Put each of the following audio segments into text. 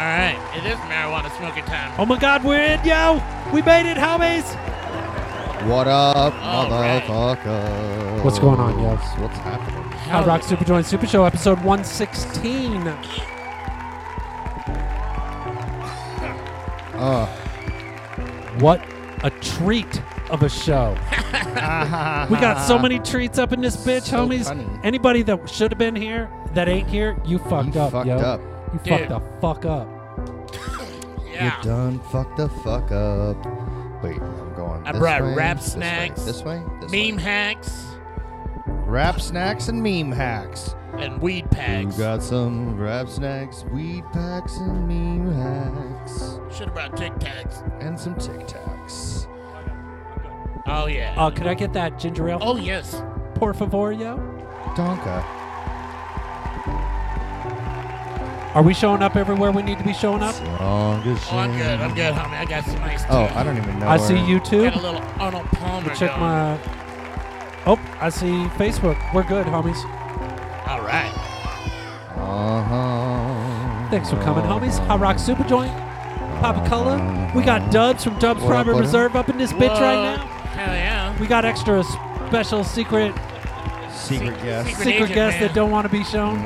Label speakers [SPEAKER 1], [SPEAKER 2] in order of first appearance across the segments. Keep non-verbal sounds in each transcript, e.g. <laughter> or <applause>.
[SPEAKER 1] it is marijuana smoking time.
[SPEAKER 2] Oh my God, we're in, yo! We made it,
[SPEAKER 1] <laughs>
[SPEAKER 2] homies!
[SPEAKER 3] What up,
[SPEAKER 1] All right.
[SPEAKER 3] motherfucker?
[SPEAKER 2] What's going on, yo?
[SPEAKER 3] What's happening?
[SPEAKER 2] Hard Rock Super Joint Super Show, episode 116.
[SPEAKER 3] Uh,
[SPEAKER 2] What a treat of a
[SPEAKER 3] <laughs>
[SPEAKER 2] show. we got so many treats up in this bitch,
[SPEAKER 3] So
[SPEAKER 2] homies.
[SPEAKER 3] funny.
[SPEAKER 2] Anybody that should have been here that ain't here, you fucked
[SPEAKER 3] You
[SPEAKER 2] up,
[SPEAKER 3] fucked
[SPEAKER 2] yo.
[SPEAKER 3] up.
[SPEAKER 2] You fucked
[SPEAKER 1] Dude.
[SPEAKER 2] the fuck up.
[SPEAKER 1] Yeah.
[SPEAKER 3] You're done. Fuck the fuck up. Wait, I'm going.
[SPEAKER 1] I
[SPEAKER 3] this
[SPEAKER 1] brought
[SPEAKER 3] way,
[SPEAKER 1] rap
[SPEAKER 3] this way,
[SPEAKER 1] snacks,
[SPEAKER 3] This way. This way.
[SPEAKER 1] Meme hacks
[SPEAKER 3] Rap snacks and meme hacks.
[SPEAKER 1] and weed
[SPEAKER 3] You
[SPEAKER 1] packs.
[SPEAKER 3] got some rap snacks, weed packs, and meme hacks,
[SPEAKER 1] Should have brought Tic Tacs.
[SPEAKER 3] and some Tic Tacs.
[SPEAKER 1] Oh yeah.
[SPEAKER 2] Uh, could I get that ginger ale?
[SPEAKER 1] oh yes.
[SPEAKER 2] Por favor, yo.
[SPEAKER 3] Donka.
[SPEAKER 2] Are we showing up everywhere we need to be showing up?
[SPEAKER 3] Longest.
[SPEAKER 1] Oh, I'm good. I'm good, homie. I got some nice.
[SPEAKER 3] Oh, I don't even know.
[SPEAKER 2] I
[SPEAKER 3] where-
[SPEAKER 2] see YouTube.
[SPEAKER 1] Got a little Arnold Palmer.
[SPEAKER 2] Check
[SPEAKER 1] going.
[SPEAKER 2] my. Oh, I see Facebook. We're good, homies.
[SPEAKER 1] All right.
[SPEAKER 3] Uh-huh.
[SPEAKER 2] Thanks for coming, homies. Hot Rock Superjoint, Papa Cola. We got Dubs from Dubs
[SPEAKER 3] Uh-huh. What up,
[SPEAKER 2] Private
[SPEAKER 3] what up?
[SPEAKER 2] Reserve up in this bitch right
[SPEAKER 1] Whoa.
[SPEAKER 2] now.
[SPEAKER 1] Hell yeah.
[SPEAKER 2] We got extra special secret
[SPEAKER 3] Secret guest.
[SPEAKER 1] Secret
[SPEAKER 2] secret
[SPEAKER 1] agent,
[SPEAKER 2] guests
[SPEAKER 1] man.
[SPEAKER 2] that don't want to be shown,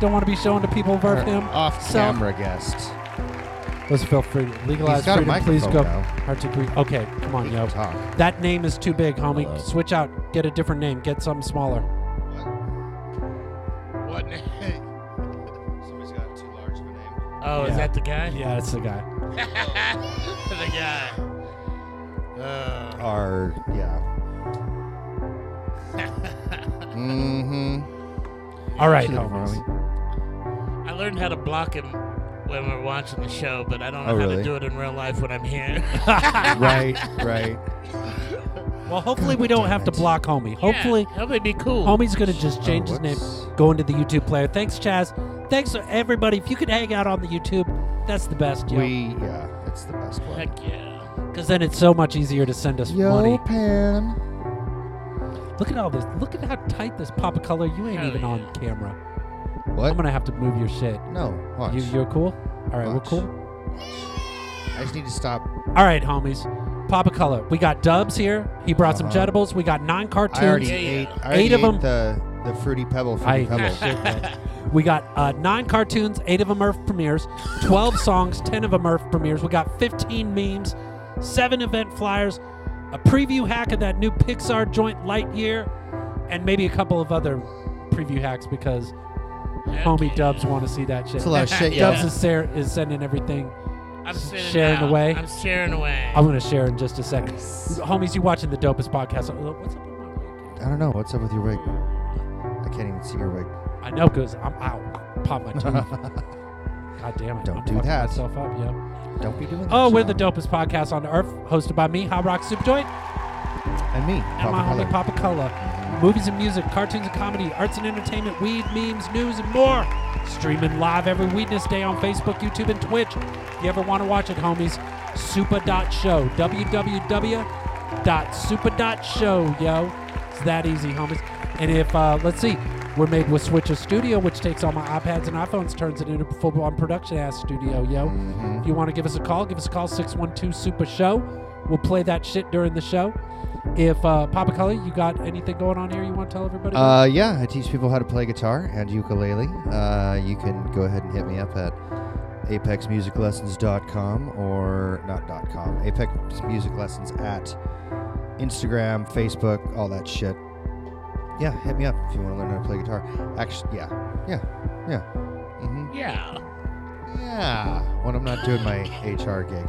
[SPEAKER 2] don't want to be shown to people of Earth. Him
[SPEAKER 3] Off camera guest.
[SPEAKER 2] Let's feel free. Legalize
[SPEAKER 3] He's got a
[SPEAKER 2] freedom. Please go.
[SPEAKER 3] microphone now.
[SPEAKER 2] Hard to agree. Okay, come on,
[SPEAKER 3] He
[SPEAKER 2] yo.
[SPEAKER 3] can talk.
[SPEAKER 2] That name is too big, homie.
[SPEAKER 3] Hello.
[SPEAKER 2] Switch out. Get a different name. Get something smaller.
[SPEAKER 1] What? <laughs> na-
[SPEAKER 3] Somebody's got too large of a name.
[SPEAKER 1] Oh,
[SPEAKER 2] Yeah.
[SPEAKER 1] is
[SPEAKER 3] <laughs>
[SPEAKER 1] that <laughs> the guy?
[SPEAKER 2] Yeah, that's the guy.
[SPEAKER 1] the guy. Uh,
[SPEAKER 3] Or
[SPEAKER 1] <laughs>
[SPEAKER 3] yeah. mm-hmm.
[SPEAKER 2] All right,
[SPEAKER 3] Should've
[SPEAKER 2] homies.
[SPEAKER 1] I learned how to block him when we're watching the show, but I don't know
[SPEAKER 3] Oh,
[SPEAKER 1] how to
[SPEAKER 3] really?
[SPEAKER 1] do it in real life when I'm here.
[SPEAKER 3] <laughs> right,
[SPEAKER 1] <laughs>
[SPEAKER 3] right.
[SPEAKER 2] Well, hopefully we don't have to block homie. Hopefully,
[SPEAKER 1] yeah, that would be cool.
[SPEAKER 2] homie's gonna just change his name.
[SPEAKER 3] Oh, whoops.
[SPEAKER 2] Go into the YouTube player. Thanks, Chaz. Thanks to everybody. If you could hang out on the YouTube, that's the best, yo.
[SPEAKER 3] We yeah, it's the best one.
[SPEAKER 1] Heck yeah.
[SPEAKER 2] Because then it's so much easier to send us
[SPEAKER 3] Yo,
[SPEAKER 2] money.
[SPEAKER 3] Pam.
[SPEAKER 2] Look at all this. Look at how tight this pop of color. You ain't
[SPEAKER 1] Hell
[SPEAKER 2] even
[SPEAKER 1] yeah.
[SPEAKER 2] on camera.
[SPEAKER 3] What?
[SPEAKER 2] I'm gonna have to move your shit.
[SPEAKER 3] no, watch.
[SPEAKER 2] You, you're cool. All right, we're
[SPEAKER 3] Watch.
[SPEAKER 2] cool.
[SPEAKER 3] I just need to stop.
[SPEAKER 2] All right, homies. Papa Color. We got Dubs here. He brought some
[SPEAKER 3] Uh-huh.
[SPEAKER 2] jedibles. We got nine cartoons.
[SPEAKER 3] I already
[SPEAKER 1] Yeah, yeah.
[SPEAKER 3] ate. I already
[SPEAKER 2] Eight of
[SPEAKER 3] ate
[SPEAKER 2] them.
[SPEAKER 3] The the fruity pebble. Fruity
[SPEAKER 2] I hate that
[SPEAKER 3] pebble.
[SPEAKER 2] shit, man. We got uh, nine cartoons, eight of them Earth premieres, 12 <laughs> songs, 10 of them Earth premieres. We got 15 memes, seven event flyers, a preview hack of that new Pixar joint Lightyear, and maybe a couple of other preview hacks because
[SPEAKER 1] Heck
[SPEAKER 2] homie
[SPEAKER 1] yeah.
[SPEAKER 2] Dubs want to see that shit.
[SPEAKER 3] It's a lot of
[SPEAKER 2] <laughs>
[SPEAKER 3] shit.
[SPEAKER 1] Yeah.
[SPEAKER 2] Dubs is, ser- is sending everything.
[SPEAKER 1] I'm sitting
[SPEAKER 2] sharing
[SPEAKER 1] out.
[SPEAKER 2] away.
[SPEAKER 1] I'm sharing away.
[SPEAKER 2] I'm going to share in just a second. Homies, you watching the dopest podcast. Uh, What's up with my wig?
[SPEAKER 3] I don't know what's up with your wig. I can't even see your wig.
[SPEAKER 2] I know because I'm out. Pop
[SPEAKER 3] <laughs>
[SPEAKER 2] my tooth. God damn it.
[SPEAKER 3] Don't
[SPEAKER 2] I'm
[SPEAKER 3] do
[SPEAKER 2] fucking
[SPEAKER 3] that.
[SPEAKER 2] myself up, yo.
[SPEAKER 3] Don't be doing that.
[SPEAKER 2] Oh, we're the
[SPEAKER 3] shit.
[SPEAKER 2] dopest podcast on earth, hosted by me, Hot Rock Superjoint,
[SPEAKER 3] And me.
[SPEAKER 2] and my homie Papa Cola. Movies and music, cartoons and comedy, arts and entertainment, weed, memes, news, and more. Streaming live every Weedness Day on Facebook, YouTube, and Twitch. If you ever want to watch it, homies, super.show. www.super.show, yo. It's that easy, homies. And if, uh, let's see, we're made with Switcher Studio, which takes all my iPads and iPhones, turns it into a full-on production ass studio, yo.
[SPEAKER 3] Mm-hmm.
[SPEAKER 2] If you want to give us a call, give us a call 612 Super Show. We'll play that shit during the show. If uh, Papa Cully, you got anything going on here you want to tell everybody? about?
[SPEAKER 3] Uh, yeah, I teach people how to play guitar and ukulele. Uh, you can go ahead and hit me up at apexmusiclessons.com or not dot .com, apexmusiclessons at Instagram, Facebook, all that shit. Yeah, hit me up if you want to learn how to play guitar. Actually, yeah, yeah, yeah. hmm
[SPEAKER 1] yeah.
[SPEAKER 3] Yeah, when I'm not doing my HR gig.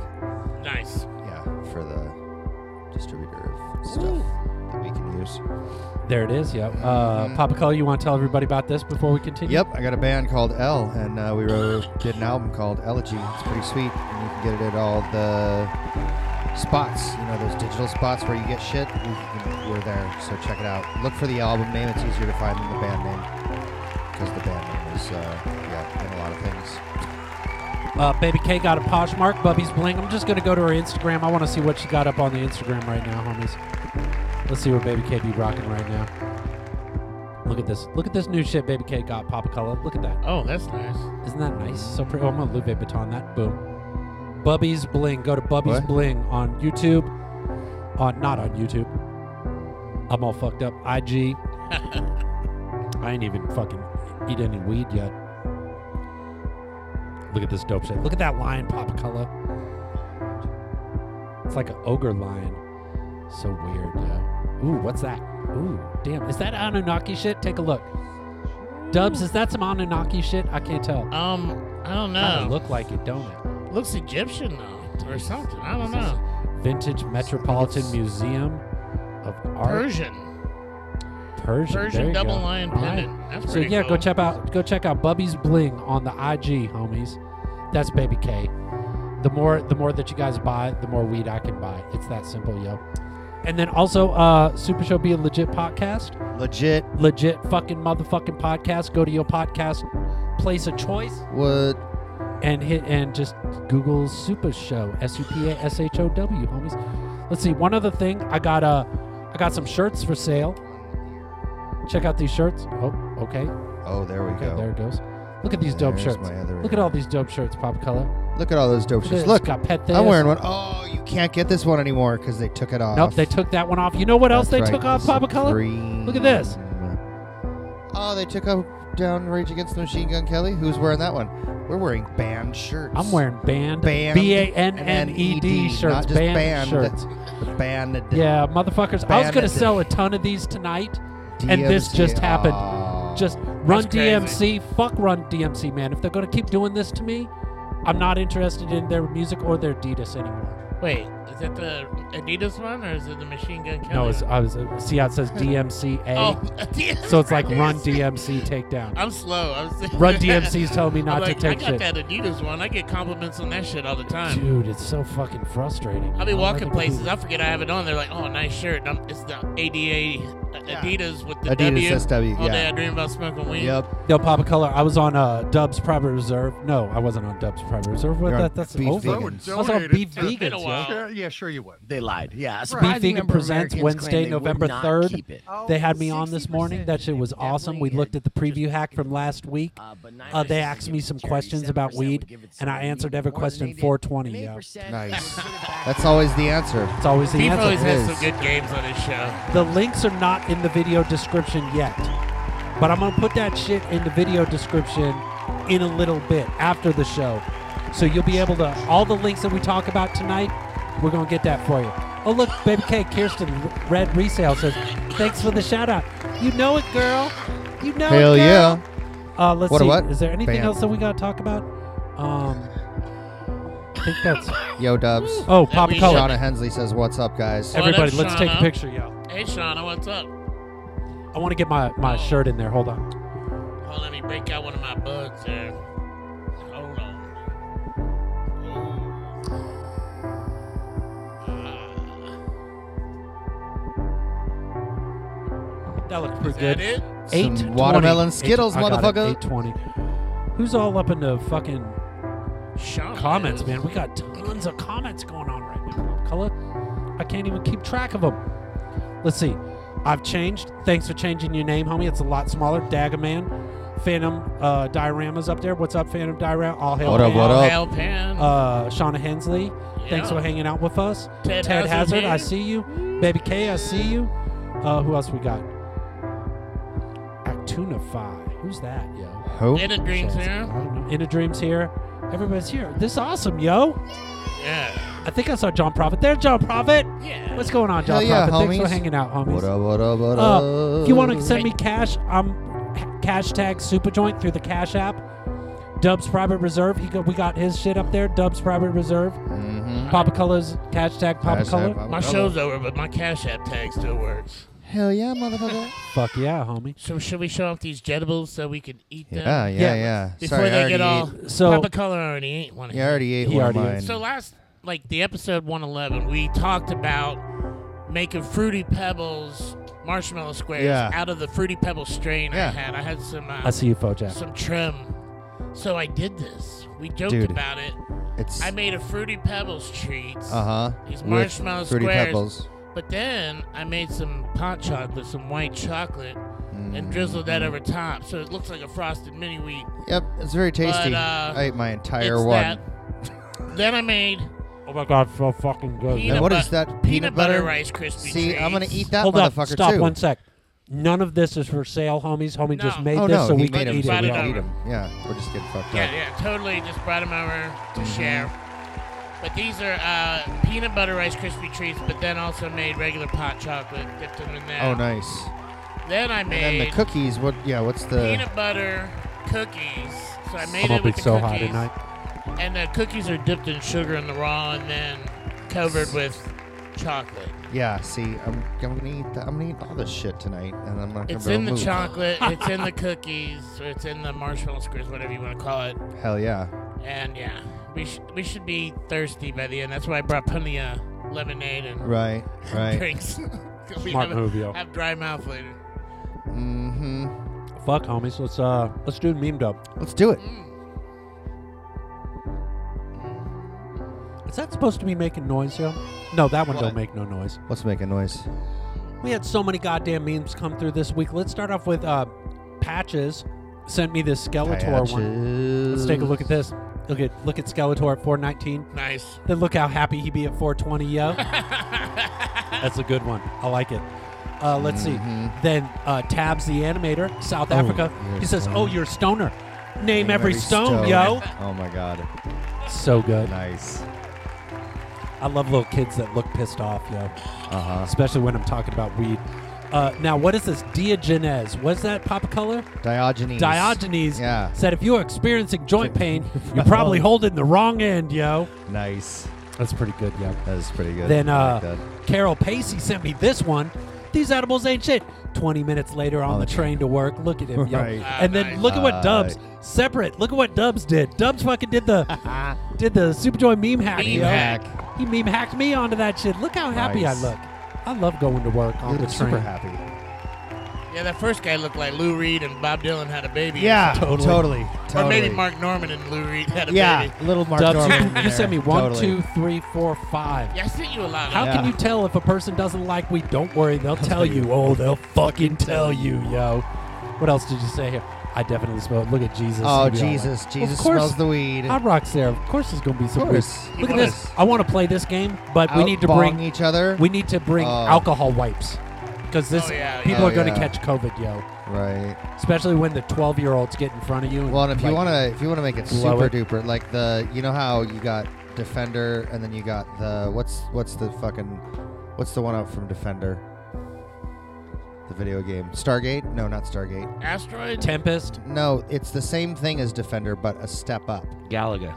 [SPEAKER 1] Nice.
[SPEAKER 3] Yeah, for the distributor of stuff that we can use.
[SPEAKER 2] there it is. Yeah. Uh,
[SPEAKER 3] Mhm.
[SPEAKER 2] Papa Cully, you want to tell everybody about this before we continue?
[SPEAKER 3] Yep, I got a band called L, and uh, we wrote did an album called Elegy. It's pretty sweet, and you can get it at all the spots. You know those digital spots where you get shit. We, you know, we're there, so check it out. Look for the album name; it's easier to find than the band name because the band name is uh, yeah in a lot of things.
[SPEAKER 2] Uh, Baby K got a Poshmark, Bubby's Bling. I'm just gonna go to her Instagram. I want to see what she got up on the Instagram right now, homies. Let's see what Baby K be rocking right now. Look at this. Look at this new shit Baby K got, Papa Cully. Look at that.
[SPEAKER 1] Oh, that's nice.
[SPEAKER 2] Isn't that nice? So pretty. Oh, I'm gonna Louis Vuitton that. Boom. Bubby's Bling. Go to Bubby's
[SPEAKER 3] What?
[SPEAKER 2] Bling on YouTube. On not on YouTube. I'm all fucked up.
[SPEAKER 1] <laughs>
[SPEAKER 2] IG. I ain't even fucking eat any weed yet. Look at this dope shit. Look at that lion pop color. It's like an ogre lion. So weird, yo. Ooh, what's that? Ooh, damn. Is that Anunnaki shit? Take a look. Dubs, is that some Anunnaki shit? I can't tell.
[SPEAKER 1] Um, I don't
[SPEAKER 2] Kinda
[SPEAKER 1] know.
[SPEAKER 2] look like it, don't it?
[SPEAKER 1] Looks Egyptian though, or something. I don't know.
[SPEAKER 2] Vintage Metropolitan Museum of Art
[SPEAKER 1] Persian,
[SPEAKER 2] Persian, there
[SPEAKER 1] Persian
[SPEAKER 2] you
[SPEAKER 1] double
[SPEAKER 2] go.
[SPEAKER 1] lion
[SPEAKER 2] All right.
[SPEAKER 1] pendant. That's
[SPEAKER 2] So
[SPEAKER 1] pretty
[SPEAKER 2] yeah,
[SPEAKER 1] cool.
[SPEAKER 2] go check out go check out Bubby's Bling on the IG, homies. That's Baby K. The more the more that you guys buy, the more weed I can buy. It's that simple, yo. And then also, uh, Super Show be a legit podcast.
[SPEAKER 3] Legit.
[SPEAKER 2] Legit fucking motherfucking podcast. Go to your podcast place of choice
[SPEAKER 3] What?
[SPEAKER 2] and hit and just Google Super Show S U P A S H O W homies. Let's see. One other thing, I got uh, I got some shirts for sale. Check out these shirts. Oh, okay.
[SPEAKER 3] Oh, there we
[SPEAKER 2] Okay,
[SPEAKER 3] go.
[SPEAKER 2] there it goes. Look at these dope
[SPEAKER 3] There's
[SPEAKER 2] shirts.
[SPEAKER 3] my other
[SPEAKER 2] Look at all these dope shirts, Pop Color.
[SPEAKER 3] Look at all those dope
[SPEAKER 2] Look,
[SPEAKER 3] shirts.
[SPEAKER 2] at-
[SPEAKER 3] Look,
[SPEAKER 2] it's got pet this.
[SPEAKER 3] I'm wearing one. Oh, you can't get this one anymore because they took it off.
[SPEAKER 2] Nope, they took that one off. You know what else they
[SPEAKER 3] That's
[SPEAKER 2] took
[SPEAKER 3] right,
[SPEAKER 2] off,
[SPEAKER 3] this is
[SPEAKER 2] Papa Color?
[SPEAKER 3] green.
[SPEAKER 2] Look at this.
[SPEAKER 3] Oh, they took up down Rage Against the Machine Gun Kelly. Who's wearing that one? We're wearing band shirts.
[SPEAKER 2] I'm wearing band,
[SPEAKER 3] Band
[SPEAKER 2] B A N N E D
[SPEAKER 3] N-E-D,
[SPEAKER 2] shirts,
[SPEAKER 3] Not just
[SPEAKER 2] band,
[SPEAKER 3] band <laughs>
[SPEAKER 2] shirts.
[SPEAKER 3] Band.
[SPEAKER 2] Yeah, motherfuckers. I was gonna
[SPEAKER 3] Banded.
[SPEAKER 2] sell a ton of these tonight, and this just happened. Just run
[SPEAKER 1] That's crazy.
[SPEAKER 2] DMC. Fuck run DMC, man. If they're gonna keep doing this to me, I'm not interested in their music or their Adidas anymore.
[SPEAKER 1] Wait, is that the Adidas one or is it the Machine Gun Kelly?
[SPEAKER 2] No, it's,
[SPEAKER 1] one?
[SPEAKER 2] I was see how it <laughs> says DMCA,
[SPEAKER 1] oh, <laughs> Adidas.
[SPEAKER 2] so it's like run
[SPEAKER 1] <laughs>
[SPEAKER 2] DMC takedown.
[SPEAKER 1] I'm <laughs> slow. I was
[SPEAKER 2] Run DMC's telling me
[SPEAKER 1] I'm
[SPEAKER 2] not
[SPEAKER 1] like,
[SPEAKER 2] to take
[SPEAKER 1] I got
[SPEAKER 2] shit.
[SPEAKER 1] that Adidas one. I get compliments on that shit all the time.
[SPEAKER 2] Dude, it's so fucking frustrating.
[SPEAKER 1] I'll be
[SPEAKER 2] I'm
[SPEAKER 1] walking
[SPEAKER 2] like,
[SPEAKER 1] places. I forget I have it on. They're like, "Oh, nice shirt." i it's the ADA uh,
[SPEAKER 3] Yeah.
[SPEAKER 1] Adidas with the W.
[SPEAKER 3] Adidas SW.
[SPEAKER 1] All day I
[SPEAKER 3] Yeah.
[SPEAKER 1] dream about smoking weed.
[SPEAKER 3] Yep.
[SPEAKER 2] Yo, Papa Color, I was on uh, Dubs Private Reserve. No, I wasn't on Dubs Private Reserve. What
[SPEAKER 3] You're on
[SPEAKER 2] that, that's
[SPEAKER 3] Beef
[SPEAKER 2] over.
[SPEAKER 3] Vegan.
[SPEAKER 2] I was on
[SPEAKER 4] Donated
[SPEAKER 2] Beef
[SPEAKER 4] to- It's
[SPEAKER 1] been a
[SPEAKER 2] Vegans,
[SPEAKER 1] while.
[SPEAKER 2] yo.
[SPEAKER 4] Yeah, yeah, sure you would.
[SPEAKER 5] They lied. Yeah. a
[SPEAKER 4] Surprising
[SPEAKER 2] Vegan
[SPEAKER 5] number of
[SPEAKER 2] presents
[SPEAKER 5] Americans
[SPEAKER 2] Wednesday,
[SPEAKER 5] claim they would
[SPEAKER 2] November
[SPEAKER 5] not
[SPEAKER 2] 3rd.
[SPEAKER 5] keep it.
[SPEAKER 2] They had
[SPEAKER 5] Oh,
[SPEAKER 2] me on this morning. That shit was awesome. We looked at the preview hack from last week,
[SPEAKER 5] Uh, but
[SPEAKER 2] Uh, they asked me some questions about weed, and I answered every question 420, yo.
[SPEAKER 3] Nice. That's always the answer.
[SPEAKER 2] It's always the
[SPEAKER 1] Beef always
[SPEAKER 2] answer.
[SPEAKER 1] has
[SPEAKER 3] is.
[SPEAKER 1] some good games on his show.
[SPEAKER 2] The links are not in the video description yet, but I'm going to put that shit in the video description in a little bit after the show. So you'll be able to, all the links that we talk about tonight, we're going to get that for you. Oh, look, Baby K, Kirsten Red Resale says, thanks for the shout out. You know it, girl. You know
[SPEAKER 3] Hell
[SPEAKER 2] it. girl.
[SPEAKER 3] yeah.
[SPEAKER 2] Uh, let's
[SPEAKER 3] What a
[SPEAKER 2] see.
[SPEAKER 3] what?
[SPEAKER 2] Is there anything
[SPEAKER 3] Bam.
[SPEAKER 2] else that we got to talk
[SPEAKER 1] <laughs>
[SPEAKER 2] about? Um, I think that's.
[SPEAKER 3] Yo, Dubs.
[SPEAKER 2] Oh, Pop
[SPEAKER 1] we-
[SPEAKER 2] Color.
[SPEAKER 3] Shauna Hensley says, "What's up, guys?"
[SPEAKER 1] What up,
[SPEAKER 2] Everybody, let's take a
[SPEAKER 1] Shauna?
[SPEAKER 2] picture, yo.
[SPEAKER 1] Hey, Shauna, what's up?
[SPEAKER 2] I want to get my, my shirt in there. Hold on.
[SPEAKER 1] Oh, let me break out one of my bugs there. Hold on.
[SPEAKER 2] That looks
[SPEAKER 1] Is
[SPEAKER 2] pretty
[SPEAKER 1] that
[SPEAKER 2] good.
[SPEAKER 1] it?
[SPEAKER 3] Some
[SPEAKER 2] 820.
[SPEAKER 3] watermelon Skittles,
[SPEAKER 2] I got it,
[SPEAKER 3] motherfucker.
[SPEAKER 2] 820. Who's all up in the fucking
[SPEAKER 1] Shauna
[SPEAKER 2] comments,
[SPEAKER 1] is.
[SPEAKER 2] man? We got tons of comments going on right now. Color, I can't even keep track of them. Let's see. I've changed. Thanks for changing your name, homie. It's a lot smaller. Dagaman. Phantom uh, Dioramas up there. What's up, Phantom Diorama? All hail.
[SPEAKER 3] What up,
[SPEAKER 2] Phantom.
[SPEAKER 3] what
[SPEAKER 1] Oh,
[SPEAKER 3] up?
[SPEAKER 1] Hal Pan.
[SPEAKER 2] Uh, Shauna Hensley. Thanks
[SPEAKER 1] Yeah.
[SPEAKER 2] for hanging out with us.
[SPEAKER 1] Ted Hazard,
[SPEAKER 2] Hazard, I
[SPEAKER 1] man.
[SPEAKER 2] see you. Baby K, I see you. Uh, who else we got? Actunify. Who's that, yo?
[SPEAKER 3] Who?
[SPEAKER 1] In a dream
[SPEAKER 2] Shit,
[SPEAKER 1] here.
[SPEAKER 2] I don't know. In a Dream's here. Everybody's here. This is awesome, yo.
[SPEAKER 1] Yeah.
[SPEAKER 2] I think I saw John Prophet. There's John Prophet.
[SPEAKER 1] Yeah.
[SPEAKER 2] What's going on, John
[SPEAKER 3] Hell yeah,
[SPEAKER 2] Prophet? Thanks for
[SPEAKER 3] homies.
[SPEAKER 2] hanging out, homies.
[SPEAKER 3] What up? What up? What up?
[SPEAKER 2] Uh, if you want to send me cash, I'm cash tag Superjoint through the Cash app. Dubs Private Reserve. He got, we got his shit up there. Dubs Private Reserve.
[SPEAKER 3] Mhm.
[SPEAKER 2] Papa Colors. Cash tag Papa
[SPEAKER 3] Hashtag
[SPEAKER 2] Color.
[SPEAKER 3] Papa
[SPEAKER 1] My
[SPEAKER 3] Color.
[SPEAKER 1] show's over, but my Cash App tag still works.
[SPEAKER 3] Hell yeah,
[SPEAKER 2] <laughs>
[SPEAKER 3] motherfucker.
[SPEAKER 2] Fuck yeah, homie.
[SPEAKER 1] So should we show off these jettables so we can eat them?
[SPEAKER 3] yeah, yeah,
[SPEAKER 2] Yeah.
[SPEAKER 3] yeah.
[SPEAKER 1] Before
[SPEAKER 3] Sorry, I
[SPEAKER 1] they
[SPEAKER 3] already
[SPEAKER 1] get all
[SPEAKER 3] Ate,
[SPEAKER 2] So-
[SPEAKER 1] Papa Color already ate one. of
[SPEAKER 3] he
[SPEAKER 1] them.
[SPEAKER 3] already ate
[SPEAKER 2] He
[SPEAKER 3] one
[SPEAKER 2] already
[SPEAKER 3] of
[SPEAKER 2] ate.
[SPEAKER 3] mine.
[SPEAKER 1] So last, like the episode 111, we talked about making fruity pebbles, marshmallow squares
[SPEAKER 3] Yeah.
[SPEAKER 1] out of the fruity pebble strain I
[SPEAKER 3] Yeah.
[SPEAKER 1] had. I had some uh,
[SPEAKER 2] I see you, Fojack.
[SPEAKER 1] some trim, so I did this. We joked
[SPEAKER 3] Dude.
[SPEAKER 1] about it.
[SPEAKER 3] it's
[SPEAKER 1] I made a fruity pebbles treat,
[SPEAKER 3] uh huh.
[SPEAKER 1] These marshmallow
[SPEAKER 3] fruity
[SPEAKER 1] squares.
[SPEAKER 3] pebbles.
[SPEAKER 1] but then I made some pot chocolate, some white chocolate, and drizzled that over
[SPEAKER 3] Mm.
[SPEAKER 1] top, so it looks like a frosted mini wheat.
[SPEAKER 3] Yep, it's very tasty.
[SPEAKER 1] But, uh,
[SPEAKER 3] I ate my entire
[SPEAKER 1] it's
[SPEAKER 3] one.
[SPEAKER 1] that. Then
[SPEAKER 3] <laughs>
[SPEAKER 1] I made
[SPEAKER 2] Oh my god, so fucking good.
[SPEAKER 1] Peanut
[SPEAKER 3] and what
[SPEAKER 1] bu-
[SPEAKER 3] is that?
[SPEAKER 1] peanut, butter, rice crispy.
[SPEAKER 3] See, I'm gonna eat that
[SPEAKER 2] Hold up,
[SPEAKER 3] motherfucker
[SPEAKER 2] stop
[SPEAKER 3] too.
[SPEAKER 2] one sec. None of this is for sale, homies. Homie just
[SPEAKER 1] No.
[SPEAKER 2] made
[SPEAKER 3] oh
[SPEAKER 2] this
[SPEAKER 3] no,
[SPEAKER 2] so
[SPEAKER 3] he
[SPEAKER 2] we
[SPEAKER 3] made
[SPEAKER 2] can
[SPEAKER 3] him
[SPEAKER 2] eat
[SPEAKER 3] so
[SPEAKER 1] Brought
[SPEAKER 3] we
[SPEAKER 2] it.
[SPEAKER 1] it
[SPEAKER 2] yo.
[SPEAKER 3] can
[SPEAKER 1] over.
[SPEAKER 3] eat him. Yeah, we're just getting fucked
[SPEAKER 1] Yeah,
[SPEAKER 3] up.
[SPEAKER 1] yeah, totally. Just brought them over to
[SPEAKER 3] Mm-hmm.
[SPEAKER 1] share. But these are uh, peanut butter rice crispy treats, but then also made regular pot chocolate, dipped them in that.
[SPEAKER 3] Oh, nice.
[SPEAKER 1] Then I
[SPEAKER 3] And then
[SPEAKER 1] made
[SPEAKER 3] the cookies. What? Yeah, what's the?
[SPEAKER 1] peanut butter cookies. So I made
[SPEAKER 2] I'm
[SPEAKER 1] it
[SPEAKER 2] gonna
[SPEAKER 1] with
[SPEAKER 2] be
[SPEAKER 1] the
[SPEAKER 2] so
[SPEAKER 1] cookies,
[SPEAKER 2] high tonight.
[SPEAKER 1] and the cookies are dipped in sugar in the raw, and then covered with chocolate.
[SPEAKER 3] Yeah. See, I'm, I'm gonna eat. The, I'm gonna eat all this shit tonight, and I'm not gonna
[SPEAKER 1] It's
[SPEAKER 3] be able
[SPEAKER 1] in
[SPEAKER 3] to
[SPEAKER 1] the
[SPEAKER 3] move. <laughs>
[SPEAKER 1] chocolate, it's in the cookies, or it's in the marshmallow crisps, whatever you want to call it.
[SPEAKER 3] Hell yeah.
[SPEAKER 1] And yeah, we sh- we should be thirsty by the end. That's why I brought plenty of lemonade and
[SPEAKER 3] Right. Right.
[SPEAKER 1] <laughs> drinks. 'Cause we
[SPEAKER 2] Smart
[SPEAKER 1] have,
[SPEAKER 2] move, yo.
[SPEAKER 1] Have dry mouth later.
[SPEAKER 3] mm-hmm.
[SPEAKER 2] Fuck, homies. Let's uh, let's do meme dub. Mm.
[SPEAKER 3] Let's do it.
[SPEAKER 2] Is that supposed to be making noise, yo? No, that one
[SPEAKER 3] What?
[SPEAKER 2] don't make no noise.
[SPEAKER 3] Let's make a noise.
[SPEAKER 2] We had so many goddamn memes come through this week. Let's start off with uh, Patches sent me this Skeletor one. Let's take a look at this. Look at look at Skeletor at 419.
[SPEAKER 1] Nice.
[SPEAKER 2] Then look how happy he be at 420, yo. That's a good one. I like it. Uh, let's see. Then uh, Tabs the animator, South
[SPEAKER 3] Oh,
[SPEAKER 2] Africa.
[SPEAKER 3] you're
[SPEAKER 2] He
[SPEAKER 3] a
[SPEAKER 2] says,
[SPEAKER 3] stoner.
[SPEAKER 2] "Oh, you're a stoner. Name, every, stone, yo."
[SPEAKER 3] Oh my god.
[SPEAKER 2] so good.
[SPEAKER 3] Nice.
[SPEAKER 2] I love little kids that look pissed off, yo.
[SPEAKER 3] Uh huh.
[SPEAKER 2] Especially when I'm talking about weed. Uh, now, what is this? Diogenes. What's that pop color?
[SPEAKER 3] Diogenes.
[SPEAKER 2] Diogenes
[SPEAKER 3] Yeah. Oh.
[SPEAKER 2] said if you're experiencing
[SPEAKER 3] <laughs>
[SPEAKER 2] joint pain, you're probably holding the wrong end, yo.
[SPEAKER 3] Nice.
[SPEAKER 2] That's pretty good, yo.
[SPEAKER 3] That is pretty good.
[SPEAKER 2] Then
[SPEAKER 3] I like
[SPEAKER 2] uh,
[SPEAKER 3] that.
[SPEAKER 2] Carol Pacey sent me this one. These edibles ain't shit. 20 minutes later on
[SPEAKER 3] Oh,
[SPEAKER 2] the
[SPEAKER 3] yeah.
[SPEAKER 2] train to work. Look at him, yo.
[SPEAKER 3] Right.
[SPEAKER 1] Ah,
[SPEAKER 2] And then
[SPEAKER 1] nice.
[SPEAKER 2] look at what
[SPEAKER 3] Ah,
[SPEAKER 2] Dubs separate. Look at what Dubs did. Dubs fucking
[SPEAKER 5] <laughs>
[SPEAKER 2] did the did the Superjoy meme hack,
[SPEAKER 1] Meme
[SPEAKER 2] yo.
[SPEAKER 1] hack.
[SPEAKER 2] He meme hacked me onto that shit. Look how happy
[SPEAKER 3] Nice.
[SPEAKER 2] I look. I love going to work
[SPEAKER 3] You
[SPEAKER 2] on the
[SPEAKER 3] look
[SPEAKER 2] train.
[SPEAKER 3] super happy.
[SPEAKER 1] Yeah, that first guy looked like Lou Reed and Bob Dylan had a baby. or something.
[SPEAKER 2] Totally.
[SPEAKER 3] Totally.
[SPEAKER 1] Or
[SPEAKER 3] totally.
[SPEAKER 1] maybe Mark Norman and Lou Reed had a
[SPEAKER 3] Yeah.
[SPEAKER 1] baby.
[SPEAKER 3] Little Mark
[SPEAKER 2] Dubs,
[SPEAKER 3] Norman. in
[SPEAKER 2] you, you
[SPEAKER 3] there.
[SPEAKER 2] sent me one,
[SPEAKER 3] Totally.
[SPEAKER 2] two, three, four, five.
[SPEAKER 1] Yeah, I sent you a lot.
[SPEAKER 2] How
[SPEAKER 1] Of
[SPEAKER 2] can you tell if a person doesn't like weed? Don't
[SPEAKER 3] <laughs>
[SPEAKER 2] worry, they'll tell you. Oh, they'll fucking tell you, yo. What else did you say here? I definitely smell. Look at Jesus.
[SPEAKER 3] Oh
[SPEAKER 2] He'd be all
[SPEAKER 3] Jesus.
[SPEAKER 2] like,
[SPEAKER 3] Jesus
[SPEAKER 2] of course,
[SPEAKER 3] smells the weed.
[SPEAKER 2] I rocks there. Of course, there's gonna be some weed.
[SPEAKER 3] course.
[SPEAKER 2] Look at
[SPEAKER 1] Yes.
[SPEAKER 2] this. I want to play this game, but we need to
[SPEAKER 3] Outbong
[SPEAKER 2] bring
[SPEAKER 3] each other.
[SPEAKER 2] we need to bring
[SPEAKER 3] Oh.
[SPEAKER 2] alcohol wipes because this
[SPEAKER 1] Oh, yeah,
[SPEAKER 2] people
[SPEAKER 3] yeah.
[SPEAKER 2] are gonna
[SPEAKER 3] Oh, yeah.
[SPEAKER 2] catch COVID, yo.
[SPEAKER 3] right.
[SPEAKER 2] Especially when the 12 year olds get in front of you. And
[SPEAKER 3] Well, and if you
[SPEAKER 2] like,
[SPEAKER 3] want to, if you want to make it
[SPEAKER 2] blow
[SPEAKER 3] super
[SPEAKER 2] it.
[SPEAKER 3] duper, like the, you know how you got Defender, and then you got the what's what's the fucking, what's the one up from Defender? The video game Stargate? No, not Stargate.
[SPEAKER 1] Asteroid?
[SPEAKER 2] Tempest,
[SPEAKER 3] No, it's the same thing as Defender, but a step up.
[SPEAKER 4] Galaga.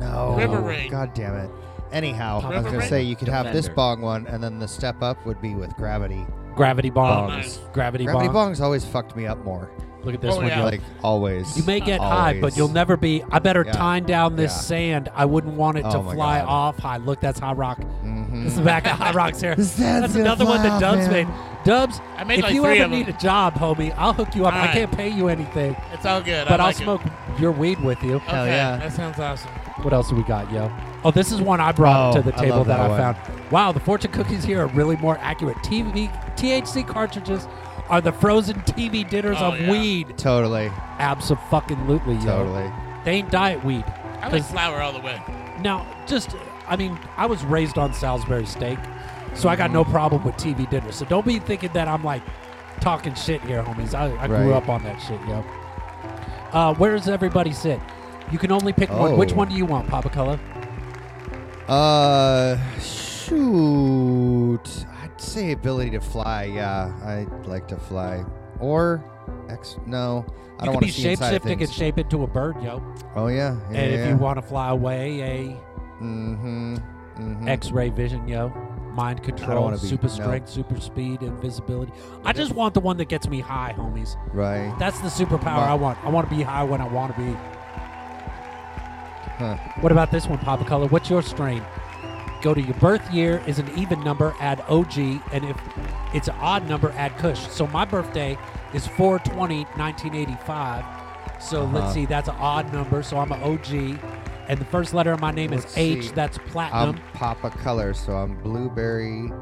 [SPEAKER 3] No. Oh,
[SPEAKER 1] River Raid.
[SPEAKER 3] God damn it. Anyhow, I was
[SPEAKER 1] River
[SPEAKER 3] gonna
[SPEAKER 1] Raid.
[SPEAKER 3] say you could have this
[SPEAKER 4] Defender.
[SPEAKER 3] bong one, and then the step up would be with Gravity.
[SPEAKER 2] gravity bomb,
[SPEAKER 1] Oh, nice.
[SPEAKER 2] gravity,
[SPEAKER 3] Gravity
[SPEAKER 2] bomb.
[SPEAKER 3] bongs always fucked me up more.
[SPEAKER 2] Look at this
[SPEAKER 1] Oh,
[SPEAKER 2] one,
[SPEAKER 1] yeah.
[SPEAKER 2] yo.
[SPEAKER 3] Like always.
[SPEAKER 2] You may get high, but
[SPEAKER 3] Always.
[SPEAKER 2] you'll never be. I better
[SPEAKER 3] Yeah.
[SPEAKER 2] time down this
[SPEAKER 3] Yeah.
[SPEAKER 2] sand. I wouldn't want it to
[SPEAKER 3] Oh my
[SPEAKER 2] fly
[SPEAKER 3] God.
[SPEAKER 2] off high. Look, that's High Rock.
[SPEAKER 3] Mhm.
[SPEAKER 2] This is the back of High Rock's here.
[SPEAKER 3] <laughs> This sand's
[SPEAKER 2] that's
[SPEAKER 3] gonna
[SPEAKER 2] another one
[SPEAKER 3] fly
[SPEAKER 2] that
[SPEAKER 3] off,
[SPEAKER 2] Dubs
[SPEAKER 3] man.
[SPEAKER 2] made. Dubs,
[SPEAKER 1] I made
[SPEAKER 2] if
[SPEAKER 1] like
[SPEAKER 2] you
[SPEAKER 1] three
[SPEAKER 2] ever
[SPEAKER 1] of
[SPEAKER 2] need a
[SPEAKER 1] them.
[SPEAKER 2] job, homie, I'll hook you up. I
[SPEAKER 1] Alright.
[SPEAKER 2] can't pay you anything,
[SPEAKER 1] It's all good.
[SPEAKER 2] but
[SPEAKER 1] I
[SPEAKER 2] I'll
[SPEAKER 1] like it.
[SPEAKER 2] smoke your weed with you.
[SPEAKER 1] Okay,
[SPEAKER 3] Hell yeah.
[SPEAKER 1] That sounds awesome.
[SPEAKER 2] What else do we got, yo? Oh, this is one I brought
[SPEAKER 3] Oh,
[SPEAKER 2] to the
[SPEAKER 3] I
[SPEAKER 2] table
[SPEAKER 3] love
[SPEAKER 2] that,
[SPEAKER 3] that
[SPEAKER 2] I
[SPEAKER 3] one.
[SPEAKER 2] found. Wow, the fortune cookies here are really more accurate. TV THC cartridges are the frozen TV dinners
[SPEAKER 1] Oh,
[SPEAKER 2] of
[SPEAKER 1] yeah.
[SPEAKER 2] weed.
[SPEAKER 3] Totally.
[SPEAKER 2] Absolutely, yo.
[SPEAKER 3] Totally.
[SPEAKER 2] They ain't diet weed.
[SPEAKER 1] I like
[SPEAKER 2] 'Cause
[SPEAKER 1] flour all the way.
[SPEAKER 2] Now, just, I mean, I was raised on Salisbury steak, so I got
[SPEAKER 3] Mm-hmm.
[SPEAKER 2] no problem with TV dinner. So don't be thinking that I'm like talking shit here, homies. I, I grew
[SPEAKER 3] Right.
[SPEAKER 2] up on that shit, yo. Uh, where does everybody sit? You can only pick one. Which
[SPEAKER 3] Oh.
[SPEAKER 2] one do you want, Papa Color?
[SPEAKER 3] Uh, shoot. I'd say ability to fly. Yeah, I'd like to fly. Or X. No, I
[SPEAKER 2] you
[SPEAKER 3] don't
[SPEAKER 2] could
[SPEAKER 3] want
[SPEAKER 2] be
[SPEAKER 3] to see inside of
[SPEAKER 2] shapeshifting and
[SPEAKER 3] things.
[SPEAKER 2] shape it to a bird, yo.
[SPEAKER 3] Oh yeah. yeah
[SPEAKER 2] and if you want to fly away, a
[SPEAKER 3] Mm-hmm. Mm-hmm.
[SPEAKER 2] X-ray vision, yo. Mind control,
[SPEAKER 3] wanna be-
[SPEAKER 2] super
[SPEAKER 3] no.
[SPEAKER 2] strength, super speed, invisibility. I just want the one that gets me high, homies.
[SPEAKER 3] Right.
[SPEAKER 2] That's the superpower
[SPEAKER 3] Wow.
[SPEAKER 2] I want. I want to be high when I want to be.
[SPEAKER 3] Huh.
[SPEAKER 2] What about this one, Papa Color? What's your strain? Go to your birth year is an even number, add OG, and if it's an odd number, add Kush. So my birthday is 420 1985. So
[SPEAKER 3] Uh-huh.
[SPEAKER 2] let's see, that's an odd number, so I'm an OG. And the first letter of my name
[SPEAKER 3] Let's
[SPEAKER 2] is H,
[SPEAKER 3] see.
[SPEAKER 2] that's
[SPEAKER 3] I'm
[SPEAKER 2] platinum.
[SPEAKER 3] Papa Color, so I'm blueberry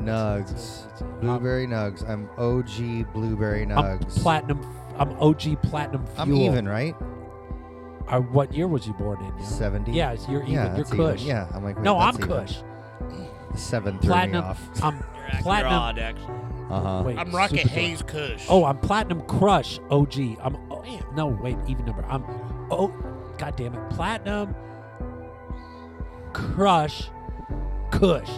[SPEAKER 3] nugs. Blueberry nugs. I'm OG blueberry
[SPEAKER 2] I'm
[SPEAKER 3] nugs.
[SPEAKER 2] platinum. I'm OG platinum fuel.
[SPEAKER 3] I'm even, right?
[SPEAKER 2] uh, what year was you born in? Yo?
[SPEAKER 3] 70.
[SPEAKER 2] Yeah, it's- you're even.
[SPEAKER 3] yeah,
[SPEAKER 2] you're
[SPEAKER 3] that's
[SPEAKER 2] Kush.
[SPEAKER 3] Even. Yeah, I'm like, wait,
[SPEAKER 2] No, I'm
[SPEAKER 3] that's even.
[SPEAKER 2] Kush.
[SPEAKER 3] The seven threw
[SPEAKER 2] Platinum.
[SPEAKER 3] me off.
[SPEAKER 2] <laughs> I'm
[SPEAKER 4] You're, ac- you're
[SPEAKER 2] platinum.
[SPEAKER 4] odd, actually.
[SPEAKER 3] Uh huh.
[SPEAKER 2] Wait,
[SPEAKER 1] I'm Rocket
[SPEAKER 2] Superdog.
[SPEAKER 1] Hayes Kush.
[SPEAKER 2] Oh, I'm Platinum Crush OG. I'm oh,
[SPEAKER 1] Man.
[SPEAKER 2] no wait, even number. I'm oh, god damn it, Platinum Crush Kush,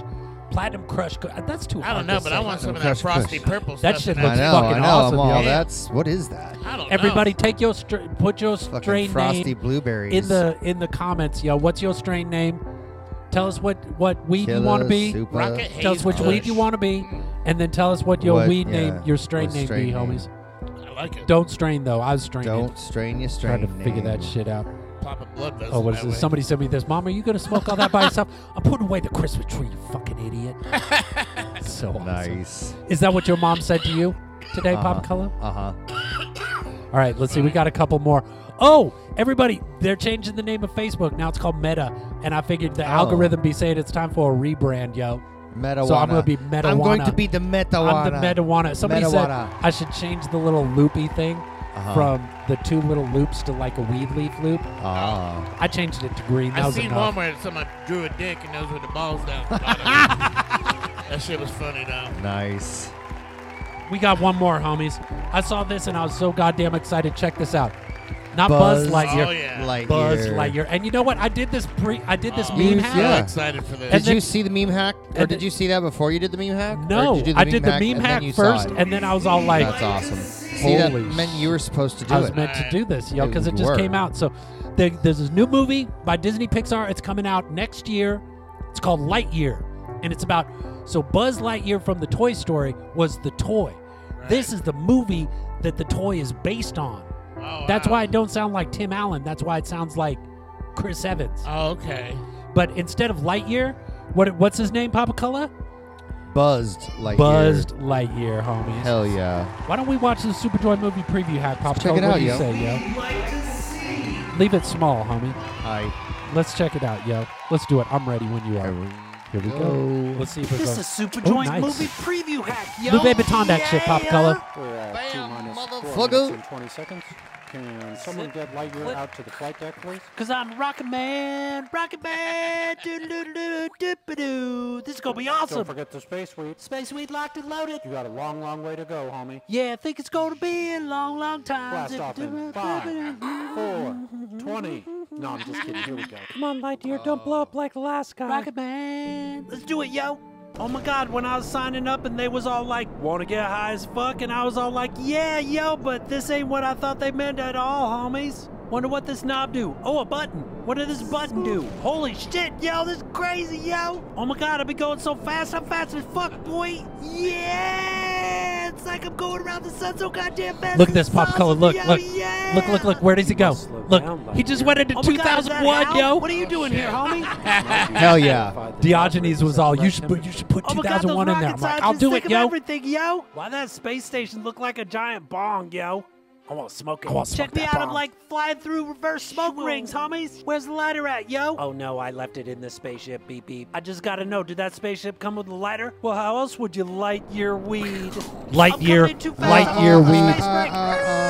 [SPEAKER 2] Platinum Crush. Kush. Uh, That's too.
[SPEAKER 1] I
[SPEAKER 2] hard
[SPEAKER 1] don't
[SPEAKER 2] to
[SPEAKER 1] know, but I
[SPEAKER 2] say.
[SPEAKER 1] want some of that
[SPEAKER 3] Crush
[SPEAKER 1] frosty
[SPEAKER 3] Kush.
[SPEAKER 1] purple
[SPEAKER 2] That
[SPEAKER 1] stuff.
[SPEAKER 2] shit
[SPEAKER 1] in
[SPEAKER 3] I
[SPEAKER 2] looks
[SPEAKER 3] know,
[SPEAKER 2] fucking
[SPEAKER 3] I know.
[SPEAKER 2] awesome,
[SPEAKER 3] I'm all
[SPEAKER 1] yo.
[SPEAKER 3] that's what is that?
[SPEAKER 1] I don't know.
[SPEAKER 2] Everybody, take your str- put your
[SPEAKER 3] Fucking
[SPEAKER 2] strain
[SPEAKER 3] frosty
[SPEAKER 2] name
[SPEAKER 3] blueberries.
[SPEAKER 2] in the in the comments, yo. What's your strain name? Tell us what what weed you want
[SPEAKER 3] Killer,
[SPEAKER 2] to be.
[SPEAKER 3] super-
[SPEAKER 1] Rocket Hayes
[SPEAKER 2] Tell us which
[SPEAKER 1] Kush.
[SPEAKER 2] weed you want to be, and then tell us what your
[SPEAKER 3] What-
[SPEAKER 2] weed
[SPEAKER 3] yeah,
[SPEAKER 2] name, your strain
[SPEAKER 3] what
[SPEAKER 2] name
[SPEAKER 3] strain
[SPEAKER 2] be,
[SPEAKER 3] name.
[SPEAKER 2] homies.
[SPEAKER 1] I like it.
[SPEAKER 2] Don't strain though. I was straining.
[SPEAKER 3] Don't strain your strain.
[SPEAKER 2] Trying to figure that
[SPEAKER 3] name.
[SPEAKER 2] shit out.
[SPEAKER 1] Pop a blood vessel.
[SPEAKER 2] Oh, what is
[SPEAKER 1] that
[SPEAKER 2] this?
[SPEAKER 1] way.
[SPEAKER 2] Somebody sent me this. Mom, are you going to smoke all that by yourself? <laughs> I'm putting away the Christmas tree, you fucking
[SPEAKER 1] <laughs>
[SPEAKER 2] idiot. so awesome.
[SPEAKER 3] Nice.
[SPEAKER 2] Is that what your mom said to you today, Pop Color?
[SPEAKER 3] Uh huh.
[SPEAKER 2] All right, let's see. We got a couple more. Oh, everybody, they're changing the name of Facebook. Now it's called Meta. And I figured the
[SPEAKER 5] Oh.
[SPEAKER 2] algorithm be saying it's time for a rebrand, yo.
[SPEAKER 3] Oh. Metawana.
[SPEAKER 2] So I'm gonna be
[SPEAKER 3] I'm going to
[SPEAKER 2] Metawana.
[SPEAKER 3] be the metawana.
[SPEAKER 2] I'm the Metawana. Somebody
[SPEAKER 3] Metawana.
[SPEAKER 2] said I should change the little loopy thing
[SPEAKER 3] Uh-huh.
[SPEAKER 2] from the two little loops to like a weed leaf loop.
[SPEAKER 3] Ah.
[SPEAKER 2] I changed it to green. That
[SPEAKER 1] I
[SPEAKER 2] was
[SPEAKER 1] seen
[SPEAKER 2] enough.
[SPEAKER 1] one where someone drew a dick and those were the balls
[SPEAKER 2] <laughs>
[SPEAKER 1] down. the bottom. that shit was funny though.
[SPEAKER 3] Nice.
[SPEAKER 2] We got one more, homies. I saw this and I was so goddamn excited. Check this out. Not Buzz,
[SPEAKER 3] Buzz
[SPEAKER 2] Lightyear.
[SPEAKER 1] Oh yeah.
[SPEAKER 3] Lightyear.
[SPEAKER 2] Buzz Lightyear. And you know what? I did this pre. I did this
[SPEAKER 1] Oh,
[SPEAKER 2] meme
[SPEAKER 3] Use-
[SPEAKER 2] hack.
[SPEAKER 1] So
[SPEAKER 3] Yeah.
[SPEAKER 1] excited for this.
[SPEAKER 2] And
[SPEAKER 3] Did
[SPEAKER 2] then-
[SPEAKER 3] you see the meme hack, or
[SPEAKER 2] and
[SPEAKER 3] did
[SPEAKER 2] the-
[SPEAKER 3] you see that before you did the meme hack? Or
[SPEAKER 2] No,
[SPEAKER 3] did you do
[SPEAKER 2] I did the meme
[SPEAKER 3] and then
[SPEAKER 2] hack
[SPEAKER 3] you saw
[SPEAKER 2] first,
[SPEAKER 3] it?
[SPEAKER 2] and then I was all like,
[SPEAKER 3] That's awesome. See, that
[SPEAKER 2] Holy
[SPEAKER 3] meant you were supposed to do
[SPEAKER 2] I was
[SPEAKER 3] it.
[SPEAKER 2] meant to do this, yo,
[SPEAKER 3] It
[SPEAKER 2] because it just
[SPEAKER 3] worked.
[SPEAKER 2] came out. So there, there's this new movie by Disney Pixar. It's coming out next year. It's called Lightyear, and it's about so Buzz Lightyear from the Toy Story was the toy. This is the movie that the toy is based on.
[SPEAKER 1] Oh,
[SPEAKER 2] That's
[SPEAKER 1] wow.
[SPEAKER 2] why it don't sound like Tim Allen. That's why it sounds like Chris Evans.
[SPEAKER 1] Oh, okay.
[SPEAKER 2] But instead of Lightyear, what what's his name? Papa Cola?
[SPEAKER 3] Buzzed like
[SPEAKER 2] Buzzed Lightyear, homies.
[SPEAKER 3] Hell yeah.
[SPEAKER 2] Why don't we watch the Superjoy movie preview hack, Papa
[SPEAKER 3] check
[SPEAKER 2] Cola?
[SPEAKER 3] it
[SPEAKER 2] what
[SPEAKER 3] out,
[SPEAKER 2] do you
[SPEAKER 3] yo.
[SPEAKER 2] say, yo? Leave it small, homie.
[SPEAKER 3] Hi.
[SPEAKER 2] Let's check it out, yo. Let's do it. I'm ready when you are. Here we go. Let's see if it's
[SPEAKER 4] This
[SPEAKER 2] on.
[SPEAKER 4] is Super
[SPEAKER 2] Oh,
[SPEAKER 4] Joint
[SPEAKER 2] nice.
[SPEAKER 4] Movie Preview Hack, yo.
[SPEAKER 2] Louis Vuitton that shit, Pop Color.
[SPEAKER 5] We're at two
[SPEAKER 3] Bam,
[SPEAKER 5] minus four
[SPEAKER 3] motherfucker.
[SPEAKER 5] minutes and 20 seconds. Can someone get Lightyear
[SPEAKER 4] Flip.
[SPEAKER 5] out to the flight deck, please?
[SPEAKER 4] Cause I'm Rocket Man, Rocket Man, doo doo doo doo doo doo doo. This is gonna be
[SPEAKER 5] Don't
[SPEAKER 4] awesome.
[SPEAKER 5] forget the space suite.
[SPEAKER 4] Space Suite locked and loaded.
[SPEAKER 5] You got a long, long way to go, homie.
[SPEAKER 4] Yeah, I think it's gonna be a long, long time.
[SPEAKER 5] Blast off in five, four, 20. No, I'm just kidding. Here we go.
[SPEAKER 2] Come on, Lightyear. Don't blow up like the last guy.
[SPEAKER 4] Rocket Man, let's do it, yo. Oh my God, when I was signing up and they was all like, "Wanna get high as fuck," and I was all like, "Yeah, yo," but this ain't what I thought they meant at all, homies. Wonder what this knob do? Oh, a button. What did this button do? Holy shit, yo, this is crazy, yo. Oh my God, I've been going so fast. I'm fast as fuck, boy. Yeah, it's like I'm going around the sun so goddamn fast.
[SPEAKER 2] Look at
[SPEAKER 4] This
[SPEAKER 2] this
[SPEAKER 4] is
[SPEAKER 2] Pop Color.
[SPEAKER 4] awesome,
[SPEAKER 2] Look,
[SPEAKER 4] yo,
[SPEAKER 2] look,
[SPEAKER 4] yeah.
[SPEAKER 2] look, look, look. Where does he go?
[SPEAKER 5] must slow down,
[SPEAKER 2] Look, he
[SPEAKER 5] Lightyear.
[SPEAKER 2] just went into
[SPEAKER 4] Oh my God, is that
[SPEAKER 2] 2001,
[SPEAKER 4] Al?
[SPEAKER 2] yo.
[SPEAKER 4] What are you doing
[SPEAKER 2] <laughs>
[SPEAKER 4] here, homie?
[SPEAKER 3] Hell yeah.
[SPEAKER 2] Diogenes was all, you should, put- you should put
[SPEAKER 4] Oh my God, those
[SPEAKER 2] 2001 in there. I'm
[SPEAKER 4] rocket
[SPEAKER 2] like, I'll
[SPEAKER 4] scientists
[SPEAKER 2] do
[SPEAKER 4] think
[SPEAKER 2] it,
[SPEAKER 4] of
[SPEAKER 2] yo.
[SPEAKER 4] Everything, yo. Why that space station look like a giant bong, yo? I want to smoke it.
[SPEAKER 2] I wanna smoke
[SPEAKER 4] Check me
[SPEAKER 2] that
[SPEAKER 4] out. I'm
[SPEAKER 2] bong.
[SPEAKER 4] like flying through reverse smoke rings, homies. Where's the lighter at, yo?
[SPEAKER 6] Oh no, I left it in the spaceship. Beep beep. I just gotta know, did that spaceship come with a lighter? Well, how else would you light your weed?
[SPEAKER 2] Lightyear,
[SPEAKER 4] in too fast.
[SPEAKER 2] Lightyear
[SPEAKER 4] Uh,
[SPEAKER 2] weed.
[SPEAKER 4] uh,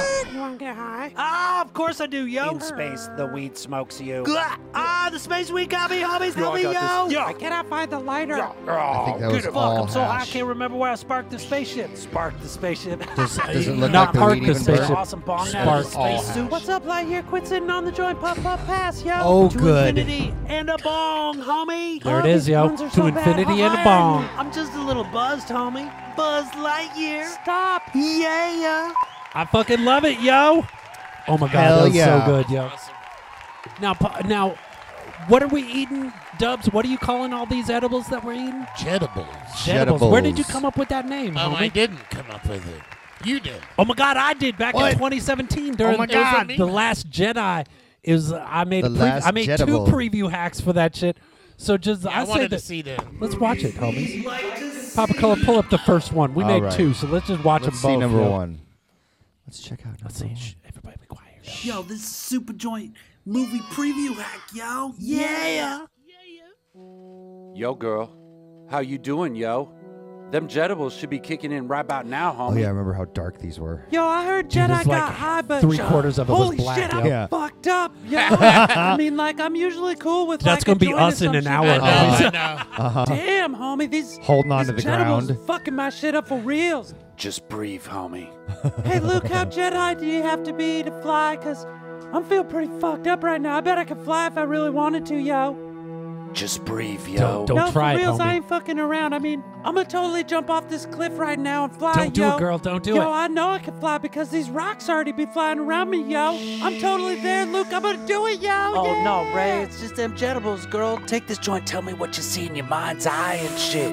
[SPEAKER 6] high?
[SPEAKER 4] Ah, of course I do, yo.
[SPEAKER 6] In space, the weed smokes you.
[SPEAKER 4] Gah! Ah, the space we got me, homies. Help me, yo.
[SPEAKER 6] I cannot find the lighter.
[SPEAKER 3] I think that was
[SPEAKER 4] Fuck,
[SPEAKER 3] all
[SPEAKER 4] I'm so high I
[SPEAKER 3] hash.
[SPEAKER 4] can't remember where I sparked the spaceship.
[SPEAKER 6] Spark
[SPEAKER 2] <laughs>
[SPEAKER 6] the spaceship.
[SPEAKER 4] <laughs>
[SPEAKER 3] Does, does it look like
[SPEAKER 2] Not
[SPEAKER 3] the
[SPEAKER 2] park
[SPEAKER 3] lead
[SPEAKER 2] the
[SPEAKER 3] even
[SPEAKER 2] spaceship.
[SPEAKER 3] burnt?
[SPEAKER 6] Awesome bong
[SPEAKER 3] Spark
[SPEAKER 6] out of
[SPEAKER 3] all
[SPEAKER 6] the space suit.
[SPEAKER 3] hash.
[SPEAKER 6] What's
[SPEAKER 4] What's up, Lightyear? Quit sitting on the joint. Pop, pop, pass, yo.
[SPEAKER 3] Oh,
[SPEAKER 4] to
[SPEAKER 3] good.
[SPEAKER 4] infinity and a bong, homie.
[SPEAKER 2] There it is, yo.
[SPEAKER 6] puns are
[SPEAKER 2] To
[SPEAKER 6] so
[SPEAKER 2] infinity and a
[SPEAKER 6] bad.
[SPEAKER 2] bong.
[SPEAKER 4] I'm just a little buzzed, homie. Buzz Lightyear.
[SPEAKER 6] Stop.
[SPEAKER 4] Yeah.
[SPEAKER 2] I fucking love it, yo. Oh my god,
[SPEAKER 3] Hell
[SPEAKER 2] that was
[SPEAKER 3] yeah.
[SPEAKER 2] so good, yo. Now, pa- now, what are we eating, Dubs? What are you calling all these edibles that we're eating?
[SPEAKER 1] Jettables.
[SPEAKER 2] Edibles. Where did you
[SPEAKER 3] Shedibles.
[SPEAKER 2] come up with that name,
[SPEAKER 1] Um, I
[SPEAKER 2] homie?
[SPEAKER 1] didn't come up with it. You did.
[SPEAKER 2] Oh my god, I did back
[SPEAKER 3] What?
[SPEAKER 2] in 2017 during
[SPEAKER 1] Oh my
[SPEAKER 2] it was
[SPEAKER 1] God.
[SPEAKER 2] like the Last Jedi. Is I made
[SPEAKER 3] The
[SPEAKER 2] a pre-
[SPEAKER 3] Last
[SPEAKER 2] I made
[SPEAKER 3] Jedable.
[SPEAKER 2] two preview hacks for that shit. So just
[SPEAKER 1] I,
[SPEAKER 2] I, say
[SPEAKER 1] wanted
[SPEAKER 2] that.
[SPEAKER 1] to see them.
[SPEAKER 2] Let's watch it, homies. Papa Color, pull up the first one. We
[SPEAKER 3] All
[SPEAKER 2] made
[SPEAKER 3] right.
[SPEAKER 2] two, so let's just watch
[SPEAKER 3] Let's
[SPEAKER 2] them both.
[SPEAKER 3] see number
[SPEAKER 2] yo.
[SPEAKER 3] one. Let's check out
[SPEAKER 2] Let's see. Shh, everybody be quiet. yo.
[SPEAKER 4] Yo, this is Super Joint movie preview hack, yo. Yeah.
[SPEAKER 7] Yo, girl, how you doing, yo?
[SPEAKER 8] Them jetables should be kicking in right about now, homie.
[SPEAKER 3] Oh yeah, I remember how dark these were.
[SPEAKER 4] Yo, I heard
[SPEAKER 2] Dude,
[SPEAKER 4] Jedi
[SPEAKER 2] it's like
[SPEAKER 4] got high, but
[SPEAKER 2] three quarters of it was
[SPEAKER 4] holy
[SPEAKER 2] black,
[SPEAKER 4] shit,
[SPEAKER 2] yo.
[SPEAKER 4] I'm
[SPEAKER 3] Yeah.
[SPEAKER 4] fucked up.
[SPEAKER 2] <laughs>
[SPEAKER 4] Yo, I mean, like I'm usually cool with.
[SPEAKER 2] That's
[SPEAKER 4] like,
[SPEAKER 2] gonna be
[SPEAKER 4] a joint or
[SPEAKER 2] us in
[SPEAKER 4] some
[SPEAKER 2] an
[SPEAKER 4] shit,
[SPEAKER 2] hour,
[SPEAKER 4] but,
[SPEAKER 2] homie.
[SPEAKER 4] <laughs>
[SPEAKER 2] Uh-huh.
[SPEAKER 1] I know, I know.
[SPEAKER 4] Damn, homie, these
[SPEAKER 3] Holding on
[SPEAKER 4] these
[SPEAKER 3] to the
[SPEAKER 4] Jedibles
[SPEAKER 3] ground.
[SPEAKER 4] fucking my shit up for reals.
[SPEAKER 8] Just breathe, homie.
[SPEAKER 4] Hey,
[SPEAKER 2] <laughs>
[SPEAKER 4] Luke, how Jedi do you have to be to fly? Cause I'm feeling pretty fucked up right now. I bet I could fly if I really wanted to, yo.
[SPEAKER 8] Just breathe, yo.
[SPEAKER 2] Don't- don't-
[SPEAKER 4] no,
[SPEAKER 2] try it,
[SPEAKER 4] for reals,
[SPEAKER 2] homie.
[SPEAKER 4] I ain't fucking around. I mean, I'm gonna totally jump off this cliff right now and fly,
[SPEAKER 2] Don't do
[SPEAKER 4] yo.
[SPEAKER 2] it, girl. Don't do
[SPEAKER 4] yo,
[SPEAKER 2] it.
[SPEAKER 4] I know I can fly because these rocks already be flying around me, yo. I'm totally there, Luke. I'm gonna do it, yo.
[SPEAKER 8] Oh
[SPEAKER 4] yeah.
[SPEAKER 8] no, Ray, it's just them jetables, girl. Take this joint, tell me what you see in your mind's eye and shit.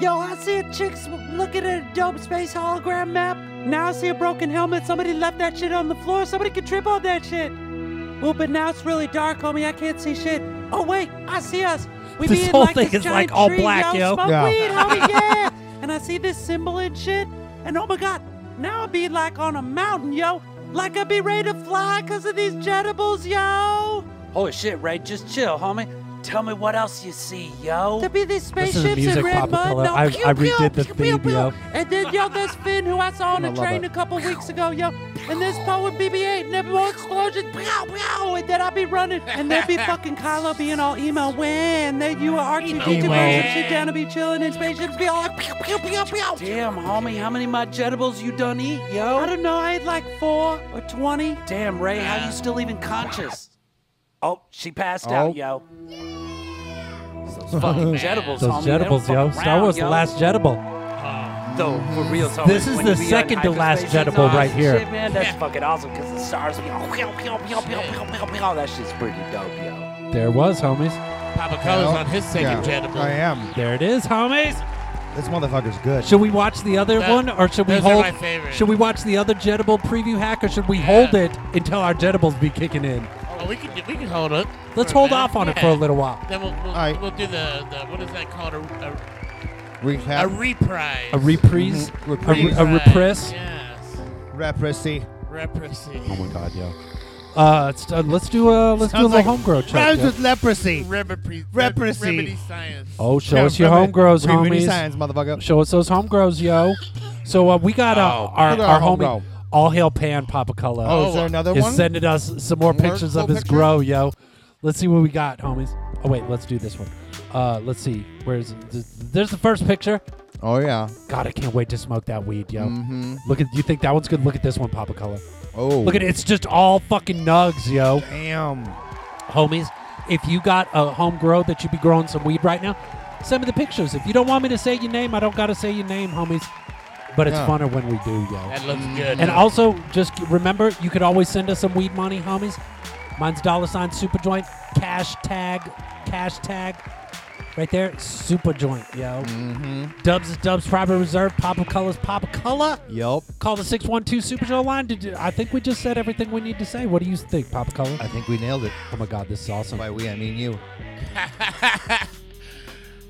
[SPEAKER 4] Yo, I see a chick's looking at a dope space hologram map. Now I see a broken helmet. Somebody left that shit on the floor. Somebody could trip on that shit. Ooh, but now it's really dark, homie. I can't see shit. Oh wait, I see us. We
[SPEAKER 2] This
[SPEAKER 4] be in
[SPEAKER 2] whole
[SPEAKER 4] like
[SPEAKER 2] thing
[SPEAKER 4] this
[SPEAKER 2] is, like,
[SPEAKER 4] giant
[SPEAKER 2] all
[SPEAKER 4] tree,
[SPEAKER 2] black, yo.
[SPEAKER 4] Smoke
[SPEAKER 3] Yeah.
[SPEAKER 4] weed, homie, yeah. And I see this symbol and shit. And oh my god, now I be like on a mountain, yo. Like I be ready to fly because of these jetables, yo.
[SPEAKER 8] Holy shit, Ray, just chill, homie. Tell me what else you see,
[SPEAKER 4] To
[SPEAKER 8] yo.
[SPEAKER 4] be these
[SPEAKER 2] This is
[SPEAKER 4] spaceships
[SPEAKER 2] music
[SPEAKER 4] in red
[SPEAKER 2] Papa
[SPEAKER 4] mud.
[SPEAKER 2] Color.
[SPEAKER 4] No,
[SPEAKER 2] I-
[SPEAKER 4] pew,
[SPEAKER 2] I redid
[SPEAKER 4] pew,
[SPEAKER 2] the
[SPEAKER 4] pew,
[SPEAKER 2] theme,
[SPEAKER 4] pew.
[SPEAKER 2] yo.
[SPEAKER 4] And then yo, there's Finn who I saw on
[SPEAKER 3] I
[SPEAKER 4] a
[SPEAKER 3] love
[SPEAKER 4] train
[SPEAKER 3] it.
[SPEAKER 4] a couple weeks ago, yo. And there's Poe and BB-8 and every more explosion. Pow, pow. And then I'd be running, and there'd be fucking Kylo being all emo. When then you were R2D2
[SPEAKER 2] Emo.
[SPEAKER 4] and shit down to be chilling, and spaceships be all like pew pew pew pew.
[SPEAKER 8] Damn, homie, how many of my jetables you done eat,
[SPEAKER 4] I
[SPEAKER 8] yo?
[SPEAKER 4] don't know. I had like four or twenty.
[SPEAKER 8] Damn, Ray, how you still even conscious? Oh, she passed
[SPEAKER 3] Oh.
[SPEAKER 8] out, yo. Those
[SPEAKER 4] <laughs>
[SPEAKER 8] fucking jetables,
[SPEAKER 2] Those
[SPEAKER 8] homie. they don't
[SPEAKER 2] jetables,
[SPEAKER 8] fuck
[SPEAKER 2] yo. Star
[SPEAKER 8] around,
[SPEAKER 2] Wars
[SPEAKER 8] yo. Uh,
[SPEAKER 2] The Last Jetable.
[SPEAKER 8] Though, for real, homie,
[SPEAKER 2] This is
[SPEAKER 8] when
[SPEAKER 2] the
[SPEAKER 8] you be on
[SPEAKER 2] second to last
[SPEAKER 8] hyperspace, it's
[SPEAKER 2] Jetable
[SPEAKER 8] awesome
[SPEAKER 2] right here.
[SPEAKER 8] Shit, man, that's
[SPEAKER 1] Yeah.
[SPEAKER 8] fucking awesome because the stars be all pew, pew, pew, pew, pew, pew, pew. That shit's pretty dope, yo.
[SPEAKER 2] There was, homies.
[SPEAKER 1] Papa Cola's on his second
[SPEAKER 3] Yeah,
[SPEAKER 1] jetable.
[SPEAKER 3] I am.
[SPEAKER 2] There it is, homies.
[SPEAKER 3] This motherfucker's good.
[SPEAKER 2] Should we watch the other
[SPEAKER 1] That-
[SPEAKER 2] one, or should we
[SPEAKER 1] those are
[SPEAKER 2] hold?
[SPEAKER 1] my favorite.
[SPEAKER 2] Should we watch the other Jetable preview hack, or should we hold it until our Jetables be kicking in?
[SPEAKER 1] Oh, we can do- we can hold it.
[SPEAKER 2] Let's
[SPEAKER 1] for a
[SPEAKER 2] hold
[SPEAKER 1] minute.
[SPEAKER 2] off on it
[SPEAKER 1] Yeah.
[SPEAKER 2] for a little while.
[SPEAKER 1] Then we'll we'll,
[SPEAKER 3] Alright.
[SPEAKER 1] we'll do the, the what is that called a a, a
[SPEAKER 3] Recap.
[SPEAKER 1] reprise.
[SPEAKER 2] A reprise,
[SPEAKER 1] Mm-hmm.
[SPEAKER 3] Mhm.
[SPEAKER 2] a, re-
[SPEAKER 3] Reprise.
[SPEAKER 2] a repress.
[SPEAKER 1] Yes.
[SPEAKER 3] Repressy.
[SPEAKER 1] Leprosy.
[SPEAKER 2] Oh my God, yo. Uh, it's- uh, let's do a let's do a
[SPEAKER 3] Sounds
[SPEAKER 2] little
[SPEAKER 3] like
[SPEAKER 2] homegrown check.
[SPEAKER 3] Rhymes
[SPEAKER 2] yo.
[SPEAKER 3] with leprosy.
[SPEAKER 1] Remedy,
[SPEAKER 3] Leprosy.
[SPEAKER 1] remedy science.
[SPEAKER 2] Oh, show us your
[SPEAKER 3] Remedy-
[SPEAKER 2] homegrows,
[SPEAKER 3] remedy
[SPEAKER 2] homies.
[SPEAKER 3] Science, motherfucker.
[SPEAKER 2] Show us those homegrows, yo. So uh, we got uh, our,
[SPEAKER 3] Look at our
[SPEAKER 2] our homie,
[SPEAKER 3] homegrow.
[SPEAKER 2] All Hail Pan Papa Color.
[SPEAKER 3] Oh, is there another
[SPEAKER 2] is
[SPEAKER 3] one?
[SPEAKER 2] sending us some more
[SPEAKER 3] More
[SPEAKER 2] pictures of
[SPEAKER 3] cool
[SPEAKER 2] his
[SPEAKER 3] pictures?
[SPEAKER 2] grow, yo. Let's see what we got, homies. Oh wait, let's do this one. Uh, let's see. Where's th- there's the first picture?
[SPEAKER 3] Oh yeah.
[SPEAKER 2] God, I can't wait to smoke that weed, yo.
[SPEAKER 3] Mm-hmm.
[SPEAKER 2] Look at you think that one's good? Look at this one, Papa Color.
[SPEAKER 3] Oh.
[SPEAKER 2] Look at it. It's just all fucking nugs, yo,
[SPEAKER 3] Damn.
[SPEAKER 2] homies. If you got a home grow that you be growing some weed right now, send me the pictures. If you don't want me to say your name, I don't gotta say your name, homies. But it's
[SPEAKER 3] Yeah.
[SPEAKER 2] funner when we do, yo.
[SPEAKER 1] That looks good.
[SPEAKER 2] And also, just remember, you could always send us some weed money, homies. Mine's dollar sign superjoint, cash tag, cash tag, right there, superjoint, yo.
[SPEAKER 3] Mm-hmm.
[SPEAKER 2] Dubs is Dubs Private Reserve, Pop of Colors, Pop of Color.
[SPEAKER 3] Yup.
[SPEAKER 2] Call the 612 Superjoint line. Did you- I think we just said everything we need to say. What do you think, Pop of Color?
[SPEAKER 3] I think we nailed it.
[SPEAKER 2] Oh my God, this is awesome.
[SPEAKER 3] By we, I mean you.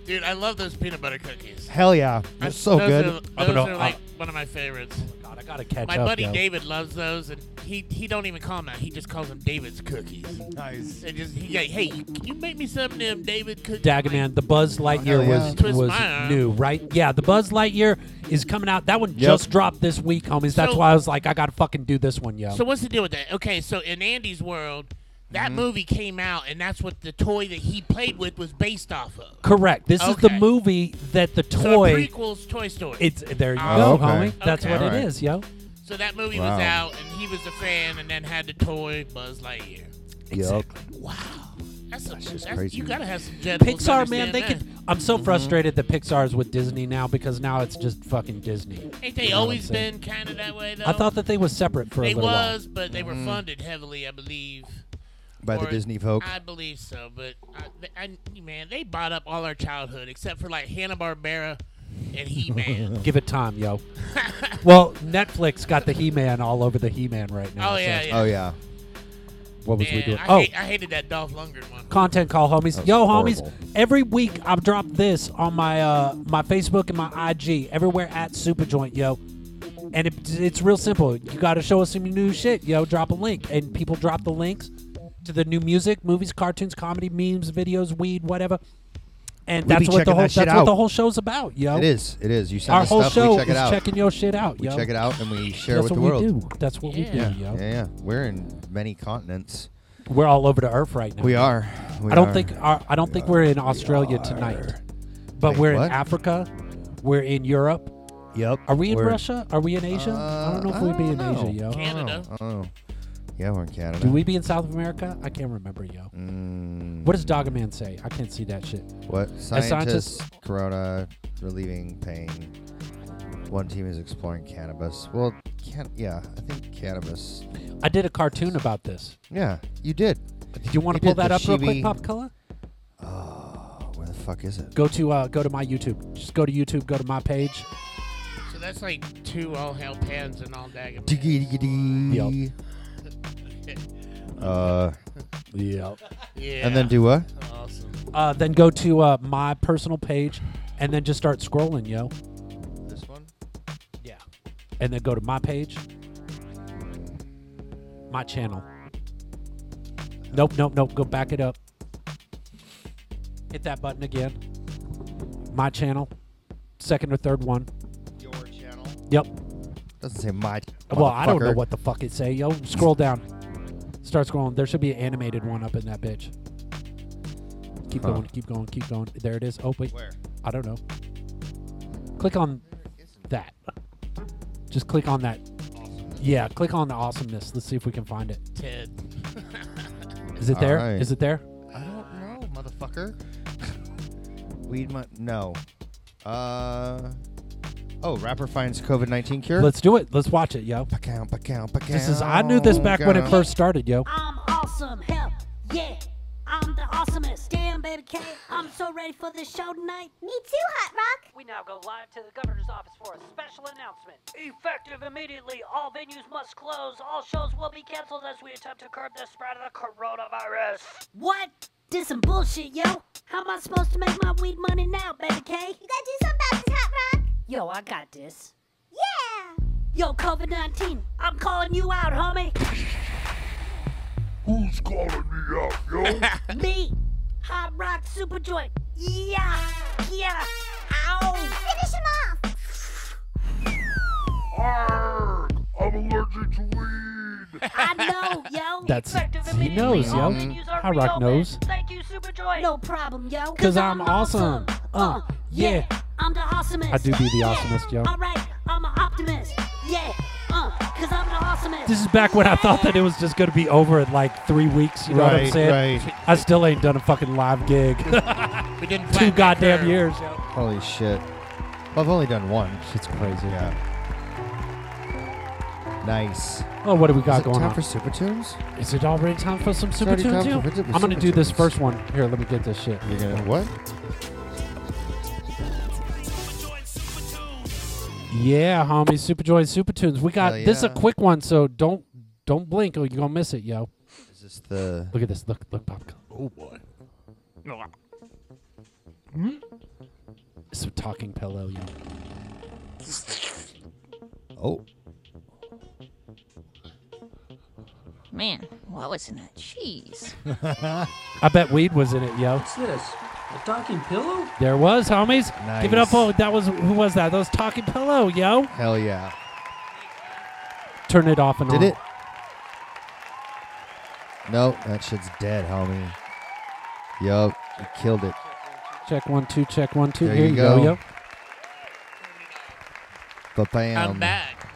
[SPEAKER 1] Dude, I love those peanut butter cookies.
[SPEAKER 3] Hell yeah.
[SPEAKER 1] I-
[SPEAKER 3] It's so
[SPEAKER 1] those
[SPEAKER 3] good.
[SPEAKER 1] Are,
[SPEAKER 2] I'm
[SPEAKER 1] those
[SPEAKER 2] gonna-
[SPEAKER 1] are like one of my favorites.
[SPEAKER 2] Oh, God, I gotta catch
[SPEAKER 1] My
[SPEAKER 2] up.
[SPEAKER 1] buddy
[SPEAKER 2] yo.
[SPEAKER 1] David loves those, and he he don't even call them that. He just calls them David's cookies.
[SPEAKER 3] nice.
[SPEAKER 1] And just he like, hey, you- can you make me some of them David cookies?
[SPEAKER 2] Dagger
[SPEAKER 1] I'm like,
[SPEAKER 2] Man, the Buzz Lightyear
[SPEAKER 3] hell yeah.
[SPEAKER 2] was
[SPEAKER 1] Twist
[SPEAKER 2] was
[SPEAKER 1] my arm.
[SPEAKER 2] new, right? Yeah, the Buzz Lightyear is coming out. That one just dropped this week, homies. That's
[SPEAKER 1] So-
[SPEAKER 2] why I was like, I gotta fucking do this one, yo.
[SPEAKER 1] So what's the deal with that? Okay, so in Andy's world, that
[SPEAKER 2] Mm-hmm.
[SPEAKER 1] movie came out, and that's what the toy that he played with was based off of.
[SPEAKER 2] Correct. This is the
[SPEAKER 1] Okay.
[SPEAKER 2] movie that the
[SPEAKER 1] So it
[SPEAKER 2] toy.
[SPEAKER 1] prequels Toy Story.
[SPEAKER 2] it's there you
[SPEAKER 1] Oh,
[SPEAKER 2] go,
[SPEAKER 3] okay.
[SPEAKER 2] homie. That's
[SPEAKER 1] Okay.
[SPEAKER 2] what
[SPEAKER 3] Alright.
[SPEAKER 2] it is, yo.
[SPEAKER 1] so that movie
[SPEAKER 3] Wow.
[SPEAKER 1] was out, and he was a fan, and then had the toy Buzz Lightyear.
[SPEAKER 3] Yup.
[SPEAKER 1] Wow, that's, a, that's,
[SPEAKER 3] crazy.
[SPEAKER 1] You gotta have some Jedi.
[SPEAKER 2] Pixar, man, they could. I'm so
[SPEAKER 1] Mm-hmm.
[SPEAKER 2] frustrated that Pixar's with Disney now because now it's just fucking Disney.
[SPEAKER 1] Ain't they
[SPEAKER 2] You know what
[SPEAKER 1] always
[SPEAKER 2] I'm saying?
[SPEAKER 1] been kind of that way though?
[SPEAKER 2] I thought that they was separate for
[SPEAKER 1] they
[SPEAKER 2] a little
[SPEAKER 1] was, but they were
[SPEAKER 8] Mm.
[SPEAKER 1] funded heavily, I believe.
[SPEAKER 3] By the
[SPEAKER 1] Or-
[SPEAKER 3] Disney folk.
[SPEAKER 1] I believe so, but I, I, man, they bought up all our childhood except for like Hanna Barbera and He Man.
[SPEAKER 2] while. <laughs> Give it time,
[SPEAKER 1] <laughs>
[SPEAKER 2] yo. well, Netflix got the He-Man all over the He-Man right now.
[SPEAKER 1] oh
[SPEAKER 2] so-
[SPEAKER 1] yeah, yeah.
[SPEAKER 3] Oh yeah.
[SPEAKER 2] What was we
[SPEAKER 1] Man,
[SPEAKER 2] doing?
[SPEAKER 1] I,
[SPEAKER 2] oh,
[SPEAKER 1] hate, I hated that Dolph Lundgren one.
[SPEAKER 2] content call, homies.
[SPEAKER 3] was
[SPEAKER 2] Yo, homies.
[SPEAKER 3] horrible.
[SPEAKER 2] Every week I've dropped this on my uh my Facebook and my IG everywhere at Superjoint, yo. And it, it's real simple. You got to show us some new shit, yo. Drop a link, and people drop the links to the new music, movies, cartoons, comedy, memes, videos, weed, whatever. And
[SPEAKER 3] We
[SPEAKER 2] that's
[SPEAKER 3] be
[SPEAKER 2] what
[SPEAKER 3] checking
[SPEAKER 2] the whole
[SPEAKER 3] that
[SPEAKER 2] that's
[SPEAKER 3] shit
[SPEAKER 2] what the
[SPEAKER 3] out.
[SPEAKER 2] whole show's about, yo.
[SPEAKER 3] It is. It is. You send
[SPEAKER 2] Our
[SPEAKER 3] us
[SPEAKER 2] whole
[SPEAKER 3] stuff.
[SPEAKER 2] show
[SPEAKER 3] we check
[SPEAKER 2] is
[SPEAKER 3] it out.
[SPEAKER 2] checking your shit out,
[SPEAKER 3] we
[SPEAKER 2] yo.
[SPEAKER 3] check it out and we share
[SPEAKER 2] that's
[SPEAKER 3] with
[SPEAKER 2] what
[SPEAKER 3] the world.
[SPEAKER 2] we do. That's what we do,
[SPEAKER 1] Yeah.
[SPEAKER 2] yo.
[SPEAKER 3] Yeah, yeah. We're in many continents.
[SPEAKER 2] We're all over the earth right now.
[SPEAKER 3] We are. We
[SPEAKER 2] I don't
[SPEAKER 3] are.
[SPEAKER 2] think our, I don't think we're in Australia tonight, but
[SPEAKER 3] Wait,
[SPEAKER 2] we're in
[SPEAKER 3] what?
[SPEAKER 2] Africa. We're in Europe.
[SPEAKER 3] Yep.
[SPEAKER 2] Are we in
[SPEAKER 3] We're-
[SPEAKER 2] Russia? Are we in Asia? I don't know
[SPEAKER 3] Uh,
[SPEAKER 2] if we'd be in
[SPEAKER 3] I
[SPEAKER 2] Asia,
[SPEAKER 3] don't know.
[SPEAKER 2] yo.
[SPEAKER 3] I don't know.
[SPEAKER 1] Canada.
[SPEAKER 3] I don't know. Yeah, we're in Canada.
[SPEAKER 2] Do we be in South America? I can't remember, yo.
[SPEAKER 3] Mm,
[SPEAKER 2] What does Dogaman say? I can't see that shit.
[SPEAKER 3] What?
[SPEAKER 2] scientist-
[SPEAKER 3] Scientists, corona, relieving pain. One team is exploring cannabis. Well, can yeah, I think cannabis.
[SPEAKER 2] I did a cartoon about this.
[SPEAKER 3] Yeah, you did.
[SPEAKER 2] Did you want
[SPEAKER 3] You
[SPEAKER 2] to pull
[SPEAKER 3] did the
[SPEAKER 2] that up real quick,
[SPEAKER 3] chibi-
[SPEAKER 2] Pop Color?
[SPEAKER 3] Oh, where the fuck is it?
[SPEAKER 2] Go to uh, go to my YouTube. Just go to YouTube. Go to my page.
[SPEAKER 1] So that's like two all hell pans and all daggum.
[SPEAKER 3] Diggy diggy diggy. Uh,
[SPEAKER 2] Yeah.
[SPEAKER 1] Yeah.
[SPEAKER 3] and then do what?
[SPEAKER 1] Awesome.
[SPEAKER 2] Uh, then go to uh, my personal page, and then just start scrolling, yo.
[SPEAKER 3] This one.
[SPEAKER 2] Yeah. And then go to my page, my channel. Nope, nope, nope. Go back it up. Hit that button again. My channel, second or third one.
[SPEAKER 3] Your channel.
[SPEAKER 2] Yep.
[SPEAKER 3] Doesn't say my.
[SPEAKER 2] Well, I don't know
[SPEAKER 3] motherfucker.
[SPEAKER 2] what the fuck it say, yo. Scroll down. Start scrolling. There should be an animated one up in that bitch. Keep
[SPEAKER 3] Huh.
[SPEAKER 2] going, keep going, keep going. There it is. Oh wait,
[SPEAKER 3] Where?
[SPEAKER 2] I don't know. Click on that. Just click on that. Yeah, click on the awesomeness. Let's see if we can find it.
[SPEAKER 1] Ted.
[SPEAKER 2] <laughs> Is it there?
[SPEAKER 3] Alright.
[SPEAKER 2] Is it there?
[SPEAKER 3] I don't know, motherfucker. <laughs> Weed mu no. Uh. Oh, rapper finds COVID nineteen cure.
[SPEAKER 2] Let's do it. Let's watch it, yo.
[SPEAKER 3] Pa-cow, pa-cow, pa-cow,
[SPEAKER 2] This is I knew this back when it
[SPEAKER 3] cow.
[SPEAKER 2] first started, yo.
[SPEAKER 9] I'm awesome, hell yeah. I'm the awesomest. Damn, baby K. I'm so ready for this show tonight. Me too, Hot Rock.
[SPEAKER 10] We now go live to the governor's office for a special announcement. Effective immediately, all venues must close. All shows will be canceled as we attempt to curb the spread of the coronavirus.
[SPEAKER 9] What? This some bullshit, yo. How am I supposed to make my weed money now, baby K? You gotta do something about this, Hot Rock. Yo, I got this. Yeah. Yo, COVID 19, I'm calling you out, homie.
[SPEAKER 11] Who's calling me out, yo?
[SPEAKER 9] Me, Hot Rock Superjoint. Yeah, yeah. Ow. Finish him off.
[SPEAKER 11] Arrgh, I'm allergic to weed.
[SPEAKER 9] I know,
[SPEAKER 11] <laughs>
[SPEAKER 9] yo.
[SPEAKER 2] That's
[SPEAKER 10] Effective
[SPEAKER 2] he
[SPEAKER 10] immediately,
[SPEAKER 2] knows,
[SPEAKER 10] all
[SPEAKER 2] yo.
[SPEAKER 10] venues are
[SPEAKER 2] High Rock
[SPEAKER 10] reopened.
[SPEAKER 2] knows.
[SPEAKER 10] Thank you, Superjoy.
[SPEAKER 9] No problem, yo.
[SPEAKER 2] 'Cause I'm awesome. Uh, yeah.
[SPEAKER 9] I'm the awesomest.
[SPEAKER 2] I do be the awesomest, yo.
[SPEAKER 9] Alright, I'm an optimist. Yeah. Uh, cause I'm the awesomest.
[SPEAKER 2] This is back when I thought that it was just gonna be over in like three weeks. You know what I'm
[SPEAKER 3] Right,
[SPEAKER 2] saying?
[SPEAKER 3] right.
[SPEAKER 2] I still ain't done a fucking live gig.
[SPEAKER 1] <laughs>
[SPEAKER 2] <laughs>
[SPEAKER 1] We didn't
[SPEAKER 2] Two
[SPEAKER 1] flatten that
[SPEAKER 2] goddamn
[SPEAKER 1] curve.
[SPEAKER 2] years. Yo.
[SPEAKER 3] Holy shit! Well, I've only done one.
[SPEAKER 2] Shit's crazy.
[SPEAKER 3] Yeah. Nice.
[SPEAKER 2] Oh, what do we
[SPEAKER 3] Is
[SPEAKER 2] got
[SPEAKER 3] it
[SPEAKER 2] going
[SPEAKER 3] time
[SPEAKER 2] on?
[SPEAKER 3] for super tunes?
[SPEAKER 2] Is it already time for some super
[SPEAKER 3] already
[SPEAKER 2] tune
[SPEAKER 3] time for-
[SPEAKER 2] too?
[SPEAKER 3] for
[SPEAKER 2] I'm gonna
[SPEAKER 3] Super
[SPEAKER 2] do this
[SPEAKER 3] Tunes.
[SPEAKER 2] first one. Here, let me get this shit.
[SPEAKER 3] You're gonna what?
[SPEAKER 2] Yeah, homie, super joy, super tunes. We got
[SPEAKER 3] Hell
[SPEAKER 2] this is a
[SPEAKER 3] yeah.
[SPEAKER 2] quick one, so don't don't blink or you're gonna miss it, yo.
[SPEAKER 3] Is this the?
[SPEAKER 2] Look at this. Look, look, pop.
[SPEAKER 11] Oh boy.
[SPEAKER 2] It's a talking pillow, yo.
[SPEAKER 3] Oh,
[SPEAKER 12] Man, what was in that cheese?
[SPEAKER 2] I bet weed was in it, yo.
[SPEAKER 8] What's this? A talking pillow?
[SPEAKER 2] There was, homies. Give it up.
[SPEAKER 3] Nice.
[SPEAKER 2] Oh, that was who was that? That was talking pillow, yo.
[SPEAKER 3] hell yeah!
[SPEAKER 2] Turn it off and
[SPEAKER 3] Did
[SPEAKER 2] on.
[SPEAKER 3] it? No, that shit's dead, homie. Yup, you killed it.
[SPEAKER 2] Check one, two, check one, two.
[SPEAKER 3] There
[SPEAKER 2] Here
[SPEAKER 3] you
[SPEAKER 2] you go,
[SPEAKER 3] go.
[SPEAKER 2] yo.
[SPEAKER 3] But bam.
[SPEAKER 1] I'm back.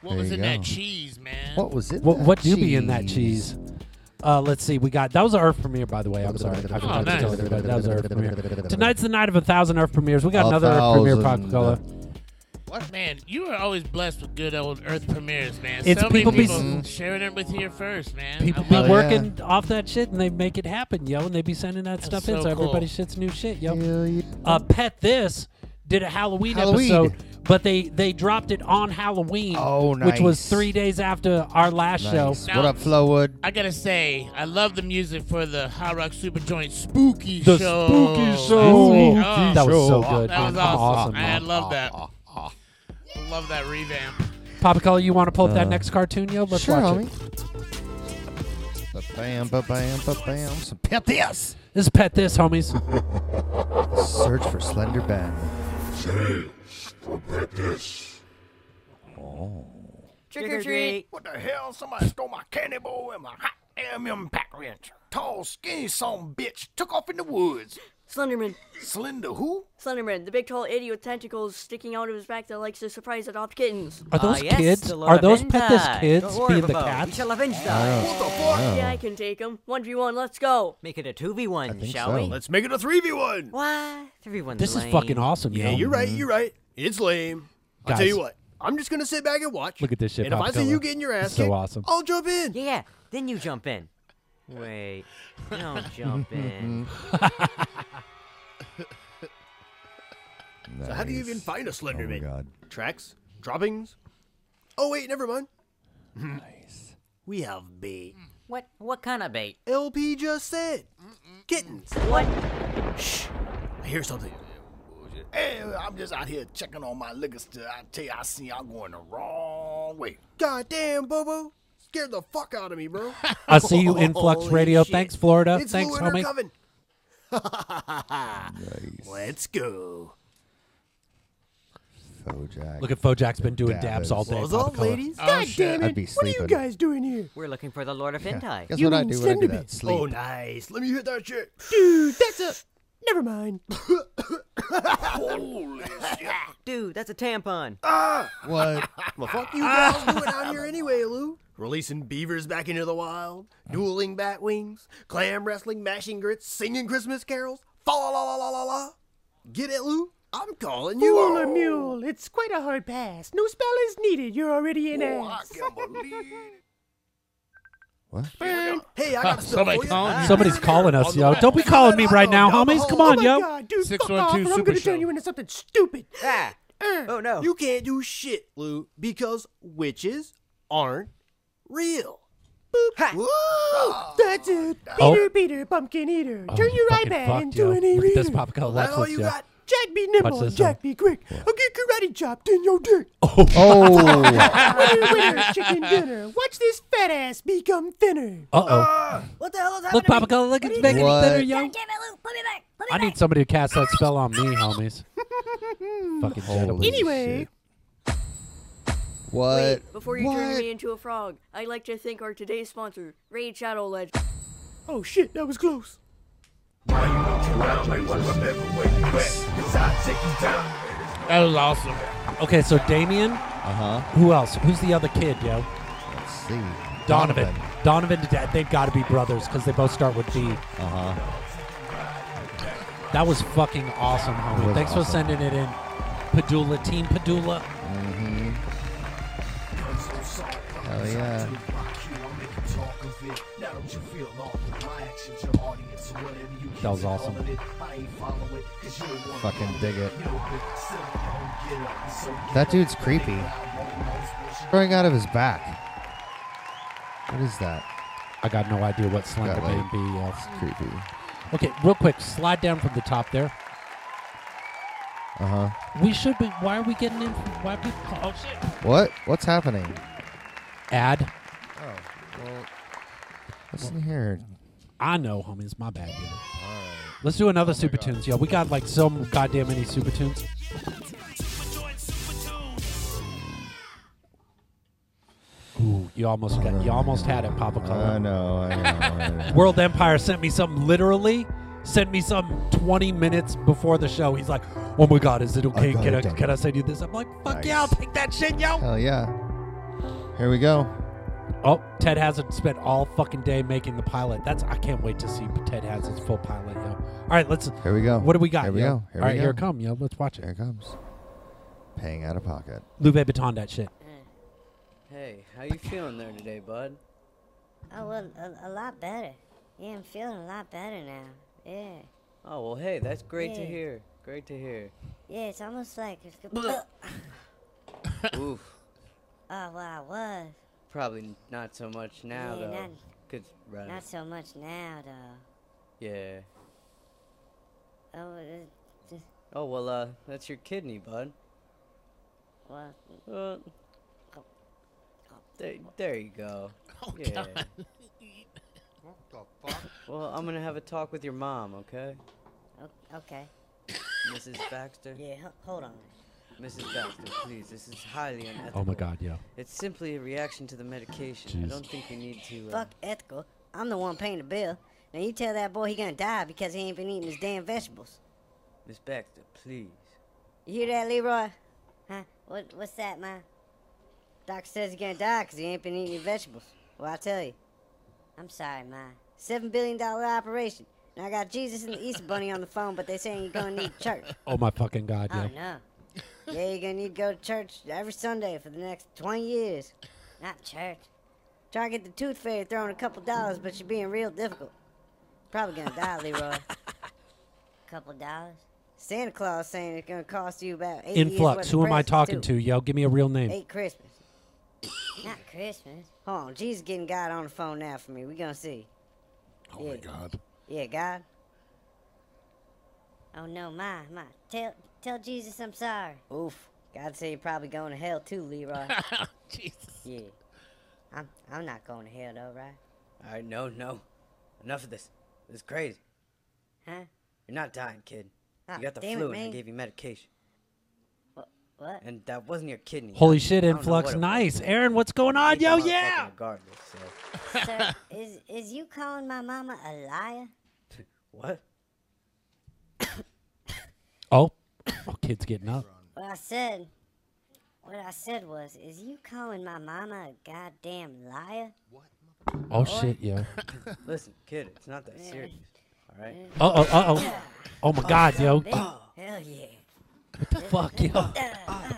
[SPEAKER 1] What
[SPEAKER 3] There
[SPEAKER 1] was
[SPEAKER 3] you
[SPEAKER 1] in that
[SPEAKER 3] go.
[SPEAKER 1] cheese, man?
[SPEAKER 3] What was it?
[SPEAKER 2] What what you be in that cheese? Uh, let's see. We got that was the Earth premiere, by the way. I'm sorry, I forgot
[SPEAKER 1] Oh,
[SPEAKER 2] to
[SPEAKER 1] nice.
[SPEAKER 2] tell everybody that was the Earth
[SPEAKER 3] <laughs>
[SPEAKER 2] premiere. Tonight's the night of a thousand Earth premieres. We got
[SPEAKER 3] A
[SPEAKER 2] another Earth premiere,
[SPEAKER 3] thousand.
[SPEAKER 2] Coca-Cola.
[SPEAKER 1] Man, you are always blessed with good old Earth premieres, man.
[SPEAKER 2] It's
[SPEAKER 1] so many
[SPEAKER 2] people be-
[SPEAKER 1] people sharing it with you first, man.
[SPEAKER 2] People
[SPEAKER 1] I
[SPEAKER 2] be
[SPEAKER 1] love
[SPEAKER 3] yeah.
[SPEAKER 1] it.
[SPEAKER 2] working off that shit and they make it happen, yo. And they be sending that stuff in,
[SPEAKER 1] so
[SPEAKER 2] so everybody
[SPEAKER 1] cool.
[SPEAKER 2] shits new shit, yo.
[SPEAKER 3] Hell yeah.
[SPEAKER 2] Uh, Pet This did a Halloween,
[SPEAKER 3] Halloween.
[SPEAKER 2] episode, but they they dropped it on Halloween,
[SPEAKER 3] Oh,
[SPEAKER 2] which was
[SPEAKER 3] nice.
[SPEAKER 2] three days after our last show.
[SPEAKER 3] Nice. What up, Flowwood?
[SPEAKER 1] I gotta say, I love the music for the Hot Rock Super Joint Spooky
[SPEAKER 2] The
[SPEAKER 1] Show.
[SPEAKER 2] Spooky Show.
[SPEAKER 1] Spooky
[SPEAKER 2] Spooky That was so good.
[SPEAKER 1] That was
[SPEAKER 2] I'm awesome.
[SPEAKER 1] awesome. I love that. I love that revamp.
[SPEAKER 2] Papa Color, you want to pull up that
[SPEAKER 3] Uh,
[SPEAKER 2] next cartoon, yo? Let's
[SPEAKER 3] sure,
[SPEAKER 2] watch it.
[SPEAKER 3] homie. Ba-bam, ba-bam, ba-bam. Some pet this.
[SPEAKER 2] Let's pet this, homies.
[SPEAKER 3] <laughs> Search for Slender Ben.
[SPEAKER 12] Sales for breakfast.
[SPEAKER 13] Trick or treat.
[SPEAKER 12] What the hell? Somebody stole my candy bowl and my hot M pack wrench. Tall, skinny, some bitch took off in the woods.
[SPEAKER 13] Slenderman.
[SPEAKER 12] Slender who?
[SPEAKER 13] Slenderman, the big tall idiot with tentacles sticking out of his back that likes to surprise adopt kittens.
[SPEAKER 2] Are
[SPEAKER 8] Ah,
[SPEAKER 2] those kids? Are those pet this kids being the cats?
[SPEAKER 13] Yeah, I can take him. 1v1, let's go.
[SPEAKER 8] Make it a 2v1, shall
[SPEAKER 2] so.
[SPEAKER 8] we?
[SPEAKER 2] Let's
[SPEAKER 14] make it a 3v1.
[SPEAKER 8] Why? 3v1's
[SPEAKER 2] This
[SPEAKER 8] lame.
[SPEAKER 2] is fucking awesome,
[SPEAKER 14] Yeah,
[SPEAKER 2] yo. Mm-hmm.
[SPEAKER 14] you're right. You're right. It's lame. I'll tell
[SPEAKER 2] Guys.
[SPEAKER 14] you what. I'm just gonna sit back and watch.
[SPEAKER 2] Look at this shit.
[SPEAKER 14] And if I
[SPEAKER 2] pop
[SPEAKER 14] see
[SPEAKER 2] color.
[SPEAKER 14] you getting your ass
[SPEAKER 2] It's so
[SPEAKER 14] kicked,
[SPEAKER 2] awesome.
[SPEAKER 14] I'll jump in.
[SPEAKER 8] Yeah, then you jump in. Wait, don't
[SPEAKER 2] <laughs>
[SPEAKER 8] jump in.
[SPEAKER 14] So how do you
[SPEAKER 8] Nice.
[SPEAKER 14] even find a
[SPEAKER 8] Oh my
[SPEAKER 14] Slenderman?
[SPEAKER 8] God.
[SPEAKER 14] Tracks, droppings. Oh wait, never mind. Nice. We have bait.
[SPEAKER 8] What? What kind of bait?
[SPEAKER 14] LP just said. Kittens.
[SPEAKER 13] What?
[SPEAKER 14] Shh. I hear something.
[SPEAKER 12] Hey, I'm just out here checking on my liquor store. I tell you, I see y'all going the wrong way.
[SPEAKER 14] Goddamn, Bobo. Scared the fuck out of me, bro.
[SPEAKER 2] I see you, Influx
[SPEAKER 14] Holy
[SPEAKER 2] Radio.
[SPEAKER 14] shit.
[SPEAKER 2] Thanks, Florida.
[SPEAKER 14] It's
[SPEAKER 2] Thanks,
[SPEAKER 14] Lou
[SPEAKER 2] homie.
[SPEAKER 14] <laughs> Intercoven. Let's go.
[SPEAKER 3] Bojack.
[SPEAKER 2] Look at Fojack's been doing dabs all day.
[SPEAKER 8] What's up,
[SPEAKER 2] Papa Color.
[SPEAKER 8] ladies?
[SPEAKER 2] Oh,
[SPEAKER 8] God
[SPEAKER 2] shit.
[SPEAKER 8] damn it.
[SPEAKER 2] I'd be
[SPEAKER 8] What are you
[SPEAKER 2] sleeping.
[SPEAKER 8] guys
[SPEAKER 14] doing here?
[SPEAKER 8] We're looking for the Lord of Hentai.
[SPEAKER 3] That's what I do when I do that. Sleep.
[SPEAKER 14] Oh, nice. Let me hit that shit.
[SPEAKER 8] Dude, that's a. Never mind.
[SPEAKER 14] <coughs> Holy shit.
[SPEAKER 8] Dude, that's a tampon.
[SPEAKER 14] Ah!
[SPEAKER 1] <laughs>
[SPEAKER 3] What?
[SPEAKER 14] well, fuck you guys doing out here anyway, Lou. Ah. Releasing beavers back into the wild, dueling bat wings, clam wrestling, mashing grits, singing Christmas carols. Fa la la la la la. Get it, Lou? I'm calling you.
[SPEAKER 15] Fool or
[SPEAKER 14] out.
[SPEAKER 15] mule, it's quite a hard pass. No spell is needed. You're already in
[SPEAKER 14] Oh, I
[SPEAKER 15] ass.
[SPEAKER 14] can't believe.
[SPEAKER 3] What?
[SPEAKER 15] Burn.
[SPEAKER 14] Hey, I
[SPEAKER 2] Huh,
[SPEAKER 14] got a <laughs> spell for you.
[SPEAKER 2] Somebody's calling us, yo. Don't be calling me right now, homies. Come on,
[SPEAKER 15] oh my
[SPEAKER 2] yo.
[SPEAKER 15] God, dude, fuck off, or I'm gonna turn you into something stupid. Uh,
[SPEAKER 8] Ah. Oh no.
[SPEAKER 14] You can't do shit, Lou, because witches aren't real. Boop. Woo!
[SPEAKER 15] That's it. Peter,
[SPEAKER 2] Oh.
[SPEAKER 15] Peter, pumpkin eater.
[SPEAKER 2] Oh,
[SPEAKER 15] turn
[SPEAKER 2] you
[SPEAKER 15] your
[SPEAKER 2] fucking
[SPEAKER 15] iPad
[SPEAKER 2] fucked,
[SPEAKER 15] into
[SPEAKER 2] yo.
[SPEAKER 15] an e-reader.
[SPEAKER 2] Look at this, oh, Papa Color. Watch
[SPEAKER 15] That's all
[SPEAKER 2] this, yo.
[SPEAKER 15] Jack be
[SPEAKER 2] Watch
[SPEAKER 15] nimble
[SPEAKER 2] this
[SPEAKER 15] and Jack be quick. I'll get karate chopped in your dick.
[SPEAKER 2] <laughs> Oh.
[SPEAKER 15] winner,
[SPEAKER 2] <laughs>
[SPEAKER 15] winner, chicken dinner. Watch this fat ass become thinner. Ah.
[SPEAKER 2] Uh
[SPEAKER 1] Ah!
[SPEAKER 13] What the hell is
[SPEAKER 2] oh.
[SPEAKER 13] happening?
[SPEAKER 2] Look, Papa Color, look, it's making me thinner, yo.
[SPEAKER 13] God damn it, Lou. Put me back. Put
[SPEAKER 2] I
[SPEAKER 13] me
[SPEAKER 2] need somebody to cast that spell on me,
[SPEAKER 13] <laughs>
[SPEAKER 2] homies. Fucking gentlemen.
[SPEAKER 15] Anyway,
[SPEAKER 3] What?
[SPEAKER 13] Before you turn me into a frog, I'd like to thank our today's sponsor, Raid Shadow Legend.
[SPEAKER 15] Oh shit, that was close.
[SPEAKER 1] That was awesome.
[SPEAKER 2] Okay, so Damien. Uh
[SPEAKER 3] huh.
[SPEAKER 2] Who else? Who's the other kid, yo?
[SPEAKER 3] Uh-huh. Let's see.
[SPEAKER 2] Donovan. Donovan to Dad. They've got to be brothers because they both start with D. Uh
[SPEAKER 3] Uh-huh.
[SPEAKER 2] huh. That was fucking awesome,
[SPEAKER 3] It
[SPEAKER 2] homie.
[SPEAKER 3] was
[SPEAKER 2] Thanks for
[SPEAKER 3] awesome.
[SPEAKER 2] sending it in, Padula Team Padula. Mm-hmm.
[SPEAKER 3] Oh yeah.
[SPEAKER 2] That was awesome.
[SPEAKER 3] Fucking dig it. That dude's creepy. Growing out of his back. What is that?
[SPEAKER 2] I got no idea what Slender
[SPEAKER 3] Got, like,
[SPEAKER 2] Man be. Yo.
[SPEAKER 3] creepy.
[SPEAKER 2] Okay, real quick, slide down from the top there.
[SPEAKER 3] Uh huh.
[SPEAKER 2] We should be. Why are we getting in? From, why are people? Oh shit!
[SPEAKER 3] What? What's happening?
[SPEAKER 2] Ad.
[SPEAKER 3] Oh, well. What's in here?
[SPEAKER 2] I know, homies. My bad. Yo. Let's do
[SPEAKER 3] Oh
[SPEAKER 2] another Super Tunes, yo. We got like so goddamn many Super Tunes. Ooh, you almost got, you almost had it, Papa Color.
[SPEAKER 3] I know, I know, I know.
[SPEAKER 2] <laughs> World Empire sent me something literally, sent me something 20 minutes before the show. He's like, "Oh my God, is it okay?
[SPEAKER 3] got
[SPEAKER 2] Can I,
[SPEAKER 3] it down.
[SPEAKER 2] can I send you this?" I'm like, "Fuck yeah, I'll take that shit, yo."
[SPEAKER 3] Hell yeah. Here we go.
[SPEAKER 2] Oh, Ted Hazard spent all fucking day making the pilot. That's I can't wait to see Ted Hazard's full pilot, yo. All right, let's.
[SPEAKER 3] Here we go.
[SPEAKER 2] What do we got?
[SPEAKER 3] Here we
[SPEAKER 2] yo?
[SPEAKER 3] go. Here
[SPEAKER 2] all
[SPEAKER 3] we
[SPEAKER 2] right,
[SPEAKER 3] go.
[SPEAKER 2] here it come, yo. Let's watch it.
[SPEAKER 3] Here it comes. Paying out of pocket.
[SPEAKER 2] Louis Vuitton that shit.
[SPEAKER 16] Hey, how you feeling there today, bud?
[SPEAKER 17] Oh, well, a, a lot better. Yeah, I'm feeling a lot better now. Yeah.
[SPEAKER 16] Oh, well, hey, that's great to
[SPEAKER 17] Yeah.
[SPEAKER 16] hear. Great
[SPEAKER 2] <laughs>
[SPEAKER 16] to hear.
[SPEAKER 17] Yeah, it's almost like it's good. oh,
[SPEAKER 16] Oof,
[SPEAKER 17] well, I was.
[SPEAKER 16] probably n- not so much now,
[SPEAKER 17] Yeah,
[SPEAKER 16] though.
[SPEAKER 17] not-
[SPEAKER 16] Good, right.
[SPEAKER 17] Not so much now, though.
[SPEAKER 16] Yeah.
[SPEAKER 17] Oh, it, just,
[SPEAKER 16] Oh, well, uh, that's your kidney, bud.
[SPEAKER 17] well,
[SPEAKER 16] Uh,
[SPEAKER 2] <laughs> Oh,
[SPEAKER 16] there, there you go. yeah. Well, I'm gonna have a talk with your mom, okay?
[SPEAKER 17] O- okay.
[SPEAKER 16] Mrs. Baxter?
[SPEAKER 17] Yeah, h- hold on.
[SPEAKER 16] Mrs. Baxter, please, this is highly unethical.
[SPEAKER 2] Oh my God, yeah.
[SPEAKER 16] It's simply a reaction to the medication. I
[SPEAKER 2] Jeez.
[SPEAKER 16] don't think we need to. Uh,
[SPEAKER 17] Fuck ethical. I'm the one paying the bill. Now you tell that boy he gonna die because he ain't been eating his damn vegetables.
[SPEAKER 16] Miss Baxter,
[SPEAKER 4] <laughs>
[SPEAKER 16] please.
[SPEAKER 17] You hear that, Leroy? Huh? What, what's that, man? Doctor says he gonna die because he ain't been eating his vegetables. Well, I tell you. I'm sorry, ma. Seven billion dollar operation. Now I got Jesus and the Easter Bunny on the phone, but they saying you're gonna need church.
[SPEAKER 2] Oh my fucking god,
[SPEAKER 17] Oh
[SPEAKER 2] yo.
[SPEAKER 17] no. Yeah, you're gonna need to go to church every Sunday for the next 20 years. Not church. Try to get the tooth fairy throwing a couple dollars, but you're being real difficult. Probably gonna die,
[SPEAKER 2] <laughs>
[SPEAKER 17] Leroy. couple dollars? Santa Claus saying it's gonna cost you about eight years worth
[SPEAKER 2] Influx.
[SPEAKER 17] of
[SPEAKER 2] Who am I
[SPEAKER 17] presents,
[SPEAKER 2] talking
[SPEAKER 17] too.
[SPEAKER 2] to, yo? Give me a real name.
[SPEAKER 17] Eight Christmas. Not Christmas. Hold on, Jesus getting God on the phone now for me. We gonna see. Oh yeah. my God. Yeah, God. Oh no, my my. Tell tell Jesus I'm sorry. Oof. God said you're probably going to hell
[SPEAKER 16] <laughs>
[SPEAKER 17] too, Leroy.
[SPEAKER 1] Jesus.
[SPEAKER 17] Yeah. I'm I'm not going to hell though, right?
[SPEAKER 16] All right, no, no. Enough of this. This <laughs> is crazy.
[SPEAKER 17] Huh?
[SPEAKER 16] You're not dying, kid.
[SPEAKER 17] Ah,
[SPEAKER 16] you got the
[SPEAKER 17] damn it,
[SPEAKER 16] flu and I
[SPEAKER 17] man.
[SPEAKER 16] gave you medication.
[SPEAKER 17] What?
[SPEAKER 16] And that wasn't your kidney.
[SPEAKER 2] Holy
[SPEAKER 16] I-
[SPEAKER 2] shit,
[SPEAKER 16] I don't know
[SPEAKER 2] influx.
[SPEAKER 16] what it was.
[SPEAKER 2] Nice. Aaron, what's going on,
[SPEAKER 16] Beat the
[SPEAKER 2] yo?
[SPEAKER 16] motherfucking
[SPEAKER 2] Yeah.
[SPEAKER 16] Regardless, so.
[SPEAKER 17] Sir, is is you calling my mama a liar?
[SPEAKER 16] <laughs> What?
[SPEAKER 2] Oh. <coughs> Oh, kid's getting up.
[SPEAKER 17] What I said what I said was, is you calling my mama a goddamn liar?
[SPEAKER 2] Oh shit,
[SPEAKER 16] <laughs>
[SPEAKER 2] yo.
[SPEAKER 16] Listen, kid, it's not that serious. All right.
[SPEAKER 2] Uh oh, uh oh. Oh my god, yo. <coughs>
[SPEAKER 17] Hell yeah.
[SPEAKER 2] What the fuck, yo?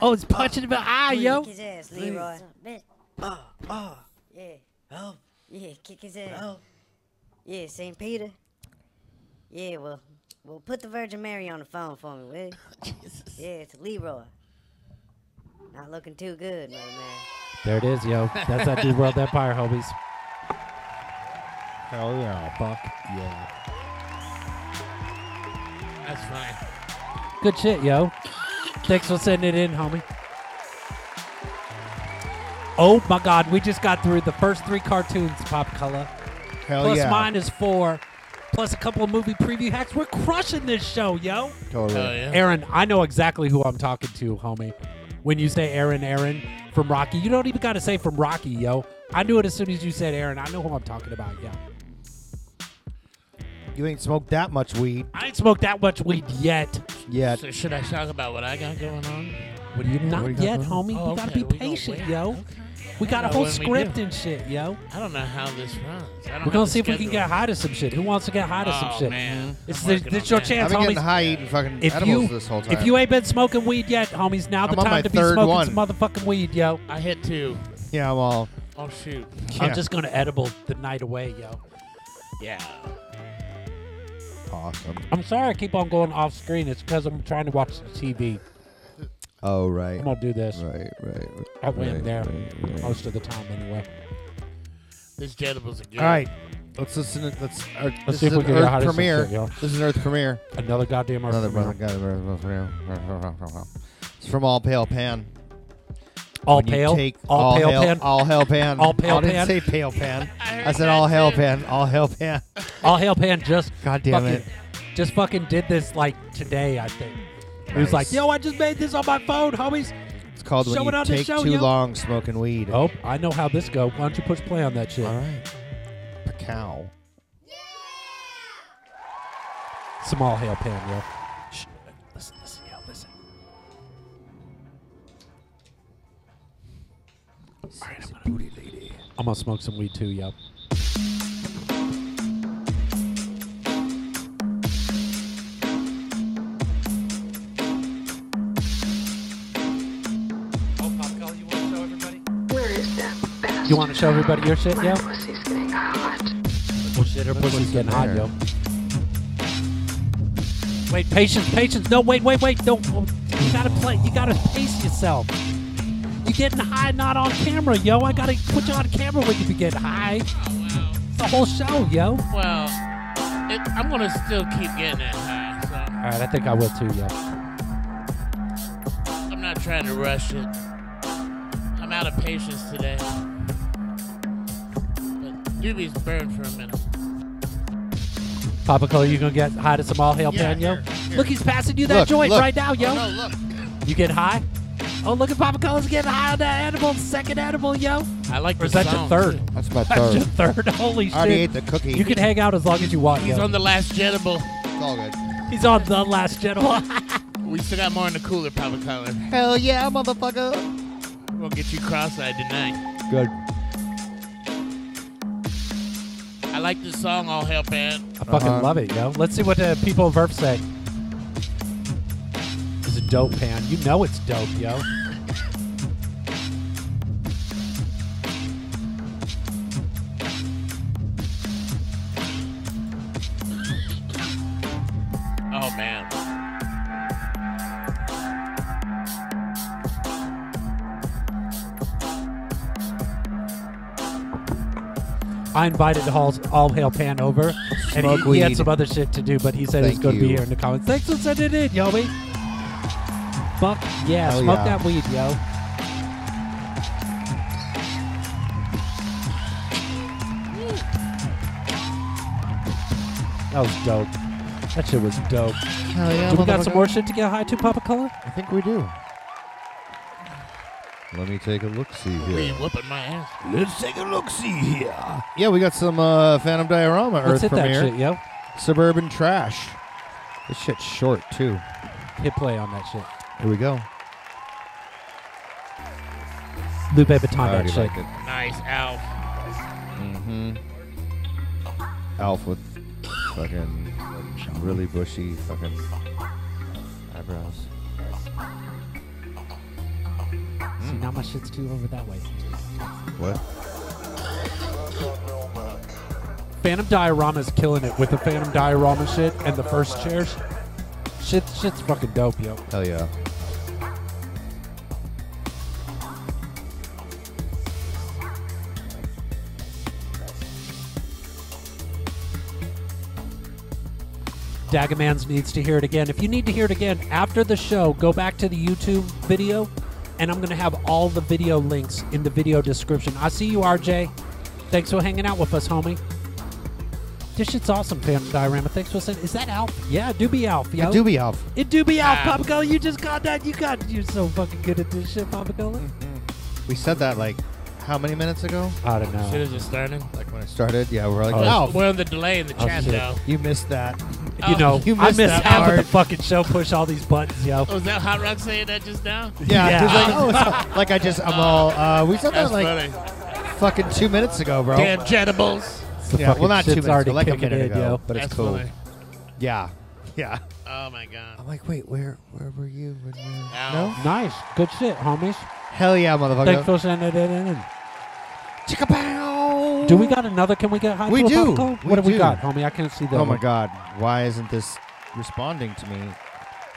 [SPEAKER 2] Oh, it's punching him in the eye, yo.
[SPEAKER 17] Kick his ass,
[SPEAKER 16] Please.
[SPEAKER 17] Leroy. Bitch.
[SPEAKER 16] Ah, ah.
[SPEAKER 17] Yeah.
[SPEAKER 16] Help.
[SPEAKER 17] Yeah, kick his ass. Yeah, St. Peter. Yeah, well, well, put the Virgin Mary on the phone for me, will you? Yeah, it's Leroy. Not looking too good, little man.
[SPEAKER 2] There it is, yo. That's that dude World Empire, homies. Hell yeah. Fuck yeah.
[SPEAKER 1] That's fine.
[SPEAKER 2] Good shit, yo. Thanks for sending it in, homie. Oh my God, we just got through the first three cartoons, Pop Color.
[SPEAKER 3] Hell
[SPEAKER 2] Plus
[SPEAKER 3] yeah.
[SPEAKER 2] minus four, plus a couple of movie preview hacks. We're crushing this show, yo.
[SPEAKER 3] Totally. Hell yeah.
[SPEAKER 2] Aaron, I know exactly who I'm talking to, homie. When you say Aaron, Aaron from Rocky, you don't even got to say from Rocky, yo. I knew it as soon as you said Aaron. I know who I'm talking about, yo.
[SPEAKER 3] You ain't smoked that much weed
[SPEAKER 2] I ain't smoked that much weed yet.
[SPEAKER 3] yet.
[SPEAKER 1] So should I talk about what I got going on?
[SPEAKER 2] What do you not
[SPEAKER 3] What do you got
[SPEAKER 2] yet,
[SPEAKER 3] going
[SPEAKER 2] homie?
[SPEAKER 1] Oh,
[SPEAKER 2] you gotta
[SPEAKER 1] okay,
[SPEAKER 2] be
[SPEAKER 1] we gonna
[SPEAKER 2] patient,
[SPEAKER 1] wait.
[SPEAKER 2] yo. We got a
[SPEAKER 1] Yeah,
[SPEAKER 2] whole
[SPEAKER 1] when we
[SPEAKER 2] script
[SPEAKER 1] do.
[SPEAKER 2] and shit, yo.
[SPEAKER 1] I don't know how this runs. I don't
[SPEAKER 2] We're
[SPEAKER 1] have
[SPEAKER 2] gonna
[SPEAKER 1] the
[SPEAKER 2] see if we can
[SPEAKER 1] schedule.
[SPEAKER 2] get high to some shit. Who wants to get high to some
[SPEAKER 1] Oh,
[SPEAKER 2] shit?
[SPEAKER 1] man.
[SPEAKER 2] It's
[SPEAKER 1] I'm
[SPEAKER 2] the,
[SPEAKER 1] working
[SPEAKER 2] it's
[SPEAKER 1] on
[SPEAKER 2] your
[SPEAKER 1] that.
[SPEAKER 2] chance,
[SPEAKER 3] I've been
[SPEAKER 2] homies.
[SPEAKER 3] getting high eating fucking
[SPEAKER 2] if
[SPEAKER 3] edibles
[SPEAKER 2] you
[SPEAKER 3] this whole
[SPEAKER 2] if
[SPEAKER 3] time.
[SPEAKER 2] you ain't been smoking weed yet, homies, now the
[SPEAKER 3] I'm on my
[SPEAKER 2] time to be
[SPEAKER 3] third
[SPEAKER 2] smoking
[SPEAKER 3] one.
[SPEAKER 2] some motherfucking weed, yo.
[SPEAKER 1] I hit two.
[SPEAKER 3] Yeah, I'm all.
[SPEAKER 1] Oh shoot.
[SPEAKER 2] I'm
[SPEAKER 3] Yeah.
[SPEAKER 2] just gonna edible the night away, yo.
[SPEAKER 1] Yeah.
[SPEAKER 3] Awesome.
[SPEAKER 2] I'm sorry I keep on going off screen. It's because I'm trying to watch the TV.
[SPEAKER 3] Oh, right.
[SPEAKER 2] I'm gonna do this.
[SPEAKER 3] Right, right.
[SPEAKER 2] I win
[SPEAKER 3] right,
[SPEAKER 2] there
[SPEAKER 3] right, right.
[SPEAKER 2] most of the time anyway.
[SPEAKER 1] This jedible's a good.
[SPEAKER 3] All right. Let's listen. To, let's. Uh,
[SPEAKER 2] Let's
[SPEAKER 3] this
[SPEAKER 2] see
[SPEAKER 3] is
[SPEAKER 2] if we
[SPEAKER 3] an
[SPEAKER 2] can get hot
[SPEAKER 3] Earth
[SPEAKER 2] as some
[SPEAKER 3] premiere.
[SPEAKER 2] shit, yo.
[SPEAKER 3] This is an Earth premiere.
[SPEAKER 2] Another goddamn Earth
[SPEAKER 3] Another
[SPEAKER 2] premiere.
[SPEAKER 3] brother got a- It's from All Pale Pan.
[SPEAKER 2] All
[SPEAKER 3] When you
[SPEAKER 2] pale,
[SPEAKER 3] take
[SPEAKER 2] all, pale
[SPEAKER 3] hail-
[SPEAKER 2] pan,
[SPEAKER 3] All Hell Pan.
[SPEAKER 2] All Pale
[SPEAKER 3] I didn't
[SPEAKER 2] Pan.
[SPEAKER 3] say Pale
[SPEAKER 2] <laughs>
[SPEAKER 3] Pan. I said All Hell Pan. All Hell Pan.
[SPEAKER 2] all hail pan. Just
[SPEAKER 3] God damn
[SPEAKER 2] fucking-
[SPEAKER 3] it.
[SPEAKER 2] just fucking did this like today. I think he was like,
[SPEAKER 3] Nice.
[SPEAKER 2] "Yo, I just made this on my phone, homies."
[SPEAKER 3] It's called
[SPEAKER 2] show
[SPEAKER 3] When
[SPEAKER 2] it
[SPEAKER 3] You
[SPEAKER 2] on the
[SPEAKER 3] Take
[SPEAKER 2] show,
[SPEAKER 3] Too
[SPEAKER 2] yo.
[SPEAKER 3] Long Smoking Weed.
[SPEAKER 2] Oh, I know how this go. Why don't you push play on that shit?
[SPEAKER 3] All right. Pacow.
[SPEAKER 2] Some all hail pan, yo. Shh. Listen, listen, yo, listen. I'm gonna smoke some weed too, yo. You want to show everybody your shit, yo? Bullshit, her pussy's getting hot, yo. Wait, patience, patience. No, wait, wait, wait. Don't. You gotta play. You gotta pace yourself. You're getting high, not on camera, yo. I gotta put you on camera when you be getting high. It's the whole show, yo.
[SPEAKER 1] Well, it, I'm gonna still keep getting that high,
[SPEAKER 2] All right, I think I will too, yo.
[SPEAKER 1] so I'm not trying to rush it. I'm out of patience today. But doobies burn for a minute.
[SPEAKER 2] Papa Color, you gonna get high to some all hail pan, yo? Look, he's passing you that
[SPEAKER 4] Look,
[SPEAKER 2] joint
[SPEAKER 4] look.
[SPEAKER 2] right now, yo.
[SPEAKER 4] Oh, no, look.
[SPEAKER 2] You get high? Oh, look at Papa Color's getting high on that edible, second edible, yo.
[SPEAKER 1] I like
[SPEAKER 2] Or is
[SPEAKER 1] the
[SPEAKER 2] that your
[SPEAKER 1] song.
[SPEAKER 2] third?
[SPEAKER 3] That's my
[SPEAKER 2] <laughs> That's your
[SPEAKER 3] third.
[SPEAKER 2] third. Holy shit.
[SPEAKER 3] I already ate the cookie.
[SPEAKER 2] You can hang out as long as you want.
[SPEAKER 1] He's
[SPEAKER 2] yo.
[SPEAKER 1] on the last jetable. It's
[SPEAKER 3] all good.
[SPEAKER 2] He's on the last <laughs> jetable.
[SPEAKER 1] we still got more in the cooler, Papa Color.
[SPEAKER 3] Hell yeah, motherfucker.
[SPEAKER 1] We'll get you cross-eyed tonight.
[SPEAKER 3] Good.
[SPEAKER 1] I like this song, All Hail Pan.
[SPEAKER 2] I fucking
[SPEAKER 3] Uh-huh.
[SPEAKER 2] love it, yo. Let's see what the people of Verf say. It's a dope pan. You know it's dope, yo.
[SPEAKER 1] Oh man.
[SPEAKER 2] I invited Hall's All Hail Pan over, and he-
[SPEAKER 3] Smoke
[SPEAKER 2] he, had
[SPEAKER 3] weed.
[SPEAKER 2] some other shit to do, but he said he's
[SPEAKER 3] Thank
[SPEAKER 2] going to be
[SPEAKER 3] you.
[SPEAKER 2] here in the comments. Thanks for sending it in, yo. we- Fuck yeah,
[SPEAKER 3] Hell
[SPEAKER 2] smoke
[SPEAKER 3] yeah.
[SPEAKER 2] that weed, yo. That was dope. That shit was dope.
[SPEAKER 3] Hell yeah,
[SPEAKER 2] do we got some
[SPEAKER 3] motherfucker.
[SPEAKER 2] more shit to get high to, Papa Color?
[SPEAKER 3] I think we do. Let me take a look see
[SPEAKER 1] Be
[SPEAKER 3] here.
[SPEAKER 1] whooping my ass.
[SPEAKER 3] Let's take a look see here. Yeah, we got some uh, Phantom Diorama
[SPEAKER 2] Let's
[SPEAKER 3] Earth
[SPEAKER 2] hit that
[SPEAKER 3] premiere.
[SPEAKER 2] shit, yo.
[SPEAKER 3] Suburban Trash. This shit's short too.
[SPEAKER 2] Hit play on that shit.
[SPEAKER 3] Here we go.
[SPEAKER 2] Lupe Baton
[SPEAKER 3] I
[SPEAKER 2] that
[SPEAKER 3] already
[SPEAKER 2] shit.
[SPEAKER 3] like it.
[SPEAKER 1] Nice, Alf.
[SPEAKER 3] Mm-hmm. Alf with fucking really bushy fucking eyebrows.
[SPEAKER 2] See, now my shit's too over that way.
[SPEAKER 3] Mm. What?
[SPEAKER 2] Phantom Diorama's killing it with the Phantom Diorama shit and the first chairs. Shit, shit's fucking dope, yo.
[SPEAKER 3] Hell yeah.
[SPEAKER 2] Dagamans needs to hear it again. If you need to hear it again after the show, go back to the YouTube video, and I'm gonna have all the video links in the video description. I see you, RJ. Thanks for hanging out with us, homie. This shit's awesome, Phantom Diorama. Thanks for saying. Is that Alf? Yeah, it do be Alf. Yo.
[SPEAKER 3] It do be Alf.
[SPEAKER 2] It do be Alf,
[SPEAKER 1] Ah.
[SPEAKER 2] Papa Cola. You just got that. You got. You're so fucking good at this shit, Papa Cola.
[SPEAKER 3] We said that like how many minutes ago?
[SPEAKER 2] I don't know.
[SPEAKER 1] Shit is just starting.
[SPEAKER 3] Like when I started, yeah, we're like,
[SPEAKER 2] Oh,
[SPEAKER 3] Alf.
[SPEAKER 1] We're on the delay in the
[SPEAKER 2] Oh,
[SPEAKER 1] chat
[SPEAKER 2] shit.
[SPEAKER 1] though.
[SPEAKER 3] You <laughs> missed that.
[SPEAKER 1] Oh,
[SPEAKER 2] you know,
[SPEAKER 3] <laughs> you
[SPEAKER 2] I
[SPEAKER 3] missed
[SPEAKER 2] miss
[SPEAKER 3] that
[SPEAKER 2] half of the
[SPEAKER 3] part.
[SPEAKER 2] fucking show. Push all these buttons, yo.
[SPEAKER 1] Oh, was that Hot Rock saying that just now?
[SPEAKER 3] Yeah,
[SPEAKER 2] Yeah.
[SPEAKER 3] 'cause, Like, oh, it's- <laughs> like I just, I'm all, uh, we said
[SPEAKER 1] That's
[SPEAKER 3] that like
[SPEAKER 1] funny.
[SPEAKER 3] fucking two minutes ago, bro.
[SPEAKER 1] Damn Jettables.
[SPEAKER 2] So
[SPEAKER 3] yeah, well,
[SPEAKER 2] fucking
[SPEAKER 3] not two
[SPEAKER 2] shit's
[SPEAKER 3] minutes,
[SPEAKER 2] already
[SPEAKER 3] ago, like a
[SPEAKER 2] kicking
[SPEAKER 3] minute
[SPEAKER 2] in,
[SPEAKER 3] ago,
[SPEAKER 2] yo.
[SPEAKER 3] but it's
[SPEAKER 1] That's
[SPEAKER 3] cool.
[SPEAKER 1] funny.
[SPEAKER 3] Yeah, yeah.
[SPEAKER 1] Oh my god.
[SPEAKER 3] I'm like, wait, where, where were you? When we-
[SPEAKER 1] Ow.
[SPEAKER 2] Nice, good shit, homies.
[SPEAKER 3] Hell yeah, motherfucker.
[SPEAKER 2] Thanks for sending it in.
[SPEAKER 3] Chicka pow.
[SPEAKER 2] Do we got another? Can we get high?
[SPEAKER 3] We
[SPEAKER 2] to a
[SPEAKER 3] do.
[SPEAKER 2] popcorn? What
[SPEAKER 3] We
[SPEAKER 2] do we
[SPEAKER 3] do.
[SPEAKER 2] got, homie? I can't see that.
[SPEAKER 3] Oh my
[SPEAKER 2] one.
[SPEAKER 3] god, why isn't this responding to me?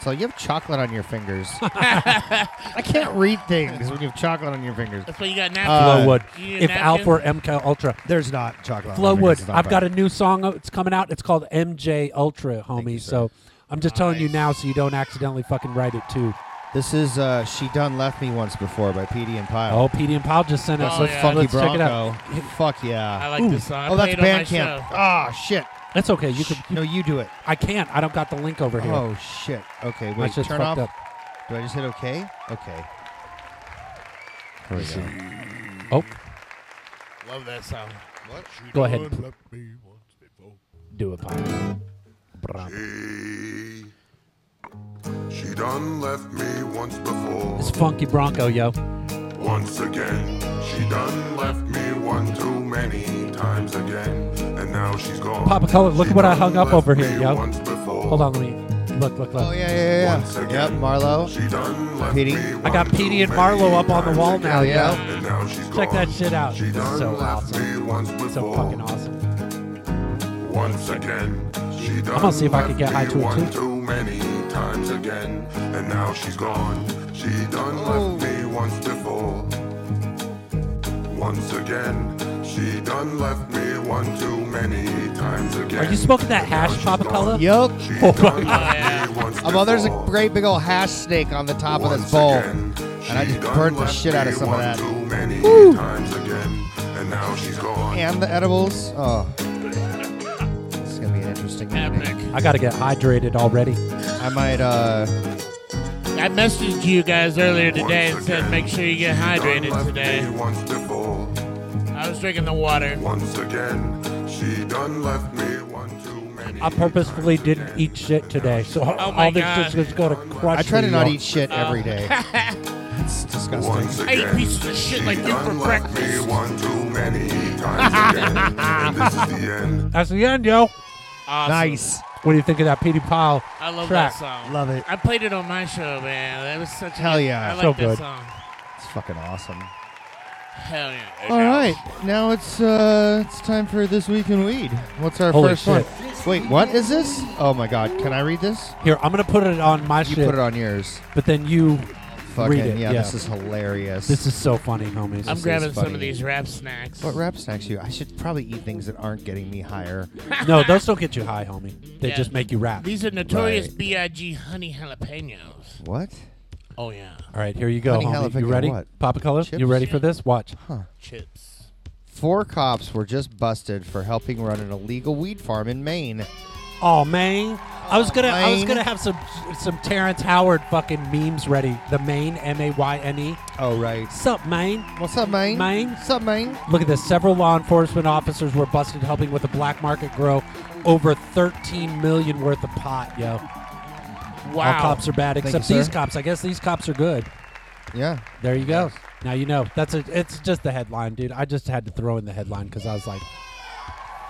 [SPEAKER 3] So you have chocolate on your
[SPEAKER 1] <laughs>
[SPEAKER 3] fingers. I can't read things when you have chocolate on your fingers.
[SPEAKER 1] That's why you got napkins.
[SPEAKER 3] Uh,
[SPEAKER 2] Flowwood.
[SPEAKER 1] You need a
[SPEAKER 2] if
[SPEAKER 1] napkin?
[SPEAKER 2] Alf were MK Ultra.
[SPEAKER 3] There's not chocolate.
[SPEAKER 2] Flowwood. I've got a new song. out- It's coming out. It's called MJ Ultra, homie. so I'm just telling you now, so you don't accidentally fucking write it too.
[SPEAKER 3] This is uh, "She Done Left Me Once Before" by Petey and Pyle.
[SPEAKER 2] Oh, PD and Pal just sent us.
[SPEAKER 1] Oh,
[SPEAKER 2] let's
[SPEAKER 1] yeah.
[SPEAKER 3] Funky
[SPEAKER 2] let's
[SPEAKER 3] Bronco.
[SPEAKER 2] check it out.
[SPEAKER 3] Fuck yeah.
[SPEAKER 1] I like this song. I
[SPEAKER 3] oh, that's
[SPEAKER 1] played it on my
[SPEAKER 3] Bandcamp.
[SPEAKER 1] show.
[SPEAKER 3] Ah, shit.
[SPEAKER 2] That's okay. You could. you-
[SPEAKER 3] No, you do it.
[SPEAKER 2] I can't. I don't got the link over here.
[SPEAKER 3] Oh shit. Okay,
[SPEAKER 2] My
[SPEAKER 3] wait.
[SPEAKER 2] shit's
[SPEAKER 3] Turn off.
[SPEAKER 2] fucked up.
[SPEAKER 3] Do I just hit okay? Okay. Here we go.
[SPEAKER 2] Oh,
[SPEAKER 3] <laughs>
[SPEAKER 1] Love that song. What?
[SPEAKER 2] Go ahead. <laughs> do it, Pyle. Bra-
[SPEAKER 11] She, she done left me once before.
[SPEAKER 2] It's Funky Bronco, yo.
[SPEAKER 11] Once again, she done left me one too many times again, and now she's gone.
[SPEAKER 2] Papa Color, look
[SPEAKER 11] She
[SPEAKER 2] what I
[SPEAKER 11] done
[SPEAKER 2] hung up
[SPEAKER 11] left
[SPEAKER 2] over
[SPEAKER 11] me
[SPEAKER 2] here, yo.
[SPEAKER 11] Once before.
[SPEAKER 2] Hold on, let me look, look, look.
[SPEAKER 3] Oh yeah, yeah,
[SPEAKER 11] Once
[SPEAKER 3] yeah. yeah.
[SPEAKER 11] again,
[SPEAKER 3] Yep, Marlo.
[SPEAKER 11] She done left
[SPEAKER 3] Petey.
[SPEAKER 11] me one
[SPEAKER 2] I got
[SPEAKER 11] too
[SPEAKER 2] Petey and
[SPEAKER 11] many
[SPEAKER 2] Marlo up on the
[SPEAKER 11] times
[SPEAKER 2] wall
[SPEAKER 11] again,
[SPEAKER 2] now,
[SPEAKER 3] yeah.
[SPEAKER 2] yo.
[SPEAKER 11] And now she's
[SPEAKER 2] Check that
[SPEAKER 11] gone.
[SPEAKER 2] shit out.
[SPEAKER 11] She
[SPEAKER 2] This is
[SPEAKER 11] done
[SPEAKER 2] so
[SPEAKER 11] left
[SPEAKER 2] awesome.
[SPEAKER 11] me once before.
[SPEAKER 2] So fucking awesome.
[SPEAKER 11] Once again, she done
[SPEAKER 2] I'm gonna see if I can
[SPEAKER 11] left
[SPEAKER 2] get high
[SPEAKER 11] me
[SPEAKER 2] to it,
[SPEAKER 11] one
[SPEAKER 2] too.
[SPEAKER 11] too many times again, and now she's gone. She done
[SPEAKER 3] Oh.
[SPEAKER 11] left me once before. Once again, she done left me one too many times again.
[SPEAKER 2] Are you smoking that hash, Papa Color?
[SPEAKER 3] <laughs> Yup.
[SPEAKER 11] She
[SPEAKER 2] Oh
[SPEAKER 11] done
[SPEAKER 2] my
[SPEAKER 11] left
[SPEAKER 1] God.
[SPEAKER 11] me once
[SPEAKER 3] Um, oh, there's a
[SPEAKER 11] before.
[SPEAKER 3] great big old hash snake on the top of this
[SPEAKER 11] Once
[SPEAKER 3] bowl,
[SPEAKER 11] again,
[SPEAKER 3] and I
[SPEAKER 11] she
[SPEAKER 3] just
[SPEAKER 11] done
[SPEAKER 3] burnt the
[SPEAKER 11] left
[SPEAKER 3] shit out of
[SPEAKER 11] me
[SPEAKER 3] some of
[SPEAKER 11] one
[SPEAKER 3] that.
[SPEAKER 11] Too many times again, and now she's gone.
[SPEAKER 3] And the edibles. Oh, it's gonna be an interesting interesting. Epic.
[SPEAKER 2] I got to get hydrated already.
[SPEAKER 3] I might. uh
[SPEAKER 1] I messaged you guys earlier today and said make sure you get hydrated today. I was drinking the water.
[SPEAKER 11] Once again, she done left me one too many.
[SPEAKER 2] I purposefully didn't eat shit today, so all this
[SPEAKER 1] Oh God.
[SPEAKER 2] is just going to crush
[SPEAKER 3] I try to
[SPEAKER 2] me,
[SPEAKER 3] not
[SPEAKER 2] y'all.
[SPEAKER 3] eat shit every day.
[SPEAKER 1] <laughs>
[SPEAKER 3] it's disgusting.
[SPEAKER 1] I eat pieces of shit like you for breakfast. <laughs>
[SPEAKER 2] That's the end, yo.
[SPEAKER 1] Awesome.
[SPEAKER 2] Nice. What do you think of that Petey Pyle
[SPEAKER 1] I love
[SPEAKER 2] track?
[SPEAKER 1] that song. I played it on my show, man. That was such a
[SPEAKER 3] Hell
[SPEAKER 1] good-
[SPEAKER 3] yeah.
[SPEAKER 1] I like that song.
[SPEAKER 3] It's fucking awesome.
[SPEAKER 1] Hell yeah.
[SPEAKER 3] All right, now it's uh it's time for this week in weed. What's our
[SPEAKER 2] Holy
[SPEAKER 3] first
[SPEAKER 2] shit.
[SPEAKER 3] one? Wait, what is this? Oh my god, can I read this?
[SPEAKER 2] Here, I'm gonna put it on my
[SPEAKER 3] you
[SPEAKER 2] shit.
[SPEAKER 3] put it on yours.
[SPEAKER 2] But then you
[SPEAKER 3] Fucking
[SPEAKER 2] read it.
[SPEAKER 3] yeah, this is hilarious.
[SPEAKER 2] This is so funny, homies.
[SPEAKER 1] I'm
[SPEAKER 3] This
[SPEAKER 1] grabbing
[SPEAKER 3] is
[SPEAKER 1] some
[SPEAKER 3] funny.
[SPEAKER 1] of these rap snacks.
[SPEAKER 3] What rap snacks you? I should probably eat things that aren't getting me
[SPEAKER 1] <laughs>
[SPEAKER 3] higher.
[SPEAKER 2] no, those don't get you high, homie. They
[SPEAKER 1] Yeah.
[SPEAKER 2] just make you rap.
[SPEAKER 1] These are notorious
[SPEAKER 3] Right.
[SPEAKER 1] B.I.G. honey jalapenos.
[SPEAKER 3] What?
[SPEAKER 1] Oh yeah.
[SPEAKER 2] All right, here you go,
[SPEAKER 3] Honey
[SPEAKER 2] homie. You
[SPEAKER 3] jalapeno
[SPEAKER 2] ready?
[SPEAKER 3] what?
[SPEAKER 2] Papa Color, you
[SPEAKER 3] Chips?
[SPEAKER 2] ready for this? Watch.
[SPEAKER 1] Chips.
[SPEAKER 3] Four cops were just busted for helping run an illegal weed farm in Maine.
[SPEAKER 2] Oh man, I was gonna, I was
[SPEAKER 3] Maine.
[SPEAKER 2] gonna have some, some Terrence Howard fucking memes ready. The Maine, M-A-Y-N-E.
[SPEAKER 3] Oh right.
[SPEAKER 2] E. Sup, Maine?
[SPEAKER 3] What's up, Maine?
[SPEAKER 2] Maine.
[SPEAKER 3] Sup, Maine?
[SPEAKER 2] Look at this. Several law enforcement officers were busted helping with a black market grow over 13 million worth of pot, yo.
[SPEAKER 1] Wow.
[SPEAKER 2] All cops are bad
[SPEAKER 3] Thank you,
[SPEAKER 2] except these
[SPEAKER 3] sir.
[SPEAKER 2] cops. I guess these cops are good.
[SPEAKER 3] Yeah.
[SPEAKER 2] There you go. Now you know. That's a it's just the headline, dude. I just had to throw in the headline cuz I was like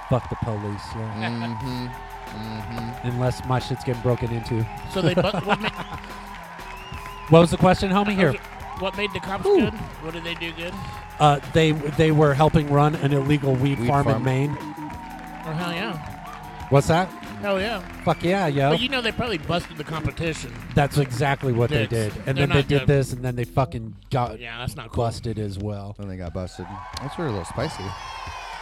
[SPEAKER 2] fuck the police. Yeah.
[SPEAKER 3] Mhm.
[SPEAKER 2] mm-hmm. Unless my shit's getting broken into.
[SPEAKER 1] So
[SPEAKER 3] <laughs>
[SPEAKER 1] they. Bu- what, ma-
[SPEAKER 2] What was the question, homie? Here.
[SPEAKER 1] what made the cops good? What did they do good?
[SPEAKER 2] Uh, they they were helping run an illegal weed,
[SPEAKER 3] Weed
[SPEAKER 2] farm,
[SPEAKER 3] farm.
[SPEAKER 2] in Maine.
[SPEAKER 1] Or hell yeah.
[SPEAKER 2] What's that?
[SPEAKER 1] Hell Oh, yeah.
[SPEAKER 2] Fuck yeah, yo.
[SPEAKER 1] But you know they probably busted the competition.
[SPEAKER 2] That's exactly what they
[SPEAKER 1] Dicks.
[SPEAKER 2] did. And
[SPEAKER 1] They're
[SPEAKER 2] then they
[SPEAKER 1] not
[SPEAKER 2] did
[SPEAKER 1] good.
[SPEAKER 2] this, and then they fucking got
[SPEAKER 1] Yeah, that's not cool.
[SPEAKER 2] busted as well.
[SPEAKER 3] Then they got busted. That's really a little spicy.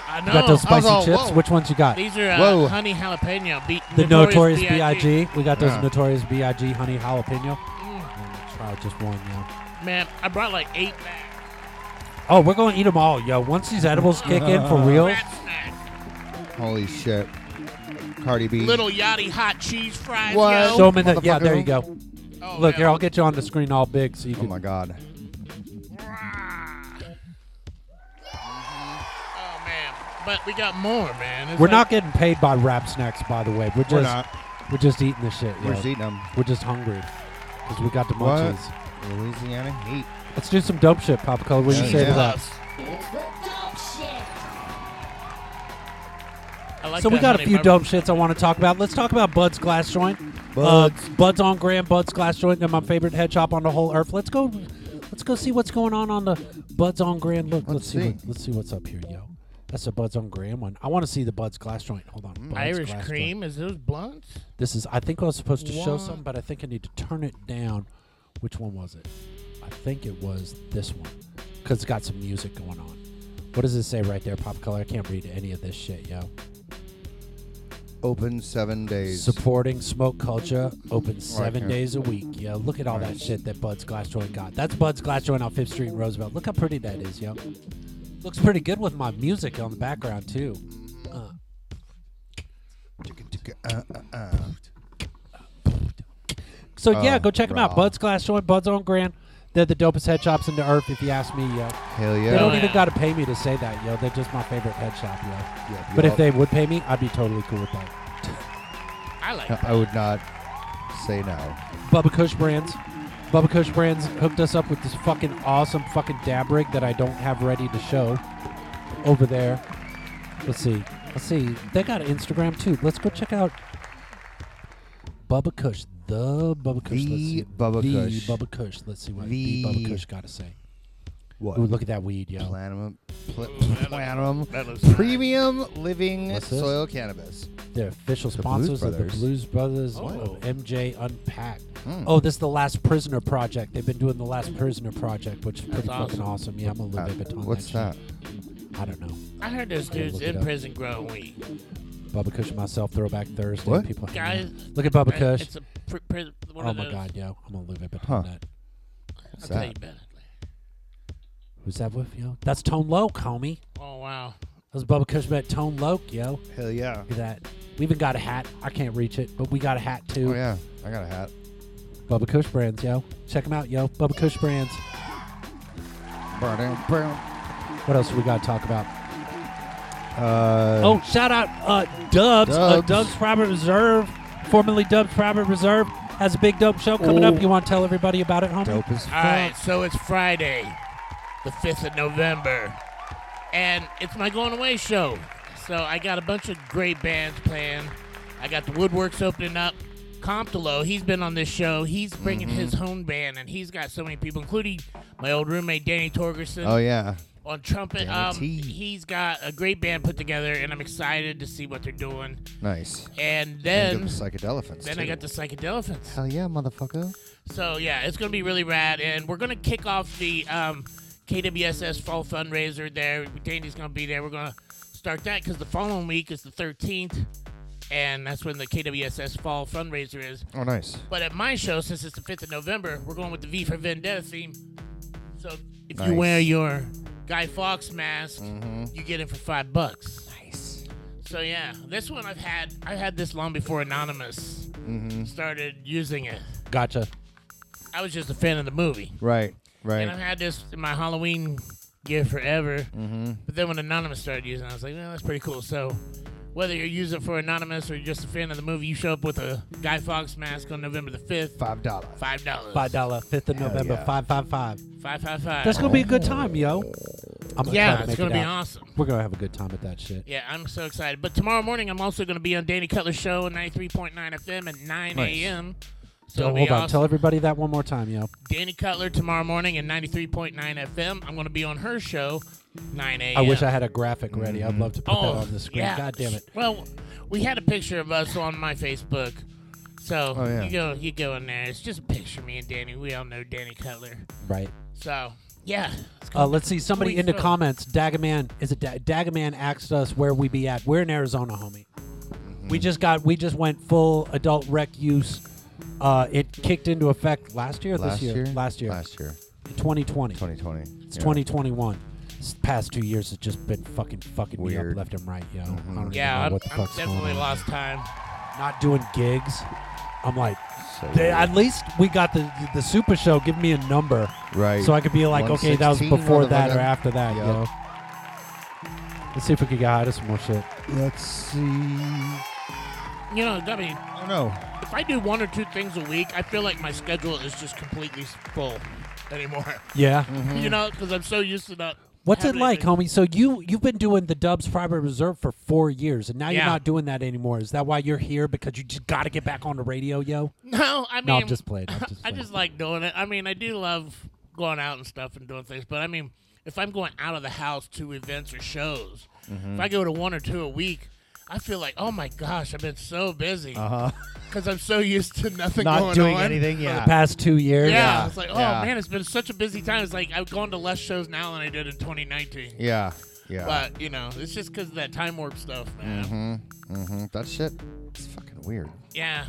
[SPEAKER 1] I know.
[SPEAKER 2] You got those
[SPEAKER 1] I was
[SPEAKER 2] spicy
[SPEAKER 1] all,
[SPEAKER 2] chips?
[SPEAKER 1] whoa.
[SPEAKER 2] Which ones you got?
[SPEAKER 1] These are uh,
[SPEAKER 2] Whoa.
[SPEAKER 1] honey jalapeno. Be-
[SPEAKER 2] The Notorious, B.I.G. We got those
[SPEAKER 3] Yeah.
[SPEAKER 2] Notorious B.I.G. honey jalapeno. I'm gonna
[SPEAKER 1] Mm.
[SPEAKER 2] Try just one, yo.
[SPEAKER 1] Man, I brought like eight back.
[SPEAKER 2] Oh, we're gonna eat them all, yo. Once these edibles kick in
[SPEAKER 3] Uh-huh.
[SPEAKER 2] for real,
[SPEAKER 1] Rat snack.
[SPEAKER 3] Holy shit. Cardi B.
[SPEAKER 1] Little yachty hot cheese fries.
[SPEAKER 3] What?
[SPEAKER 1] Yo.
[SPEAKER 2] show them in the. Yeah, there you go.
[SPEAKER 1] Oh,
[SPEAKER 2] Look
[SPEAKER 1] yeah.
[SPEAKER 2] here, I'll get you on the screen all big so you
[SPEAKER 3] Oh
[SPEAKER 2] can.
[SPEAKER 3] my god.
[SPEAKER 1] Oh man, but we got more, man. It's
[SPEAKER 2] We're
[SPEAKER 1] like-
[SPEAKER 2] not getting paid by Rap Snacks, by the way. We're just
[SPEAKER 3] We're
[SPEAKER 2] we're,
[SPEAKER 3] not.
[SPEAKER 2] just eating the shit.
[SPEAKER 3] We're
[SPEAKER 2] yo.
[SPEAKER 3] just eating 'em.
[SPEAKER 2] We're just hungry because we got the
[SPEAKER 3] What?
[SPEAKER 2] munchies.
[SPEAKER 3] Louisiana heat.
[SPEAKER 2] Let's do some dope shit, Papa Color. What do you
[SPEAKER 3] Yeah,
[SPEAKER 2] say
[SPEAKER 3] yeah.
[SPEAKER 2] to that?
[SPEAKER 7] It's the dope shit.
[SPEAKER 1] I like
[SPEAKER 2] so we
[SPEAKER 1] that
[SPEAKER 2] got a
[SPEAKER 1] honey
[SPEAKER 2] few
[SPEAKER 1] barbecue.
[SPEAKER 2] dope shits I want to talk about. Let's talk about Bud's Glass Joint.
[SPEAKER 3] Bud's.
[SPEAKER 2] Uh, Bud's on Grand, Bud's Glass Joint, and my favorite head shop on the whole earth. Let's go. Let's go see what's going on on the Bud's on Grand. Look, let's,
[SPEAKER 3] Let's
[SPEAKER 2] see.
[SPEAKER 3] see.
[SPEAKER 2] what- let's see what's up here, yo. That's the Bud's on Grand one. I want to see the Bud's Glass Joint. Hold on. Bud's
[SPEAKER 1] Irish
[SPEAKER 2] Glass
[SPEAKER 1] cream. Is those blunts?
[SPEAKER 2] Joint. This is. I think I was supposed to show
[SPEAKER 1] What?
[SPEAKER 2] some, but I think I need to turn it down. Which one was it? I think it was this one because it's got some music going on. What does it say right there, Pop Color? I can't read any of this shit, yo.
[SPEAKER 3] Open seven days.
[SPEAKER 2] Supporting smoke culture, open seven
[SPEAKER 3] here.
[SPEAKER 2] days a week. Yeah, look at all that shit that Bud's Glass Joint got. That's Bud's Glass Joint on Fifth Street in Roosevelt. Look how pretty that is, yo. Looks pretty good with my music on the background too. Uh,
[SPEAKER 3] Uh, uh, uh.
[SPEAKER 2] so yeah,
[SPEAKER 3] Oh,
[SPEAKER 2] go check them out.
[SPEAKER 3] raw.
[SPEAKER 2] Bud's Glass Joint, Bud's on Grand. They're the dopest head shops in the earth, if you ask me, yo.
[SPEAKER 3] Hell yeah.
[SPEAKER 2] They don't
[SPEAKER 1] Oh,
[SPEAKER 2] even
[SPEAKER 1] yeah.
[SPEAKER 2] gotta pay me to say that, yo. They're just my favorite head shop, yo.
[SPEAKER 3] Yep,
[SPEAKER 2] but
[SPEAKER 3] yep.
[SPEAKER 2] if they would pay me, I'd be totally cool with that.
[SPEAKER 1] I like.
[SPEAKER 3] I would not say no.
[SPEAKER 2] Bubba Kush Brands. Bubba Kush Brands hooked us up with this fucking awesome fucking dab rig that I don't have ready to show over there. Let's see. Let's see. They got an Instagram too. Let's go check out Bubba Kush. The Bubba Kush. Let's
[SPEAKER 3] The
[SPEAKER 2] see.
[SPEAKER 3] Bubba
[SPEAKER 2] the
[SPEAKER 3] Kush.
[SPEAKER 2] Bubba Kush. Let's see what the,
[SPEAKER 3] The-
[SPEAKER 2] Bubba Kush got to say.
[SPEAKER 3] What?
[SPEAKER 2] Ooh, look at that weed, yo.
[SPEAKER 3] Platinum, pl-
[SPEAKER 1] look-
[SPEAKER 3] platinum
[SPEAKER 1] that looks nice.
[SPEAKER 3] premium living
[SPEAKER 2] What's this?
[SPEAKER 3] soil cannabis.
[SPEAKER 2] They're official
[SPEAKER 3] The Blues
[SPEAKER 2] sponsors of the
[SPEAKER 3] Brothers.
[SPEAKER 2] Blues Brothers
[SPEAKER 1] Oh.
[SPEAKER 2] of MJ Unpacked.
[SPEAKER 3] Hmm.
[SPEAKER 2] Oh, this is the Last Prisoner Project. They've been doing the Last Prisoner Project, which is pretty fucking
[SPEAKER 1] awesome.
[SPEAKER 2] awesome. Yeah, I'm a little
[SPEAKER 3] Uh,
[SPEAKER 2] bit baton.
[SPEAKER 3] what's that?
[SPEAKER 2] I don't know.
[SPEAKER 1] I heard those
[SPEAKER 2] Gotta
[SPEAKER 1] dudes
[SPEAKER 2] look it
[SPEAKER 1] in
[SPEAKER 2] up.
[SPEAKER 1] prison growing weed.
[SPEAKER 2] Bubba Kush and myself, Throwback Thursday.
[SPEAKER 3] What?
[SPEAKER 2] People hanging
[SPEAKER 1] Guys,
[SPEAKER 2] out. Look at Bubba
[SPEAKER 1] I-
[SPEAKER 2] Kush.
[SPEAKER 1] It's a pr- pr- one
[SPEAKER 2] oh
[SPEAKER 1] of
[SPEAKER 2] my
[SPEAKER 1] those.
[SPEAKER 2] God, yo. I'm a little bit
[SPEAKER 3] Huh.
[SPEAKER 2] baton. that.
[SPEAKER 3] What's
[SPEAKER 1] I'll tell you
[SPEAKER 3] that?
[SPEAKER 1] about it.
[SPEAKER 2] Who's that with, yo? That's Tone Loc, homie.
[SPEAKER 1] Oh wow.
[SPEAKER 2] That was Bubba Kushmet Tone Loke, yo.
[SPEAKER 3] Hell yeah.
[SPEAKER 2] Look at that. We even got a hat. I can't reach it, but we got a hat too.
[SPEAKER 3] Oh, yeah. I got a hat.
[SPEAKER 2] Bubba Kush Brands, yo. Check them out, yo. Bubba Kush Brands. What else we got to talk about?
[SPEAKER 3] Uh,
[SPEAKER 2] oh, shout out uh, Dubs, Uh,
[SPEAKER 3] Dubs.
[SPEAKER 2] Dubs Private Reserve, formerly Dubs Private Reserve, has a big dope show coming up. You want to tell everybody about it, homie?
[SPEAKER 3] Dope as
[SPEAKER 1] All right, so it's Friday, the 5th of November, and it's my going away show. So I got a bunch of great bands playing. I got the Woodworks opening up. Comptolo, he's been on this show. He's bringing his
[SPEAKER 3] Mm-hmm.
[SPEAKER 1] home band, and he's got so many people, including my old roommate Danny Torgerson.
[SPEAKER 3] Oh, yeah.
[SPEAKER 1] On trumpet,
[SPEAKER 3] Danny
[SPEAKER 1] um,
[SPEAKER 3] T.
[SPEAKER 1] he's got a great band put together, and I'm excited to see what they're doing.
[SPEAKER 3] Nice.
[SPEAKER 1] And
[SPEAKER 3] Then you
[SPEAKER 1] then
[SPEAKER 3] got the Psychedelephants,
[SPEAKER 1] Then I
[SPEAKER 3] too.
[SPEAKER 1] got the psychedelephants.
[SPEAKER 3] Hell yeah, motherfucker.
[SPEAKER 1] So yeah, it's gonna be really rad, and we're gonna kick off the um, KWSS Fall Fundraiser there. Danny's gonna be there. We're gonna start that because the following week is the 13th, and that's when the KWSS Fall Fundraiser is.
[SPEAKER 3] Oh, nice.
[SPEAKER 1] But at my show, since it's the 5th of November, we're going with the V for Vendetta theme. So if you
[SPEAKER 3] Nice.
[SPEAKER 1] wear your Guy Fawkes mask,
[SPEAKER 3] Mhm.
[SPEAKER 1] you get it for five bucks. Nice. So yeah, this one I've had I had this long before Anonymous
[SPEAKER 3] Mhm.
[SPEAKER 1] started using it.
[SPEAKER 2] Gotcha.
[SPEAKER 1] I was just a fan of the movie.
[SPEAKER 3] Right,
[SPEAKER 1] And I've
[SPEAKER 3] right.
[SPEAKER 1] had this in my Halloween gear forever.
[SPEAKER 3] Mm-hmm.
[SPEAKER 1] But then when Anonymous started using it, I was like, well, that's pretty cool. So whether you're using it for Anonymous or you're just a fan of the movie, you show up with a Guy Fawkes mask on November the 5th.
[SPEAKER 3] Five dollars.
[SPEAKER 1] Five dollars.
[SPEAKER 2] Five dollar, fifth of
[SPEAKER 1] Hell
[SPEAKER 2] November,
[SPEAKER 1] yeah.
[SPEAKER 2] five five five.
[SPEAKER 1] Five five five.
[SPEAKER 2] That's gonna be a good time, yo. I'm gonna
[SPEAKER 1] Yeah,
[SPEAKER 2] try to
[SPEAKER 1] it's
[SPEAKER 2] make
[SPEAKER 1] gonna
[SPEAKER 2] it
[SPEAKER 1] be
[SPEAKER 2] out.
[SPEAKER 1] awesome.
[SPEAKER 2] We're gonna have a good time at that shit.
[SPEAKER 1] Yeah, I'm so excited. But tomorrow morning, I'm also going to be on Danny Cutler's show on 93.9 FM at 9
[SPEAKER 2] Nice.
[SPEAKER 1] a.m.
[SPEAKER 2] So
[SPEAKER 1] So it'll be
[SPEAKER 2] hold on,
[SPEAKER 1] awesome.
[SPEAKER 2] tell everybody that one more time, yo.
[SPEAKER 1] Danny Cutler tomorrow morning at 93.9 FM. I'm going to be on her show, 9 a.m.
[SPEAKER 2] I wish I had a graphic ready. I'd love to put
[SPEAKER 1] Oh,
[SPEAKER 2] that on the screen.
[SPEAKER 1] yeah.
[SPEAKER 2] God damn it.
[SPEAKER 1] Well, we had a picture of us on my Facebook. So
[SPEAKER 2] Oh, yeah.
[SPEAKER 1] you go you go in there. It's just a picture of me and Danny. We all know Danny Cutler.
[SPEAKER 2] Right.
[SPEAKER 1] So, yeah. it's
[SPEAKER 2] Uh,
[SPEAKER 1] gonna
[SPEAKER 2] let's
[SPEAKER 1] be
[SPEAKER 2] see. Somebody
[SPEAKER 1] sweet
[SPEAKER 2] in the
[SPEAKER 1] show.
[SPEAKER 2] comments, Dagaman is it da- Dagaman asked us where we be at. We're in Arizona, homie.
[SPEAKER 3] Mm-hmm.
[SPEAKER 2] We just got we just went full adult rec use. Uh, it kicked into effect last year. or
[SPEAKER 3] Last
[SPEAKER 2] this
[SPEAKER 3] year?
[SPEAKER 2] year? Last year.
[SPEAKER 3] Last year.
[SPEAKER 2] 2020.
[SPEAKER 3] 2020.
[SPEAKER 2] It's
[SPEAKER 3] yeah.
[SPEAKER 2] 2021. This past two years has just been fucking fucking me up
[SPEAKER 3] Weird. Mm-hmm.
[SPEAKER 2] left and right, yo. I don't even know
[SPEAKER 1] Yeah, I'm,
[SPEAKER 2] what the
[SPEAKER 1] I'm
[SPEAKER 2] fuck's going
[SPEAKER 1] definitely
[SPEAKER 2] on.
[SPEAKER 1] lost time.
[SPEAKER 2] Not doing gigs. I'm like, they, at least we got the the super show. Give me a number,
[SPEAKER 3] Right.
[SPEAKER 2] So I could be like, okay, that was
[SPEAKER 3] 116,
[SPEAKER 2] before that or
[SPEAKER 3] motherfucker.
[SPEAKER 2] after that,
[SPEAKER 3] Yup.
[SPEAKER 2] yo. Let's see if we can get out of some more shit.
[SPEAKER 3] Let's see.
[SPEAKER 1] You know, Gubby. I
[SPEAKER 3] don't know.
[SPEAKER 1] If I do one or two things a week, I feel like my schedule is just completely full anymore.
[SPEAKER 2] Yeah. Mhm.
[SPEAKER 1] <laughs> You know, because I'm so used to not.
[SPEAKER 2] What's it
[SPEAKER 1] having
[SPEAKER 2] like,
[SPEAKER 1] anything.
[SPEAKER 2] homie? So you you've been doing the Dubs Private Reserve for four years, and now you're
[SPEAKER 1] Yeah.
[SPEAKER 2] not doing that anymore. Is that why you're here? Because you just got to get back on the radio, yo.
[SPEAKER 1] No, I mean,
[SPEAKER 2] no, I'm just
[SPEAKER 1] <laughs>
[SPEAKER 2] playing. I'm just
[SPEAKER 1] I just like doing it. I mean, I do love going out and stuff and doing things, but I mean, if I'm going out of the house to events or shows, if I go to one or two a week, I feel like, oh my gosh, I've been so busy
[SPEAKER 3] Uh-huh.
[SPEAKER 1] because I'm so used to nothing
[SPEAKER 3] Not
[SPEAKER 1] going
[SPEAKER 3] doing
[SPEAKER 1] on.
[SPEAKER 3] anything, yeah.
[SPEAKER 2] the past two years.
[SPEAKER 1] Yeah, it's like, oh
[SPEAKER 3] Yeah.
[SPEAKER 1] man, it's been such a busy time. It's like I've gone to less shows now than I did in 2019.
[SPEAKER 3] Yeah, yeah.
[SPEAKER 1] But you know, it's just because of that time warp stuff, man.
[SPEAKER 3] Mm-hmm. Mm-hmm. That shit. It's fucking weird.
[SPEAKER 1] Yeah.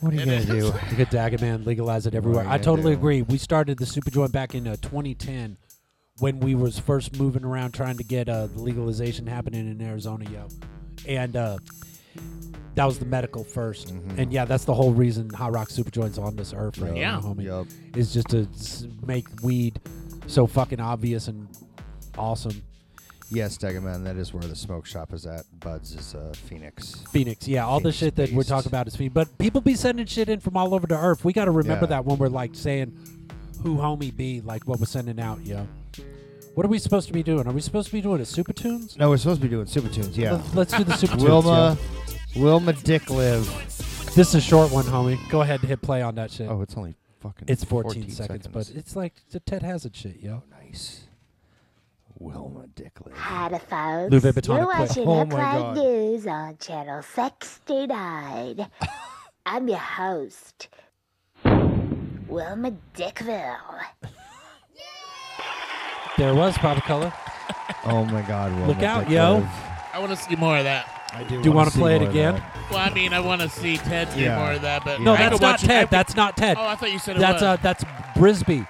[SPEAKER 2] What are you
[SPEAKER 3] It
[SPEAKER 2] gonna
[SPEAKER 3] is.
[SPEAKER 2] do? Look at Dagaman, legalize it everywhere.
[SPEAKER 3] you
[SPEAKER 2] I
[SPEAKER 3] gonna
[SPEAKER 2] totally
[SPEAKER 3] do?
[SPEAKER 2] agree. We started the super joint back in uh, 2010 when we was first moving around trying to get uh, the legalization happening in Arizona, yo, and uh, that was the medical 1st And yeah, that's the whole reason Hot Rock Super Joint's on this earth right
[SPEAKER 1] Yeah.
[SPEAKER 2] now, homie. Is just to s- make weed so fucking obvious and awesome.
[SPEAKER 3] Yes, Degaman, that is where the smoke shop is at. Buds is uh, Phoenix.
[SPEAKER 2] Phoenix, yeah, all the
[SPEAKER 3] Phoenix
[SPEAKER 2] shit that we're
[SPEAKER 3] based.
[SPEAKER 2] talking about is Phoenix. But people be sending shit in from all over the earth. We got to remember
[SPEAKER 3] Yeah.
[SPEAKER 2] that when we're like saying who homie be, like what we're sending out, yo. What are we supposed to be doing? Are we supposed to be doing a super tunes?
[SPEAKER 3] No, we're supposed to be doing Super Tunes, yeah.
[SPEAKER 2] Let- let's
[SPEAKER 3] <laughs>
[SPEAKER 2] do the Super Tunes,
[SPEAKER 3] Wilma, Wilma Dick Live.
[SPEAKER 2] This is a short one, homie. Go ahead and hit play on that shit.
[SPEAKER 3] Oh, it's only fucking
[SPEAKER 2] It's 14,
[SPEAKER 3] 14
[SPEAKER 2] seconds,
[SPEAKER 3] seconds.
[SPEAKER 2] but it's like the Ted Hazard shit, yo.
[SPEAKER 3] Nice. Wilma Dick Live.
[SPEAKER 18] Hi to folks.
[SPEAKER 2] Louis Vuitton
[SPEAKER 18] You're
[SPEAKER 2] quick.
[SPEAKER 18] watching
[SPEAKER 2] Oh
[SPEAKER 18] Hook
[SPEAKER 2] my
[SPEAKER 18] Line
[SPEAKER 2] God.
[SPEAKER 18] News on
[SPEAKER 2] <laughs>
[SPEAKER 18] Channel 69. I'm your host, Wilma Dickville.
[SPEAKER 2] There was Papa Color.
[SPEAKER 3] Oh my God, Wilma
[SPEAKER 2] Look out,
[SPEAKER 3] Dick
[SPEAKER 2] yo.
[SPEAKER 3] Live.
[SPEAKER 1] I want to see more of that.
[SPEAKER 3] I
[SPEAKER 2] Do you
[SPEAKER 3] wanna
[SPEAKER 2] want to
[SPEAKER 3] see
[SPEAKER 2] play it
[SPEAKER 3] more of
[SPEAKER 2] again?
[SPEAKER 1] Well, I mean, I want to see Ted do
[SPEAKER 2] Yeah.
[SPEAKER 1] more of that, but
[SPEAKER 2] No,
[SPEAKER 1] I
[SPEAKER 2] that's
[SPEAKER 1] could
[SPEAKER 2] not
[SPEAKER 1] watch- I
[SPEAKER 2] Ted.
[SPEAKER 1] could-
[SPEAKER 2] That's not Ted.
[SPEAKER 1] Oh, I thought you said it
[SPEAKER 2] that's
[SPEAKER 1] was.
[SPEAKER 2] uh, that's Brisby.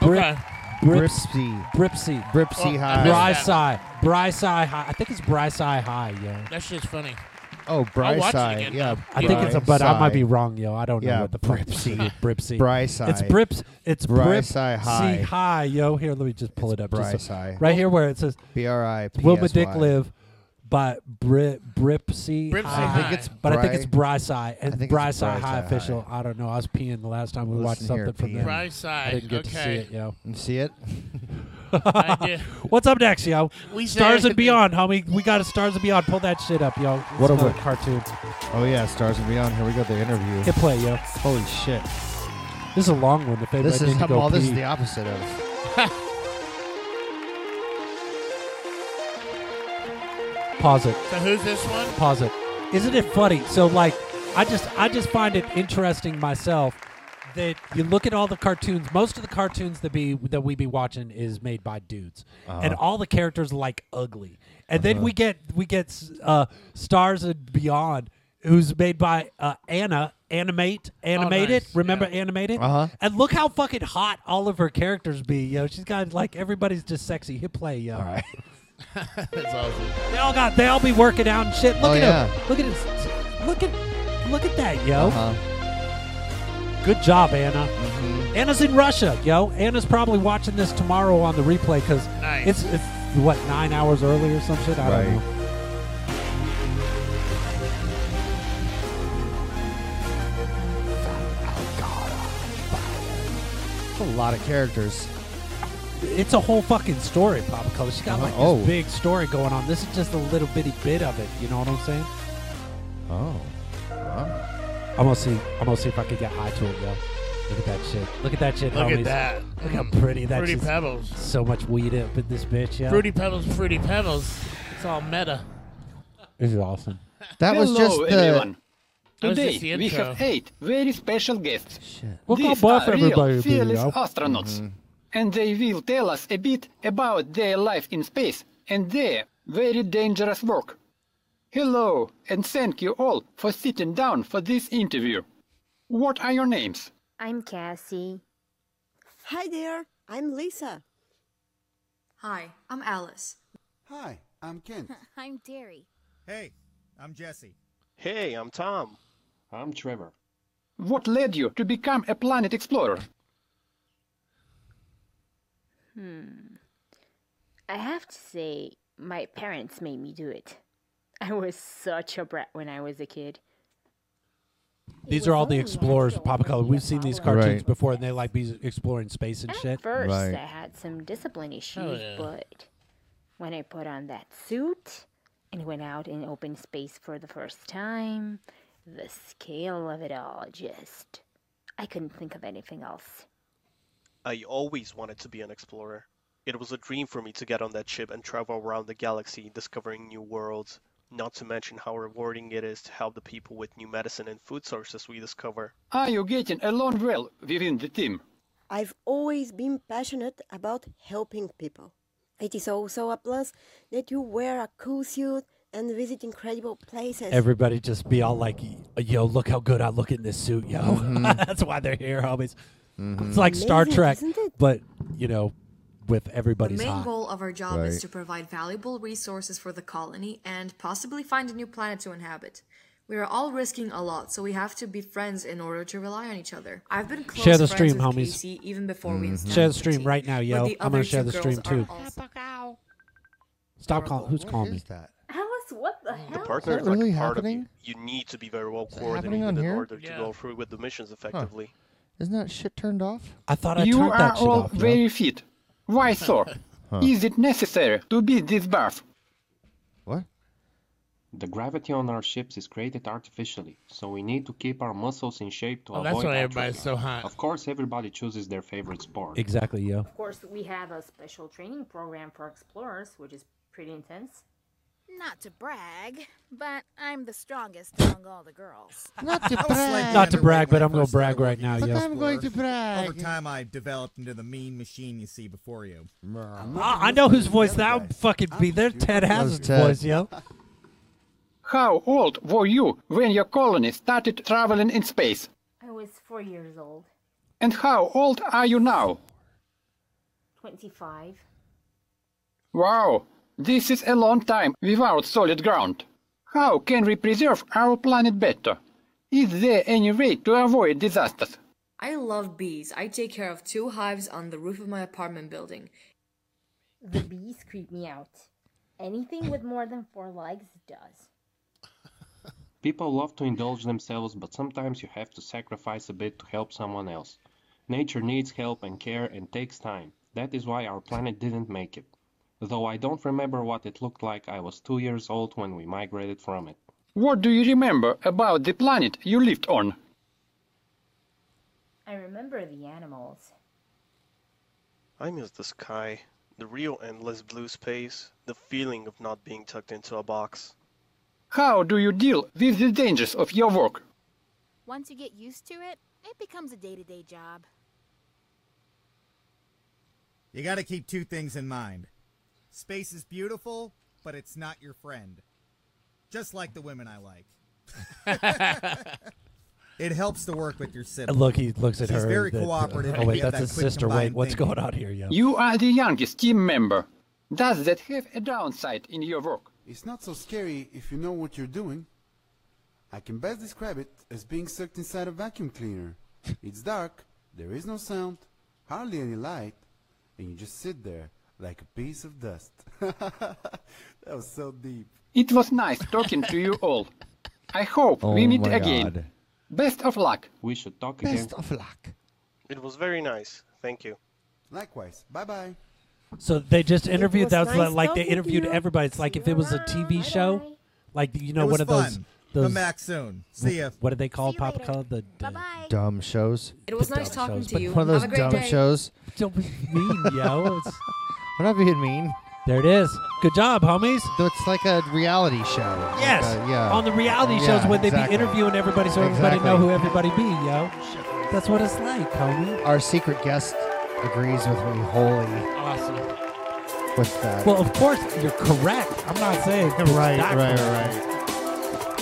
[SPEAKER 2] Bri-
[SPEAKER 1] Okay. Oh,
[SPEAKER 2] Brip-
[SPEAKER 3] Bripsy.
[SPEAKER 2] Bripsy.
[SPEAKER 3] Bripsy
[SPEAKER 2] Rye
[SPEAKER 3] High.
[SPEAKER 2] Sigh. Bryce Eye High. I think it's Bryce Eye High, yo.
[SPEAKER 1] That shit's funny.
[SPEAKER 3] Oh,
[SPEAKER 1] I'll watch
[SPEAKER 3] Bryce
[SPEAKER 1] it
[SPEAKER 3] Eye.
[SPEAKER 1] again,
[SPEAKER 3] yeah,
[SPEAKER 1] though.
[SPEAKER 2] I think it's a, but I might be wrong, yo. I don't know
[SPEAKER 3] Yeah,
[SPEAKER 2] what the fuck it's
[SPEAKER 3] Bripsy. <laughs>
[SPEAKER 2] called, Bripsy.
[SPEAKER 3] Bryce
[SPEAKER 2] It's
[SPEAKER 3] Eye.
[SPEAKER 2] Brips. It's
[SPEAKER 3] Bryce
[SPEAKER 2] Bripsy
[SPEAKER 3] Eye High.
[SPEAKER 2] High, yo. Here, let me just pull it up. just
[SPEAKER 3] Bryce
[SPEAKER 2] so-
[SPEAKER 3] Eye.
[SPEAKER 2] Right here where it says
[SPEAKER 3] B R I P S Y.
[SPEAKER 2] Will my dick live? By Bri- Bripsy,
[SPEAKER 3] Bripsy
[SPEAKER 2] High.
[SPEAKER 3] I think it's
[SPEAKER 2] but I think it's
[SPEAKER 3] Bry-
[SPEAKER 2] Bryce Eye
[SPEAKER 3] I think
[SPEAKER 2] and
[SPEAKER 3] it's
[SPEAKER 2] Bryce Eye
[SPEAKER 3] Bryce
[SPEAKER 2] High
[SPEAKER 3] Eye
[SPEAKER 2] official. I don't know. I was peeing the last time we watched
[SPEAKER 3] Listen here,
[SPEAKER 2] something from
[SPEAKER 3] peeing.
[SPEAKER 2] them.
[SPEAKER 1] Bryce
[SPEAKER 2] I
[SPEAKER 1] Eye,
[SPEAKER 2] didn't get to see
[SPEAKER 1] okay.
[SPEAKER 2] it, yo.
[SPEAKER 3] You see it?
[SPEAKER 1] I did.
[SPEAKER 2] <laughs> What's up next, yo?
[SPEAKER 1] We
[SPEAKER 2] Stars
[SPEAKER 1] said-
[SPEAKER 2] and Beyond, homie. We got a Stars and Beyond. Pull that shit up, yo.
[SPEAKER 3] What a
[SPEAKER 2] It's another
[SPEAKER 3] word.
[SPEAKER 2] cartoon.
[SPEAKER 3] Oh yeah, Stars and Beyond. Here we go. The interview.
[SPEAKER 2] Hit play, yo.
[SPEAKER 3] Holy shit.
[SPEAKER 2] This is a long one. If anybody
[SPEAKER 3] This is
[SPEAKER 2] didn't
[SPEAKER 3] how-
[SPEAKER 2] go
[SPEAKER 3] well, this is
[SPEAKER 2] pee.
[SPEAKER 3] the opposite of.
[SPEAKER 1] <laughs>
[SPEAKER 2] Pause it.
[SPEAKER 1] So who's this one?
[SPEAKER 2] Pause it. Isn't it funny? So like, I just I just find it interesting myself that you look at all the cartoons. Most of the cartoons that be that we be watching is made by dudes, and all the characters are, like ugly. And then we get we get uh, stars and beyond, who's made by uh, Anna. Animate, animated.
[SPEAKER 1] nice.
[SPEAKER 2] Remember, animated.
[SPEAKER 3] Uh-huh.
[SPEAKER 2] And look how fucking hot all of her characters be. Yo, she's got like everybody's just sexy. Hit play, yo. All right. <laughs>
[SPEAKER 1] That's awesome.
[SPEAKER 2] They all got. They all be working out and shit. Look
[SPEAKER 3] Oh,
[SPEAKER 2] at
[SPEAKER 3] yeah.
[SPEAKER 2] him. Look at his. Look at. Look at that, yo.
[SPEAKER 3] Uh-huh.
[SPEAKER 2] Good job, Anna.
[SPEAKER 3] Mm-hmm.
[SPEAKER 2] Anna's in Russia, yo. Anna's probably watching this tomorrow on the replay because
[SPEAKER 1] Nice.
[SPEAKER 2] it's it's what nine hours early or some shit. I
[SPEAKER 3] Right.
[SPEAKER 2] don't know.
[SPEAKER 3] That's a lot of characters.
[SPEAKER 2] It's a whole fucking story, Papa Cola. She got like this
[SPEAKER 3] Oh.
[SPEAKER 2] big story going on. This is just a little bitty bit of it. You know what I'm saying?
[SPEAKER 3] Oh. Wow.
[SPEAKER 2] I'm gonna see. I'm gonna see if I can get high to it, yo. Look at that shit. Look at that shit.
[SPEAKER 1] Look at
[SPEAKER 2] homies.
[SPEAKER 1] that.
[SPEAKER 2] Look how
[SPEAKER 1] Mm.
[SPEAKER 2] pretty that.
[SPEAKER 1] Fruity
[SPEAKER 2] shit's-
[SPEAKER 1] Pebbles.
[SPEAKER 2] So much weed up in this bitch, yo.
[SPEAKER 1] Fruity Pebbles, Fruity Pebbles. It's all meta.
[SPEAKER 2] This is awesome.
[SPEAKER 3] That was just
[SPEAKER 19] Hello,
[SPEAKER 3] the.
[SPEAKER 19] everyone.
[SPEAKER 1] That was just
[SPEAKER 19] Today
[SPEAKER 1] the
[SPEAKER 19] we
[SPEAKER 1] intro.
[SPEAKER 19] have eight very special guests.
[SPEAKER 2] Look how
[SPEAKER 19] These
[SPEAKER 2] buff
[SPEAKER 19] are
[SPEAKER 2] everybody
[SPEAKER 19] real
[SPEAKER 2] is,
[SPEAKER 19] fearless
[SPEAKER 2] you know?
[SPEAKER 19] astronauts,
[SPEAKER 8] Mm-hmm.
[SPEAKER 19] and they will tell us a bit about their life in space and their very dangerous work. Hello, and thank you all for sitting down for this interview. What are your names?
[SPEAKER 18] I'm Cassie.
[SPEAKER 13] Hi there, I'm Lisa.
[SPEAKER 20] Hi, I'm Alice.
[SPEAKER 21] Hi, I'm Ken.
[SPEAKER 18] <laughs> I'm Derry.
[SPEAKER 9] Hey, I'm Jesse. Hey, I'm Tom. I'm Trevor.
[SPEAKER 19] What led you to become a planet explorer?
[SPEAKER 18] Hmm. I have to say, my parents made me do it. I was such a brat when I was a kid.
[SPEAKER 2] These are all the explorers of Papa Color. We've seen these cartoons
[SPEAKER 3] Right.
[SPEAKER 2] before, and they like be exploring space and shit.
[SPEAKER 18] First, I had some discipline issues,
[SPEAKER 2] yeah.
[SPEAKER 18] but when I put on that suit and went out in open space for the first time, the scale of it all just. I couldn't think of anything else.
[SPEAKER 22] I always wanted to be an explorer. It was a dream for me to get on that ship and travel around the galaxy, discovering new worlds, not to mention how rewarding it is to help the people with new medicine and food sources we discover.
[SPEAKER 19] Are you getting along well within the team?
[SPEAKER 21] I've
[SPEAKER 13] always been passionate about helping people. It is also a plus that you wear a cool suit and visit incredible places.
[SPEAKER 2] Everybody just be all like, "Yo, look how good I look in this suit, yo." <laughs> That's why they're here, homies. It's like Star
[SPEAKER 20] Amazing,
[SPEAKER 2] Trek,
[SPEAKER 20] isn't it?
[SPEAKER 2] but you know, with
[SPEAKER 20] The
[SPEAKER 2] everybody's
[SPEAKER 20] main
[SPEAKER 2] hot.
[SPEAKER 20] goal of our job is
[SPEAKER 2] Right.
[SPEAKER 20] to provide valuable resources for the colony and possibly find a new planet to inhabit. We are all risking a lot, so we have to be friends in order to rely on each other. I've been close
[SPEAKER 2] Share the
[SPEAKER 20] friends
[SPEAKER 2] stream,
[SPEAKER 20] with
[SPEAKER 2] homies.
[SPEAKER 20] Casey even before we installed
[SPEAKER 2] Share the stream right now,
[SPEAKER 20] but
[SPEAKER 2] yo.
[SPEAKER 20] the
[SPEAKER 2] I'm gonna
[SPEAKER 20] other
[SPEAKER 2] share
[SPEAKER 20] two
[SPEAKER 2] the stream
[SPEAKER 20] girls are
[SPEAKER 2] too.
[SPEAKER 20] also-
[SPEAKER 2] Stop calling. Who's calling me?
[SPEAKER 3] that?
[SPEAKER 18] Alice, what the
[SPEAKER 22] The
[SPEAKER 18] hell?
[SPEAKER 22] partner
[SPEAKER 3] that
[SPEAKER 22] is like
[SPEAKER 3] really
[SPEAKER 22] a part
[SPEAKER 3] happening?
[SPEAKER 22] of you. You need to be very well
[SPEAKER 3] happening on
[SPEAKER 22] coordinated in
[SPEAKER 3] here?
[SPEAKER 22] order to go through with the missions effectively.
[SPEAKER 3] Isn't that shit turned off?
[SPEAKER 2] I thought
[SPEAKER 19] you are all very fit.
[SPEAKER 3] <laughs>
[SPEAKER 19] Why so?
[SPEAKER 3] Huh.
[SPEAKER 19] Is it necessary to be this buff?
[SPEAKER 23] The gravity on our ships is created artificially, so we need to keep our muscles in shape to
[SPEAKER 1] Oh,
[SPEAKER 23] avoid
[SPEAKER 1] that's why everybody's
[SPEAKER 23] atrophy.
[SPEAKER 1] so hot.
[SPEAKER 23] Of course, everybody chooses their favorite sport.
[SPEAKER 2] Exactly, yo.
[SPEAKER 18] Of course, we have a special training program for explorers, which is pretty intense.
[SPEAKER 24] Not to brag, but I'm the strongest among all the girls. <laughs>
[SPEAKER 18] Not
[SPEAKER 24] to
[SPEAKER 2] Not to brag, but I'm gonna brag right now,
[SPEAKER 24] But
[SPEAKER 2] yo.
[SPEAKER 24] I'm going to brag.
[SPEAKER 23] Over time, I developed into the mean machine you see before you.
[SPEAKER 2] Ah, I know whose voice that would fucking be. There's Ted Hazard's
[SPEAKER 22] Ted.
[SPEAKER 2] voice, yo.
[SPEAKER 19] How old were you when your colony started traveling in space?
[SPEAKER 18] I was four years old,
[SPEAKER 19] And how old are you now?
[SPEAKER 18] 25.
[SPEAKER 19] Wow, This is a long time without solid ground. How can we preserve our planet better? Is there any way to avoid disasters?
[SPEAKER 20] I love bees. I take care of two hives on the roof of my apartment building.
[SPEAKER 13] <laughs>
[SPEAKER 18] The bees creep me out. Anything with more than four legs does.
[SPEAKER 23] People love to indulge themselves, but sometimes you have to sacrifice a bit to help someone else. Nature needs help and care and takes time. That is why our planet didn't make it. Though I don't remember what it looked like, I was two years old when we migrated from it.
[SPEAKER 19] What do you remember about the planet you lived on?
[SPEAKER 18] I remember the animals.
[SPEAKER 22] I miss the sky, the real endless blue space, the feeling of not being tucked into a box.
[SPEAKER 19] How do you deal with the dangers of your work?
[SPEAKER 24] Once you get used to it, it becomes a day to day job.
[SPEAKER 5] You got to keep two things in
[SPEAKER 2] <laughs>
[SPEAKER 5] mind space is beautiful, but it's not your friend. Just like the women I like.
[SPEAKER 2] <laughs>
[SPEAKER 5] it helps to work with your sibling.
[SPEAKER 2] Look, he looks at
[SPEAKER 5] She's
[SPEAKER 2] her,
[SPEAKER 5] very
[SPEAKER 2] that-
[SPEAKER 5] cooperative.
[SPEAKER 2] oh,
[SPEAKER 5] and
[SPEAKER 2] wait,
[SPEAKER 5] we have
[SPEAKER 2] that's
[SPEAKER 5] that
[SPEAKER 2] his
[SPEAKER 5] quick
[SPEAKER 2] sister. Wait,
[SPEAKER 5] combined
[SPEAKER 2] what's
[SPEAKER 5] thinking.
[SPEAKER 2] going on here, yo?
[SPEAKER 19] You are the youngest team member. Does that have a downside in your work?
[SPEAKER 21] It's not so scary if you know what you're doing. I can best describe it as being sucked inside a vacuum cleaner. It's dark, there is <laughs> no sound, hardly any light, and you just sit there like a piece of dust. <laughs> that was so deep.
[SPEAKER 19] It was nice talking to you all. I hope we
[SPEAKER 23] Oh
[SPEAKER 19] meet
[SPEAKER 23] my
[SPEAKER 19] again.
[SPEAKER 23] God.
[SPEAKER 19] Best of luck.
[SPEAKER 23] We should talk again.
[SPEAKER 22] It was very nice. Thank you.
[SPEAKER 21] Likewise. Bye bye.
[SPEAKER 2] So they just
[SPEAKER 21] It
[SPEAKER 2] interviewed.
[SPEAKER 21] was
[SPEAKER 2] That was
[SPEAKER 21] nice
[SPEAKER 2] like they
[SPEAKER 21] talking to
[SPEAKER 2] interviewed
[SPEAKER 21] you.
[SPEAKER 2] everybody. It's like if it was a TV show, like you know,
[SPEAKER 5] It was
[SPEAKER 2] one of those.
[SPEAKER 5] fun.
[SPEAKER 2] those
[SPEAKER 5] Come back soon. See ya.
[SPEAKER 2] What do they call Papa Call the
[SPEAKER 3] dumb shows.
[SPEAKER 20] It was
[SPEAKER 3] The
[SPEAKER 20] nice
[SPEAKER 3] dumb
[SPEAKER 20] talking
[SPEAKER 3] shows,
[SPEAKER 20] to
[SPEAKER 3] but
[SPEAKER 20] you.
[SPEAKER 3] One of those
[SPEAKER 20] Have a great
[SPEAKER 3] dumb
[SPEAKER 20] day.
[SPEAKER 3] shows.
[SPEAKER 2] Don't be mean, yo.
[SPEAKER 3] <laughs>
[SPEAKER 2] It's...
[SPEAKER 3] We're not being mean.
[SPEAKER 2] There it is. Good job, homies.
[SPEAKER 3] It's like a reality show.
[SPEAKER 2] Yes,
[SPEAKER 3] Like a- yeah.
[SPEAKER 2] on the reality
[SPEAKER 3] Yeah,
[SPEAKER 2] shows when they
[SPEAKER 3] exactly.
[SPEAKER 2] be interviewing everybody, so everybody
[SPEAKER 3] Exactly.
[SPEAKER 2] know who everybody be, yo. That's what it's like, homie.
[SPEAKER 3] Our secret guest agrees with me wholly
[SPEAKER 1] Awesome.
[SPEAKER 3] with that.
[SPEAKER 2] Well, of course you're correct. I'm not saying it's
[SPEAKER 3] Right,
[SPEAKER 2] not
[SPEAKER 3] right,
[SPEAKER 2] correct.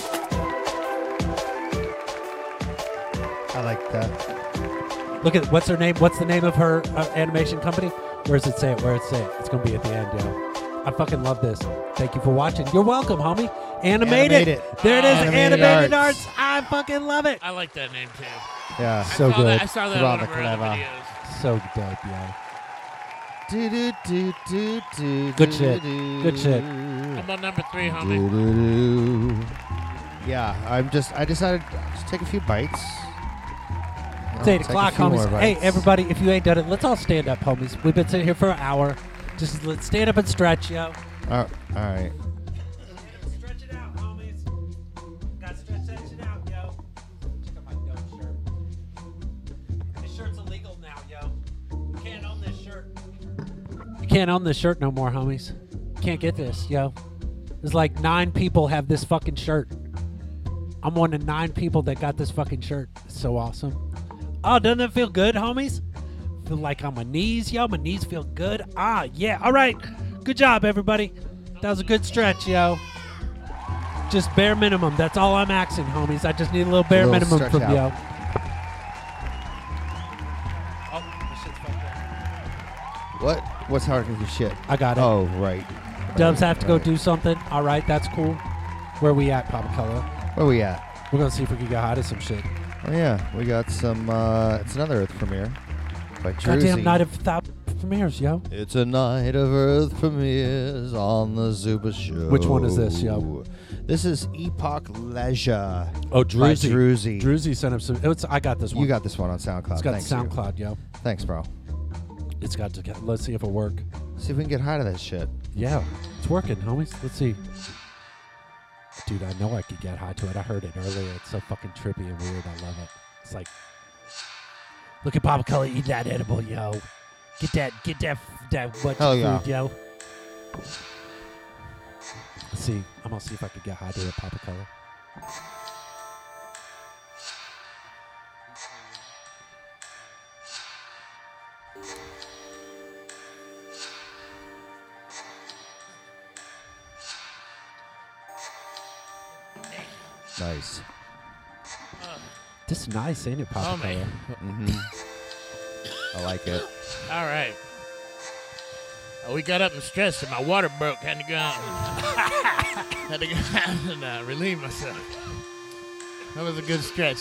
[SPEAKER 3] I like that.
[SPEAKER 2] Look at what's her name? What's the name of her uh, animation company? Where does it say it? Where does it say it? It's gonna be at the end, yo. I fucking love this. Thank you for watching. You're welcome, homie. Animate,
[SPEAKER 3] Animate
[SPEAKER 2] it.
[SPEAKER 3] it.
[SPEAKER 2] There it is.
[SPEAKER 3] Animated
[SPEAKER 2] Animated,
[SPEAKER 3] Arts.
[SPEAKER 2] arts. I fucking love it.
[SPEAKER 1] I like that name too.
[SPEAKER 3] Yeah,
[SPEAKER 1] I
[SPEAKER 3] so
[SPEAKER 1] saw
[SPEAKER 3] good.
[SPEAKER 1] That, I saw that on
[SPEAKER 3] Bravo,
[SPEAKER 1] one of our other
[SPEAKER 3] clever.
[SPEAKER 1] videos.
[SPEAKER 2] So dope, yo.
[SPEAKER 3] Do, do, do, do, do,
[SPEAKER 2] Good
[SPEAKER 3] do,
[SPEAKER 2] shit.
[SPEAKER 3] do.
[SPEAKER 2] Good shit.
[SPEAKER 1] I'm on number three, homie.
[SPEAKER 3] Do, do, do. Yeah, I'm just. I decided to just take a few bites. You
[SPEAKER 2] It's
[SPEAKER 3] know,
[SPEAKER 2] eight
[SPEAKER 3] take Oh, a
[SPEAKER 2] o'clock,
[SPEAKER 3] few
[SPEAKER 2] homies.
[SPEAKER 3] more
[SPEAKER 2] Hey,
[SPEAKER 3] bites.
[SPEAKER 2] everybody, if you ain't done it, let's all stand up, homies. We've been sitting here for an hour. Just let's stand up and stretch, yo.
[SPEAKER 3] Oh, all right.
[SPEAKER 2] Gotta stretch that shit out, yo. Check out my dope shirt. This shirt's illegal now, yo. You can't own this shirt. You can't own this shirt no more, homies. You can't get this, yo. There's like nine people have this fucking shirt. I'm one of nine people that got this fucking shirt. It's so awesome. Oh, doesn't it feel good, homies? Feel like on my knees, yo. My knees feel good. Ah, yeah. All right. Good job, everybody. That was a good stretch, yo. Just bare minimum. That's all I'm axing, homies. I just need a little bare
[SPEAKER 3] little
[SPEAKER 2] minimum
[SPEAKER 3] stretch
[SPEAKER 2] from
[SPEAKER 3] out.
[SPEAKER 2] yo.
[SPEAKER 1] Oh,
[SPEAKER 3] What? What's hard with your shit?
[SPEAKER 2] I got it.
[SPEAKER 3] Oh, right.
[SPEAKER 2] Dubs have to go
[SPEAKER 3] Right.
[SPEAKER 2] do something. All right, that's cool. Where we at, Papa Color?
[SPEAKER 3] Where we at?
[SPEAKER 2] We're gonna see if we can get hot at some shit.
[SPEAKER 3] Oh yeah, we got some. uh It's another Earth premiere by Druzy.
[SPEAKER 2] Goddamn night of thou premieres, yo.
[SPEAKER 3] It's a night of Earth premieres on the Zuba Show.
[SPEAKER 2] Which one is this, yo?
[SPEAKER 3] This is Epoch Leisure.
[SPEAKER 2] Oh,
[SPEAKER 3] by
[SPEAKER 2] Druzy.
[SPEAKER 3] Druzy.
[SPEAKER 2] Druzy sent up some. It's, I got this one.
[SPEAKER 3] You got this one on SoundCloud.
[SPEAKER 2] It's got
[SPEAKER 3] Thanks, you.
[SPEAKER 2] SoundCloud, yo.
[SPEAKER 3] Thanks, bro.
[SPEAKER 2] It's got to. get- Let's see if it work.
[SPEAKER 3] See if we can get high to that shit.
[SPEAKER 2] Yeah, it's working, homies. Let's see. Dude, I know I could get high to it. I heard it earlier. It's so fucking trippy and weird. I love it. It's like, look at Papa Color eating that edible, yo. Get that, get that, that what
[SPEAKER 3] Hell yeah.
[SPEAKER 2] food, yo. Let's see. I'm gonna see if I could get high to it, Papa Color.
[SPEAKER 3] Nice.
[SPEAKER 2] This is nice, ain't it, Papa
[SPEAKER 1] Homie.
[SPEAKER 2] Color?
[SPEAKER 3] Mm-hmm. I like it.
[SPEAKER 1] All right. Oh, we got up and stressed, and my water broke. Had to go out. and- <laughs> had to go <laughs> out and uh, relieve myself. That was a good stretch.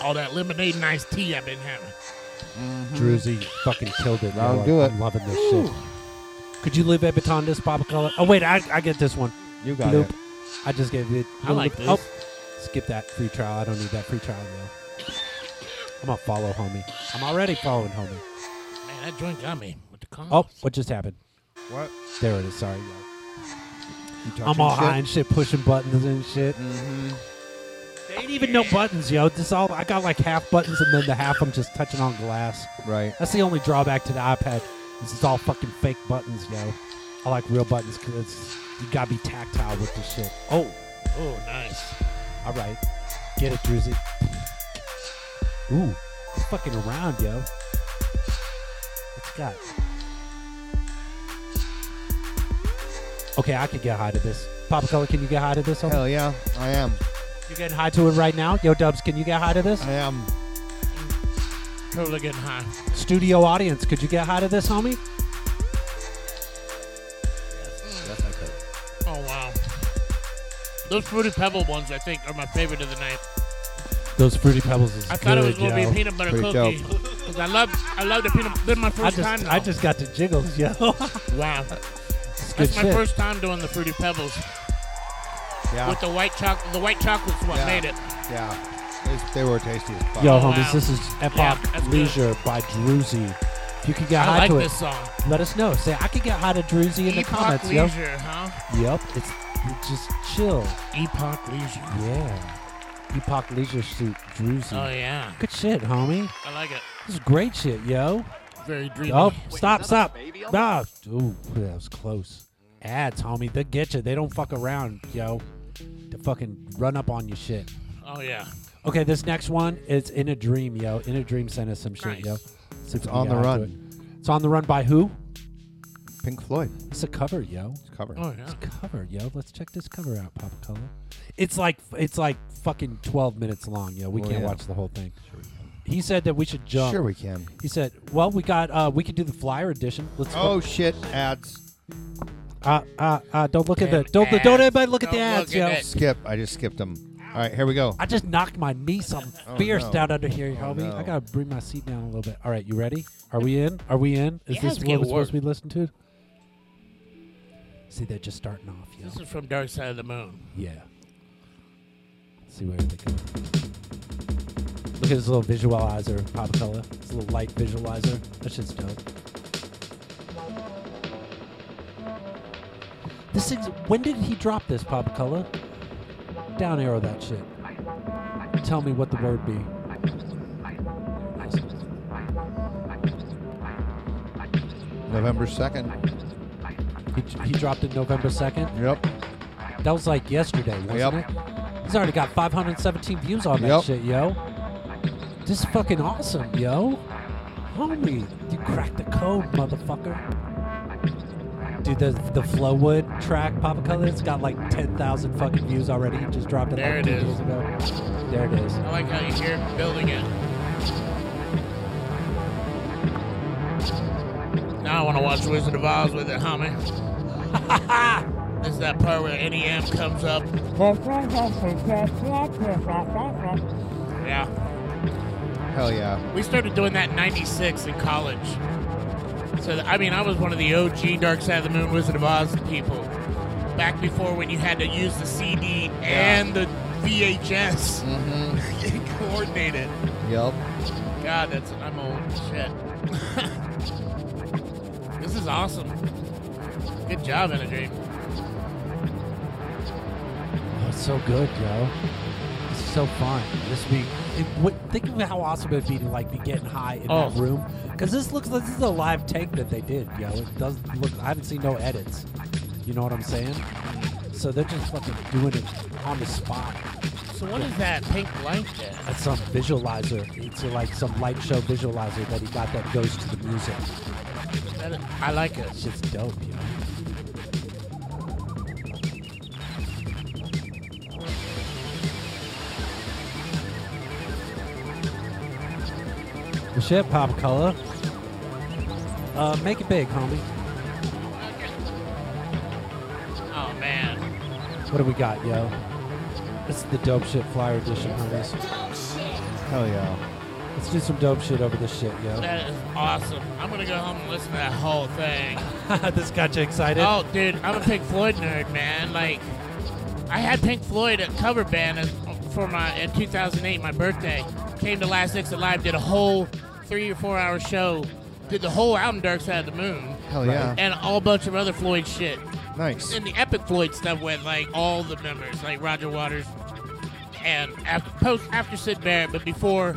[SPEAKER 1] All that lemonade and iced tea I've been having.
[SPEAKER 3] Mm-hmm.
[SPEAKER 2] Druzy fucking killed it.
[SPEAKER 3] I'll
[SPEAKER 2] yo.
[SPEAKER 3] do it.
[SPEAKER 2] I'm loving this shit. Could you live Ebitondis, Baba Color? Oh, wait, I, I get this one.
[SPEAKER 3] You got
[SPEAKER 2] Bloop.
[SPEAKER 3] it.
[SPEAKER 2] I just gave it.
[SPEAKER 1] I like
[SPEAKER 2] Oh,
[SPEAKER 1] this.
[SPEAKER 2] skip that free trial. I don't need that free trial, yo. I'm going to follow homie. I'm already following homie.
[SPEAKER 1] Man, that joint got me with the con.
[SPEAKER 2] Oh, what just happened?
[SPEAKER 1] What?
[SPEAKER 2] There it is. Sorry, yo. I'm
[SPEAKER 1] touching
[SPEAKER 2] all high
[SPEAKER 1] shit?
[SPEAKER 2] and shit, pushing buttons and shit. Mm-hmm. They ain't even no buttons, yo. This all I got like half buttons, and then the half I'm just touching on glass.
[SPEAKER 3] Right.
[SPEAKER 2] That's the only drawback to the iPad. Is it's all fucking fake buttons, yo. I like real buttons because you gotta be tactile with this shit. Oh,
[SPEAKER 1] Oh, nice.
[SPEAKER 2] all right, get it, Druzy. Ooh, it's fucking around, yo. What's it got? Okay, I could get high to this. Papa Color, can you get high to this? Hell
[SPEAKER 3] yeah, I am.
[SPEAKER 2] You getting high to it right now? Yo, Dubs, can you get high to this?
[SPEAKER 3] I am.
[SPEAKER 1] Totally getting high.
[SPEAKER 2] Studio audience, could you get high to this, homie?
[SPEAKER 1] Yes, I could. Oh wow. Those fruity pebble ones, I think, are my favorite of the night.
[SPEAKER 2] Those fruity pebbles is
[SPEAKER 1] I thought it
[SPEAKER 2] good,
[SPEAKER 1] was gonna
[SPEAKER 2] yo.
[SPEAKER 1] be peanut butter cookie because I love I love the peanut. This is my
[SPEAKER 2] I
[SPEAKER 1] first time.
[SPEAKER 2] just,
[SPEAKER 1] Though.
[SPEAKER 2] I just got the jiggles, yo.
[SPEAKER 1] <laughs>
[SPEAKER 2] <laughs>
[SPEAKER 1] wow.
[SPEAKER 2] good
[SPEAKER 1] That's my
[SPEAKER 2] shit.
[SPEAKER 1] first time doing the fruity pebbles.
[SPEAKER 3] Yeah.
[SPEAKER 1] With the white chocolate, the white chocolate's what
[SPEAKER 3] Yeah.
[SPEAKER 1] made it.
[SPEAKER 3] Yeah. They, they were tasty as fuck.
[SPEAKER 2] Yo, homies, this is Epoch
[SPEAKER 1] Yeah, that's good.
[SPEAKER 2] Leisure by Druzy. If you could get
[SPEAKER 1] I
[SPEAKER 2] high
[SPEAKER 1] like
[SPEAKER 2] to it,
[SPEAKER 1] this song.
[SPEAKER 2] let us know. Say I could get high to Druzy in the
[SPEAKER 1] Epoch
[SPEAKER 2] comments,
[SPEAKER 1] Leisure,
[SPEAKER 2] yo.
[SPEAKER 1] huh?
[SPEAKER 2] Yep, it's, it's just chill.
[SPEAKER 1] Epoch Leisure.
[SPEAKER 2] Yeah. Epoch Leisure suit Druzy.
[SPEAKER 1] Oh, yeah.
[SPEAKER 2] Good shit, homie.
[SPEAKER 1] I like it.
[SPEAKER 2] This is great shit, yo.
[SPEAKER 1] Very dreamy.
[SPEAKER 2] Oh,
[SPEAKER 1] Wait, is
[SPEAKER 2] stop,
[SPEAKER 1] that a
[SPEAKER 2] stop.
[SPEAKER 1] baby on
[SPEAKER 2] Nah. Ooh, that was close. Ads, homie. They get you. They don't fuck around, yo. They fucking run up on your shit.
[SPEAKER 1] Oh yeah.
[SPEAKER 2] Okay, this next one is In a Dream, yo. In a Dream sent us some shit, yo. See
[SPEAKER 3] It's
[SPEAKER 2] if we can
[SPEAKER 3] on
[SPEAKER 2] get
[SPEAKER 3] the
[SPEAKER 2] out to
[SPEAKER 3] run.
[SPEAKER 2] it. It's on the run by who?
[SPEAKER 3] Pink Floyd.
[SPEAKER 2] It's a cover, yo. It's
[SPEAKER 3] cover.
[SPEAKER 1] Oh, yeah.
[SPEAKER 2] It's a cover, yo. Let's check this cover out, Pop Color. It's like it's like fucking twelve minutes long, yo. We
[SPEAKER 3] Oh,
[SPEAKER 2] can't
[SPEAKER 3] yeah.
[SPEAKER 2] watch the whole thing. He said that we should jump.
[SPEAKER 3] Sure we can.
[SPEAKER 2] He said, "Well, we got uh we could do the flyer edition. Let's
[SPEAKER 3] Oh shit! Ads.
[SPEAKER 2] Uh, uh, uh, don't look at the don't don't anybody look at the ads, yo.
[SPEAKER 3] Skip. I just skipped them. All right, here we go.
[SPEAKER 2] I just knocked my knee something
[SPEAKER 3] Oh,
[SPEAKER 2] fierce
[SPEAKER 3] no.
[SPEAKER 2] down under here,
[SPEAKER 3] Oh,
[SPEAKER 2] homie. I
[SPEAKER 3] no.
[SPEAKER 2] gotta bring my seat down a little bit. All right, you ready? Are we in? Are we in? Is
[SPEAKER 1] Yeah,
[SPEAKER 2] this
[SPEAKER 1] it's
[SPEAKER 2] what
[SPEAKER 1] getting
[SPEAKER 2] we're supposed
[SPEAKER 1] worse.
[SPEAKER 2] to be listening to? See, they're just starting off. Yo.
[SPEAKER 1] This is from Dark Side of the Moon.
[SPEAKER 2] Yeah. Let's see where they go. Look at this little visualizer, pop color. This little light visualizer. That shit's dope. This thing's. When did he drop this, pop color? Down arrow that shit. Tell me what the word be.
[SPEAKER 3] November second.
[SPEAKER 2] He, he dropped it November 2nd?
[SPEAKER 3] Yep.
[SPEAKER 2] That was like yesterday, wasn't
[SPEAKER 3] Yep.
[SPEAKER 2] it? He's already got 517 views on that
[SPEAKER 3] Yep.
[SPEAKER 2] shit, yo. This is fucking awesome, yo. Homie, you cracked the code, motherfucker. Dude, the, the Flowwood track, Papa Color, it's got like 10,000 fucking views already. He just dropped it
[SPEAKER 1] There
[SPEAKER 2] like
[SPEAKER 1] it
[SPEAKER 2] two
[SPEAKER 1] is.
[SPEAKER 2] days ago. There it is.
[SPEAKER 1] I like how you hear it building it. Now I want to watch Wizard of Oz with it, homie. <laughs> this is that part where NEM comes up. Yeah.
[SPEAKER 3] Hell yeah.
[SPEAKER 1] We started doing that in 96 in college. So, I mean, I was one of the OG Dark Side of the Moon Wizard of Oz people. Back before when you had to use the CD and the VHS. <laughs> Mm-hmm. Coordinated.
[SPEAKER 3] Yep.
[SPEAKER 1] God, that's I'm old shit. <laughs> this is awesome. Good job, Energy.
[SPEAKER 2] Oh, it's so good, yo. It's so fun. This week, it, what, think of how awesome it'd be to like be getting high in
[SPEAKER 1] Oh.
[SPEAKER 2] that room. Because this looks like this is a live take that they did, yo. It does look. I haven't seen no edits. You know what I'm saying? So they're just fucking doing it on the spot.
[SPEAKER 1] So what is that pink light there?
[SPEAKER 2] That's some visualizer. It's like some light show visualizer that he got that goes to the music.
[SPEAKER 1] That is- I like it.
[SPEAKER 2] That shit's dope, yo. Well, shit, Pop Color. Uh, make it big, homie.
[SPEAKER 1] Oh man.
[SPEAKER 2] What do we got, yo? This is the dope shit flyer edition, homies. Hell yeah. Let's do some dope shit over this shit, yo.
[SPEAKER 1] That is awesome. I'm gonna go home and listen to that whole
[SPEAKER 3] <laughs>
[SPEAKER 1] thing.
[SPEAKER 2] this got you excited.
[SPEAKER 1] Oh, dude, I'm a Pink Floyd nerd, man. Like, I had Pink Floyd at cover band as- for my in 2008, my birthday. Came to Last Exit Live, did a whole three or four hour show, did the whole album Dark Side of the Moon.
[SPEAKER 3] Hell yeah.
[SPEAKER 1] And a whole bunch of other Floyd shit.
[SPEAKER 3] Nice.
[SPEAKER 1] And the Epic Floyd stuff went like all the members, like Roger Waters, and after, post after Sid Barrett, but before,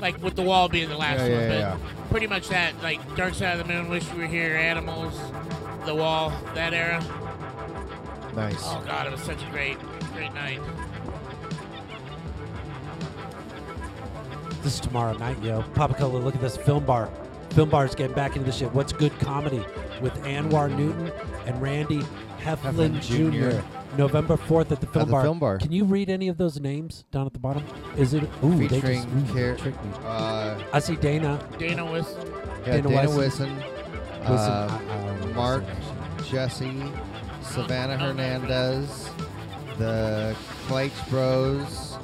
[SPEAKER 1] like with the wall being the last
[SPEAKER 3] Yeah,
[SPEAKER 1] one.
[SPEAKER 3] yeah,
[SPEAKER 1] but
[SPEAKER 3] yeah.
[SPEAKER 1] pretty much that, like Dark Side of the Moon, Wish You Were Here, Animals, The Wall, that era.
[SPEAKER 3] Nice.
[SPEAKER 1] Oh God, it was such a great, great night.
[SPEAKER 2] This is tomorrow night, yo. Papa Cola, look at this film bar. Film bar's getting back into the shit. What's good comedy with Anwar Newton and Randy Heflin,
[SPEAKER 3] Heflin Jr..
[SPEAKER 2] Jr. November fourth at the film
[SPEAKER 3] the
[SPEAKER 2] bar.
[SPEAKER 3] Film Bar.
[SPEAKER 2] Can you read any of those names down at the bottom? Is it ooh, they just,
[SPEAKER 3] Featuring
[SPEAKER 2] ooh,
[SPEAKER 3] Car-
[SPEAKER 2] tricked me.
[SPEAKER 3] uh,
[SPEAKER 2] I see Dana.
[SPEAKER 1] Dana was.
[SPEAKER 3] Yeah, Dana,
[SPEAKER 2] Wesson.
[SPEAKER 3] Wisson, uh, Mark, Jesse, Savannah Hernandez, the Clates Bros,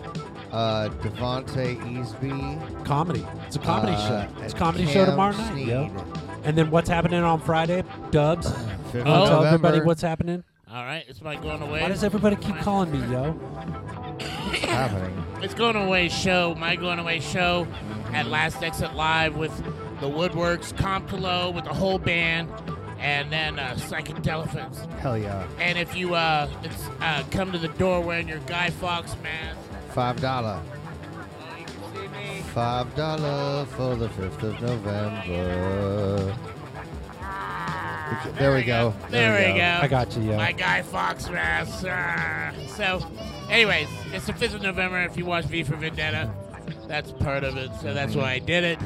[SPEAKER 3] uh, Devonte Easby.
[SPEAKER 2] Comedy. It's a comedy
[SPEAKER 3] Uh,
[SPEAKER 2] show. It's
[SPEAKER 3] and
[SPEAKER 2] a comedy show
[SPEAKER 3] Cam
[SPEAKER 2] tomorrow night. yo. And then what's happening on Friday? Dubs.
[SPEAKER 3] Uh,
[SPEAKER 1] of
[SPEAKER 2] Wanna tell everybody
[SPEAKER 1] November.
[SPEAKER 2] what's happening.
[SPEAKER 1] All right, it's my going away.
[SPEAKER 2] Why does everybody keep calling me, yo?
[SPEAKER 1] It's going away show, my going away show at Last Exit Live with the Woodworks, Comptolo with the whole band, and then uh, Psychic Elephants.
[SPEAKER 3] Hell yeah.
[SPEAKER 1] And if you uh, it's, uh, come to the door wearing your Guy Fox mask,
[SPEAKER 3] Five dollar. Five dollar for the fifth of November. Okay, There we go.
[SPEAKER 1] There we go.
[SPEAKER 2] I got you, yo.
[SPEAKER 1] My guy Fox Mass. Ah. So, anyways, it's the 5th of November. If you watch V for Vendetta, that's part of it. So that's why I did it.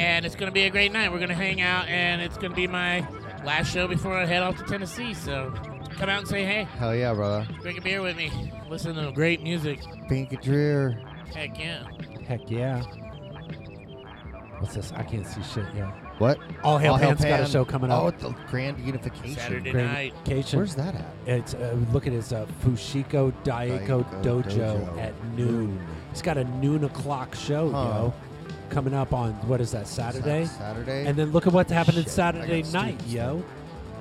[SPEAKER 1] And it's going to be a great night. We're going to hang out, and it's going to be my last show before I head off to Tennessee. So come out and say hey.
[SPEAKER 3] Hell yeah, brother.
[SPEAKER 1] Drink a beer with me. Listen to great music.
[SPEAKER 3] Pinky Dreer.
[SPEAKER 1] Heck yeah.
[SPEAKER 2] Heck yeah. What's this? I can't see shit, yo.
[SPEAKER 3] What?
[SPEAKER 2] All Hail
[SPEAKER 3] All Hail
[SPEAKER 2] Pan's got a
[SPEAKER 3] Pan.
[SPEAKER 2] show coming up.
[SPEAKER 3] Oh, the Grand Unification. Saturday night.
[SPEAKER 2] Unification.
[SPEAKER 3] Where's that at?
[SPEAKER 2] It's uh, look at his uh, Fushiko Daiko
[SPEAKER 3] Daiko
[SPEAKER 2] Dojo,
[SPEAKER 3] Dojo.
[SPEAKER 2] at noon. He's got a noon o'clock show,
[SPEAKER 3] Huh.
[SPEAKER 2] yo, coming up on what is that Saturday?
[SPEAKER 3] Saturday.
[SPEAKER 2] And then look at what's happening
[SPEAKER 3] Shit, I
[SPEAKER 2] Saturday
[SPEAKER 3] got students
[SPEAKER 2] night, yo.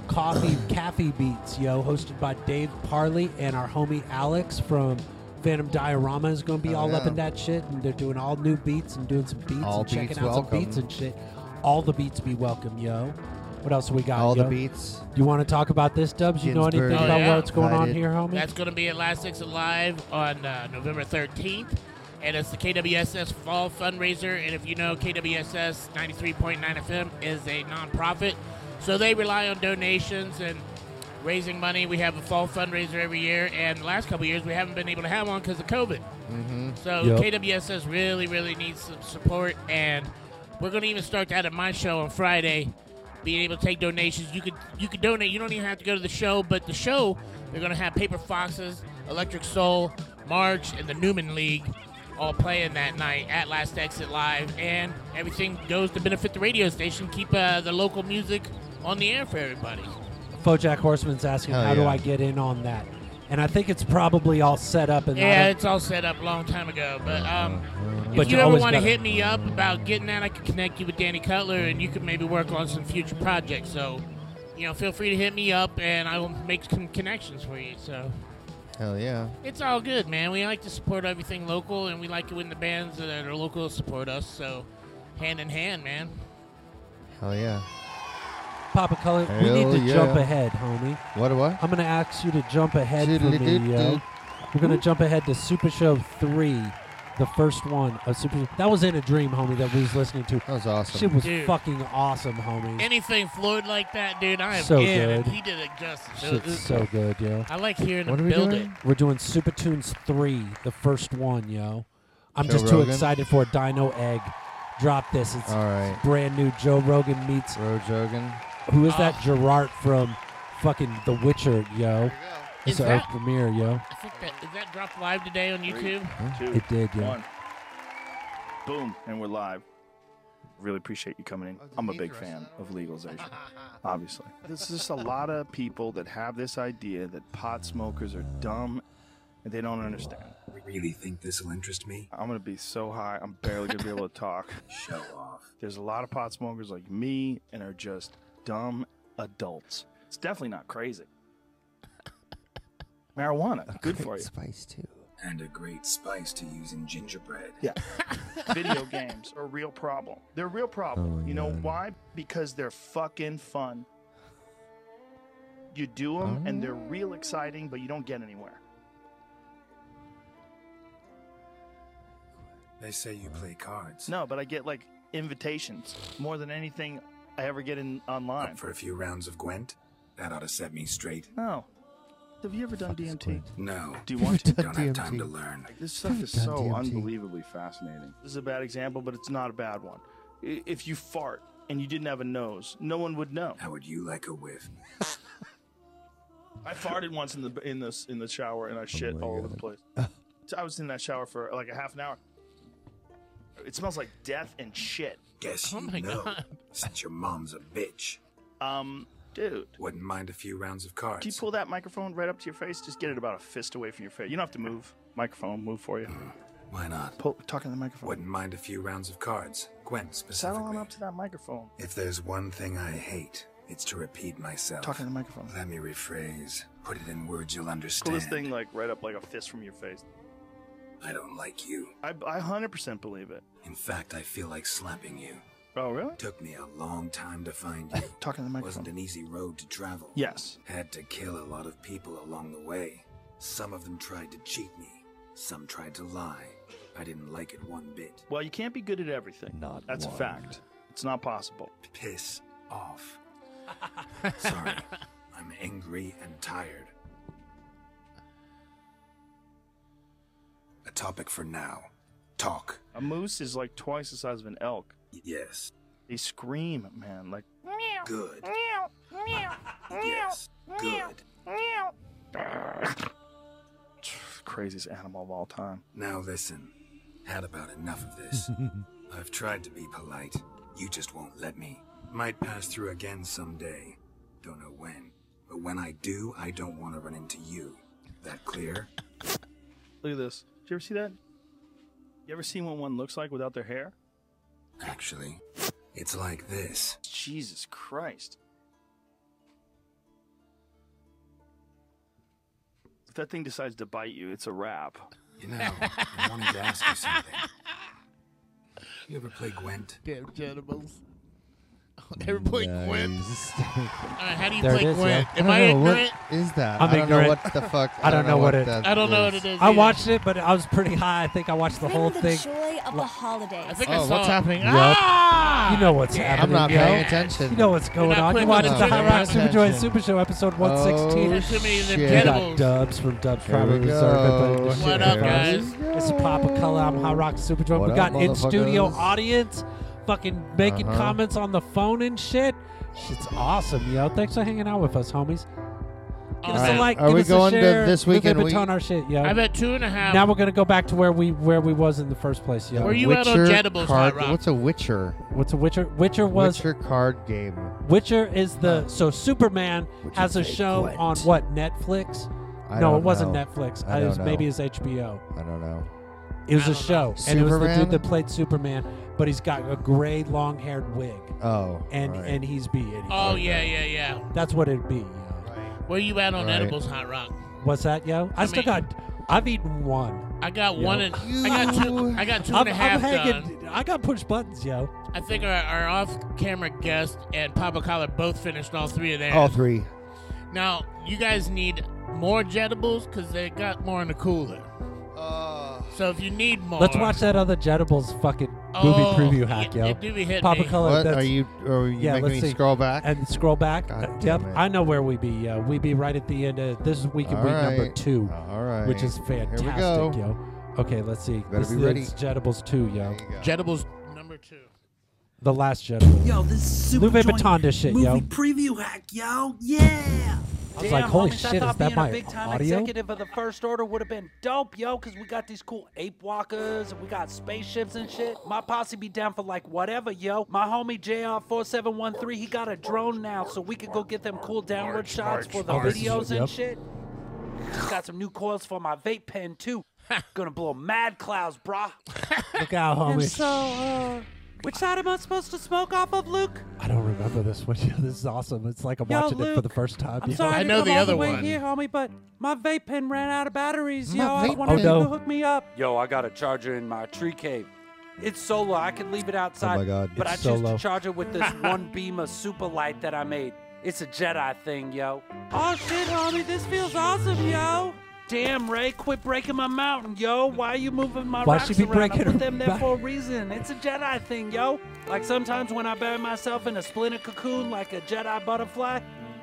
[SPEAKER 2] Coffee <coughs> Cafe Beats, yo, hosted by Dave Parley and our homie Alex from Phantom Diorama is going to be
[SPEAKER 3] Oh,
[SPEAKER 2] all up
[SPEAKER 3] yeah.
[SPEAKER 2] in that shit, and they're doing all new beats and doing some beats
[SPEAKER 3] All
[SPEAKER 2] and checking
[SPEAKER 3] beats
[SPEAKER 2] out
[SPEAKER 3] welcome.
[SPEAKER 2] some beats and shit. All the beats be welcome, yo. What else we got?
[SPEAKER 3] All the
[SPEAKER 2] yo?
[SPEAKER 3] beats.
[SPEAKER 2] You want to talk about this, Dubs? You know anything
[SPEAKER 3] Ginsburg.
[SPEAKER 2] about
[SPEAKER 3] Oh, yeah.
[SPEAKER 2] what's going on
[SPEAKER 3] Excited.
[SPEAKER 2] here, homie?
[SPEAKER 1] That's going to be at Last Exit Live on uh, November 13th. And it's the KWSS Fall Fundraiser. And if you know, KWSS 93.9 FM is a nonprofit. So they rely on donations and raising money. We have a fall fundraiser every year. And the last couple of years, we haven't been able to have one because of COVID.
[SPEAKER 3] Mm-hmm.
[SPEAKER 1] So KWSS really, really needs some support, and we're gonna even start that at my show on Friday. Being able to take donations, you could you could donate. You don't even have to go to the show, but the show they're gonna have Paper Foxes, Electric Soul, March, and the Newman League all playing that night at Last Exit Live, and everything goes to benefit the radio station, keep uh, the local music on the air for everybody.
[SPEAKER 2] Bojack Horseman's asking,
[SPEAKER 1] Hell
[SPEAKER 2] how do
[SPEAKER 1] yeah.
[SPEAKER 2] I get in on that? And I think it's probably all set up and
[SPEAKER 1] Yeah,
[SPEAKER 2] not Uh-huh.
[SPEAKER 1] it's all set up a long time ago. But um,
[SPEAKER 2] But
[SPEAKER 1] if
[SPEAKER 2] you
[SPEAKER 1] you, ever
[SPEAKER 2] always
[SPEAKER 1] want to
[SPEAKER 2] gotta-
[SPEAKER 1] hit me up about getting that, I could connect you with Danny Cutler, and you could maybe work on some future projects. So, you know, feel free to hit me up, and I will make some connections for you. So.
[SPEAKER 3] Hell yeah.
[SPEAKER 1] It's all good, man. We like to support everything local, and we like it when the bands that are local support us. So, hand in hand, man.
[SPEAKER 3] Hell yeah.
[SPEAKER 2] Papa Color. We
[SPEAKER 3] Hell
[SPEAKER 2] need to jump
[SPEAKER 3] yeah.
[SPEAKER 2] ahead, homie.
[SPEAKER 3] What? What?
[SPEAKER 2] I'm gonna ask you to jump ahead for me, yo.
[SPEAKER 3] Diddly-doo-doo.
[SPEAKER 2] We're gonna jump ahead to Super Show three, the first one of Super. That was in a dream, homie. That we was listening to. That
[SPEAKER 3] was awesome.
[SPEAKER 2] Shit was
[SPEAKER 1] Dude.
[SPEAKER 2] fucking awesome, homie.
[SPEAKER 1] Anything Floyd like that, dude, I am
[SPEAKER 2] So
[SPEAKER 1] in. and
[SPEAKER 2] good.
[SPEAKER 1] He did it justice. It
[SPEAKER 2] Shit's
[SPEAKER 1] was-
[SPEAKER 2] so good, yo.
[SPEAKER 1] I like hearing
[SPEAKER 3] What
[SPEAKER 1] him
[SPEAKER 3] are we
[SPEAKER 1] build
[SPEAKER 3] doing?
[SPEAKER 1] it.
[SPEAKER 2] We're doing Super Tunes 3, the first one, yo. I'm
[SPEAKER 3] Joe
[SPEAKER 2] just too
[SPEAKER 3] Rogan?
[SPEAKER 2] excited for a Dino Egg. Drop this. It's
[SPEAKER 3] All right.
[SPEAKER 2] brand new Joe Rogan meets.
[SPEAKER 3] Joe Rogan.
[SPEAKER 2] Who is
[SPEAKER 1] Uh,
[SPEAKER 2] that Gerard from fucking The Witcher, yo? It's
[SPEAKER 1] Is
[SPEAKER 2] our
[SPEAKER 1] that-
[SPEAKER 2] premiere, yo.
[SPEAKER 1] I think that, is that dropped live today on YouTube?
[SPEAKER 2] It did, yo.
[SPEAKER 6] Boom, and we're live. really appreciate you coming in. I'm a big fan of legalization, obviously. There's just a lot of people that have this idea that pot smokers are dumb and they don't understand.
[SPEAKER 25] Really think this will interest me?
[SPEAKER 6] I'm gonna be so high, I'm barely gonna be able to
[SPEAKER 25] <laughs>
[SPEAKER 6] talk. Show off. There's a lot of pot smokers like me and are just dumb adults. It's definitely not crazy. Marijuana, good for you.
[SPEAKER 25] Spice too. And a great spice to use in gingerbread.
[SPEAKER 6] Yeah. Video games are a real problem. They're a real problem. you know why? Because they're fucking fun. You do them and they're real exciting, but you don't get anywhere.
[SPEAKER 25] They say you play cards.
[SPEAKER 6] No, but I get like invitations more than anything I ever get in online.
[SPEAKER 25] Up for a few rounds of Gwent? That ought to set me straight.
[SPEAKER 6] No. Have you ever done DMT?
[SPEAKER 25] No.
[SPEAKER 6] Do you
[SPEAKER 25] <laughs>
[SPEAKER 6] want to?
[SPEAKER 25] Don't have time to learn.
[SPEAKER 6] Like, this stuff is so unbelievably fascinating. This is a bad example, but it's not a bad one. I- If you fart and you didn't have a nose, no one would know.
[SPEAKER 25] How would you like a whiff?
[SPEAKER 6] I farted once in the in the in the shower and I
[SPEAKER 25] Oh
[SPEAKER 6] shit all over the place.
[SPEAKER 25] <laughs>
[SPEAKER 6] So I was in that shower for like a half an hour. It smells like death and shit.
[SPEAKER 25] Guess
[SPEAKER 2] Oh
[SPEAKER 25] you know. Since your mom's a bitch.
[SPEAKER 6] Um, dude.
[SPEAKER 25] Wouldn't mind a few rounds of cards.
[SPEAKER 6] Do you pull that microphone right up to your face? Just get it about a fist away from your face. You don't have to move. Microphone move for you.
[SPEAKER 25] Hmm. Why not?
[SPEAKER 6] Pull, talk in the microphone.
[SPEAKER 25] Wouldn't mind a few rounds of cards. Gwent
[SPEAKER 6] Saddle
[SPEAKER 25] specifically.
[SPEAKER 6] on up to that microphone.
[SPEAKER 25] If there's one thing I hate, it's to repeat myself.
[SPEAKER 6] Talk in the microphone.
[SPEAKER 25] Let me rephrase. Put it in words you'll
[SPEAKER 6] Pull this
[SPEAKER 25] understand.
[SPEAKER 6] thing like right up like a fist from your face.
[SPEAKER 25] I don't like you.
[SPEAKER 6] I, I 100% believe it.
[SPEAKER 25] In fact, I feel like slapping you.
[SPEAKER 6] Oh, really?
[SPEAKER 25] Took me a long time to find
[SPEAKER 6] <laughs>
[SPEAKER 25] you.
[SPEAKER 6] Talking to the microphone.
[SPEAKER 25] Wasn't an easy road to travel.
[SPEAKER 6] Yes.
[SPEAKER 25] Had to kill a lot of people along the way. Some of them tried to cheat me. Some tried to lie. I didn't like it one bit.
[SPEAKER 6] Well, you can't be good at everything. Not That's a
[SPEAKER 25] one.
[SPEAKER 6] fact. It's not possible.
[SPEAKER 25] Piss off. <laughs> Sorry. I'm angry and tired. A topic for now. Talk.
[SPEAKER 6] A moose is like twice the size of an elk.
[SPEAKER 25] Yes.
[SPEAKER 6] They scream, man. Like, <sighs>
[SPEAKER 25] Good.
[SPEAKER 6] <laughs> yes. Good. Craziest animal of all time.
[SPEAKER 25] Now listen. Had about enough of <laughs> this. I've tried to be polite. You just won't let me. Might pass through again someday. Don't know when. But when I do, I don't want to run into you. That clear?
[SPEAKER 6] Look at this. Did you ever see that? You ever seen what one looks like without their hair?
[SPEAKER 25] Actually, it's like this.
[SPEAKER 6] Jesus Christ. If that thing decides to bite you, it's a wrap.
[SPEAKER 25] You know, I wanted to ask you something. You ever play Gwent?
[SPEAKER 1] Damn genitals. <laughs> Ever play Gwent?
[SPEAKER 3] <laughs>
[SPEAKER 1] All right, how do you
[SPEAKER 3] There
[SPEAKER 1] play
[SPEAKER 3] it is, yeah.
[SPEAKER 1] Gwent?
[SPEAKER 3] I
[SPEAKER 1] Am
[SPEAKER 3] don't
[SPEAKER 1] I
[SPEAKER 3] know, what
[SPEAKER 1] ignorant?
[SPEAKER 3] is that?
[SPEAKER 2] I'm
[SPEAKER 3] I don't know
[SPEAKER 2] ignorant.
[SPEAKER 3] what the fuck-
[SPEAKER 2] I don't know what it.
[SPEAKER 3] that I don't know is. what it is
[SPEAKER 2] I
[SPEAKER 3] either.
[SPEAKER 2] watched it, but I was pretty high. I think I watched the
[SPEAKER 12] Bring
[SPEAKER 2] whole
[SPEAKER 12] the
[SPEAKER 2] thing.
[SPEAKER 12] joy of the holidays.
[SPEAKER 1] I think
[SPEAKER 2] I Oh, saw what's it. happening?
[SPEAKER 3] Yep.
[SPEAKER 2] You know what's
[SPEAKER 3] Yeah. I'm
[SPEAKER 2] happening.
[SPEAKER 3] not
[SPEAKER 2] yo.
[SPEAKER 3] paying attention.
[SPEAKER 2] You know what's
[SPEAKER 3] You're
[SPEAKER 2] going
[SPEAKER 3] not
[SPEAKER 2] on. You
[SPEAKER 3] putting
[SPEAKER 2] watched
[SPEAKER 3] much
[SPEAKER 2] the High Rock
[SPEAKER 3] attention.
[SPEAKER 2] Superjoy Super Show episode 116.
[SPEAKER 3] Oh, Too many of them
[SPEAKER 2] We got
[SPEAKER 3] edibles.
[SPEAKER 2] dubs from Dubs
[SPEAKER 3] Here we
[SPEAKER 2] Probably Reserve.
[SPEAKER 3] go.
[SPEAKER 2] Everybody just
[SPEAKER 3] What
[SPEAKER 2] shit
[SPEAKER 3] up,
[SPEAKER 2] for us. This is Papa Color. I'm High Rock Superjoy.
[SPEAKER 3] What
[SPEAKER 2] we
[SPEAKER 3] up,
[SPEAKER 2] got in studio
[SPEAKER 3] motherfuckers?
[SPEAKER 2] audience fucking making
[SPEAKER 3] Uh-huh.
[SPEAKER 2] comments on the phone and shit. Shit's awesome, yo. Thanks for hanging out with us, homies. Give us
[SPEAKER 1] Alright.
[SPEAKER 2] a like.
[SPEAKER 3] Are
[SPEAKER 2] give
[SPEAKER 3] we
[SPEAKER 2] us
[SPEAKER 3] going
[SPEAKER 2] a
[SPEAKER 3] to
[SPEAKER 2] share.
[SPEAKER 3] this
[SPEAKER 2] Louis
[SPEAKER 3] weekend
[SPEAKER 2] Vuitton
[SPEAKER 3] we-
[SPEAKER 2] our shit, yo.
[SPEAKER 1] I've had two and a half.
[SPEAKER 2] Now we're gonna go back to where we where we was in the first place, yo.
[SPEAKER 1] Were you at
[SPEAKER 3] Witcher
[SPEAKER 1] Ojedibles, Hot
[SPEAKER 3] card-
[SPEAKER 1] Rock?
[SPEAKER 3] What's a Witcher?
[SPEAKER 2] What's a Witcher? Witcher was
[SPEAKER 3] Witcher card game.
[SPEAKER 2] Witcher is the so Superman has a show on what Netflix?
[SPEAKER 3] I
[SPEAKER 2] no, it
[SPEAKER 3] don't
[SPEAKER 2] wasn't
[SPEAKER 3] know.
[SPEAKER 2] Netflix.
[SPEAKER 3] I
[SPEAKER 2] it was
[SPEAKER 3] don't
[SPEAKER 2] maybe
[SPEAKER 3] know.
[SPEAKER 2] it's HBO.
[SPEAKER 3] I don't know.
[SPEAKER 2] It was a show, and it was the
[SPEAKER 3] Superman?
[SPEAKER 2] dude that played Superman, but he's got a gray, long-haired wig,
[SPEAKER 3] Oh,
[SPEAKER 2] and
[SPEAKER 3] right.
[SPEAKER 2] and he's be it.
[SPEAKER 1] Oh, yeah, yeah, yeah.
[SPEAKER 2] That's what it'd be. You know?
[SPEAKER 1] Where you at on
[SPEAKER 2] Right.
[SPEAKER 1] edibles, Hot Rock?
[SPEAKER 2] What's that, yo? I, still got. I've eaten one.
[SPEAKER 1] I got
[SPEAKER 2] yo.
[SPEAKER 1] one and I got two. I got two
[SPEAKER 2] I'm,
[SPEAKER 1] and a half
[SPEAKER 2] I'm hanging-
[SPEAKER 1] done.
[SPEAKER 2] I got push buttons, yo.
[SPEAKER 1] I think our, our off-camera guest and Papa Collar both finished all three of theirs.
[SPEAKER 3] All three.
[SPEAKER 1] Now you guys need more jetables because they got more in the cooler. so if you need more,
[SPEAKER 2] Let's watch that other Jettables fucking movie
[SPEAKER 1] Oh,
[SPEAKER 2] preview hack, yo.
[SPEAKER 1] it do be hitting
[SPEAKER 2] Papa
[SPEAKER 1] me.
[SPEAKER 2] Color.
[SPEAKER 3] What?
[SPEAKER 2] that's-
[SPEAKER 3] Are you- are you
[SPEAKER 2] yeah,
[SPEAKER 3] making
[SPEAKER 2] let's
[SPEAKER 3] me
[SPEAKER 2] see.
[SPEAKER 3] scroll back?
[SPEAKER 2] And scroll back.
[SPEAKER 3] God
[SPEAKER 2] Uh,
[SPEAKER 3] damn
[SPEAKER 2] yep,
[SPEAKER 3] it.
[SPEAKER 2] I know where we be. Yo. We be right at the end of this is weekend week number
[SPEAKER 3] Alright.
[SPEAKER 2] two, which is
[SPEAKER 3] Alright. Here we
[SPEAKER 2] fantastic,
[SPEAKER 3] go.
[SPEAKER 2] yo. Okay, let's see.
[SPEAKER 3] Better
[SPEAKER 2] this
[SPEAKER 3] be
[SPEAKER 2] is
[SPEAKER 3] ready.
[SPEAKER 2] Jettables two, yo.
[SPEAKER 1] Jettables number two.
[SPEAKER 2] The last Jettable.
[SPEAKER 4] Yo, this is super
[SPEAKER 2] Louis
[SPEAKER 4] joint
[SPEAKER 2] Vuitton this shit,
[SPEAKER 4] movie
[SPEAKER 2] yo.
[SPEAKER 4] preview hack, yo. Yeah.
[SPEAKER 2] I was like, holy
[SPEAKER 4] homies, I
[SPEAKER 2] shit,
[SPEAKER 4] thought
[SPEAKER 2] is that
[SPEAKER 4] being
[SPEAKER 2] my
[SPEAKER 4] a big time
[SPEAKER 2] audio?
[SPEAKER 4] executive of the First Order would have been dope, yo, because we got these cool ape walkers and we got spaceships and shit. My posse be down for like whatever, yo. My homie JR4713, he got a drone now, so we could go get them cool downward shots for the
[SPEAKER 2] Oh, this is-
[SPEAKER 4] videos and
[SPEAKER 2] yep.
[SPEAKER 4] shit. Just got some new coils for my vape pen, too. Gonna blow mad clouds, brah.
[SPEAKER 2] <laughs> Look out, Oh, homie.
[SPEAKER 4] And so, uh, which side am I supposed to smoke off of, Luke?
[SPEAKER 2] I don't remember this one. <laughs> this is awesome. It's like I'm
[SPEAKER 4] Yo,
[SPEAKER 2] watching it for the
[SPEAKER 4] Luke,
[SPEAKER 2] first time.
[SPEAKER 4] I'm
[SPEAKER 2] yo.
[SPEAKER 4] sorry to come all the way here, homie, but my vape pen ran out of batteries,
[SPEAKER 2] My
[SPEAKER 4] yo. I
[SPEAKER 2] vape
[SPEAKER 4] wanted
[SPEAKER 2] pen.
[SPEAKER 4] you
[SPEAKER 2] Oh,
[SPEAKER 4] to
[SPEAKER 2] no.
[SPEAKER 4] hook me up.
[SPEAKER 2] Yo, I got
[SPEAKER 4] a charger in my tree cave. It's solar. I can leave it outside.
[SPEAKER 2] Oh my God,
[SPEAKER 4] But
[SPEAKER 2] it's
[SPEAKER 4] I choose
[SPEAKER 2] solo.
[SPEAKER 4] to charge it
[SPEAKER 2] <laughs>
[SPEAKER 4] with this one beam of super light that I made. It's a Jedi thing, yo. Oh shit, homie, this feels awesome, yo. Damn, Ray, quit breaking my mountain, yo. Why are you moving my
[SPEAKER 2] Why
[SPEAKER 4] rocks
[SPEAKER 2] she be
[SPEAKER 4] around?
[SPEAKER 2] breaking
[SPEAKER 4] I put
[SPEAKER 2] her
[SPEAKER 4] them there
[SPEAKER 2] back?
[SPEAKER 4] for a reason. It's a Jedi thing, yo. Like sometimes when I bury myself in a splinter cocoon like a Jedi butterfly.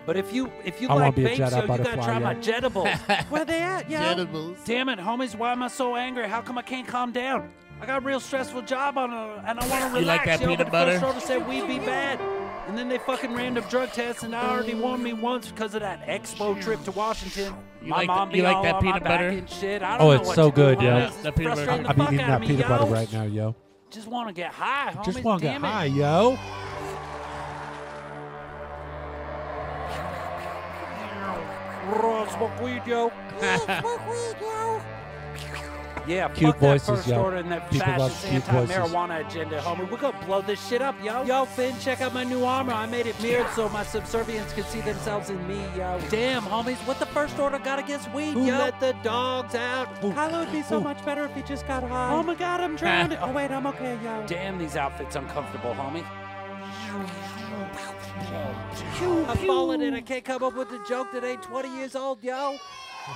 [SPEAKER 4] But if you if you
[SPEAKER 2] I wanna
[SPEAKER 4] like
[SPEAKER 2] be a
[SPEAKER 4] vapes,
[SPEAKER 2] Jedi
[SPEAKER 4] yo, you gotta
[SPEAKER 2] butterfly,
[SPEAKER 4] try
[SPEAKER 2] yo.
[SPEAKER 4] my Jedibles. Where they at, yo?
[SPEAKER 2] Jedibles.
[SPEAKER 4] Damn it, homies, why am I so angry? How come I can't calm down? I got a real stressful job on a, and I want to relax.
[SPEAKER 1] You like that
[SPEAKER 4] yo,
[SPEAKER 1] peanut
[SPEAKER 4] but the
[SPEAKER 1] butter?
[SPEAKER 4] First order said we'd be bad. And then they fucking random drug tests, and I already warned me once because of that expo trip to Washington.
[SPEAKER 1] You
[SPEAKER 4] my
[SPEAKER 1] like
[SPEAKER 4] mom
[SPEAKER 1] th-
[SPEAKER 4] be
[SPEAKER 1] you like
[SPEAKER 4] all on
[SPEAKER 1] that
[SPEAKER 4] my
[SPEAKER 1] peanut
[SPEAKER 4] back
[SPEAKER 1] butter?
[SPEAKER 4] and shit. I don't
[SPEAKER 2] Oh,
[SPEAKER 4] know
[SPEAKER 2] it's
[SPEAKER 4] what
[SPEAKER 2] so
[SPEAKER 4] to do,
[SPEAKER 2] good, yo.
[SPEAKER 4] homies. It's frustrating the
[SPEAKER 2] I've been
[SPEAKER 4] fuck
[SPEAKER 2] eating
[SPEAKER 4] out of
[SPEAKER 2] that
[SPEAKER 4] me,
[SPEAKER 2] peanut
[SPEAKER 4] yo.
[SPEAKER 2] butter right now, yo.
[SPEAKER 4] Just want to get high, homies.
[SPEAKER 2] Just want to get
[SPEAKER 4] damn it.
[SPEAKER 2] high, yo.
[SPEAKER 4] Raw smoke weed, yo. smoke weed, yo. Yeah,
[SPEAKER 2] Cute
[SPEAKER 4] fuck
[SPEAKER 2] voices,
[SPEAKER 4] that first
[SPEAKER 2] yo.
[SPEAKER 4] order and that
[SPEAKER 2] People love
[SPEAKER 4] fascist
[SPEAKER 2] cute voices.
[SPEAKER 4] anti-marijuana agenda, homie. We're gonna blow this shit up, yo. Yo, Finn, check out my new armor. I made it mirrored so my subservients could see themselves in me, yo. Damn, homies, what the first order got against weed,
[SPEAKER 2] Who
[SPEAKER 4] yo?
[SPEAKER 2] let
[SPEAKER 4] the dogs out? Kylo would be so much better if he just got high. Oh my god, I'm <laughs> drowning. oh wait, I'm okay, yo. Damn, these outfits uncomfortable, homie. I'm falling and I can't come up with a joke that ain't 20 years old, yo.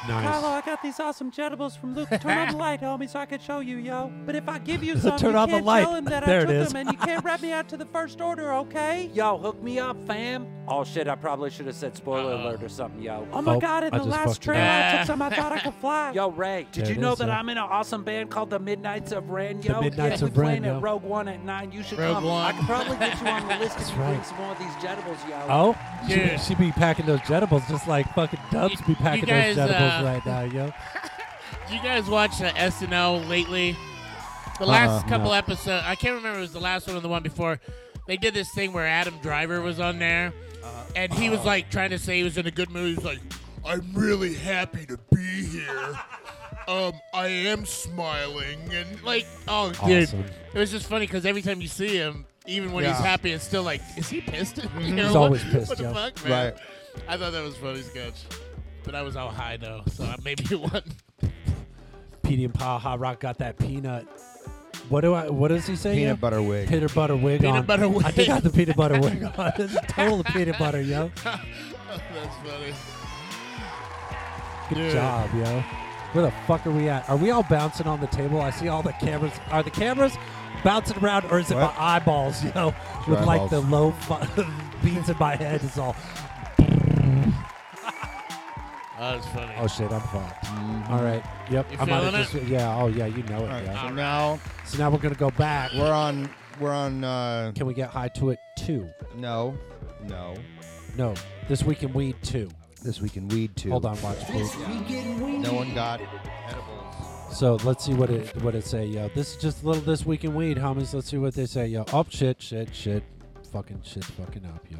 [SPEAKER 2] Nice.
[SPEAKER 4] Kylo, I got these awesome jetables from Luke. Turn <laughs> on the light, homie, so I can show you, yo. But if I give <laughs> you some,
[SPEAKER 2] Turn
[SPEAKER 4] you
[SPEAKER 2] on the
[SPEAKER 4] can't
[SPEAKER 2] light.
[SPEAKER 4] tell him that
[SPEAKER 2] There
[SPEAKER 4] I
[SPEAKER 2] it
[SPEAKER 4] took
[SPEAKER 2] is.
[SPEAKER 4] them, and you can't rat me out to the first order, <laughs> okay? Yo, hook me up, fam. Oh shit, I probably should have said spoiler alert or something, yo. Oh my
[SPEAKER 2] Oh,
[SPEAKER 4] god, in
[SPEAKER 2] I
[SPEAKER 4] the
[SPEAKER 2] just
[SPEAKER 4] last
[SPEAKER 2] fucked it
[SPEAKER 4] trailer I
[SPEAKER 2] up.
[SPEAKER 4] <laughs> took some, I thought I could fly. <laughs> Yo, Ray, did
[SPEAKER 2] There
[SPEAKER 4] you
[SPEAKER 2] it
[SPEAKER 4] know
[SPEAKER 2] is,
[SPEAKER 4] that
[SPEAKER 2] yo.
[SPEAKER 4] I'm in an awesome band called the Midnights of Ren, yo?
[SPEAKER 2] Midnights
[SPEAKER 4] yeah,
[SPEAKER 2] of
[SPEAKER 4] we
[SPEAKER 2] Ren,
[SPEAKER 4] playing
[SPEAKER 2] yo.
[SPEAKER 4] at Rogue One at 9. You should
[SPEAKER 1] Rogue
[SPEAKER 4] come. I
[SPEAKER 1] One.
[SPEAKER 4] could probably get you
[SPEAKER 1] <laughs>
[SPEAKER 4] on the list if
[SPEAKER 2] That's
[SPEAKER 4] you bring
[SPEAKER 2] right.
[SPEAKER 4] some more of these jetables, yo.
[SPEAKER 2] Oh, she, be-
[SPEAKER 1] Yeah.
[SPEAKER 2] she be packing those jetables just like fucking Dubs be packing
[SPEAKER 1] guys,
[SPEAKER 2] those jetables
[SPEAKER 1] uh,
[SPEAKER 2] right now, yo.
[SPEAKER 1] Do you guys watch uh, SNL lately? The
[SPEAKER 2] Uh-uh,
[SPEAKER 1] last couple
[SPEAKER 2] no.
[SPEAKER 1] episodes, I can't remember. if It was the last one or the one before. They did this thing where Adam Driver was on there,
[SPEAKER 2] Uh-huh.
[SPEAKER 1] and he was like trying to say he was in a good mood. He was like, "I'm really happy to be
[SPEAKER 11] <laughs>
[SPEAKER 1] here. Um, I am smiling and like, oh,
[SPEAKER 2] Awesome.
[SPEAKER 1] dude, it was just funny because every time you see him, even when he's
[SPEAKER 2] Yeah.
[SPEAKER 1] happy, it's still like, is he pissed? at
[SPEAKER 2] Mhm.
[SPEAKER 1] me?" <laughs> You
[SPEAKER 2] He's
[SPEAKER 1] know,
[SPEAKER 2] always
[SPEAKER 1] what-
[SPEAKER 2] pissed,
[SPEAKER 1] What the
[SPEAKER 2] yeah.
[SPEAKER 1] fuck, man?
[SPEAKER 2] Right.
[SPEAKER 1] I thought that was a funny sketch, but I was all high though, so I maybe <laughs> one.
[SPEAKER 2] Petey and Paul Hot Rock got that peanut. What do I? What does he say?
[SPEAKER 3] Peanut
[SPEAKER 2] yo?
[SPEAKER 3] butter wig.
[SPEAKER 2] Peanut butter wig
[SPEAKER 3] Peanut
[SPEAKER 2] on.
[SPEAKER 3] butter
[SPEAKER 2] I do
[SPEAKER 3] wig.
[SPEAKER 2] got the peanut butter
[SPEAKER 3] <laughs>
[SPEAKER 2] wig on. It's total peanut butter, yo.
[SPEAKER 1] That's funny.
[SPEAKER 2] Good
[SPEAKER 1] Dude.
[SPEAKER 2] job, yo. Where the fuck are we at? Are we all bouncing on the table? I see all the cameras. Are the cameras bouncing around, or is it
[SPEAKER 3] What?
[SPEAKER 2] my eyeballs, yo?
[SPEAKER 3] Your
[SPEAKER 2] With like the
[SPEAKER 3] eyeballs.
[SPEAKER 2] low fu- <laughs> beats in my head is all.
[SPEAKER 1] Oh, that's funny.
[SPEAKER 2] Oh shit, I'm fucked.
[SPEAKER 3] Mm-hmm.
[SPEAKER 2] All right. Yep.
[SPEAKER 3] You
[SPEAKER 2] I might
[SPEAKER 3] feeling
[SPEAKER 2] have just, Yeah. Oh yeah, you know it.
[SPEAKER 3] Alright,
[SPEAKER 2] yo.
[SPEAKER 3] so now
[SPEAKER 2] So now we're gonna go back.
[SPEAKER 3] We're on. We're on. Uh,
[SPEAKER 2] Can we get high to it too?
[SPEAKER 3] No, no,
[SPEAKER 2] no. This week in weed too.
[SPEAKER 3] This week in weed too.
[SPEAKER 2] Hold on, watch. please.
[SPEAKER 3] No one got edibles.
[SPEAKER 2] So let's see what it what it say, yo. This is just a little this week in weed, homies. Let's see what they say, yo. Oh shit, shit, shit, fucking shit's fucking up, yo.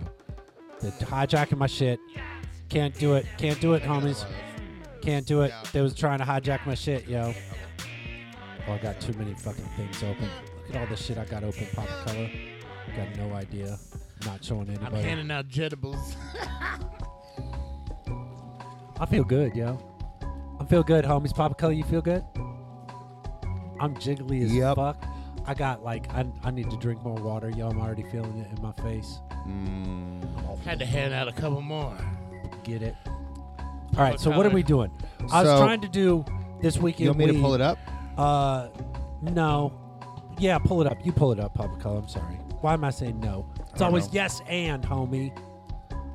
[SPEAKER 2] They're hijacking my shit. Can't do it. Can't do it, homies. Can't do it. They was trying to hijack my shit, yo. Oh, I got too many fucking things open. Look at all the shit I got open, pop color. Got no idea. Not showing
[SPEAKER 1] I'm
[SPEAKER 2] anybody.
[SPEAKER 1] handing
[SPEAKER 2] <laughs>
[SPEAKER 1] out jetables.
[SPEAKER 2] I feel good, yo. I feel good, homies. Papa Color, you feel good? I'm jiggly as fuck. I got like I, I need to drink more water, yo. I'm already feeling it in my face.
[SPEAKER 3] Hmm.
[SPEAKER 1] Had to hand out a couple more.
[SPEAKER 2] Get it? All right, so what are we doing? I was
[SPEAKER 3] So-
[SPEAKER 2] trying to do this weekend.
[SPEAKER 3] You want me to
[SPEAKER 2] weed.
[SPEAKER 3] pull it up?
[SPEAKER 2] Uh, no. Yeah, pull it up. You pull it up, Papa Color. I'm sorry. Why am I saying no? It's
[SPEAKER 3] don't
[SPEAKER 2] always
[SPEAKER 3] know.
[SPEAKER 2] yes and, homie.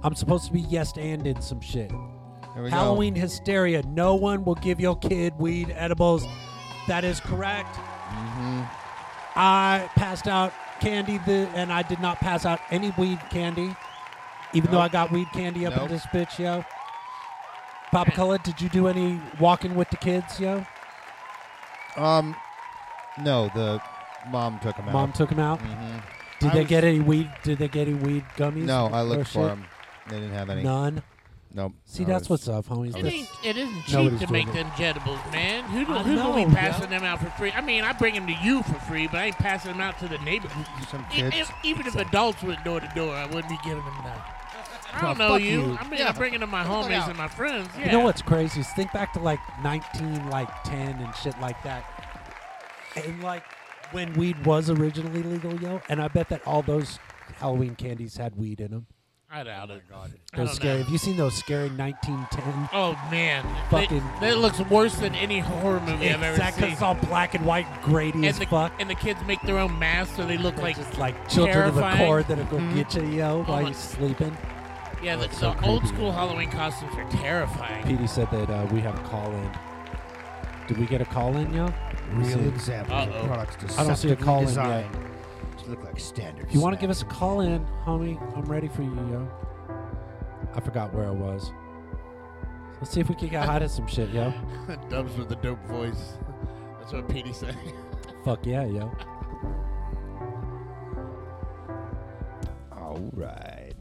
[SPEAKER 2] I'm supposed to be yes and in some shit.
[SPEAKER 3] Here we go.
[SPEAKER 2] Halloween hysteria. No one will give your kid weed edibles. That is correct. I passed out candy, the, and I did not pass out any weed candy, even though I got weed candy up in
[SPEAKER 3] Nope.
[SPEAKER 2] this bitch, yo. Pop Cullen, did you do any walking with the kids, yo?
[SPEAKER 3] Um, no, the mom took him out.
[SPEAKER 2] Mom took him out.
[SPEAKER 3] Mhm.
[SPEAKER 2] Did
[SPEAKER 3] I
[SPEAKER 2] they
[SPEAKER 3] was-
[SPEAKER 2] get any weed? Did they get any weed gummies?
[SPEAKER 3] No, I
[SPEAKER 2] or
[SPEAKER 3] looked for
[SPEAKER 2] shit?
[SPEAKER 3] them. They didn't have any.
[SPEAKER 2] None.
[SPEAKER 3] Nope.
[SPEAKER 2] See,
[SPEAKER 3] I
[SPEAKER 2] that's
[SPEAKER 3] was-
[SPEAKER 2] what's up, homies.
[SPEAKER 3] I
[SPEAKER 1] It
[SPEAKER 3] was-
[SPEAKER 1] ain't, it isn't cheap
[SPEAKER 2] Nobody's
[SPEAKER 1] to
[SPEAKER 2] doing it.
[SPEAKER 1] make them jettables, man. Who do,
[SPEAKER 2] I
[SPEAKER 1] who's gonna
[SPEAKER 2] know,
[SPEAKER 1] be passing them out for free? I mean, I bring them to you for free, but I ain't passing them out to the neighborhood.
[SPEAKER 3] Some
[SPEAKER 1] If,
[SPEAKER 3] kids.
[SPEAKER 1] even if adults went door to door, I wouldn't be giving them that. I
[SPEAKER 2] Well,
[SPEAKER 1] don't know
[SPEAKER 2] fuck
[SPEAKER 1] you.
[SPEAKER 2] you.
[SPEAKER 1] I mean,
[SPEAKER 2] Yeah.
[SPEAKER 1] I'm bringing them my
[SPEAKER 2] Fuck
[SPEAKER 1] homies
[SPEAKER 2] yeah.
[SPEAKER 1] and my friends. Yeah.
[SPEAKER 2] You know what's crazy is think back to like 19, like 10 and shit like that. And like when weed was originally legal, yo, and I bet that all those Halloween candies had weed in them.
[SPEAKER 1] I doubt it.
[SPEAKER 3] Oh
[SPEAKER 1] I
[SPEAKER 2] Those
[SPEAKER 1] don't
[SPEAKER 2] scary.
[SPEAKER 1] know.
[SPEAKER 2] Have you seen those scary 1910?
[SPEAKER 1] Oh man,
[SPEAKER 2] Fucking-
[SPEAKER 1] They- that looks worse than any horror movie I've ever
[SPEAKER 2] Exactly,
[SPEAKER 1] seen.
[SPEAKER 2] it's all black and white, grady
[SPEAKER 1] and
[SPEAKER 2] as
[SPEAKER 1] the,
[SPEAKER 2] fuck.
[SPEAKER 1] And the kids make their own masks, so they look like like
[SPEAKER 2] Children of the
[SPEAKER 1] terrifying.
[SPEAKER 2] Corn that'll go
[SPEAKER 1] Mhm.
[SPEAKER 2] get you, yo,
[SPEAKER 1] Oh
[SPEAKER 2] while
[SPEAKER 1] my-
[SPEAKER 2] you're sleeping. Oh,
[SPEAKER 1] Yeah, the,
[SPEAKER 2] so
[SPEAKER 1] the old
[SPEAKER 2] creepy.
[SPEAKER 1] school Halloween costumes are terrifying.
[SPEAKER 2] Petey said that uh, we have a call in. Did we get a call in, yo? Let me
[SPEAKER 3] Real
[SPEAKER 2] see.
[SPEAKER 3] examples of products
[SPEAKER 2] I don't see a
[SPEAKER 3] deceptively
[SPEAKER 2] call in yet.
[SPEAKER 3] designed to look like standard
[SPEAKER 2] If you want to give us a call in, homie, I'm ready for you, yo. I forgot where I was. Let's see if we can get hot at some shit,
[SPEAKER 1] <laughs>
[SPEAKER 2] yo.
[SPEAKER 12] Dubs with the dope voice. That's what Petey said.
[SPEAKER 2] Fuck yeah, yo.
[SPEAKER 3] All right.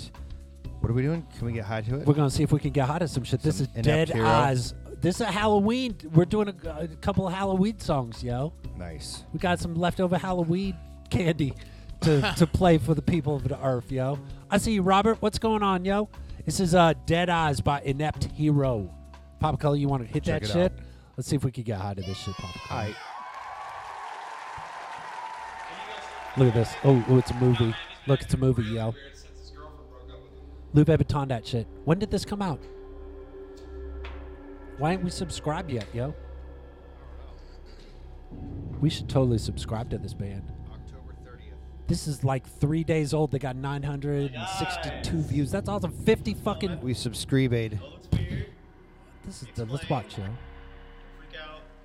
[SPEAKER 3] What are we doing? Can we get high to it?
[SPEAKER 2] We're gonna see if we can get hot at some shit. This
[SPEAKER 3] Some
[SPEAKER 2] is
[SPEAKER 3] inept
[SPEAKER 2] Dead
[SPEAKER 3] hero.
[SPEAKER 2] Oz. This is Halloween. We're doing a, a couple of Halloween songs, yo.
[SPEAKER 3] Nice.
[SPEAKER 2] We got some leftover Halloween candy to,
[SPEAKER 3] <laughs>
[SPEAKER 2] to play for the people of the earth, yo. I see you, Robert. What's going on, yo? This is uh, Dead Eyes by Inept Hero. Pop Color, you want to hit
[SPEAKER 3] Check
[SPEAKER 2] that
[SPEAKER 3] it
[SPEAKER 2] shit? Let's see if we can get high to this shit, Pop Color. Look at this. Oh, oh, it's a movie. Look, it's a movie, yo. Lou Vuitton, that shit. When did this come out? Why ain't we subscribed yet, yo? We should totally subscribe to this band. This is like three days old. They got 962 views. That's awesome. 50 fucking.
[SPEAKER 3] We subscribed.
[SPEAKER 2] This is. The, let's watch, yo.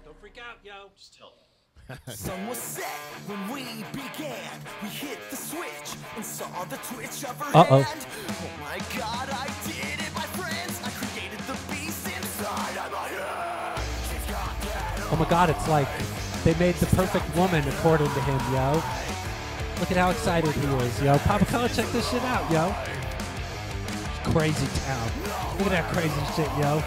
[SPEAKER 26] Don't freak out, yo. Just tell them.
[SPEAKER 8] <laughs> Some was set when we began. We hit the switch and saw the twitch of her
[SPEAKER 2] Uh-oh.
[SPEAKER 8] hand. Oh my god, I did it, my friends. I created the beast inside of my head. She's got that
[SPEAKER 2] Oh my god, it's like they made the perfect woman according to him, yo. Look at how excited he is, yo. Papa Color, check this shit out, yo. Crazy town. Look at that crazy shit, yo.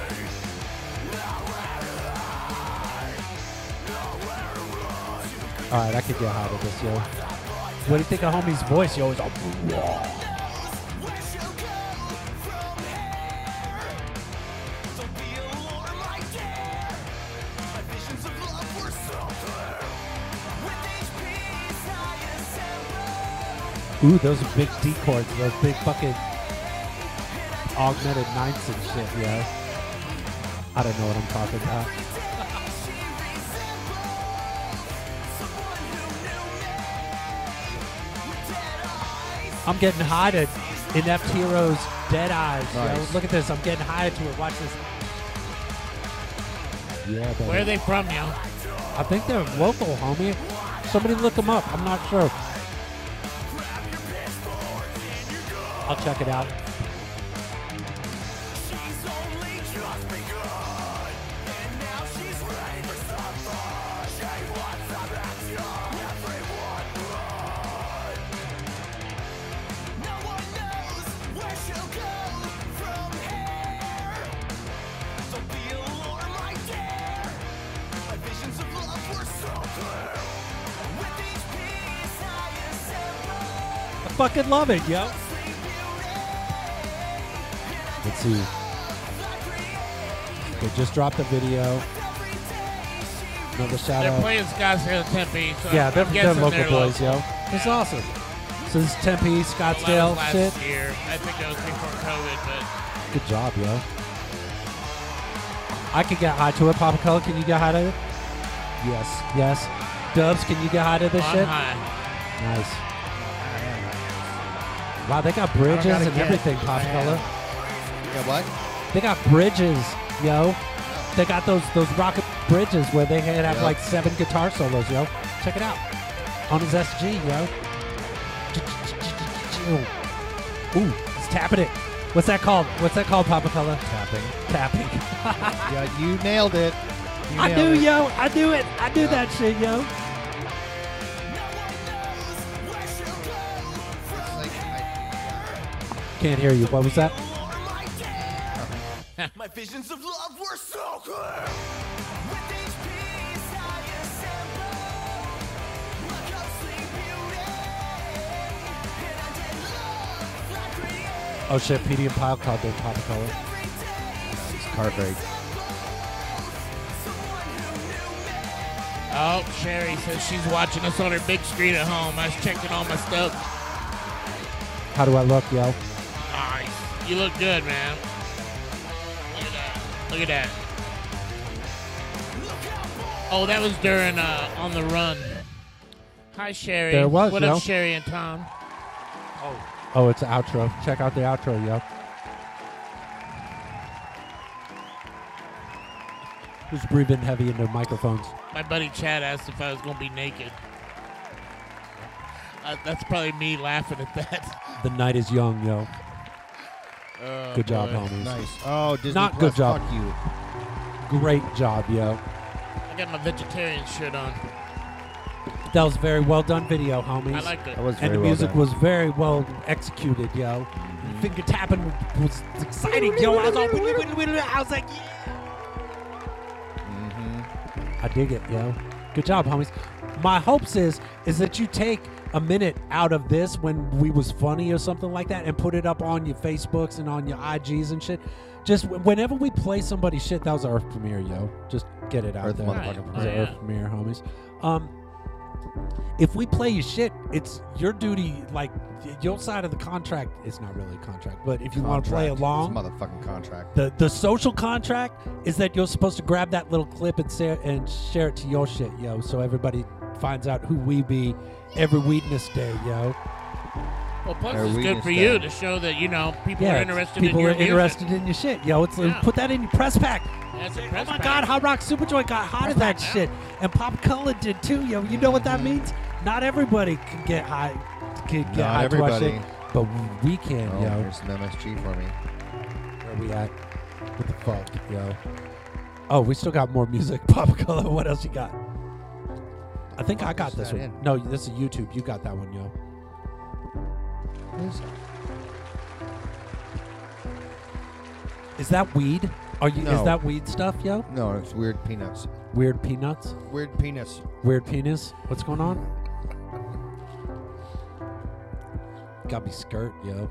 [SPEAKER 2] Alright, I could get hot with this, yo. What do you think of homie's voice, yo? It's all
[SPEAKER 8] visions of love were so clear. With each piece I assembled.
[SPEAKER 2] Ooh, those are big D chords, those big fucking augmented ninths and shit, yo. I don't know what I'm talking about.
[SPEAKER 8] She resembles someone who knew me. With dead eyes.
[SPEAKER 2] I'm getting high to Inept Heroes Dead Eyes. yo.
[SPEAKER 1] Nice.
[SPEAKER 2] Look at this. I'm getting high to it. Watch this. Yeah, baby.
[SPEAKER 1] Where are they from, yo?
[SPEAKER 2] I think they're local, homie. Somebody look them up. I'm not sure. I'll check it out.
[SPEAKER 8] She's only just begun. And now she's ready for something. She wants some action. Everyone run. No one knows where she'll go from here. Don't be alarmed, my dear. My visions of love were so clear. With each piece I assemble.
[SPEAKER 2] I fucking love it, yo. Let's see. They just dropped a video. Another shout
[SPEAKER 1] They're
[SPEAKER 2] out.
[SPEAKER 1] playing Scottsdale Tempe. So
[SPEAKER 2] yeah,
[SPEAKER 1] I'm
[SPEAKER 2] they're, they're
[SPEAKER 1] guessing
[SPEAKER 2] local
[SPEAKER 1] they're
[SPEAKER 2] boys,
[SPEAKER 1] local.
[SPEAKER 2] yo. It's awesome. So this is Tempe,
[SPEAKER 1] Well, that was
[SPEAKER 2] Scottsdale,
[SPEAKER 1] last
[SPEAKER 2] shit.
[SPEAKER 1] year. I think that was before COVID,
[SPEAKER 2] Good job, yo. I could get high to it. Papa Color, can you get high to it? Yes. Yes. Dubs, can you get high to this
[SPEAKER 1] I'm
[SPEAKER 2] shit?
[SPEAKER 1] high.
[SPEAKER 2] Nice. Wow, they got bridges
[SPEAKER 3] gotta
[SPEAKER 2] and
[SPEAKER 3] get-
[SPEAKER 2] everything, Papa
[SPEAKER 3] I am.
[SPEAKER 2] Color.
[SPEAKER 3] Yeah, what?
[SPEAKER 2] They got bridges, yo. They got those those rocket bridges where they had have
[SPEAKER 3] Yep.
[SPEAKER 2] like seven guitar solos, yo. Check it out on his SG, yo. Ooh, he's tapping it. What's that called? What's that called, Papa Fella?
[SPEAKER 3] Tapping.
[SPEAKER 2] Tapping.
[SPEAKER 3] <laughs> yeah, you nailed it. You
[SPEAKER 4] I
[SPEAKER 3] nailed
[SPEAKER 4] do,
[SPEAKER 3] it.
[SPEAKER 4] yo. I do it. I do that shit, yo.
[SPEAKER 2] Can't hear you. What was that?
[SPEAKER 8] My visions of love were so clear.
[SPEAKER 2] Oh shit, PD and Pyle called their Papa Fella.
[SPEAKER 3] It's Cartwright.
[SPEAKER 1] Oh, Sherry says she's watching us on her big screen at home. I was checking all my stuff.
[SPEAKER 2] How do I look, yo?
[SPEAKER 1] Nice. You look good, man. Look at that. Oh, that was during uh, On the Run. Hi, Sherry.
[SPEAKER 2] There it was,
[SPEAKER 1] What
[SPEAKER 2] yo.
[SPEAKER 1] up, Sherry and Tom?
[SPEAKER 2] Oh, it's an outro. Check out the outro, yo. Just breathe in heavy into microphones.
[SPEAKER 1] My buddy Chad asked if I was going to be naked. Uh, that's probably me laughing at that. <laughs>
[SPEAKER 2] The night is young, yo.
[SPEAKER 1] Uh,
[SPEAKER 2] good job,
[SPEAKER 1] boy.
[SPEAKER 2] homies.
[SPEAKER 3] Nice. Oh, Disney
[SPEAKER 2] Not
[SPEAKER 3] Plus,
[SPEAKER 2] good job.
[SPEAKER 3] fuck you.
[SPEAKER 2] Great job, yo.
[SPEAKER 1] I got my vegetarian shirt on.
[SPEAKER 2] That was very well done video, homies.
[SPEAKER 1] I liked it. That
[SPEAKER 3] was
[SPEAKER 2] and
[SPEAKER 3] very
[SPEAKER 2] the
[SPEAKER 3] well
[SPEAKER 2] music
[SPEAKER 3] done.
[SPEAKER 2] was very well executed, yo. Finger tapping was exciting, yo. I was all, I was like, yeah. I dig it, yo. Good job, homies. My hopes is is that you take a minute out of this when we was funny or something like that and put it up on your Facebooks and on your IGs and shit. Just wh- whenever we play somebody's shit, that was our Earth premiere, yo. Just get it out
[SPEAKER 3] Earth
[SPEAKER 2] there.
[SPEAKER 3] motherfucking
[SPEAKER 2] It was
[SPEAKER 3] premiere.
[SPEAKER 2] our Earth premiere, homies. Um, if we play your shit, it's your duty. Like y- your side of the contract, it's not really a contract, but if you want to play
[SPEAKER 3] Contract.
[SPEAKER 2] along,
[SPEAKER 3] This motherfucking contract.
[SPEAKER 2] the the social contract is that you're supposed to grab that little clip and share and share it to your shit, yo, so everybody finds out who we be every weakness day, yo.
[SPEAKER 1] Well, plus
[SPEAKER 2] Our
[SPEAKER 1] it's good
[SPEAKER 2] weakness
[SPEAKER 1] for you
[SPEAKER 2] there.
[SPEAKER 1] to show that you know people are interested
[SPEAKER 2] people
[SPEAKER 1] in your
[SPEAKER 2] are interested in your shit, yo. It's
[SPEAKER 1] Yeah.
[SPEAKER 2] put that in your press pack.
[SPEAKER 1] Music. That's a
[SPEAKER 2] Oh
[SPEAKER 1] press
[SPEAKER 2] my
[SPEAKER 1] pack.
[SPEAKER 2] God, Hot Rock Superjoy got hot at that shit, and Pop Color did too, yo. You know what that
[SPEAKER 1] Mm-hmm.
[SPEAKER 2] means? Not everybody can get high, can get
[SPEAKER 3] Not
[SPEAKER 2] high to our
[SPEAKER 3] everybody.
[SPEAKER 2] shit, but we can,
[SPEAKER 3] Oh,
[SPEAKER 2] yo.
[SPEAKER 3] there's some MSG for me.
[SPEAKER 2] Where we at? What the fuck, yo? Oh, we still got more music. <laughs> Pop color. What else you got? I think I got
[SPEAKER 3] is
[SPEAKER 2] this
[SPEAKER 3] that
[SPEAKER 2] one.
[SPEAKER 3] in?
[SPEAKER 2] No, this is YouTube. You got that one, yo. Is that weed? Are you? Is
[SPEAKER 3] No.
[SPEAKER 2] that weed stuff, yo?
[SPEAKER 3] No, it's weird peanuts.
[SPEAKER 2] Weird peanuts.
[SPEAKER 3] Weird penis.
[SPEAKER 2] Weird penis. What's going on? Got me skirt, yo.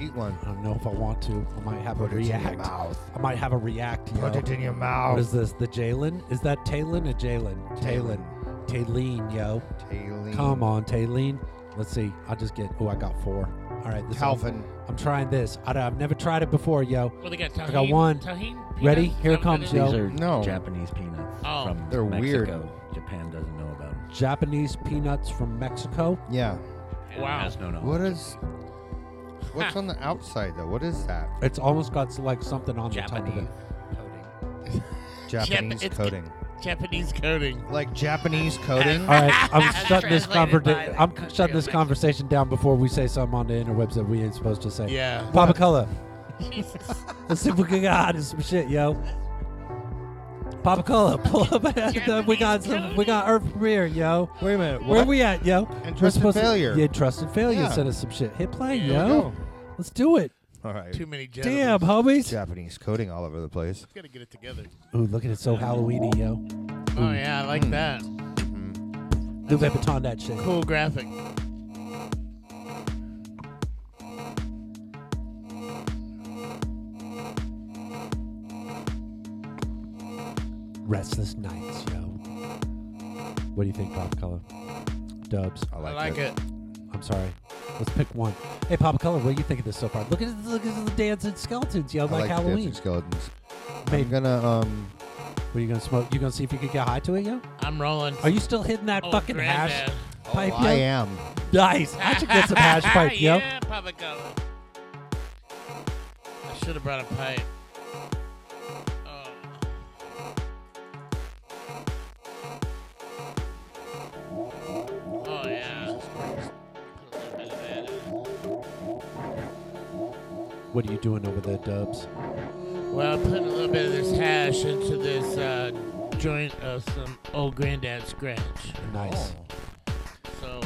[SPEAKER 3] Eat one.
[SPEAKER 2] I don't know if I want to. I might have
[SPEAKER 3] Put
[SPEAKER 2] a
[SPEAKER 3] it in your
[SPEAKER 2] react.
[SPEAKER 3] mouth.
[SPEAKER 2] I might have a react. Yo.
[SPEAKER 3] Put it in your mouth.
[SPEAKER 2] What is this? The Jalen? Is that Taylin or Jalen? Taylin. Taylene, yo.
[SPEAKER 3] Taylene.
[SPEAKER 2] Come on, Taylene. Let's see. I just get. Oh, I got four. All right. This
[SPEAKER 3] Calvin.
[SPEAKER 2] I'm trying this. I, have never tried it before, yo.
[SPEAKER 1] What they got,
[SPEAKER 2] I got
[SPEAKER 1] tahini-
[SPEAKER 2] one.
[SPEAKER 1] tahini peanuts?
[SPEAKER 2] Ready?
[SPEAKER 1] Is
[SPEAKER 2] Here
[SPEAKER 1] that
[SPEAKER 2] it
[SPEAKER 1] what
[SPEAKER 2] comes,
[SPEAKER 1] it
[SPEAKER 2] yo.
[SPEAKER 1] is?
[SPEAKER 14] These are
[SPEAKER 2] No.
[SPEAKER 14] Japanese peanuts
[SPEAKER 1] Oh.
[SPEAKER 14] from
[SPEAKER 3] They're weird.
[SPEAKER 14] Mexico. Japan doesn't know about them.
[SPEAKER 2] Japanese peanuts from Mexico.
[SPEAKER 3] Yeah.
[SPEAKER 1] Wow.
[SPEAKER 14] Has no knowledge.
[SPEAKER 3] What is? What's on the outside though? What is that?
[SPEAKER 2] It's almost got like something on the top of it.
[SPEAKER 3] Japanese
[SPEAKER 1] it's-
[SPEAKER 3] coating.
[SPEAKER 1] Japanese coding.
[SPEAKER 3] Like Japanese coding.
[SPEAKER 2] All right, I'm shutting this
[SPEAKER 1] Translated by
[SPEAKER 2] conver-
[SPEAKER 1] the
[SPEAKER 2] I'm shutting this conversation down before we say something on the interwebs that we ain't supposed to say.
[SPEAKER 1] Yeah.
[SPEAKER 2] Papa Color.
[SPEAKER 1] Jesus.
[SPEAKER 2] Let's see if we can get out of some shit, yo. Papa Cola, <laughs> pull up. we got some. We got Earth Premiere, yo.
[SPEAKER 3] Wait a minute.
[SPEAKER 2] Where
[SPEAKER 3] what?
[SPEAKER 2] we at, yo?
[SPEAKER 3] And
[SPEAKER 2] We're
[SPEAKER 3] Trust and
[SPEAKER 2] supposed
[SPEAKER 3] Failure.
[SPEAKER 2] To, yeah, Trust and Failure
[SPEAKER 3] Yeah.
[SPEAKER 2] sent us some shit. Hit play,
[SPEAKER 3] Here we
[SPEAKER 2] yo.
[SPEAKER 3] go.
[SPEAKER 2] Let's do it.
[SPEAKER 3] All right.
[SPEAKER 1] Too many genitals.
[SPEAKER 2] Damn, homies.
[SPEAKER 3] Japanese coding all over the place.
[SPEAKER 1] Gotta get it together.
[SPEAKER 2] Ooh, look at it. So Halloweeny, yo.
[SPEAKER 1] Oh yeah, I like that.
[SPEAKER 2] Louis Vuitton that shit.
[SPEAKER 1] Cool graphic.
[SPEAKER 2] Restless Nights, yo. What do you think, Pop Color? Dubs.
[SPEAKER 3] I
[SPEAKER 1] like like it. it.
[SPEAKER 2] I'm sorry. Let's pick one. Hey, Pop Color, what do you think of this so far? Look at look at the dancing skeletons, yo,
[SPEAKER 3] I
[SPEAKER 2] like,
[SPEAKER 3] like the
[SPEAKER 2] Halloween.
[SPEAKER 3] dancing skeletons.
[SPEAKER 2] Mate.
[SPEAKER 3] I'm gonna um.
[SPEAKER 2] What are you gonna smoke? You gonna see if you can get high to it, yo?
[SPEAKER 1] I'm rolling. Oh,
[SPEAKER 2] Are you still hitting that
[SPEAKER 1] Old
[SPEAKER 2] fucking hash
[SPEAKER 1] granddad.
[SPEAKER 2] pipe?
[SPEAKER 3] Oh, I
[SPEAKER 2] yo?
[SPEAKER 3] am.
[SPEAKER 2] Nice. I should get some
[SPEAKER 1] <laughs>
[SPEAKER 2] hash pipe, yo.
[SPEAKER 1] yeah, Papa Cola. I should have brought a pipe. Oh. Oh yeah.
[SPEAKER 2] What are you doing over there, Dubs?
[SPEAKER 1] Well, I put a little bit of this hash into this uh, joint of some old granddad scratch.
[SPEAKER 2] Nice.
[SPEAKER 1] So,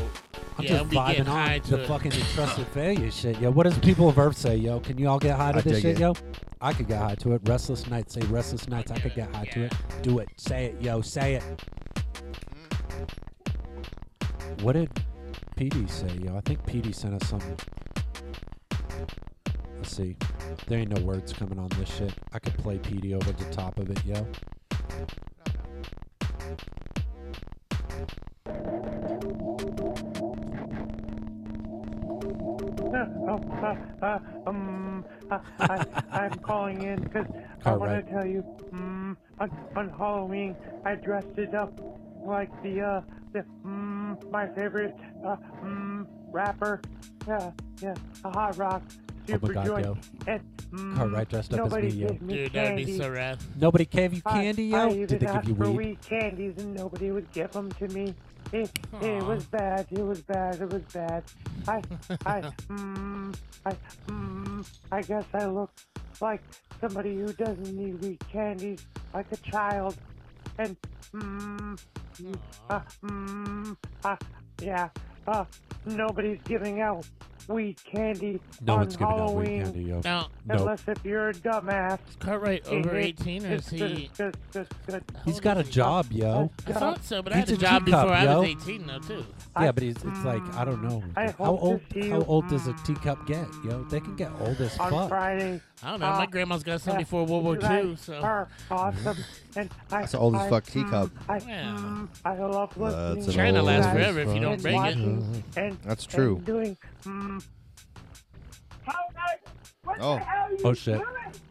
[SPEAKER 2] I'm
[SPEAKER 1] yeah,
[SPEAKER 2] just
[SPEAKER 1] we getting
[SPEAKER 2] vibing
[SPEAKER 1] high
[SPEAKER 2] on
[SPEAKER 1] to
[SPEAKER 2] the
[SPEAKER 1] it. <laughs>
[SPEAKER 2] fucking trusted failure shit, yo. What does people of Earth say, yo? Can you all get high to
[SPEAKER 1] I
[SPEAKER 2] this
[SPEAKER 1] dig
[SPEAKER 2] shit,
[SPEAKER 1] it.
[SPEAKER 2] yo? I could get high to it. Restless nights, say restless nights. I could get high to it. Do it. Say it, yo. Say it. What did PD say, yo? I think PD sent us something. Let's see. There ain't no words coming on this shit. I could play PD over the top of it, yo.
[SPEAKER 7] Oh, uh, uh, um, I, I, <laughs> I'm calling in because I
[SPEAKER 2] All
[SPEAKER 7] want
[SPEAKER 2] right.
[SPEAKER 7] to tell you, um, on, on Halloween, I dressed it up like the, uh, the, um, my favorite, uh, um, rapper. Yeah, yeah, a hot rock,
[SPEAKER 2] Oh
[SPEAKER 7] super
[SPEAKER 2] my god,
[SPEAKER 7] joint.
[SPEAKER 2] yo.
[SPEAKER 7] And, mm,
[SPEAKER 2] Cartwright dressed up as me,
[SPEAKER 7] nobody
[SPEAKER 2] yo.
[SPEAKER 7] gave me
[SPEAKER 1] Dude, that'd be
[SPEAKER 7] candy.
[SPEAKER 1] so rad.
[SPEAKER 2] Nobody gave you
[SPEAKER 7] I-
[SPEAKER 2] candy, yo?
[SPEAKER 7] I
[SPEAKER 2] Did
[SPEAKER 7] even
[SPEAKER 2] they give
[SPEAKER 7] asked
[SPEAKER 2] you
[SPEAKER 7] for
[SPEAKER 2] weed?
[SPEAKER 7] weed candies and nobody would give them to me. It, it was bad. It was bad. It was bad. I,
[SPEAKER 2] <laughs>
[SPEAKER 7] I, mm, I, mm, I guess I look like somebody who doesn't need weed candies, like a child. And, mm, mm, uh, mm, uh, yeah, uh, nobody's giving out weed candy
[SPEAKER 2] No
[SPEAKER 7] on
[SPEAKER 2] one's giving out weed
[SPEAKER 7] Halloween.
[SPEAKER 2] candy, yo.
[SPEAKER 1] No.
[SPEAKER 2] Nope.
[SPEAKER 7] Unless if you're a dumbass. Is
[SPEAKER 1] Cartwright over 18 or is he-
[SPEAKER 2] He's got a job, yo.
[SPEAKER 1] I thought so, but I
[SPEAKER 2] He's
[SPEAKER 1] had a
[SPEAKER 2] a
[SPEAKER 1] job
[SPEAKER 2] teacup,
[SPEAKER 1] before I
[SPEAKER 2] yo.
[SPEAKER 1] was 18, though, too.
[SPEAKER 2] Yeah, but he's, it's like I don't know.
[SPEAKER 7] I
[SPEAKER 2] how
[SPEAKER 7] hope to
[SPEAKER 2] old?
[SPEAKER 7] see
[SPEAKER 2] How
[SPEAKER 7] you-
[SPEAKER 2] old does a teacup get? Yo, they can get old as
[SPEAKER 7] on
[SPEAKER 2] fuck.
[SPEAKER 7] Friday.
[SPEAKER 1] I don't know. my grandma's got some
[SPEAKER 7] uh,
[SPEAKER 1] before World War
[SPEAKER 7] you guys
[SPEAKER 1] II, so.
[SPEAKER 7] are
[SPEAKER 3] <laughs>
[SPEAKER 7] awesome. And I,
[SPEAKER 3] That's an old as
[SPEAKER 7] I-
[SPEAKER 3] fuck teacup.
[SPEAKER 7] I, mm, I love listening.
[SPEAKER 3] That's an
[SPEAKER 7] to
[SPEAKER 3] old
[SPEAKER 7] you
[SPEAKER 3] as
[SPEAKER 7] guys
[SPEAKER 1] forever if you don't
[SPEAKER 7] and
[SPEAKER 1] break it.
[SPEAKER 7] watching And,
[SPEAKER 3] That's
[SPEAKER 7] and
[SPEAKER 3] true.
[SPEAKER 7] doing, mm,
[SPEAKER 2] Oh. Oh shit.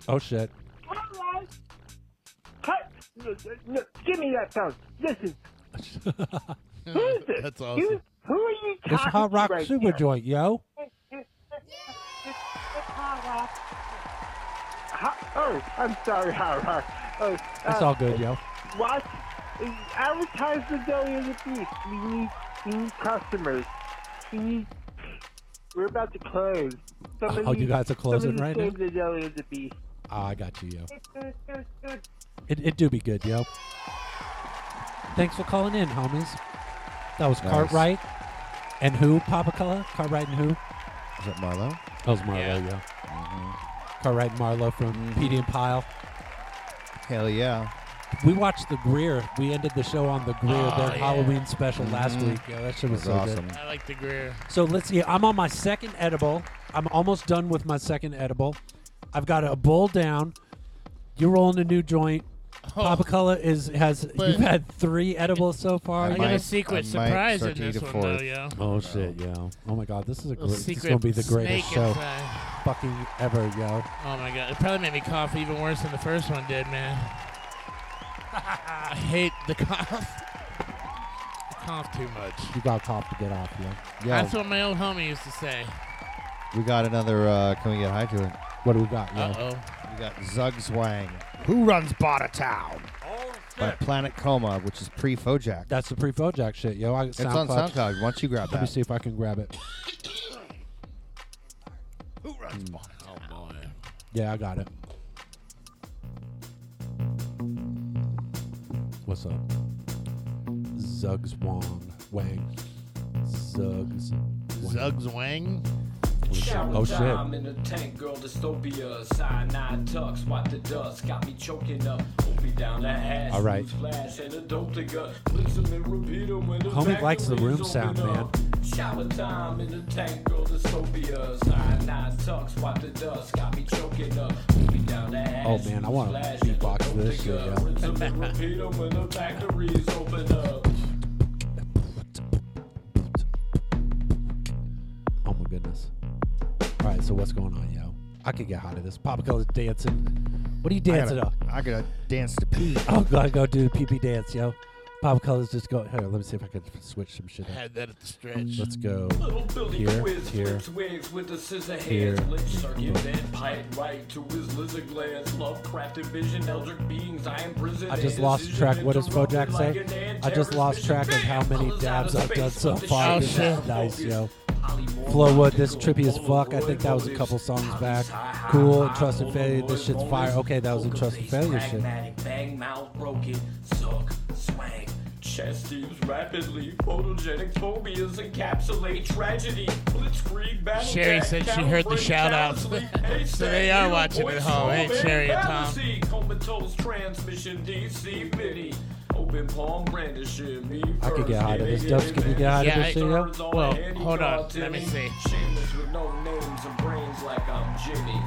[SPEAKER 2] Oh shit.
[SPEAKER 7] Cut! No, no, give me that phone. Listen. Who's this?
[SPEAKER 2] That's
[SPEAKER 7] You, who are you talking
[SPEAKER 2] It's hot rock
[SPEAKER 7] to right
[SPEAKER 2] super
[SPEAKER 7] now?
[SPEAKER 2] joint, yo.
[SPEAKER 7] Ho- Oh, I'm sorry, Hot Rock. Oh,
[SPEAKER 2] It's
[SPEAKER 7] uh,
[SPEAKER 2] all good, yo.
[SPEAKER 7] Watch, advertise the Belly and the Beast. We need, we need customers. We need. We're about to close.
[SPEAKER 2] Oh, you guys are closing right now?
[SPEAKER 7] save The Deli and the Beast.
[SPEAKER 2] Oh, I got you, yo. It it do be good, yo. Thanks for calling in, homies. That was
[SPEAKER 3] Nice.
[SPEAKER 2] Cartwright and who? Papa Color? Cartwright and who?
[SPEAKER 3] that Marlo?
[SPEAKER 2] That was Marlo, yo. Cartwright and Marlo from PD and Pile.
[SPEAKER 3] Mm-hmm. Hell yeah.
[SPEAKER 2] We watched the Greer. We ended the show on the Greer,
[SPEAKER 1] Oh,
[SPEAKER 2] their
[SPEAKER 1] yeah.
[SPEAKER 2] Halloween special last
[SPEAKER 3] Mhm.
[SPEAKER 2] week. Yo, that shit was,
[SPEAKER 3] That
[SPEAKER 2] so
[SPEAKER 3] was
[SPEAKER 2] good.
[SPEAKER 3] awesome.
[SPEAKER 1] I like the Greer.
[SPEAKER 2] So let's see. I'm on my second edible. I'm almost done with my second edible. I've got a bowl down. You're rolling a new joint.
[SPEAKER 3] Oh.
[SPEAKER 2] Papa Color is has
[SPEAKER 1] But-
[SPEAKER 2] you've had three edibles so far.
[SPEAKER 1] I
[SPEAKER 2] you
[SPEAKER 1] got
[SPEAKER 2] know?
[SPEAKER 1] a secret surprise in this one, though, yo.
[SPEAKER 2] Oh shit, yo! Oh my god, this is a
[SPEAKER 1] Little
[SPEAKER 2] great. This is
[SPEAKER 1] secret
[SPEAKER 2] gonna be the greatest
[SPEAKER 1] snake
[SPEAKER 2] show,
[SPEAKER 1] inside.
[SPEAKER 2] fucking ever, yo.
[SPEAKER 1] Oh my god, it probably made me cough even worse than the first one did, man. I hate the cough. I cough too much.
[SPEAKER 2] You got top to get off, yo.
[SPEAKER 1] That's what my old homie used to say.
[SPEAKER 3] We got another. Uh, can we get high to it?
[SPEAKER 2] What do we got?
[SPEAKER 3] Yeah.
[SPEAKER 1] Uh oh.
[SPEAKER 3] We got Zugswang. Who runs Bada Town? By Planet Coma, which is pre Fojack.
[SPEAKER 2] That's the pre Fojack shit, yo. I,
[SPEAKER 3] It's on SoundCloud. Why don't you grab
[SPEAKER 2] Let me
[SPEAKER 3] that?
[SPEAKER 2] see if I can grab it.
[SPEAKER 1] Who runs Oh boy.
[SPEAKER 2] Yeah, I got it. What's up? Zugs Wong Wang. Zugs.
[SPEAKER 1] Zugs Wang?
[SPEAKER 15] Shower
[SPEAKER 2] Oh
[SPEAKER 15] time
[SPEAKER 2] shit.
[SPEAKER 15] in a tank, girl, dystopia. Cyanide tux, wipe the dust, got me choking up. Hold me down the ass.
[SPEAKER 2] All right.
[SPEAKER 15] Flash and a dope to gut. Listen and repeat 'em when the
[SPEAKER 2] Homie likes the room
[SPEAKER 15] factories
[SPEAKER 2] sound,
[SPEAKER 15] open
[SPEAKER 2] man.
[SPEAKER 15] up. Shower time in a tank, girl, dystopia. Cyanide tux, wipe the dust, got me choking up. Hold me down the ass.
[SPEAKER 2] Oh man, I want to beatbox this shit, yo.
[SPEAKER 15] Listen and repeat 'em when the factories open up.
[SPEAKER 2] Oh my goodness. All right, so what's going on, yo? I could get out of this. Papa Color's dancing. What are you
[SPEAKER 3] I
[SPEAKER 2] dancing
[SPEAKER 3] gotta-
[SPEAKER 2] up?
[SPEAKER 3] I gotta dance to pee.
[SPEAKER 2] <laughs> Oh, gotta go do the pee pee dance, yo. Papa Color's just go. Here, let me see if I can switch some shit. up.
[SPEAKER 1] Had that at the stretch.
[SPEAKER 2] Let's go
[SPEAKER 15] Little Billy
[SPEAKER 2] here,
[SPEAKER 15] Quiz
[SPEAKER 2] here,
[SPEAKER 15] flips wigs with the scissor
[SPEAKER 2] here.
[SPEAKER 15] hands, lip circumvent, pipe right to his lizard glands, Lovecrafted vision, eldritch beings, I am prison.
[SPEAKER 2] I just lost track. What does Fojack say? I just lost track of how many dabs I've done so far.
[SPEAKER 15] Oh,
[SPEAKER 2] This is
[SPEAKER 15] shit.
[SPEAKER 2] nice, yo. Flowwood, this trippy as fuck. I think that was a couple songs back. Cool, Trusted Failure, this shit's fire. Okay, that was a Trusted Failure shit.
[SPEAKER 15] Pragmatic, bang, mouth broken, suck, swang. Chest heaves rapidly, photogenic phobias encapsulate tragedy. Blitzkrieg battle
[SPEAKER 1] Sherry
[SPEAKER 15] tech,
[SPEAKER 1] said she heard the
[SPEAKER 15] calibrate
[SPEAKER 1] shout <laughs> outs.
[SPEAKER 15] callous-
[SPEAKER 1] so they are watching at home. Hey, Sherry and Tom.
[SPEAKER 15] Fallacy, Comatose transmission, DC mini. Open palm brandishing, me
[SPEAKER 2] I could get high to this stuff. Can you get high to
[SPEAKER 1] Yeah,
[SPEAKER 2] this
[SPEAKER 1] I-
[SPEAKER 2] shit, yo?
[SPEAKER 1] well, hold on. Let me see.
[SPEAKER 15] Shameless with no names and brains like I'm Jimmy.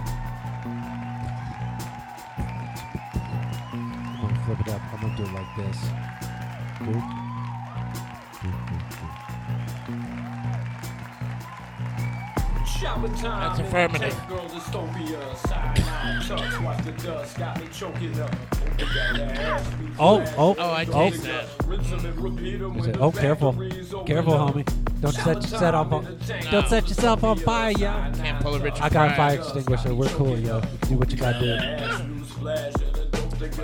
[SPEAKER 2] I'm gonna flip it up. I'm gonna do it like this.
[SPEAKER 15] Shower time.
[SPEAKER 1] That's affirmative.
[SPEAKER 15] Tech Girl dystopia. Cyanide chucks. Watch the dust. Got me choking up. Open that ass.
[SPEAKER 2] Oh, oh,
[SPEAKER 1] Oh, I
[SPEAKER 2] oh.
[SPEAKER 1] taste that.
[SPEAKER 15] Rinse 'em and repeat 'em
[SPEAKER 2] Is
[SPEAKER 15] with
[SPEAKER 2] it?
[SPEAKER 15] the
[SPEAKER 2] Oh, careful.
[SPEAKER 15] factories open
[SPEAKER 2] Careful,
[SPEAKER 15] up.
[SPEAKER 2] homie. Don't set yourself on fire. Don't set yourself on fire, yo.
[SPEAKER 1] Can't pull a Richard
[SPEAKER 2] I got a
[SPEAKER 1] Pryor.
[SPEAKER 2] fire extinguisher. We're cool, yo. You can do what you gotta do.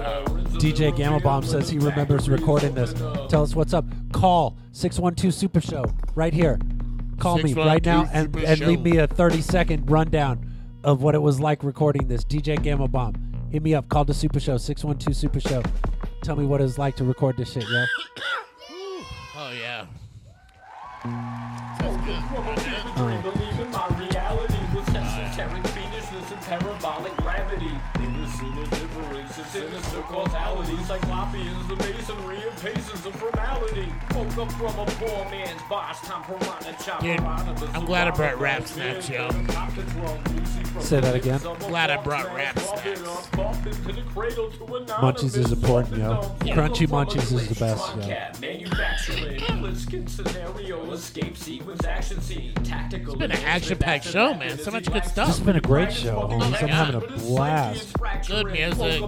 [SPEAKER 2] Uh, DJ Gamma Bomb says he remembers recording this. Tell us what's up. Call 612 Super Show right here. Call me right now and,
[SPEAKER 1] 612
[SPEAKER 2] and
[SPEAKER 1] Super
[SPEAKER 2] leave me a 30 second rundown of what it was like recording this. DJ Gamma Bomb, hit me up. Call the Super Show 612 Super Show. Tell me what it was like to record this shit, yo.
[SPEAKER 1] Oh, yeah.
[SPEAKER 15] Believe in my reality was esoteric fiendishness and parabolic gravity. In the scene of difference and sinister causality, Cyclopean is the masonry and patience of formality. Woke up from a poor man's boss, Tom Piranha,
[SPEAKER 1] Dude,
[SPEAKER 15] Chopper,
[SPEAKER 1] I'm glad I brought rap snacks, yo.
[SPEAKER 2] Say that again.
[SPEAKER 1] Glad I brought rap snacks.
[SPEAKER 2] Munchies is important, yo. Crunchy Munchies is the best, yo.
[SPEAKER 15] Cat manufacturing, split skin scenario, escape sequence, action scene, tactical.
[SPEAKER 1] It's been an action packed show, man. So much good stuff. Oh
[SPEAKER 2] This has been a great show, homies. I'm having a blast.
[SPEAKER 1] Good music.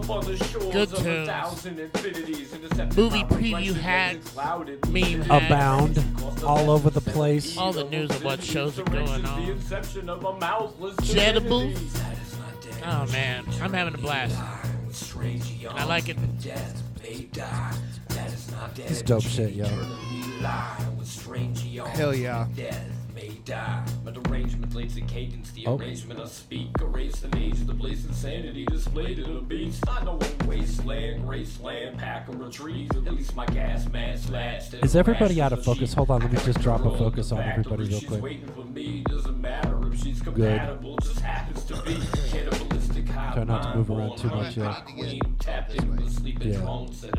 [SPEAKER 1] Good tunes. Movie preview hacks. Meme hacks.
[SPEAKER 2] Abound all over the place.
[SPEAKER 1] All the news of what shows are going on.
[SPEAKER 15] Inception of a mouthless
[SPEAKER 1] Jettables. Oh, man. I'm having a blast. And I like it.
[SPEAKER 2] It's dope shit, yo.
[SPEAKER 3] Hell yeah.
[SPEAKER 15] But arrangement leads to cadence, the
[SPEAKER 2] Oh.
[SPEAKER 15] arrangement I speak, erase the age of the place insanity displayed in the beats. I know a wasteland, graceland, pack of trees, at least my gas mask last.
[SPEAKER 2] Is everybody out of focus? Hold on, let me just drop a focus on everybody real
[SPEAKER 15] She's
[SPEAKER 2] quick.
[SPEAKER 15] waiting for me, doesn't matter if she's compatible, just happens to
[SPEAKER 2] <clears throat>
[SPEAKER 15] be cannibalistic high
[SPEAKER 2] Try not to move around too much, yo.
[SPEAKER 15] Yeah.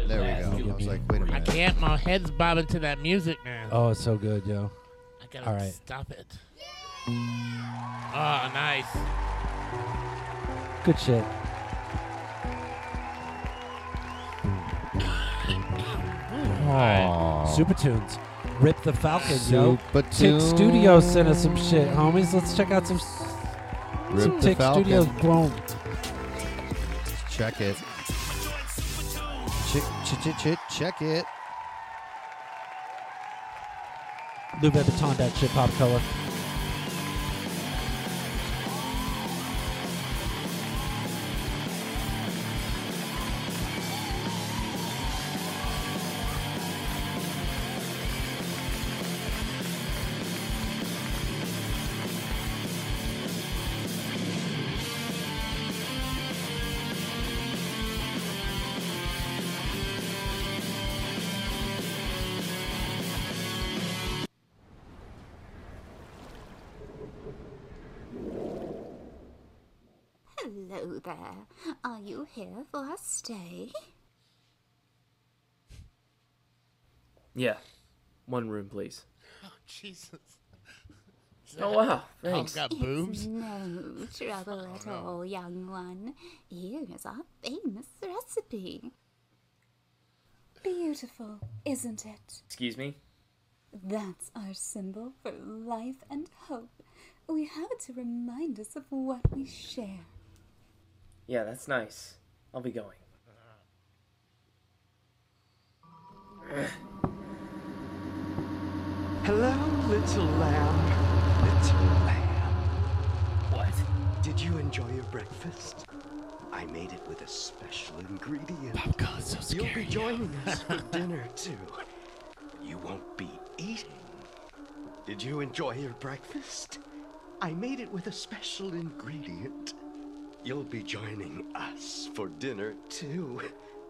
[SPEAKER 3] There we go. I was like, wait a
[SPEAKER 1] I
[SPEAKER 3] minute.
[SPEAKER 1] can't. My head's bobbing to that music, man.
[SPEAKER 2] Oh, it's so good, yo.
[SPEAKER 1] I gotta
[SPEAKER 2] All right.
[SPEAKER 1] stop it. Oh, nice.
[SPEAKER 2] Good shit.
[SPEAKER 1] Alright.
[SPEAKER 2] Super Tunes. Rip the Falcon, yo.
[SPEAKER 3] Supertunes.
[SPEAKER 2] Tick Studio sent us some shit, homies. Let's check out some, s-
[SPEAKER 3] Rip
[SPEAKER 2] some
[SPEAKER 3] the
[SPEAKER 2] Tick
[SPEAKER 3] Falcon.
[SPEAKER 2] Studios blown.
[SPEAKER 3] Check it. Check, check, check, check, check it.
[SPEAKER 2] Lou Vuitton that shit pop color.
[SPEAKER 13] Hello there. Are you here for a stay?
[SPEAKER 16] Yeah. One room, please.
[SPEAKER 1] Oh, Jesus.
[SPEAKER 16] Oh, wow. Thanks.
[SPEAKER 1] got
[SPEAKER 13] It's
[SPEAKER 1] boobs?
[SPEAKER 13] No trouble at
[SPEAKER 1] no.
[SPEAKER 13] all, young one. Here is our famous recipe. Beautiful, isn't it?
[SPEAKER 16] Excuse me?
[SPEAKER 13] That's our symbol for life and hope. We have it to remind us of what we share.
[SPEAKER 16] Yeah, that's nice. I'll be going.
[SPEAKER 8] Hello, little lamb. Little lamb. What? Did you enjoy your breakfast? I made it with a special ingredient. Popcorn's so scary. You'll be
[SPEAKER 2] <laughs>
[SPEAKER 8] joining us for dinner, too. You won't be eating.
[SPEAKER 14] Did you enjoy your breakfast? I made it with a special ingredient. You'll be joining us for dinner too,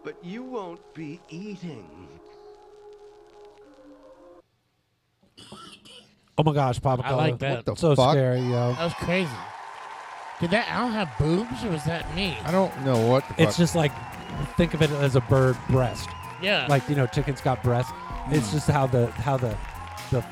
[SPEAKER 14] but you won't be eating.
[SPEAKER 2] Oh my gosh, Papa!
[SPEAKER 1] I like
[SPEAKER 2] Cola.
[SPEAKER 1] that.
[SPEAKER 2] so scary, yo.
[SPEAKER 1] That was crazy. Did that owl have boobs, or was that me?
[SPEAKER 2] I
[SPEAKER 3] don't know what.
[SPEAKER 1] the
[SPEAKER 2] It's
[SPEAKER 1] fuck.
[SPEAKER 2] just like think of it as a bird breast.
[SPEAKER 1] Yeah.
[SPEAKER 2] Like you know, chicken's got breast.
[SPEAKER 3] Hmm.
[SPEAKER 2] It's just how the how the the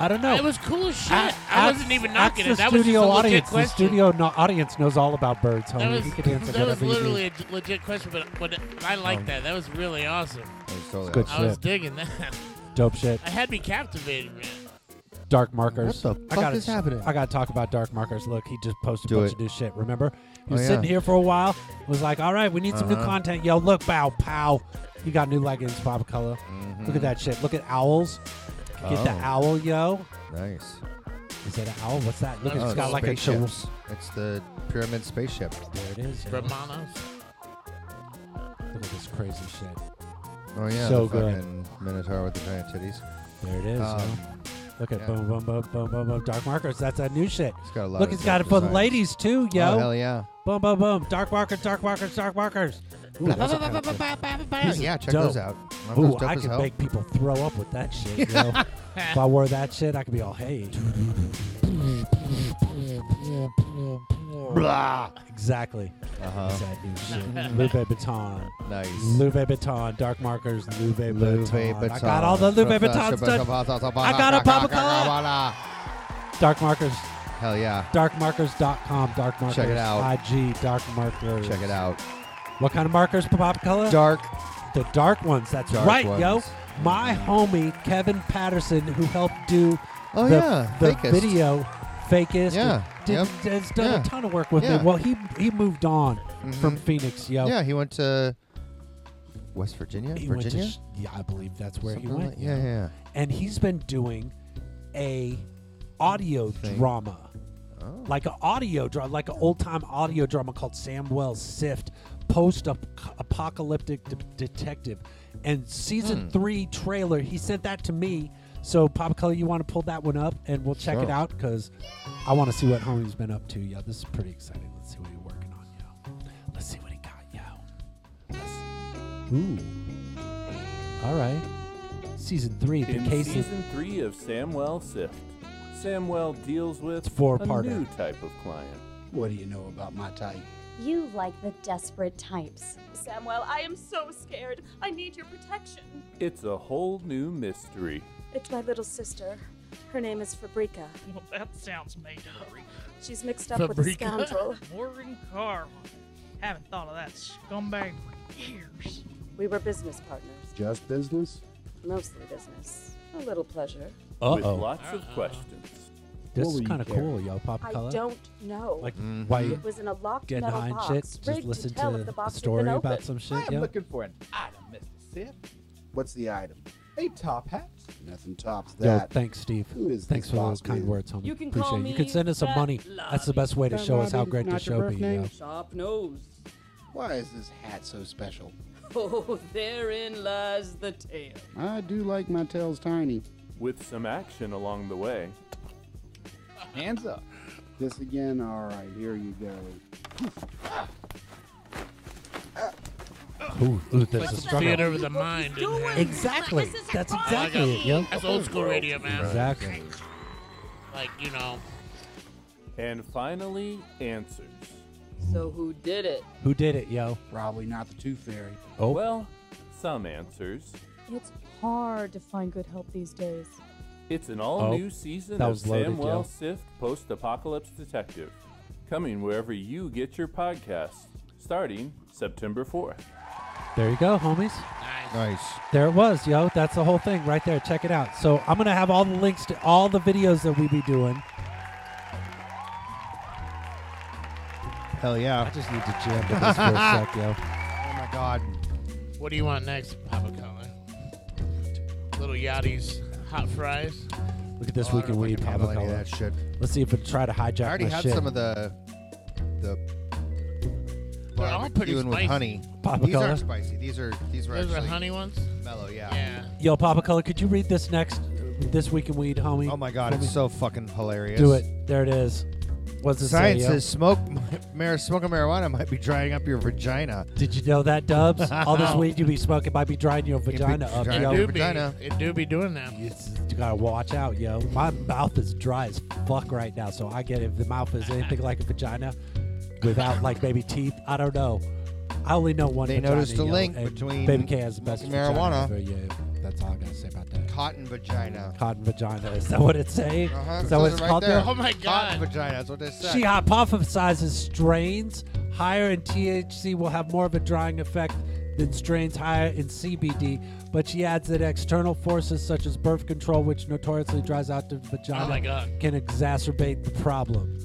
[SPEAKER 2] I don't know.
[SPEAKER 1] It was cool as shit.
[SPEAKER 2] A-
[SPEAKER 1] I
[SPEAKER 2] ask-
[SPEAKER 1] wasn't even
[SPEAKER 2] ask
[SPEAKER 1] knocking
[SPEAKER 2] the
[SPEAKER 1] it. That was just a
[SPEAKER 2] studio
[SPEAKER 1] legit
[SPEAKER 2] audience. The
[SPEAKER 1] question.
[SPEAKER 2] studio no- audience knows all about birds,
[SPEAKER 1] That
[SPEAKER 2] homie.
[SPEAKER 1] was,
[SPEAKER 2] He could answer
[SPEAKER 1] that was
[SPEAKER 2] whatever you need.
[SPEAKER 1] literally a d- legit question, but, but I like
[SPEAKER 2] Um,
[SPEAKER 1] that. That was really awesome.
[SPEAKER 2] totally Good awesome.
[SPEAKER 1] I was
[SPEAKER 2] shit.
[SPEAKER 1] digging that.
[SPEAKER 2] Dope shit.
[SPEAKER 1] I had me captivated, man.
[SPEAKER 2] Dark markers.
[SPEAKER 1] What the
[SPEAKER 2] I
[SPEAKER 1] fuck
[SPEAKER 2] gotta,
[SPEAKER 1] is happening?
[SPEAKER 2] I gotta talk about dark markers. Look, he just posted
[SPEAKER 3] Do
[SPEAKER 2] a bunch
[SPEAKER 3] it.
[SPEAKER 2] of new shit. Remember, he
[SPEAKER 3] Oh,
[SPEAKER 2] was
[SPEAKER 3] yeah.
[SPEAKER 2] sitting here for a while. Was like, all right, we need some new
[SPEAKER 3] Uh-huh.
[SPEAKER 2] content. Yo, look, bow, pow. You got new leggings, Papa Color. Look at that shit. Look at owls. Get the
[SPEAKER 3] Mm-hmm. Oh.
[SPEAKER 2] owl, yo.
[SPEAKER 3] Nice.
[SPEAKER 2] Is it an owl? What's that? Look,
[SPEAKER 3] Oh,
[SPEAKER 2] it's got like a chil-
[SPEAKER 3] spaceships. It's the pyramid spaceship.
[SPEAKER 2] There it is.
[SPEAKER 1] Romanos.
[SPEAKER 2] Look at this crazy shit.
[SPEAKER 3] Oh yeah,
[SPEAKER 2] So
[SPEAKER 3] the
[SPEAKER 2] good.
[SPEAKER 3] fucking Minotaur with the giant titties.
[SPEAKER 2] There it is.
[SPEAKER 3] Um,
[SPEAKER 2] yo. Look at
[SPEAKER 3] yeah.
[SPEAKER 2] boom, boom, boom, boom, boom, boom. Dark markers. That's that new shit.
[SPEAKER 3] It's got a lot
[SPEAKER 2] Look,
[SPEAKER 3] of
[SPEAKER 2] it's got it
[SPEAKER 3] dope
[SPEAKER 2] for the
[SPEAKER 3] designs.
[SPEAKER 2] ladies too, yo.
[SPEAKER 3] Oh, hell yeah.
[SPEAKER 2] Boom, boom, boom. Dark markers, dark markers, dark markers. Ooh, those are kinda cool. This is
[SPEAKER 3] Yeah, check
[SPEAKER 2] dope.
[SPEAKER 3] those out. Remember
[SPEAKER 2] Ooh,
[SPEAKER 3] those dope
[SPEAKER 2] I
[SPEAKER 3] as
[SPEAKER 2] could
[SPEAKER 3] hell?
[SPEAKER 2] make people throw up with
[SPEAKER 3] <laughs>
[SPEAKER 2] that shit, yo. if I wore that shit, I could be all, hey.
[SPEAKER 3] Blah.
[SPEAKER 2] Exactly.
[SPEAKER 3] Uh-huh.
[SPEAKER 2] That's that new shit. Louis Vuitton.
[SPEAKER 3] Nice.
[SPEAKER 2] Louis Vuitton. Dark markers. Louis
[SPEAKER 3] Louis
[SPEAKER 2] Vuitton. I got all the Louis Vuitton stuff. I got a Papa Cola. Dark markers.
[SPEAKER 3] Hell yeah.
[SPEAKER 2] Darkmarkers.com. Dark markers.
[SPEAKER 3] Check it out.
[SPEAKER 2] IG. Dark markers.
[SPEAKER 3] Check it out.
[SPEAKER 2] What kind of markers, Papa Color?
[SPEAKER 3] Dark.
[SPEAKER 2] The dark ones. That's
[SPEAKER 3] Dark
[SPEAKER 2] right, yo.
[SPEAKER 3] ones.
[SPEAKER 2] My homie Kevin Patterson, who helped do
[SPEAKER 3] Oh,
[SPEAKER 2] the,
[SPEAKER 3] yeah.
[SPEAKER 2] the
[SPEAKER 3] Fakest.
[SPEAKER 2] video, fakest.
[SPEAKER 3] Yeah.
[SPEAKER 2] did,
[SPEAKER 3] Yep.
[SPEAKER 2] has done
[SPEAKER 3] Yeah.
[SPEAKER 2] a ton of work with
[SPEAKER 3] Yeah.
[SPEAKER 2] me. Well, he he moved on from
[SPEAKER 3] Mhm.
[SPEAKER 2] Phoenix, yo.
[SPEAKER 3] Yeah, he went to West Virginia.
[SPEAKER 2] He went to
[SPEAKER 3] Virginia.
[SPEAKER 2] sh- yeah, I believe that's where he
[SPEAKER 3] Something
[SPEAKER 2] went.
[SPEAKER 3] like- yeah, yeah, yeah.
[SPEAKER 2] And he's been doing a audio drama,
[SPEAKER 3] Oh.
[SPEAKER 2] like an audio drama, like an old time audio drama called Sam Wells Sift, post apocalyptic de- detective. And season
[SPEAKER 3] Hmm.
[SPEAKER 2] three trailer, he sent that to me. So Pop Color, you want to pull that one up, and we'll check it
[SPEAKER 3] Sure.
[SPEAKER 2] out because I want to see what homie's been up to. Yeah, this is pretty exciting. Let's see what he's working on. Yo, let's see what he got. Yo. Ooh. All right. Season three, the
[SPEAKER 26] In
[SPEAKER 2] case of
[SPEAKER 26] season three of Samwell Sift, Samwell deals with
[SPEAKER 2] four-parter.
[SPEAKER 26] a new type of client.
[SPEAKER 21] What do you know about my type?
[SPEAKER 7] You like the desperate types.
[SPEAKER 8] Samuel, I am so scared. I need your protection.
[SPEAKER 26] It's a whole new mystery.
[SPEAKER 8] It's my little sister. Her name is Fabrica.
[SPEAKER 6] Well, that sounds made up.
[SPEAKER 8] She's mixed up with a scoundrel.
[SPEAKER 6] <laughs> Morgan Carl. Haven't thought of that scumbag for years.
[SPEAKER 8] We were business partners,
[SPEAKER 21] Just business?
[SPEAKER 8] mostly business, a little pleasure.
[SPEAKER 26] With
[SPEAKER 2] Uh-oh.
[SPEAKER 26] lots of questions.
[SPEAKER 2] this
[SPEAKER 21] What
[SPEAKER 2] is
[SPEAKER 21] were you
[SPEAKER 2] kind of
[SPEAKER 21] carrying?
[SPEAKER 2] cool, yo, pop
[SPEAKER 8] I
[SPEAKER 2] color.
[SPEAKER 8] don't know.
[SPEAKER 2] Like why you
[SPEAKER 8] It was in a locked
[SPEAKER 2] get
[SPEAKER 8] metal
[SPEAKER 2] high and
[SPEAKER 8] box,
[SPEAKER 2] shit,
[SPEAKER 8] rigged
[SPEAKER 2] just listen
[SPEAKER 8] tell if
[SPEAKER 2] to
[SPEAKER 8] the
[SPEAKER 2] a
[SPEAKER 8] box had
[SPEAKER 2] story
[SPEAKER 8] been
[SPEAKER 2] about
[SPEAKER 8] opened.
[SPEAKER 2] some
[SPEAKER 21] I
[SPEAKER 2] shit,
[SPEAKER 21] am
[SPEAKER 2] yo.
[SPEAKER 21] looking for an item, Mr. Sip. What's the item? A top hat. Nothing tops
[SPEAKER 2] Yo,
[SPEAKER 21] that.
[SPEAKER 2] thanks, Steve.
[SPEAKER 21] Who is
[SPEAKER 2] Thanks
[SPEAKER 21] this
[SPEAKER 2] for those
[SPEAKER 21] boss
[SPEAKER 2] kind
[SPEAKER 21] man?
[SPEAKER 2] words, homie.
[SPEAKER 21] You can
[SPEAKER 2] Appreciate
[SPEAKER 21] call
[SPEAKER 2] it. You can
[SPEAKER 21] me
[SPEAKER 2] send us some
[SPEAKER 21] Fat
[SPEAKER 2] money. That's the best way to
[SPEAKER 21] Fat
[SPEAKER 2] show us how
[SPEAKER 21] Lobby,
[SPEAKER 2] great the
[SPEAKER 21] not your
[SPEAKER 2] show
[SPEAKER 21] birth
[SPEAKER 2] be,
[SPEAKER 21] name?
[SPEAKER 2] yo.
[SPEAKER 21] Sharp nose. Why is this hat so <laughs> special?
[SPEAKER 7] Oh, therein lies the tale.
[SPEAKER 21] I do like my tails tiny.
[SPEAKER 26] With some action along the way.
[SPEAKER 21] Hands up. This again? Alright, here you go.
[SPEAKER 2] Ooh, ooh, there's
[SPEAKER 1] Like
[SPEAKER 2] a
[SPEAKER 1] the
[SPEAKER 2] struggle.
[SPEAKER 1] theater with a mind. in there.
[SPEAKER 2] Exactly. That's exactly it, yo.
[SPEAKER 1] That's old school radio, man.
[SPEAKER 2] Exactly.
[SPEAKER 1] Like, you know.
[SPEAKER 26] And finally, answers.
[SPEAKER 21] So who did it?
[SPEAKER 2] Who did it, yo?
[SPEAKER 21] Probably not the Tooth Fairy.
[SPEAKER 2] Oh.
[SPEAKER 26] Well, some answers.
[SPEAKER 8] It's hard to find good help these days.
[SPEAKER 26] It's an all
[SPEAKER 2] Oh,
[SPEAKER 26] new season
[SPEAKER 2] that
[SPEAKER 26] of
[SPEAKER 2] was loaded,
[SPEAKER 26] Samwell
[SPEAKER 2] yo.
[SPEAKER 26] Sift Post Apocalypse Detective. Coming wherever you get your podcasts, starting September 4th.
[SPEAKER 2] There you go, homies.
[SPEAKER 3] Nice.
[SPEAKER 2] There it was, yo. That's the whole thing right there. Check it out. So I'm gonna have all the links to all the videos that we be doing.
[SPEAKER 3] Hell yeah. I
[SPEAKER 2] just need to jam to this for a
[SPEAKER 3] <laughs>
[SPEAKER 2] sec, yo.
[SPEAKER 3] Oh my god.
[SPEAKER 1] What do you want next, Papa Color? Little Yachty's hot fries.
[SPEAKER 2] Look at this
[SPEAKER 1] Oh, I
[SPEAKER 2] week in
[SPEAKER 1] don't
[SPEAKER 2] weed,
[SPEAKER 1] fucking
[SPEAKER 2] Papa
[SPEAKER 1] handle any
[SPEAKER 2] Color.
[SPEAKER 1] of
[SPEAKER 3] that shit.
[SPEAKER 2] Let's see if we try to hijack.
[SPEAKER 3] I already
[SPEAKER 2] my
[SPEAKER 3] had
[SPEAKER 2] shit.
[SPEAKER 3] some of the the
[SPEAKER 1] They're all pretty
[SPEAKER 3] barbecuing with
[SPEAKER 1] spicy.
[SPEAKER 3] honey.
[SPEAKER 2] Papa
[SPEAKER 3] these
[SPEAKER 2] Color.
[SPEAKER 3] aren't spicy. These are these were
[SPEAKER 1] Those are
[SPEAKER 3] actually
[SPEAKER 1] honey ones?
[SPEAKER 3] mellow. Yeah.
[SPEAKER 1] Yeah.
[SPEAKER 2] Yo, Papa Color, could you read this next This week in weed, homie.
[SPEAKER 3] Oh my god, it's so fucking hilarious.
[SPEAKER 2] Do it. There it is. What's it
[SPEAKER 3] Science
[SPEAKER 2] say? yo?
[SPEAKER 3] says smoke, <laughs> mar- smoking marijuana might be drying up your vagina.
[SPEAKER 2] Did you know that, Dubs? All
[SPEAKER 3] <laughs>
[SPEAKER 2] this weed you be smoking might be drying your vagina up,
[SPEAKER 3] drying
[SPEAKER 2] yo.
[SPEAKER 3] your It do be. vagina.
[SPEAKER 1] It do be doing that.
[SPEAKER 2] You, s- you gotta watch out, yo. My mouth is dry as fuck right now, so I get it. If the mouth is anything like a vagina, without like maybe teeth, I don't know. I only know one.
[SPEAKER 3] They
[SPEAKER 2] vagina,
[SPEAKER 3] noticed a
[SPEAKER 2] yo,
[SPEAKER 3] link
[SPEAKER 2] and
[SPEAKER 3] between
[SPEAKER 2] Baby K has the best vagina
[SPEAKER 3] marijuana.
[SPEAKER 2] ever, yeah, that's all I gotta say about that.
[SPEAKER 3] Cotton vagina.
[SPEAKER 2] Cotton vagina. Is that what it's saying?
[SPEAKER 3] Uh-huh.
[SPEAKER 2] Is
[SPEAKER 3] it
[SPEAKER 2] that what
[SPEAKER 3] says
[SPEAKER 2] it's
[SPEAKER 3] it right
[SPEAKER 2] called?
[SPEAKER 3] there.
[SPEAKER 2] yo?
[SPEAKER 3] Cotton vagina. That's what they said.
[SPEAKER 2] She hypothesizes strains higher in THC will have more of a drying effect than strains higher in CBD, but she adds that external forces such as birth control, which notoriously dries out the vagina,
[SPEAKER 1] Oh my God.
[SPEAKER 2] can exacerbate the problem.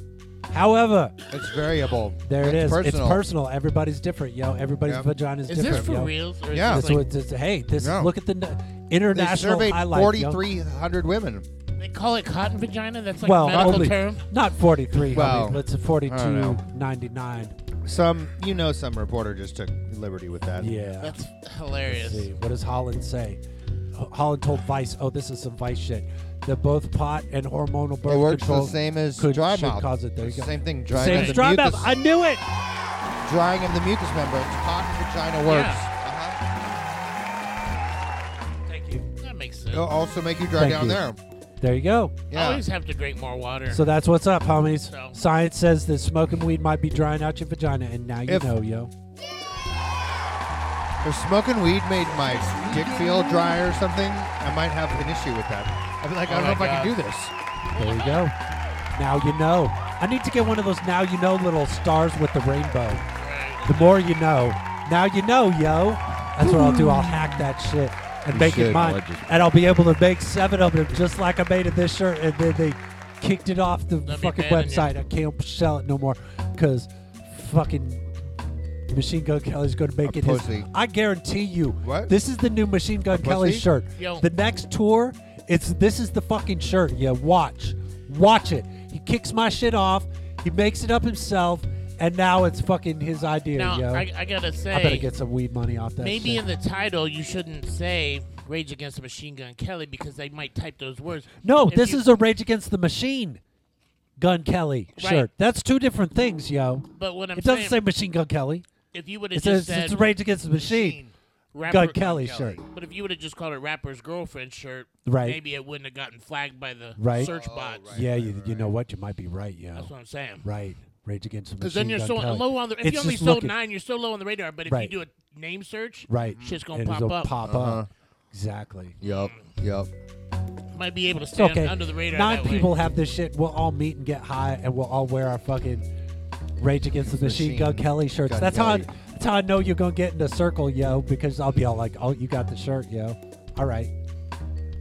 [SPEAKER 2] However,
[SPEAKER 3] it's variable.
[SPEAKER 2] There it
[SPEAKER 3] It's
[SPEAKER 2] is.
[SPEAKER 3] personal.
[SPEAKER 2] It's personal. Everybody's different, yo. Everybody's
[SPEAKER 3] Yep.
[SPEAKER 2] vagina is,
[SPEAKER 3] Is this
[SPEAKER 2] different.
[SPEAKER 3] for
[SPEAKER 2] yo.
[SPEAKER 3] reals, or is Yeah. this
[SPEAKER 2] That's what
[SPEAKER 3] like-
[SPEAKER 2] it's- hey, this
[SPEAKER 3] No.
[SPEAKER 2] look at the n- international
[SPEAKER 3] they surveyed
[SPEAKER 2] highlight, yo.
[SPEAKER 3] 4,300 women.
[SPEAKER 1] They call it cotton vagina. That's like
[SPEAKER 2] well,
[SPEAKER 1] a medical
[SPEAKER 2] only,
[SPEAKER 1] term.
[SPEAKER 2] not 43,
[SPEAKER 3] Well,
[SPEAKER 2] homie, but it's
[SPEAKER 3] I don't know.
[SPEAKER 2] 42.99.
[SPEAKER 3] Some, you know, some reporter just took liberty with that.
[SPEAKER 2] Yeah.
[SPEAKER 1] That's hilarious.
[SPEAKER 2] Let's see. What does Holland say? Ho- Holland told Vice, "Oh, this is some Vice shit." That both pot and hormonal birth
[SPEAKER 3] works the
[SPEAKER 2] control
[SPEAKER 3] same as
[SPEAKER 2] could,
[SPEAKER 3] dry
[SPEAKER 2] should
[SPEAKER 3] mouth.
[SPEAKER 2] Cause it. There you
[SPEAKER 3] It's
[SPEAKER 2] go.
[SPEAKER 3] the same thing, drying
[SPEAKER 2] Same
[SPEAKER 3] up
[SPEAKER 2] as
[SPEAKER 3] the
[SPEAKER 2] dry mouth.
[SPEAKER 3] mucus.
[SPEAKER 2] I knew it.
[SPEAKER 3] Drying of the mucous membranes. Cotton vagina works.
[SPEAKER 1] Thank you. That makes sense.
[SPEAKER 3] Uh-huh. It'll also make you dry
[SPEAKER 2] Thank
[SPEAKER 3] down
[SPEAKER 2] you.
[SPEAKER 3] there.
[SPEAKER 2] There you go.
[SPEAKER 1] I always have to drink more water.
[SPEAKER 2] So that's what's up, homies.
[SPEAKER 1] So-
[SPEAKER 2] Science says that smoking weed might be drying out your vagina, and now you
[SPEAKER 3] If-
[SPEAKER 2] know, yo.
[SPEAKER 3] If smoking weed made my dick feel dry or something, I might have an issue with that. I'd be like, I
[SPEAKER 2] Oh
[SPEAKER 3] don't know if
[SPEAKER 2] my
[SPEAKER 3] I can do
[SPEAKER 2] God.
[SPEAKER 3] this.
[SPEAKER 2] There you go. Now you know. I need to get one of those now you know little stars with the rainbow. The more you know, now you know, yo. That's what I'll do. I'll hack that shit and
[SPEAKER 14] You
[SPEAKER 2] make it
[SPEAKER 14] should.
[SPEAKER 2] mine.
[SPEAKER 14] I just-
[SPEAKER 2] and I'll be able to make seven of them just like I made of this shirt. And then they kicked it off the fucking
[SPEAKER 1] banning you.
[SPEAKER 2] website. I can't sell it no more because fucking Machine Gun Kelly's going to make
[SPEAKER 3] A
[SPEAKER 2] it his.
[SPEAKER 3] pussy.
[SPEAKER 2] I guarantee you.
[SPEAKER 3] What?
[SPEAKER 2] This is the new Machine Gun Kelly
[SPEAKER 3] pussy?
[SPEAKER 2] shirt.
[SPEAKER 3] Yo.
[SPEAKER 2] The next tour, it's this is the fucking shirt. Yeah, watch, watch it. He kicks my shit off. He makes it up himself, and now it's fucking his idea.
[SPEAKER 1] Now,
[SPEAKER 2] yo.
[SPEAKER 1] I- I gotta
[SPEAKER 2] I better
[SPEAKER 1] say,
[SPEAKER 2] get some weed money off that.
[SPEAKER 1] Maybe
[SPEAKER 2] shit.
[SPEAKER 1] in the title you shouldn't say Rage Against the Machine Gun Kelly because they might type those words.
[SPEAKER 2] no,
[SPEAKER 1] If
[SPEAKER 2] this
[SPEAKER 1] you-
[SPEAKER 2] is a Rage Against the Machine. Gun Kelly
[SPEAKER 1] Right.
[SPEAKER 2] shirt. That's two different things, yo.
[SPEAKER 1] But what I'm
[SPEAKER 2] it doesn't
[SPEAKER 1] saying-
[SPEAKER 2] say Machine Gun Kelly.
[SPEAKER 1] If you would've
[SPEAKER 2] it
[SPEAKER 1] just
[SPEAKER 2] says it's
[SPEAKER 1] said
[SPEAKER 2] Rage Against the Machine,
[SPEAKER 1] Rapper-
[SPEAKER 2] Gun Kelly shirt.
[SPEAKER 1] But if you would have just called it Rapper's Girlfriend shirt,
[SPEAKER 2] Right.
[SPEAKER 1] maybe it wouldn't have gotten flagged by the
[SPEAKER 2] Oh, right?
[SPEAKER 1] search bots.
[SPEAKER 2] yeah,
[SPEAKER 1] <laughs>
[SPEAKER 2] you, you know what? You might be right. Yeah,
[SPEAKER 1] That's what I'm saying.
[SPEAKER 2] Right, Rage Against the Machine.
[SPEAKER 1] Because then you're
[SPEAKER 2] Gun
[SPEAKER 1] so
[SPEAKER 2] Kelly.
[SPEAKER 1] low on the. If
[SPEAKER 2] It's
[SPEAKER 1] you only
[SPEAKER 2] just
[SPEAKER 1] sold
[SPEAKER 2] looking-
[SPEAKER 1] nine, you're so low on the radar. But if
[SPEAKER 2] Right.
[SPEAKER 1] you do a name search,
[SPEAKER 2] right?
[SPEAKER 1] shit's gonna
[SPEAKER 2] And
[SPEAKER 1] pop
[SPEAKER 2] it'll
[SPEAKER 1] up.
[SPEAKER 2] Pop
[SPEAKER 3] Uh-huh.
[SPEAKER 2] up. Exactly.
[SPEAKER 3] Yep, yep.
[SPEAKER 1] Might be able to
[SPEAKER 2] It's
[SPEAKER 1] stay
[SPEAKER 2] okay.
[SPEAKER 1] under the radar.
[SPEAKER 2] Nine
[SPEAKER 1] that way.
[SPEAKER 2] people have this shit. We'll all meet and get high, and we'll all wear our fucking Rage Against the Machine, Gun
[SPEAKER 3] Machine
[SPEAKER 2] Kelly shirts.
[SPEAKER 3] Gun
[SPEAKER 2] that's how
[SPEAKER 3] Kelly.
[SPEAKER 2] I, that's how I know you're gonna get in a circle, yo. Because I'll be all like, "Oh, you got the shirt, yo. All right."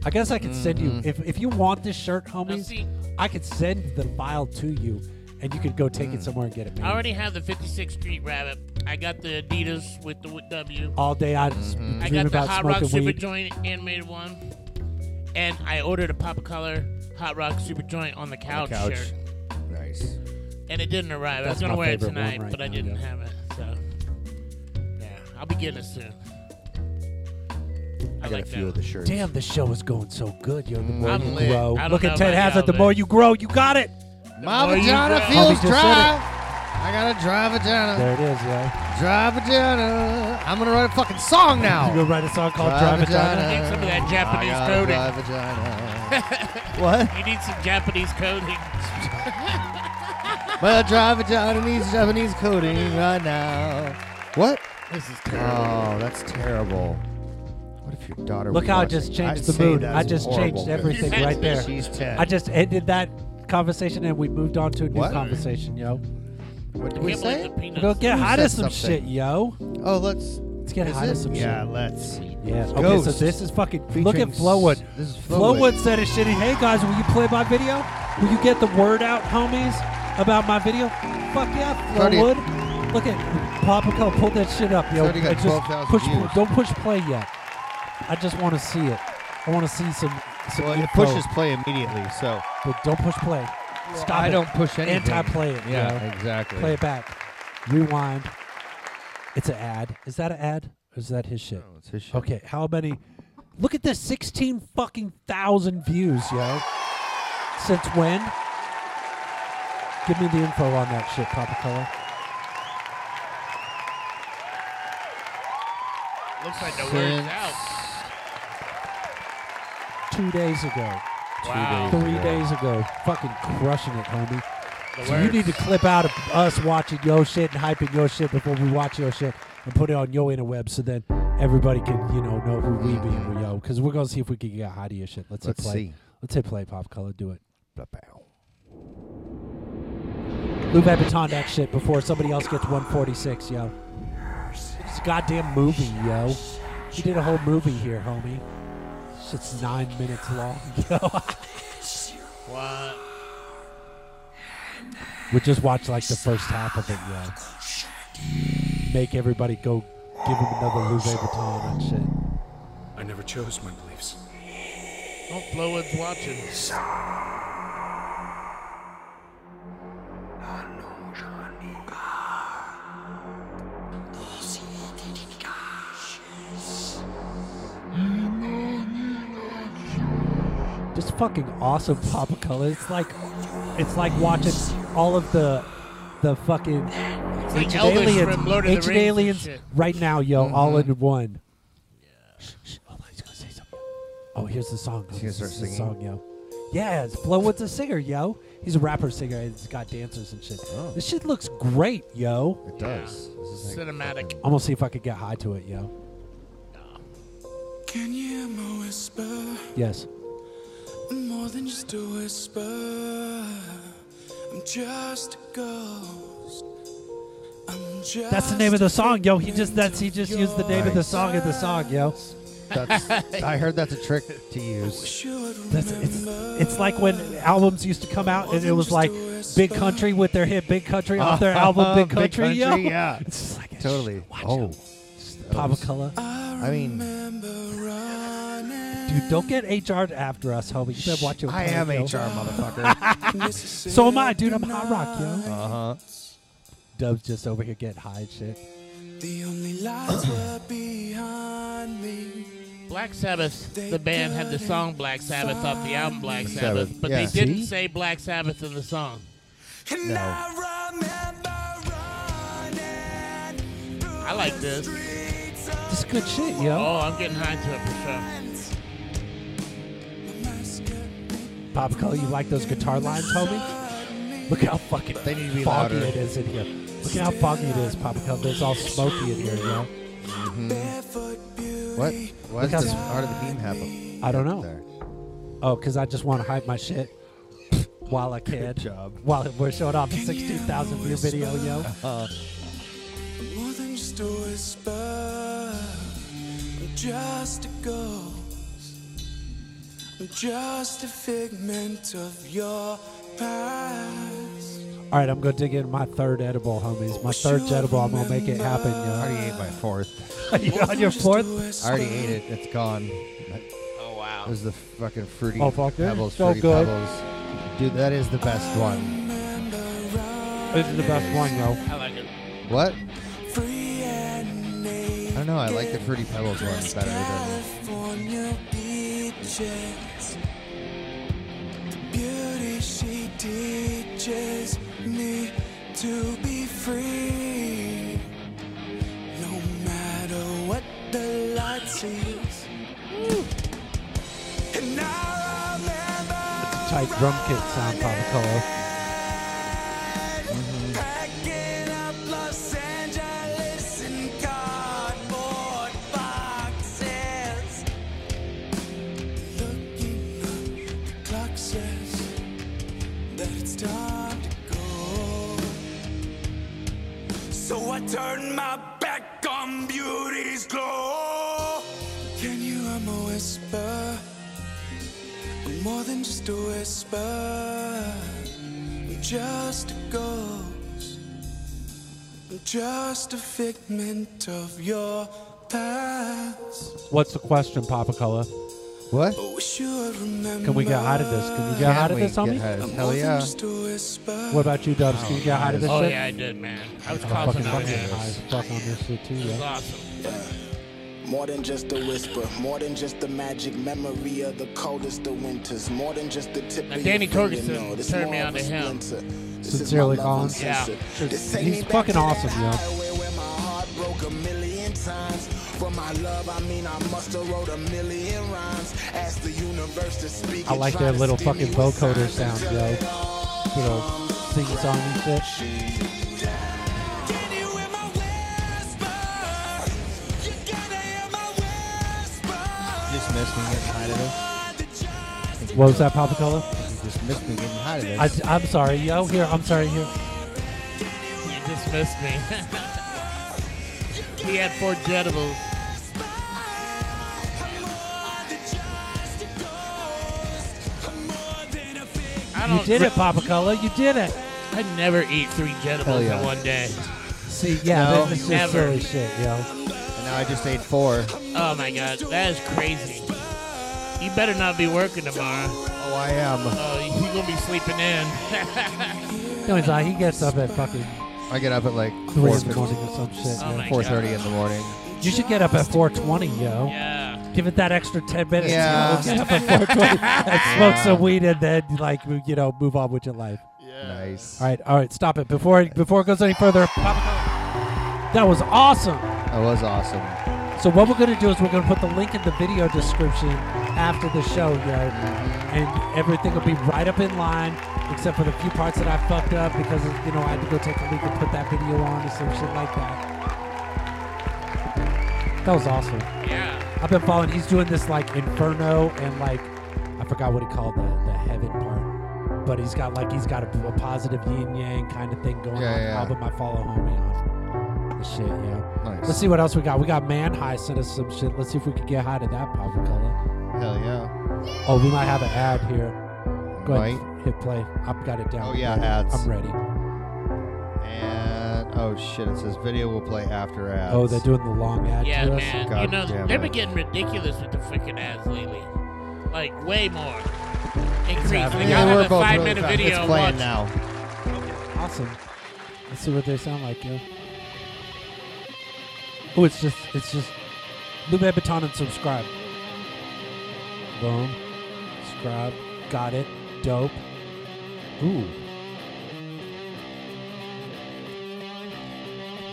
[SPEAKER 2] I guess I could send you
[SPEAKER 3] Mhm.
[SPEAKER 2] if, if you want this shirt, homies.
[SPEAKER 1] see-
[SPEAKER 2] I could send the file to you, and you could go take
[SPEAKER 3] Mm.
[SPEAKER 2] it somewhere and get it made.
[SPEAKER 1] I already have the 56th Street Rabbit. I got the Adidas with the w- W.
[SPEAKER 2] All day I just
[SPEAKER 3] Mm-hmm.
[SPEAKER 1] I
[SPEAKER 2] dream
[SPEAKER 1] got the
[SPEAKER 2] about
[SPEAKER 1] Hot Rock
[SPEAKER 2] smoking
[SPEAKER 1] Super
[SPEAKER 2] weed.
[SPEAKER 1] Joint animated one, and I ordered a pop color Hot Rock Super Joint on the couch,
[SPEAKER 3] couch.
[SPEAKER 1] shirt,
[SPEAKER 3] Nice.
[SPEAKER 1] and it didn't arrive. I was
[SPEAKER 2] That's
[SPEAKER 1] gonna
[SPEAKER 2] my
[SPEAKER 1] wear it
[SPEAKER 2] favorite one
[SPEAKER 1] tonight,
[SPEAKER 2] right
[SPEAKER 1] but I
[SPEAKER 2] now,
[SPEAKER 1] didn't
[SPEAKER 2] yeah.
[SPEAKER 1] have it. So yeah, I'll be getting it soon.
[SPEAKER 3] I, got
[SPEAKER 1] like
[SPEAKER 3] a few
[SPEAKER 1] that
[SPEAKER 3] of the shirts.
[SPEAKER 2] Damn, this show is going so good, yo. The
[SPEAKER 3] Mm.
[SPEAKER 2] more
[SPEAKER 1] I'm
[SPEAKER 2] you
[SPEAKER 1] lit.
[SPEAKER 2] grow,
[SPEAKER 1] I don't
[SPEAKER 2] look
[SPEAKER 1] know
[SPEAKER 2] at Ted
[SPEAKER 1] about y'all,
[SPEAKER 2] Hazard. The
[SPEAKER 1] but-
[SPEAKER 2] more you grow, you got it.
[SPEAKER 3] My
[SPEAKER 1] more you
[SPEAKER 3] vagina
[SPEAKER 1] grow-
[SPEAKER 2] Homie
[SPEAKER 3] feels
[SPEAKER 2] just said
[SPEAKER 3] dry. I got a dry vagina.
[SPEAKER 2] There it is, yo.
[SPEAKER 3] Dry vagina. I'm gonna write a fucking song
[SPEAKER 2] You
[SPEAKER 3] now.
[SPEAKER 2] gonna write a song called
[SPEAKER 3] Dry
[SPEAKER 2] Drive Vagina?
[SPEAKER 1] Need some of that
[SPEAKER 3] I
[SPEAKER 1] Japanese
[SPEAKER 3] got a
[SPEAKER 1] coding.
[SPEAKER 3] dry
[SPEAKER 1] <laughs>
[SPEAKER 3] vagina. what?
[SPEAKER 1] You need some Japanese coding.
[SPEAKER 3] Well, dry vagina needs Japanese coding right now. What?
[SPEAKER 1] This is
[SPEAKER 3] Oh, that's terrible. What if your daughter?
[SPEAKER 2] Look
[SPEAKER 3] was
[SPEAKER 2] how I
[SPEAKER 3] watching?
[SPEAKER 2] just changed
[SPEAKER 3] I'd
[SPEAKER 2] the
[SPEAKER 3] say
[SPEAKER 2] mood.
[SPEAKER 3] that's
[SPEAKER 2] I just
[SPEAKER 3] horrible.
[SPEAKER 2] changed everything right there.
[SPEAKER 3] She's ten.
[SPEAKER 2] I just ended that conversation and we moved on to a new
[SPEAKER 3] What?
[SPEAKER 2] conversation, yo.
[SPEAKER 3] What did we
[SPEAKER 1] Can't believe
[SPEAKER 3] say?
[SPEAKER 1] the peanuts.
[SPEAKER 2] Go get
[SPEAKER 3] Who
[SPEAKER 2] high to
[SPEAKER 3] said
[SPEAKER 2] some shit,
[SPEAKER 3] something?
[SPEAKER 2] yo.
[SPEAKER 3] Oh, let's.
[SPEAKER 2] Let's get
[SPEAKER 3] is
[SPEAKER 2] high to
[SPEAKER 3] it?
[SPEAKER 2] some
[SPEAKER 3] Yeah,
[SPEAKER 2] shit.
[SPEAKER 3] let's.
[SPEAKER 2] Yeah. Okay,
[SPEAKER 3] Ghost.
[SPEAKER 2] so this is fucking. look at
[SPEAKER 3] Featuring
[SPEAKER 2] Flowwood.
[SPEAKER 3] s- this is
[SPEAKER 2] Flowwood.
[SPEAKER 3] Flowwood.
[SPEAKER 2] said his shitty. Hey guys, will you play my video? Will you get the word out, homies, about my video? Fuck yeah,
[SPEAKER 3] already-
[SPEAKER 2] Flowwood. Look at Papa Cole. Pull that shit up, yo.
[SPEAKER 3] already got
[SPEAKER 2] And just
[SPEAKER 3] 12,000
[SPEAKER 2] push,
[SPEAKER 3] views.
[SPEAKER 2] Don't push play yet. I just want to see it. I want to see some. some
[SPEAKER 3] Well, it
[SPEAKER 2] info,
[SPEAKER 3] pushes play immediately, so
[SPEAKER 2] but don't push play. Stop
[SPEAKER 3] I
[SPEAKER 2] it.
[SPEAKER 3] don't push anything.
[SPEAKER 2] Anti-play it.
[SPEAKER 3] Yeah,
[SPEAKER 2] yo.
[SPEAKER 3] exactly.
[SPEAKER 2] Play it back. Rewind. It's an ad. Is that an ad? Or is that his shit?
[SPEAKER 3] it's his shit.
[SPEAKER 2] Okay, how many Look at this, sixteen fucking thousand views, yo. Since when? Give me the info on that shit, Papa Color.
[SPEAKER 1] Looks like the word's out.
[SPEAKER 2] Two days ago.
[SPEAKER 1] Two Wow. days
[SPEAKER 2] Three
[SPEAKER 1] ago.
[SPEAKER 2] days ago. Fucking crushing it, homie.
[SPEAKER 1] The
[SPEAKER 2] So you need to clip out of us watching your shit and hyping your shit before we watch your shit and put it on your interweb so then everybody can, you know, know who we be and we yo. Because we're going to see if we can get high to your shit. Let's, hit
[SPEAKER 3] Let's
[SPEAKER 2] play.
[SPEAKER 3] see.
[SPEAKER 2] Let's hit play, Pop Color. Do it. Lou Baton that shit before somebody else gets 146, yo. It's a goddamn movie, yo. You did a whole movie here, homie. Shit's nine minutes long, <laughs> yo.
[SPEAKER 1] <laughs> What?
[SPEAKER 2] we just watched like the first half of it, yo. Make everybody go give him another Lou Baton and shit.
[SPEAKER 25] I never chose my beliefs.
[SPEAKER 1] Don't blow what's watching.
[SPEAKER 2] just fucking awesome Papa Color. It's like it's like watching all of the the fucking
[SPEAKER 1] like
[SPEAKER 2] ancient
[SPEAKER 1] Elvis
[SPEAKER 2] aliens,
[SPEAKER 1] from Lord of the
[SPEAKER 2] ancient
[SPEAKER 1] Rings and
[SPEAKER 2] aliens
[SPEAKER 1] shit.
[SPEAKER 2] right now, yo, all
[SPEAKER 1] Mhm.
[SPEAKER 2] in one. Oh, here's the song. Oh, this is the song, yo. Yeah, it's Blowwood's a singer, yo. He's a rapper singer. and He's got dancers and shit. This shit looks great, yo. It
[SPEAKER 1] does. Cinematic.
[SPEAKER 2] I'm gonna see if I could get high to it, yo.
[SPEAKER 8] Can you hear my whisper?
[SPEAKER 2] Yes.
[SPEAKER 8] More than just a whisper. I'm just a ghost. I'm just
[SPEAKER 2] That's the name of the song, yo.
[SPEAKER 8] <laughs>
[SPEAKER 2] He just that's he just used the name of the song in the song, yo.
[SPEAKER 3] That's, I heard that's a trick to use.
[SPEAKER 2] That's, it's, it's like when albums used to come out and it was like Big Country with their hit Big Country off
[SPEAKER 3] <laughs>
[SPEAKER 2] their album Big Country. yo.
[SPEAKER 3] yeah.
[SPEAKER 2] It's just like
[SPEAKER 3] totally. Oh,
[SPEAKER 2] Papa Color.
[SPEAKER 3] I mean,
[SPEAKER 2] Dude, don't get HR after us, homie. You better watch your
[SPEAKER 3] I
[SPEAKER 2] tone,
[SPEAKER 3] am
[SPEAKER 2] yo.
[SPEAKER 3] HR, motherfucker.
[SPEAKER 2] so am <laughs> I, dude. I'm hot rock, yo.
[SPEAKER 3] Uh huh.
[SPEAKER 2] Dub's just over here getting high and shit.
[SPEAKER 8] The only lights were behind me.
[SPEAKER 1] Black Sabbath, the band had the song Black Sabbath off the album Black
[SPEAKER 3] Black
[SPEAKER 1] Sabbath,
[SPEAKER 3] Sabbath,
[SPEAKER 1] but
[SPEAKER 3] yeah.
[SPEAKER 1] they didn't
[SPEAKER 3] See?
[SPEAKER 1] say Black Sabbath in the song.
[SPEAKER 3] No.
[SPEAKER 1] I like this.
[SPEAKER 2] This is good shit, yo.
[SPEAKER 1] Oh, I'm getting high to it for sure.
[SPEAKER 2] Papa Color, you like those guitar lines, homie? Look how fucking they need to
[SPEAKER 3] be
[SPEAKER 2] foggy
[SPEAKER 3] louder.
[SPEAKER 2] it is in here. Look at how foggy it is, Papa Color. It's all smoky in here, yo.
[SPEAKER 3] Mm-hmm. What? Why
[SPEAKER 2] Look how-
[SPEAKER 3] does this part of the beam happen?
[SPEAKER 2] I don't know. Oh, because I just want to hype my shit while I can. Good job. While we're showing off the 16,000 view video, yo.
[SPEAKER 3] Uh-huh.
[SPEAKER 8] More than just a whisper. I'm just a ghost. I'm just a figment of your past.
[SPEAKER 2] All right, I'm going to dig in my third edible, homies. My third edible, I'm going to make it happen, yo. I
[SPEAKER 3] already ate my
[SPEAKER 2] <laughs>
[SPEAKER 3] fourth.
[SPEAKER 2] Are you on your fourth?
[SPEAKER 3] I already ate it. It's gone.
[SPEAKER 1] Oh wow.
[SPEAKER 3] It was the fucking fruity
[SPEAKER 2] Oh, fuck yeah.
[SPEAKER 3] pebbles.
[SPEAKER 2] So
[SPEAKER 3] fruity
[SPEAKER 2] good.
[SPEAKER 3] pebbles. Dude, that is the best one.
[SPEAKER 2] This is the best one, yo.
[SPEAKER 1] I like it.
[SPEAKER 3] What? I don't know. I like the fruity pebbles one better than
[SPEAKER 8] California beaches. The beauty she teaches me to be free. No matter what the light sees. And I remember
[SPEAKER 2] Tight drum kit sound, Papa Color.
[SPEAKER 8] packing up Los Angeles in cardboard boxes. Looking up, the clock says that it's time to go. So I turn my back on beauty's glow. Can you hear my whisper? More than just a whisper. I'm just a ghost. I'm just a figment of your past.
[SPEAKER 2] What's the question, Papa Color?
[SPEAKER 3] What?
[SPEAKER 8] Wish you would remember.
[SPEAKER 2] Can we get high to this? Can you get
[SPEAKER 3] Can
[SPEAKER 2] high to
[SPEAKER 3] we
[SPEAKER 2] this,
[SPEAKER 3] get
[SPEAKER 2] homie?
[SPEAKER 3] high to this?
[SPEAKER 8] More
[SPEAKER 3] Hell
[SPEAKER 8] than
[SPEAKER 3] yeah.
[SPEAKER 8] just a whisper.
[SPEAKER 2] What about you, Dubs? Can you get high to this
[SPEAKER 1] Oh
[SPEAKER 2] shit?
[SPEAKER 1] yeah, I did, man. I was
[SPEAKER 2] I'm
[SPEAKER 1] coughing
[SPEAKER 2] fucking
[SPEAKER 1] out
[SPEAKER 2] fucking high
[SPEAKER 1] hands.
[SPEAKER 2] as fuck on this shit, too,
[SPEAKER 1] It was
[SPEAKER 2] yo.
[SPEAKER 1] awesome.
[SPEAKER 5] More than just a whisper, more than just the magic memory of the coldest of winters, more than just the tip
[SPEAKER 1] Now,
[SPEAKER 5] of
[SPEAKER 1] Danny
[SPEAKER 5] your finger,
[SPEAKER 1] Torgerson
[SPEAKER 5] no, this
[SPEAKER 1] turned
[SPEAKER 5] more
[SPEAKER 1] me
[SPEAKER 5] of
[SPEAKER 1] on
[SPEAKER 5] a
[SPEAKER 1] to him.
[SPEAKER 5] splinter. This is
[SPEAKER 2] Sincerely,
[SPEAKER 5] my love
[SPEAKER 2] Colin.
[SPEAKER 5] uncensored. This ain't
[SPEAKER 2] He's fucking awesome, yo.
[SPEAKER 5] broke a million times. For my love, I mean I must have wrote a million rhymes. Ask the universe to speak.
[SPEAKER 2] I like their little fucking vocoder sound, yo. Little sing song and shit.
[SPEAKER 3] Just missed me getting high today.
[SPEAKER 2] What was that, Papa Cola?
[SPEAKER 3] You just missed me getting high today.
[SPEAKER 2] I, I'm sorry, yo. Here, I'm sorry, here.
[SPEAKER 1] You just missed me. <laughs> he had four jetables. I
[SPEAKER 2] You
[SPEAKER 1] don't
[SPEAKER 2] did it, Papa Cola. You did it.
[SPEAKER 1] I never eat three jetables
[SPEAKER 3] Hell yeah.
[SPEAKER 1] in one day.
[SPEAKER 2] See, yeah,
[SPEAKER 3] No.
[SPEAKER 2] that's just
[SPEAKER 1] Never.
[SPEAKER 2] silly shit, yo.
[SPEAKER 3] And now I just ate four.
[SPEAKER 1] Oh my god, that is crazy. You better not be working tomorrow.
[SPEAKER 3] Oh, I am.
[SPEAKER 1] Oh, you gonna be sleeping in. <laughs>
[SPEAKER 2] No, he's like, uh, he gets up at fucking.
[SPEAKER 3] I get up at like
[SPEAKER 2] Three in
[SPEAKER 3] 4:50
[SPEAKER 2] the morning or some shit.
[SPEAKER 1] Oh my
[SPEAKER 3] Four thirty in the morning.
[SPEAKER 2] You should get up at 420, yo.
[SPEAKER 1] Yeah.
[SPEAKER 2] Give it that extra 10 minutes.
[SPEAKER 3] Yeah.
[SPEAKER 2] You know, get up at 420 and
[SPEAKER 1] <laughs>
[SPEAKER 2] smoke some weed and then, like, you know, move on with your life.
[SPEAKER 3] Nice.
[SPEAKER 2] All right, all right, stop it. Before it, before it goes any further, Papa- that was awesome.
[SPEAKER 3] That was awesome.
[SPEAKER 2] So what we're gonna do is we're gonna put the link in the video description after the show, yo, and everything will be right up in line, except for the few parts that I fucked up because you know I had to go take a leak and put that video on or some shit like that. That was awesome.
[SPEAKER 1] Yeah.
[SPEAKER 2] I've been following. He's doing this like Inferno and like I forgot what he called the the heaven part, but he's got like he's got a, a positive yin yang kind of thing going
[SPEAKER 3] Yeah,
[SPEAKER 2] on.
[SPEAKER 3] yeah.
[SPEAKER 2] Album I follow homie on the shit, yo.
[SPEAKER 3] Nice.
[SPEAKER 2] Let's see what else we got. We got Man High sent us some shit. Let's see if we can get high to that pop of color.
[SPEAKER 3] Hell yeah.
[SPEAKER 2] Oh, we might have an ad here. Go ahead,
[SPEAKER 3] Might.
[SPEAKER 2] hit play. I've got it down.
[SPEAKER 3] Oh yeah,
[SPEAKER 2] I'm
[SPEAKER 3] ads.
[SPEAKER 2] ready.
[SPEAKER 3] And oh shit, it says video will play after ads.
[SPEAKER 2] Oh, they're doing the long ad
[SPEAKER 1] Yeah,
[SPEAKER 2] to
[SPEAKER 1] man.
[SPEAKER 2] us.
[SPEAKER 1] you know,
[SPEAKER 3] damn
[SPEAKER 1] they've
[SPEAKER 3] it.
[SPEAKER 1] been getting ridiculous with the freaking ads lately. Like, way more. Increase.
[SPEAKER 3] happening.
[SPEAKER 1] Like,
[SPEAKER 3] Yeah,
[SPEAKER 1] I
[SPEAKER 3] we're
[SPEAKER 1] have a
[SPEAKER 3] both
[SPEAKER 1] five
[SPEAKER 3] really
[SPEAKER 1] minute
[SPEAKER 3] fast. It's
[SPEAKER 1] video. and
[SPEAKER 3] playing
[SPEAKER 1] watch.
[SPEAKER 3] now.
[SPEAKER 2] Awesome. Let's see what they sound like, yo. Oh, it's just, it's just Lou Baton and subscribe. Boom. Subscribe. Got it. Dope. Ooh.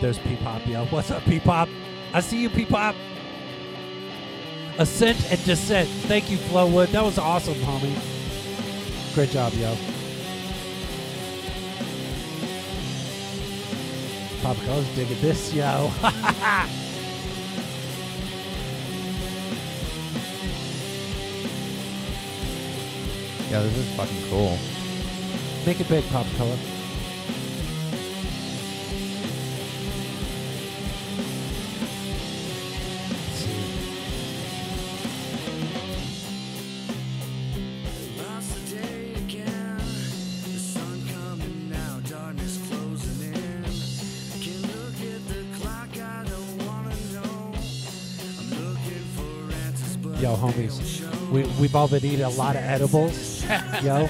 [SPEAKER 2] There's P-Pop, yo. What's up, P-Pop? I see you, P-Pop. Ascent and Descent. Thank you, Flowwood. That was awesome, homie. Great job, yo. Papa Cole's digging this, yo. <laughs>
[SPEAKER 3] Yeah, this is fucking cool.
[SPEAKER 2] Make it big, Papa Color. Yo, homies, we, we've all been eating a lot of edibles, yo.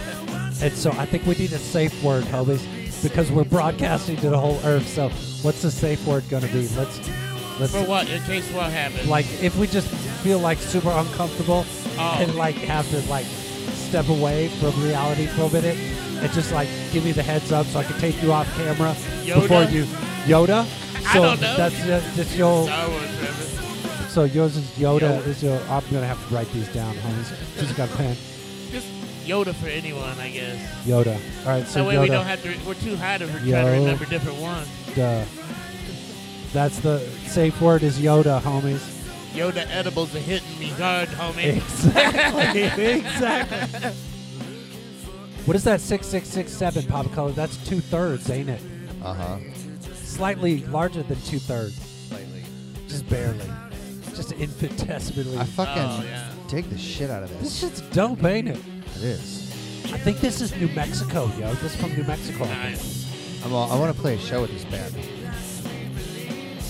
[SPEAKER 2] And so I think we need a safe word, homies, because we're broadcasting to the whole earth. So what's the safe word going to be? Let's, let's,
[SPEAKER 1] For what? In case what happens.
[SPEAKER 2] like, if we just feel like super uncomfortable
[SPEAKER 1] Oh.
[SPEAKER 2] and like have to like step away from reality for a minute and just like give me the heads up so I can take you off camera
[SPEAKER 1] Yoda?
[SPEAKER 2] before you. Yoda?
[SPEAKER 1] I
[SPEAKER 2] So
[SPEAKER 1] don't know.
[SPEAKER 2] that's, that's, that's your.
[SPEAKER 1] Star Wars reference.
[SPEAKER 2] So yours is Yoda.
[SPEAKER 1] Yoda.
[SPEAKER 2] Is your? I'm gonna have to write these down, homies. Just got a pen.
[SPEAKER 1] Just Yoda for anyone, I guess.
[SPEAKER 2] Yoda. All right, so
[SPEAKER 1] that way we
[SPEAKER 2] Yoda.
[SPEAKER 1] don't have to. <laughs> We're too high to re- try to remember different ones.
[SPEAKER 2] Yoda. That's the safe word is Yoda, homies.
[SPEAKER 1] Yoda edibles are hitting me hard, homie. <laughs>
[SPEAKER 2] Exactly, exactly. What is that? Six six six seven pop color. That's two thirds, ain't it?
[SPEAKER 3] Uh huh.
[SPEAKER 2] Slightly larger than two thirds. Slightly. Just barely. Just infinitesimally.
[SPEAKER 3] I fucking
[SPEAKER 2] Oh,
[SPEAKER 3] dig the shit out of this.
[SPEAKER 2] This shit's dope, ain't it?
[SPEAKER 3] It is.
[SPEAKER 2] I think this is New Mexico, yo. This is from New Mexico.
[SPEAKER 3] I'm all, I want to play a show with this band.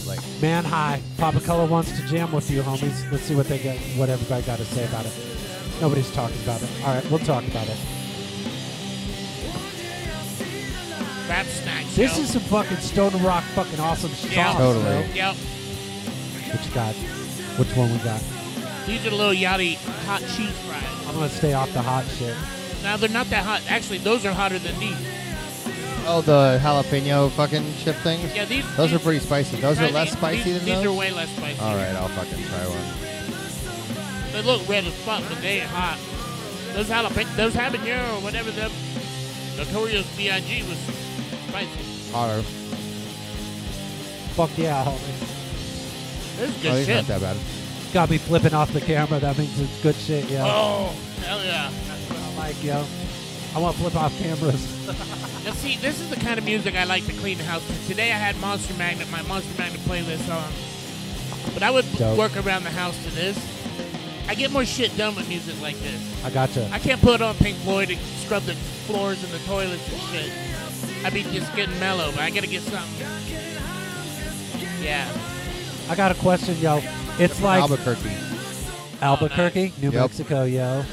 [SPEAKER 3] Like
[SPEAKER 2] Man High, Papa Color wants to jam with you, homies. Let's see what they got, what everybody got to say about it. Nobody's talking about it. All right, we'll talk about it.
[SPEAKER 1] Rap snacks.
[SPEAKER 2] This
[SPEAKER 1] yo.
[SPEAKER 2] is some fucking Stone Rock, fucking awesome shit.
[SPEAKER 1] Yeah.
[SPEAKER 2] Yo.
[SPEAKER 1] Yep.
[SPEAKER 2] What you got? Which one we got?
[SPEAKER 1] These are little yachty hot cheese fries.
[SPEAKER 2] I'm gonna stay off the hot shit.
[SPEAKER 1] Now they're not that hot. Actually, those are hotter than these.
[SPEAKER 3] Oh, the jalapeno fucking chip things.
[SPEAKER 1] Yeah, these-
[SPEAKER 3] Those are
[SPEAKER 1] these-
[SPEAKER 3] pretty spicy. Those
[SPEAKER 1] try
[SPEAKER 3] are less
[SPEAKER 1] these-
[SPEAKER 3] spicy
[SPEAKER 1] these-
[SPEAKER 3] than
[SPEAKER 1] these
[SPEAKER 3] those.
[SPEAKER 1] are way less spicy.
[SPEAKER 3] All right, I'll fucking try one.
[SPEAKER 1] They look red as fuck, but they ain't hot. Those jalapeno, those habanero or whatever the Notorious B.I.G. was spicy.
[SPEAKER 3] Hotter.
[SPEAKER 2] Fuck yeah, homie.
[SPEAKER 1] This is
[SPEAKER 3] oh,
[SPEAKER 1] good
[SPEAKER 3] these
[SPEAKER 1] shit.
[SPEAKER 3] aren't that bad.
[SPEAKER 2] Got me flipping off the camera. That means it's good shit, yo.
[SPEAKER 1] Oh, hell yeah. That's what I
[SPEAKER 2] like, yo. I want to flip off cameras.
[SPEAKER 1] Now, see, this is the kind of music I like to clean the house to. Today I had Monster Magnet, my Monster Magnet playlist on. But I would
[SPEAKER 2] Dope.
[SPEAKER 1] work around the house to this. I get more shit done with music like this.
[SPEAKER 2] I gotcha.
[SPEAKER 1] I can't put on Pink Floyd and scrub the floors and the toilets and shit. I be just getting mellow, but I gotta get something. Yeah.
[SPEAKER 2] I got a question, yo. It's like
[SPEAKER 3] Albuquerque.
[SPEAKER 2] Albuquerque, New
[SPEAKER 3] Yep.
[SPEAKER 2] Mexico, yo.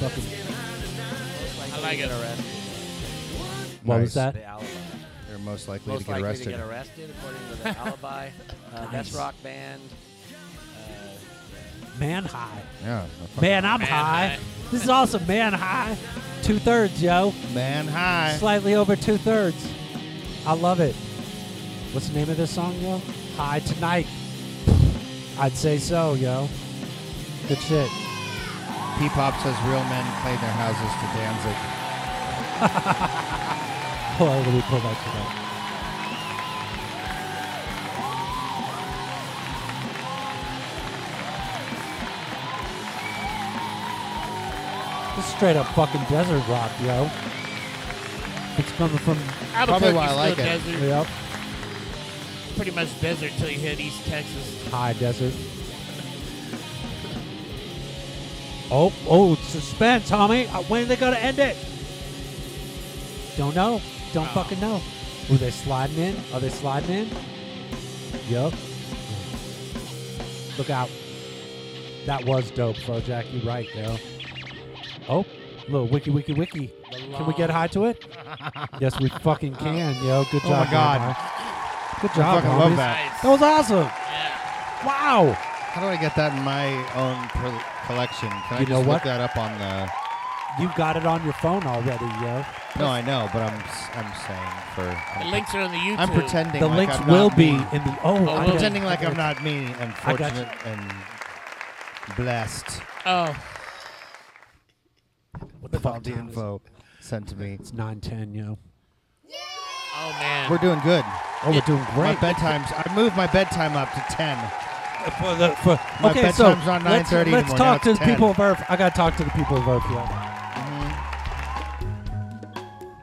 [SPEAKER 2] Fucking,
[SPEAKER 1] I like it.
[SPEAKER 2] What was that?
[SPEAKER 6] The alibi.
[SPEAKER 3] They're most likely
[SPEAKER 6] Most
[SPEAKER 3] to get
[SPEAKER 6] likely
[SPEAKER 3] arrested.
[SPEAKER 6] to get arrested, according to
[SPEAKER 2] <laughs>
[SPEAKER 6] the alibi. Uh, That's
[SPEAKER 2] Nice.
[SPEAKER 6] rock band. uh,
[SPEAKER 2] man high.
[SPEAKER 3] Yeah.
[SPEAKER 2] Man, I'm
[SPEAKER 6] Man
[SPEAKER 2] high.
[SPEAKER 6] high.
[SPEAKER 2] This is awesome. Man high. Two thirds, yo.
[SPEAKER 3] Man high.
[SPEAKER 2] Slightly over two thirds. I love it. What's the name of this song, yo? High Tonight. I'd say so, yo. Good shit.
[SPEAKER 3] P Pop says real men clay their houses to
[SPEAKER 2] <laughs>
[SPEAKER 3] Danzig.
[SPEAKER 2] Hold on, let me pull that shit up. This is straight up fucking desert rock, yo. It's coming from
[SPEAKER 1] Albuquerque's Probably why I still like it. desert.
[SPEAKER 2] Yep.
[SPEAKER 1] Pretty much desert till you hit East Texas.
[SPEAKER 2] High desert. Oh, oh, suspense, homie. Uh, When are they gonna end it? Don't know. Don't
[SPEAKER 3] Oh.
[SPEAKER 2] fucking know. Ooh, they sliding in? Are they sliding in? Yup. Look out. That was dope, Bojack. You right, yo. Oh, little wiki wiki wiki. Can we get high
[SPEAKER 3] <laughs>
[SPEAKER 2] to it? yes, we fucking can, yo. Good
[SPEAKER 3] Oh my
[SPEAKER 2] job. man,
[SPEAKER 3] God.
[SPEAKER 2] huh? Good
[SPEAKER 3] I
[SPEAKER 2] job.
[SPEAKER 3] fucking love
[SPEAKER 2] homies.
[SPEAKER 3] that.
[SPEAKER 2] That was awesome. Wow.
[SPEAKER 3] How do I get that in my own pro- collection? Can I
[SPEAKER 2] You
[SPEAKER 3] just
[SPEAKER 2] know
[SPEAKER 3] look
[SPEAKER 2] what?
[SPEAKER 3] that up on the?
[SPEAKER 2] You got it on your phone already, yo.
[SPEAKER 3] No, I know, but I'm s- I'm saying for.
[SPEAKER 1] The links are on the YouTube.
[SPEAKER 3] I'm pretending.
[SPEAKER 2] The
[SPEAKER 3] like
[SPEAKER 2] links
[SPEAKER 3] I'm
[SPEAKER 2] will
[SPEAKER 3] not
[SPEAKER 2] be
[SPEAKER 3] me.
[SPEAKER 2] in the- oh, I
[SPEAKER 3] I'm
[SPEAKER 2] got-
[SPEAKER 3] pretending like
[SPEAKER 2] I
[SPEAKER 3] I'm
[SPEAKER 2] got-
[SPEAKER 3] not me and
[SPEAKER 2] I got
[SPEAKER 3] fortunate and blessed.
[SPEAKER 1] Oh.
[SPEAKER 3] What the fuck? info sent to me.
[SPEAKER 2] It's nine ten, yo.
[SPEAKER 1] Oh man.
[SPEAKER 3] We're doing good.
[SPEAKER 2] Oh, we're doing
[SPEAKER 3] My
[SPEAKER 2] great.
[SPEAKER 3] bedtimes. I moved my bedtime up to ten.
[SPEAKER 2] For the for
[SPEAKER 3] my
[SPEAKER 2] okay, so
[SPEAKER 3] bedtime's on nine
[SPEAKER 2] let's,
[SPEAKER 3] thirty.
[SPEAKER 2] let's
[SPEAKER 3] anymore.
[SPEAKER 2] talk
[SPEAKER 3] now
[SPEAKER 2] to
[SPEAKER 3] it's
[SPEAKER 2] the
[SPEAKER 3] 10.
[SPEAKER 2] people of Earth. I gotta talk to the people of Earth, yo.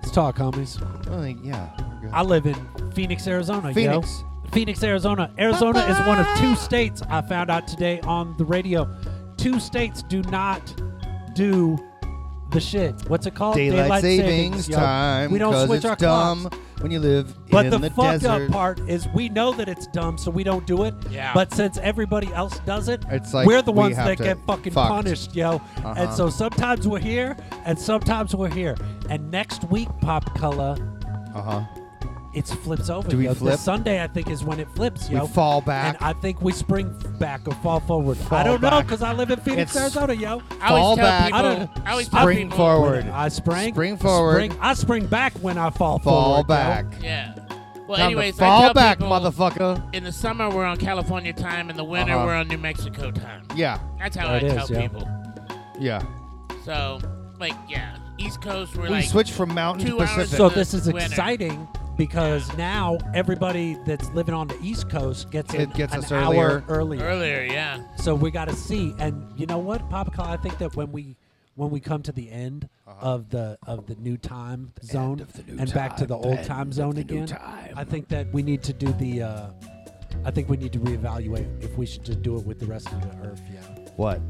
[SPEAKER 2] Let's talk, homies.
[SPEAKER 3] Well, yeah. we're good.
[SPEAKER 2] I live in Phoenix, Arizona.
[SPEAKER 3] Phoenix.
[SPEAKER 2] Yo. Phoenix, Arizona. Arizona is one of two states I found out today on the radio. Two states do not do the shit. What's it called?
[SPEAKER 3] Daylight, savings,
[SPEAKER 2] yo.
[SPEAKER 3] time.
[SPEAKER 2] We don't
[SPEAKER 3] 'cause
[SPEAKER 2] switch
[SPEAKER 3] it's
[SPEAKER 2] our
[SPEAKER 3] dumb
[SPEAKER 2] clocks.
[SPEAKER 3] when you live
[SPEAKER 2] But
[SPEAKER 3] in
[SPEAKER 2] the,
[SPEAKER 3] the
[SPEAKER 2] fucked
[SPEAKER 3] desert.
[SPEAKER 2] up part is we know that it's dumb, so we don't do it.
[SPEAKER 3] Yeah.
[SPEAKER 2] But since everybody else does it,
[SPEAKER 3] It's like
[SPEAKER 2] we're the
[SPEAKER 3] we
[SPEAKER 2] ones
[SPEAKER 3] have
[SPEAKER 2] that
[SPEAKER 3] to-
[SPEAKER 2] get fucking
[SPEAKER 3] fucked.
[SPEAKER 2] punished, yo. And
[SPEAKER 3] Uh-huh.
[SPEAKER 2] so sometimes we're here, and sometimes we're here. And next week, Pop Color,
[SPEAKER 3] Uh huh.
[SPEAKER 2] it flips over.
[SPEAKER 3] Do we
[SPEAKER 2] yo.
[SPEAKER 3] flip?
[SPEAKER 2] This Sunday, I think, is when it flips,
[SPEAKER 3] We
[SPEAKER 2] yo.
[SPEAKER 3] fall back.
[SPEAKER 2] And I think we spring back or fall forward. I don't know,
[SPEAKER 3] back.
[SPEAKER 2] because I live in Phoenix,
[SPEAKER 3] It's
[SPEAKER 2] Arizona, yo.
[SPEAKER 1] I always
[SPEAKER 3] fall
[SPEAKER 1] tell
[SPEAKER 3] back,
[SPEAKER 1] people-
[SPEAKER 2] I don't-
[SPEAKER 1] I always tell
[SPEAKER 3] spring
[SPEAKER 1] people-
[SPEAKER 3] forward.
[SPEAKER 2] I spring.
[SPEAKER 3] Spring forward.
[SPEAKER 2] spring- I spring back when I fall
[SPEAKER 3] Fall
[SPEAKER 2] forward. yo.
[SPEAKER 3] back.
[SPEAKER 1] Yeah. Well,
[SPEAKER 3] Time to
[SPEAKER 1] anyways, I
[SPEAKER 3] fall
[SPEAKER 1] tell
[SPEAKER 3] back,
[SPEAKER 1] people,
[SPEAKER 3] motherfucker.
[SPEAKER 1] In the summer, we're on California time. In the winter,
[SPEAKER 3] Uh-huh.
[SPEAKER 1] we're on New Mexico time.
[SPEAKER 3] Yeah.
[SPEAKER 1] That's how
[SPEAKER 3] There
[SPEAKER 1] I
[SPEAKER 3] it
[SPEAKER 1] tell
[SPEAKER 3] is, yeah.
[SPEAKER 1] people.
[SPEAKER 3] Yeah.
[SPEAKER 1] So, like, yeah, East Coast, we're
[SPEAKER 3] We
[SPEAKER 1] like
[SPEAKER 3] switch from mountain to
[SPEAKER 1] two hours
[SPEAKER 3] Pacific.
[SPEAKER 1] in
[SPEAKER 2] So
[SPEAKER 1] the
[SPEAKER 2] this is
[SPEAKER 1] winter.
[SPEAKER 2] exciting because now everybody that's living on the East Coast gets
[SPEAKER 3] It
[SPEAKER 2] an,
[SPEAKER 3] gets
[SPEAKER 2] an
[SPEAKER 3] us earlier.
[SPEAKER 2] hour earlier.
[SPEAKER 1] Earlier, yeah.
[SPEAKER 2] So we got to see, and you know what, Papa Call, I think that when we when we come to the end
[SPEAKER 3] Uh-huh.
[SPEAKER 2] of the of the new time zone and back to the
[SPEAKER 6] time,
[SPEAKER 2] old
[SPEAKER 6] the
[SPEAKER 2] time
[SPEAKER 6] end
[SPEAKER 2] zone
[SPEAKER 6] of the new
[SPEAKER 2] again,
[SPEAKER 6] time.
[SPEAKER 2] I think that we need to do the. Uh, I think we need to reevaluate if we should just do it with the rest of the Earth. Yeah,
[SPEAKER 3] What?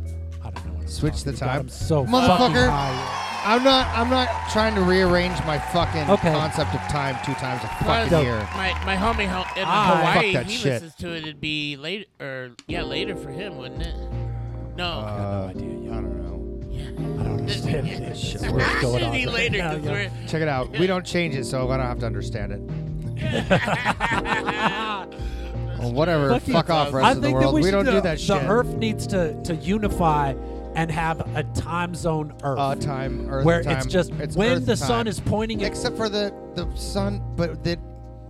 [SPEAKER 2] I don't know. What I'm
[SPEAKER 3] Switch the
[SPEAKER 2] talking about.
[SPEAKER 3] time.
[SPEAKER 2] I'm so fucking
[SPEAKER 3] motherfucker.
[SPEAKER 2] high.
[SPEAKER 3] I'm not. I'm not trying to rearrange my fucking
[SPEAKER 2] Okay.
[SPEAKER 3] concept of time two times a
[SPEAKER 1] Plus,
[SPEAKER 3] fucking year.
[SPEAKER 1] My, my homie ho- in
[SPEAKER 3] Ah, fuck
[SPEAKER 1] Hawaii,
[SPEAKER 3] that
[SPEAKER 1] he
[SPEAKER 3] shit.
[SPEAKER 1] listens to it. It'd be later, or yeah, later for him, wouldn't it? No.
[SPEAKER 3] Uh, I don't know.
[SPEAKER 2] I don't understand this shit.
[SPEAKER 1] What's going Shouldn't on be right later, now, 'cause yo? we're-
[SPEAKER 3] Check it out.
[SPEAKER 1] <laughs>
[SPEAKER 3] We don't change it, so I don't have to understand it. Well, whatever. Fuck, off, rest
[SPEAKER 2] I
[SPEAKER 3] of the
[SPEAKER 2] think that
[SPEAKER 3] world.
[SPEAKER 2] we,
[SPEAKER 3] We,
[SPEAKER 2] should
[SPEAKER 3] don't
[SPEAKER 2] do-
[SPEAKER 3] do that
[SPEAKER 2] the
[SPEAKER 3] shit.
[SPEAKER 2] Earth needs to, to unify and have a time zone Earth. A
[SPEAKER 3] time Earth
[SPEAKER 2] Where
[SPEAKER 3] time.
[SPEAKER 2] it's just
[SPEAKER 3] It's
[SPEAKER 2] when
[SPEAKER 3] Earth
[SPEAKER 2] the
[SPEAKER 3] time.
[SPEAKER 2] sun is pointing at
[SPEAKER 3] except for the the sun, but that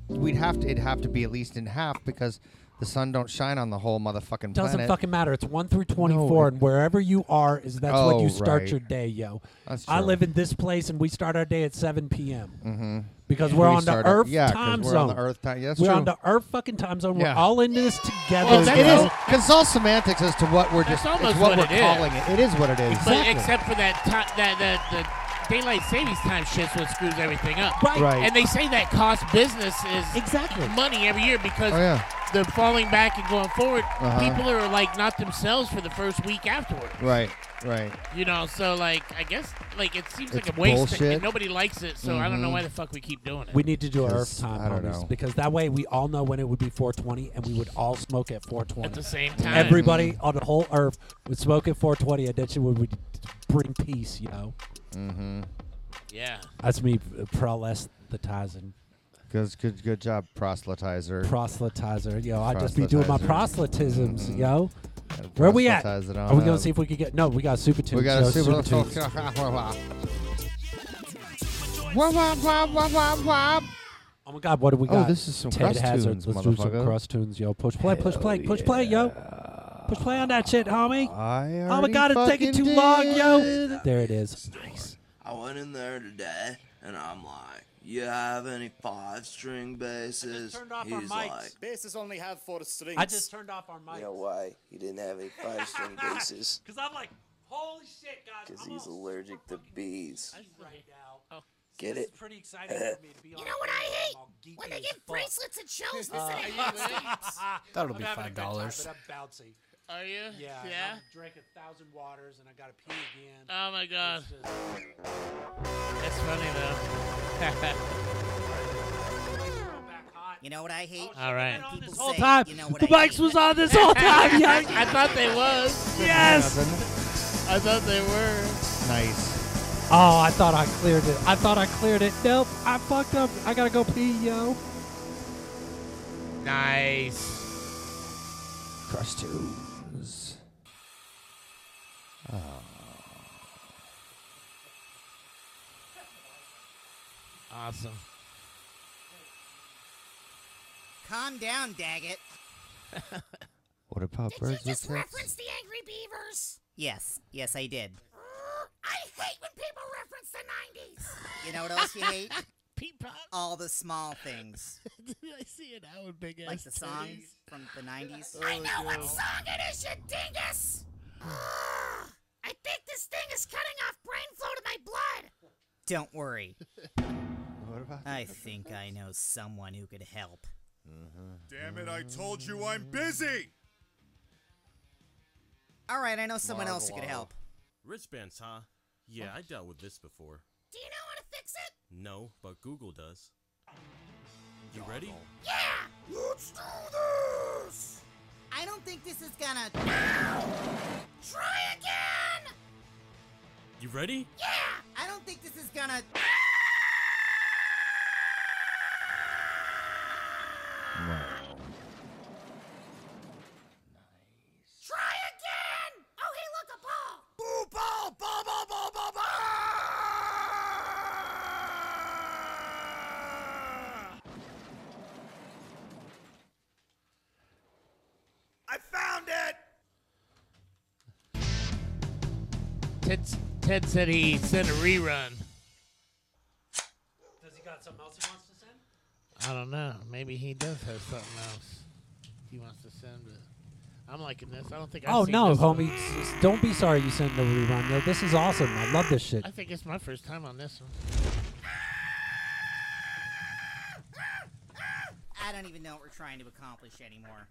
[SPEAKER 3] we'd have to. It'd have to be at least in half because the sun don't shine on the whole motherfucking
[SPEAKER 2] doesn't
[SPEAKER 3] planet.
[SPEAKER 2] fucking matter. It's one through twenty-four,
[SPEAKER 3] it-
[SPEAKER 2] and wherever you are is that's
[SPEAKER 3] Oh,
[SPEAKER 2] when you start
[SPEAKER 3] right.
[SPEAKER 2] your day, yo.
[SPEAKER 3] That's
[SPEAKER 2] I
[SPEAKER 3] true.
[SPEAKER 2] live in this place, and we start our day at seven p.m.
[SPEAKER 3] Mhm.
[SPEAKER 2] because
[SPEAKER 3] Yeah.
[SPEAKER 2] we're
[SPEAKER 3] We
[SPEAKER 2] on the
[SPEAKER 3] start-
[SPEAKER 2] Earth
[SPEAKER 3] yeah, 'cause
[SPEAKER 2] time
[SPEAKER 3] we're
[SPEAKER 2] zone.
[SPEAKER 3] on the Earth time- yeah, that's
[SPEAKER 2] we're
[SPEAKER 3] true.
[SPEAKER 2] on the Earth fucking time zone.
[SPEAKER 3] Yeah.
[SPEAKER 2] We're all in this together.
[SPEAKER 3] Well, it
[SPEAKER 2] yo.
[SPEAKER 3] is because it's all semantics as to what we're
[SPEAKER 1] That's
[SPEAKER 3] just. It's
[SPEAKER 1] almost
[SPEAKER 3] what,
[SPEAKER 1] what
[SPEAKER 3] we're
[SPEAKER 1] it
[SPEAKER 3] calling
[SPEAKER 1] is.
[SPEAKER 3] it. It is what it is.
[SPEAKER 1] But except for that, ti that that the daylight savings time shit's what screws everything up.
[SPEAKER 3] Right. Right.
[SPEAKER 1] And they say that costs business is exactly money every year because
[SPEAKER 3] Oh, yeah.
[SPEAKER 1] the falling back and going forward,
[SPEAKER 3] Uh-huh.
[SPEAKER 1] people are like not themselves for the first week afterward.
[SPEAKER 3] Right. Right.
[SPEAKER 1] You know, so like I guess like it seems
[SPEAKER 3] It's
[SPEAKER 1] like a waste
[SPEAKER 3] bullshit.
[SPEAKER 1] and nobody likes it. So I don't know
[SPEAKER 3] Mhm.
[SPEAKER 1] why the fuck we keep doing it.
[SPEAKER 2] We need to do our
[SPEAKER 3] 'Cause
[SPEAKER 2] Earth time,
[SPEAKER 3] I don't
[SPEAKER 2] homies,
[SPEAKER 3] know.
[SPEAKER 2] because that way we all know when it would be 420, and we would all smoke at 420
[SPEAKER 1] At the same time.
[SPEAKER 2] Everybody on the whole Earth would smoke at 420, and that shit would, would bring peace, you know.
[SPEAKER 3] Mm-hmm.
[SPEAKER 1] Yeah.
[SPEAKER 2] That's me uh, proselytizing.
[SPEAKER 3] Good, good, good job, proselytizer.
[SPEAKER 2] Proselytizer, yo. I just be doing my
[SPEAKER 3] Proselytizer.
[SPEAKER 2] proselytisms,
[SPEAKER 3] Mhm.
[SPEAKER 2] yo.
[SPEAKER 3] Gotta
[SPEAKER 2] Where we at?
[SPEAKER 3] proselytize it
[SPEAKER 2] Are
[SPEAKER 3] on
[SPEAKER 2] we gonna
[SPEAKER 3] up.
[SPEAKER 2] see if we could get? No, we got super tunes.
[SPEAKER 3] We got
[SPEAKER 2] yo,
[SPEAKER 3] a super.
[SPEAKER 2] tunes.
[SPEAKER 3] Wah, wah, wah, wah, wah, wah.
[SPEAKER 2] Oh my God, what do we
[SPEAKER 3] Oh,
[SPEAKER 2] got?
[SPEAKER 3] this is some
[SPEAKER 2] Ted
[SPEAKER 3] cross
[SPEAKER 2] Hazard.
[SPEAKER 3] tunes,
[SPEAKER 2] Let's do some
[SPEAKER 3] motherfucker.
[SPEAKER 2] cross tunes, yo. Push play, push play, push play, yo. Push play on that shit, homie.
[SPEAKER 3] I
[SPEAKER 2] oh my
[SPEAKER 8] already
[SPEAKER 2] God, it's taking
[SPEAKER 8] fucking
[SPEAKER 2] too long, yo.
[SPEAKER 8] did.
[SPEAKER 2] There it is.
[SPEAKER 8] Nice. I went in there today and I'm like, you have any five string basses? He's like,
[SPEAKER 12] Basses only have four strings.
[SPEAKER 8] I just
[SPEAKER 2] turned off our mics.
[SPEAKER 8] you know why you didn't have any
[SPEAKER 2] <laughs>
[SPEAKER 8] five string basses?
[SPEAKER 12] Because I'm like, holy shit, guys.
[SPEAKER 8] Because he's allergic to bees.
[SPEAKER 12] right now.
[SPEAKER 1] Oh.
[SPEAKER 8] Get
[SPEAKER 12] this
[SPEAKER 8] it?
[SPEAKER 12] is
[SPEAKER 8] <laughs>
[SPEAKER 12] pretty exciting for me to be You know what I hate? When they get bracelets and shells Uh, instead are of you headphones. That'll <laughs> I'm
[SPEAKER 2] be
[SPEAKER 12] having a good time,
[SPEAKER 2] $5.
[SPEAKER 12] but I'm bouncy.
[SPEAKER 1] Are you?
[SPEAKER 12] Yeah. and
[SPEAKER 1] Yeah?
[SPEAKER 12] I'll drink a thousand waters and I gotta pee again.
[SPEAKER 1] Oh my god. That's funny though.
[SPEAKER 19] You know what I hate?
[SPEAKER 1] <laughs> All right.
[SPEAKER 19] People
[SPEAKER 2] whole
[SPEAKER 19] say,
[SPEAKER 2] time.
[SPEAKER 19] You know what
[SPEAKER 2] the
[SPEAKER 19] I
[SPEAKER 2] mics
[SPEAKER 19] hate?
[SPEAKER 2] was on this
[SPEAKER 19] <laughs>
[SPEAKER 2] whole
[SPEAKER 1] <laughs>
[SPEAKER 2] time, yo.
[SPEAKER 1] I thought they was.
[SPEAKER 2] Yes.
[SPEAKER 1] I thought they were.
[SPEAKER 3] Nice.
[SPEAKER 2] Oh, I thought I cleared it. I thought I cleared it. Nope, I fucked up. I gotta go pee, yo.
[SPEAKER 1] Nice.
[SPEAKER 3] Cross tunes. Oh.
[SPEAKER 1] Awesome.
[SPEAKER 19] Calm down, Daggett.
[SPEAKER 3] <laughs> What about
[SPEAKER 19] you
[SPEAKER 3] birds
[SPEAKER 19] just
[SPEAKER 3] with tails?
[SPEAKER 19] reference the Angry Beavers? Yes, yes, I did.
[SPEAKER 12] I hate when people reference the 90s.
[SPEAKER 19] You know what else you hate?
[SPEAKER 1] Peapod.
[SPEAKER 19] All the small things,
[SPEAKER 1] Did I see an hour big ass?
[SPEAKER 19] like the songs from the Oh, '90s.
[SPEAKER 12] I know what song it is, you dingus! Ugh. I think this thing is cutting off brain flow to my blood.
[SPEAKER 19] Don't worry.
[SPEAKER 3] What about
[SPEAKER 19] I think I know someone who could help.
[SPEAKER 3] Mm-hmm.
[SPEAKER 12] Damn it, I told you I'm busy!
[SPEAKER 19] All right, I know someone else who could help.
[SPEAKER 20] Wristbands, huh? Yeah, I dealt with this before.
[SPEAKER 12] Do you know how to fix it?
[SPEAKER 20] No, but Google does. You ready?
[SPEAKER 12] Yeah! Let's do this!
[SPEAKER 19] I don't think this is gonna.
[SPEAKER 12] Try again!
[SPEAKER 20] You ready?
[SPEAKER 19] Yeah. I don't think this is gonna.
[SPEAKER 12] Try again! Oh, hey, look, a ball! Boo, ball! Ball, ball, ball, ball, I found it!
[SPEAKER 1] Ted, Ted said he sent a rerun.
[SPEAKER 2] Does he got something else he wants to send?
[SPEAKER 1] I don't know. Maybe he does have something else he wants to send. But I'm liking this. I don't think. I've
[SPEAKER 2] Oh
[SPEAKER 1] seen
[SPEAKER 2] no,
[SPEAKER 1] this
[SPEAKER 2] homie!
[SPEAKER 1] One.
[SPEAKER 2] S- s- Don't be sorry you sent a rerun. Yo, this is awesome. I love this shit.
[SPEAKER 1] I think it's my first time on this one.
[SPEAKER 19] I don't even know what we're trying to accomplish anymore.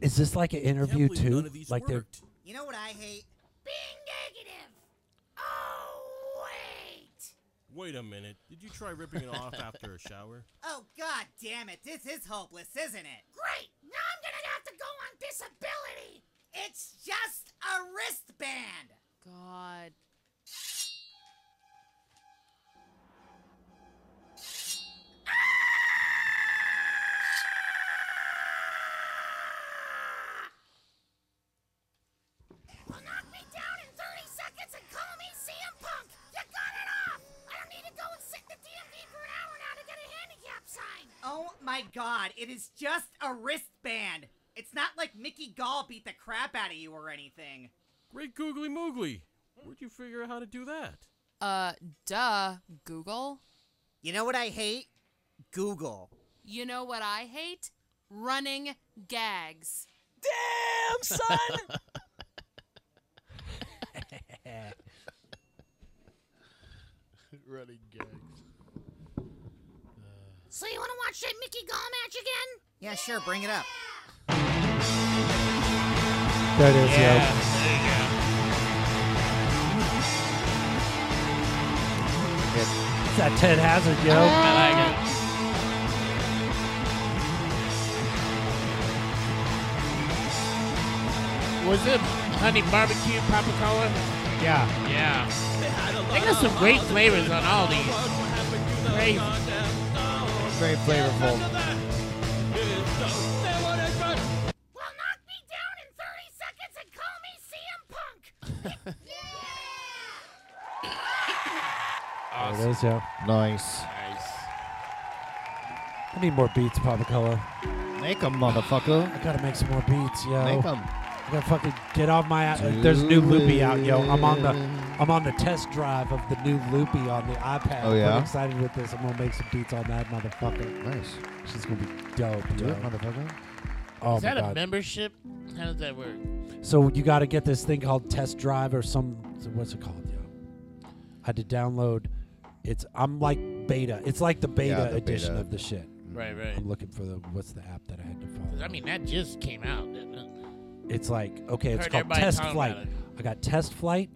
[SPEAKER 2] Is this like an interview too? Like they're
[SPEAKER 19] You know what I hate?
[SPEAKER 12] Being negative! Oh, wait!
[SPEAKER 20] Wait a minute. Did you try ripping it off after a shower?
[SPEAKER 19] Oh god damn it, this is hopeless, isn't it?
[SPEAKER 12] Great! Now I'm gonna have to go on disability!
[SPEAKER 19] It's just a wristband!
[SPEAKER 12] God.
[SPEAKER 19] Oh my god, it is just a wristband. It's not like Mickey Gall beat the crap out of you or anything.
[SPEAKER 20] Great googly moogly. Where'd you figure out how to do that?
[SPEAKER 4] Uh,
[SPEAKER 19] <laughs>
[SPEAKER 4] duh, Google.
[SPEAKER 19] You know what I hate? Google.
[SPEAKER 4] You know what I hate? Running gags.
[SPEAKER 8] Damn, son!
[SPEAKER 20] Running gags.
[SPEAKER 12] So you want to watch that Mickey Gall match again?
[SPEAKER 19] Yeah, sure, bring it up.
[SPEAKER 2] There it is,
[SPEAKER 1] Yeah, there you go.
[SPEAKER 2] yo. It's that Ted Hazard, yo.
[SPEAKER 1] I like it. Was it honey barbecue papa cola?
[SPEAKER 3] Yeah.
[SPEAKER 1] Yeah. They got some great flavors on all these. Crazy.
[SPEAKER 3] Very
[SPEAKER 12] Well,
[SPEAKER 3] flavorful.
[SPEAKER 12] knock me down in 30 seconds and call me CM Punk.
[SPEAKER 2] <laughs> There it is, yo.
[SPEAKER 3] Nice.
[SPEAKER 20] Nice.
[SPEAKER 2] I need more beats, Papa Color.
[SPEAKER 3] Make 'em, motherfucker.
[SPEAKER 2] I gotta make some more beats, yo.
[SPEAKER 3] Make 'em.
[SPEAKER 2] I gotta fucking get off my. uh, There's new loopy out, yo. I'm on the, I'm on the test drive of the new loopy on the iPad.
[SPEAKER 3] Oh, yeah?
[SPEAKER 2] I'm excited with this. I'm gonna make some beats on that motherfucker.
[SPEAKER 3] Nice.
[SPEAKER 2] She's gonna be dope,
[SPEAKER 3] Do
[SPEAKER 2] yo.
[SPEAKER 3] it, motherfucker.
[SPEAKER 2] Oh
[SPEAKER 1] Is
[SPEAKER 2] my
[SPEAKER 1] that
[SPEAKER 2] god.
[SPEAKER 1] a membership? How does that work?
[SPEAKER 2] So you got to get this thing called Test Drive or some what's it called? Yo, I had to download. It's I'm like beta. It's like the beta
[SPEAKER 3] Yeah, the
[SPEAKER 2] edition
[SPEAKER 3] beta.
[SPEAKER 2] of the shit.
[SPEAKER 1] Right, right.
[SPEAKER 2] I'm looking for the what's the app that I had to follow.
[SPEAKER 1] 'Cause, I mean, that just came out. didn't it?
[SPEAKER 2] It's like okay, it's
[SPEAKER 1] Heard
[SPEAKER 2] called
[SPEAKER 1] everybody
[SPEAKER 2] Test
[SPEAKER 1] talking
[SPEAKER 2] Flight.
[SPEAKER 1] about it.
[SPEAKER 2] I got Test Flight,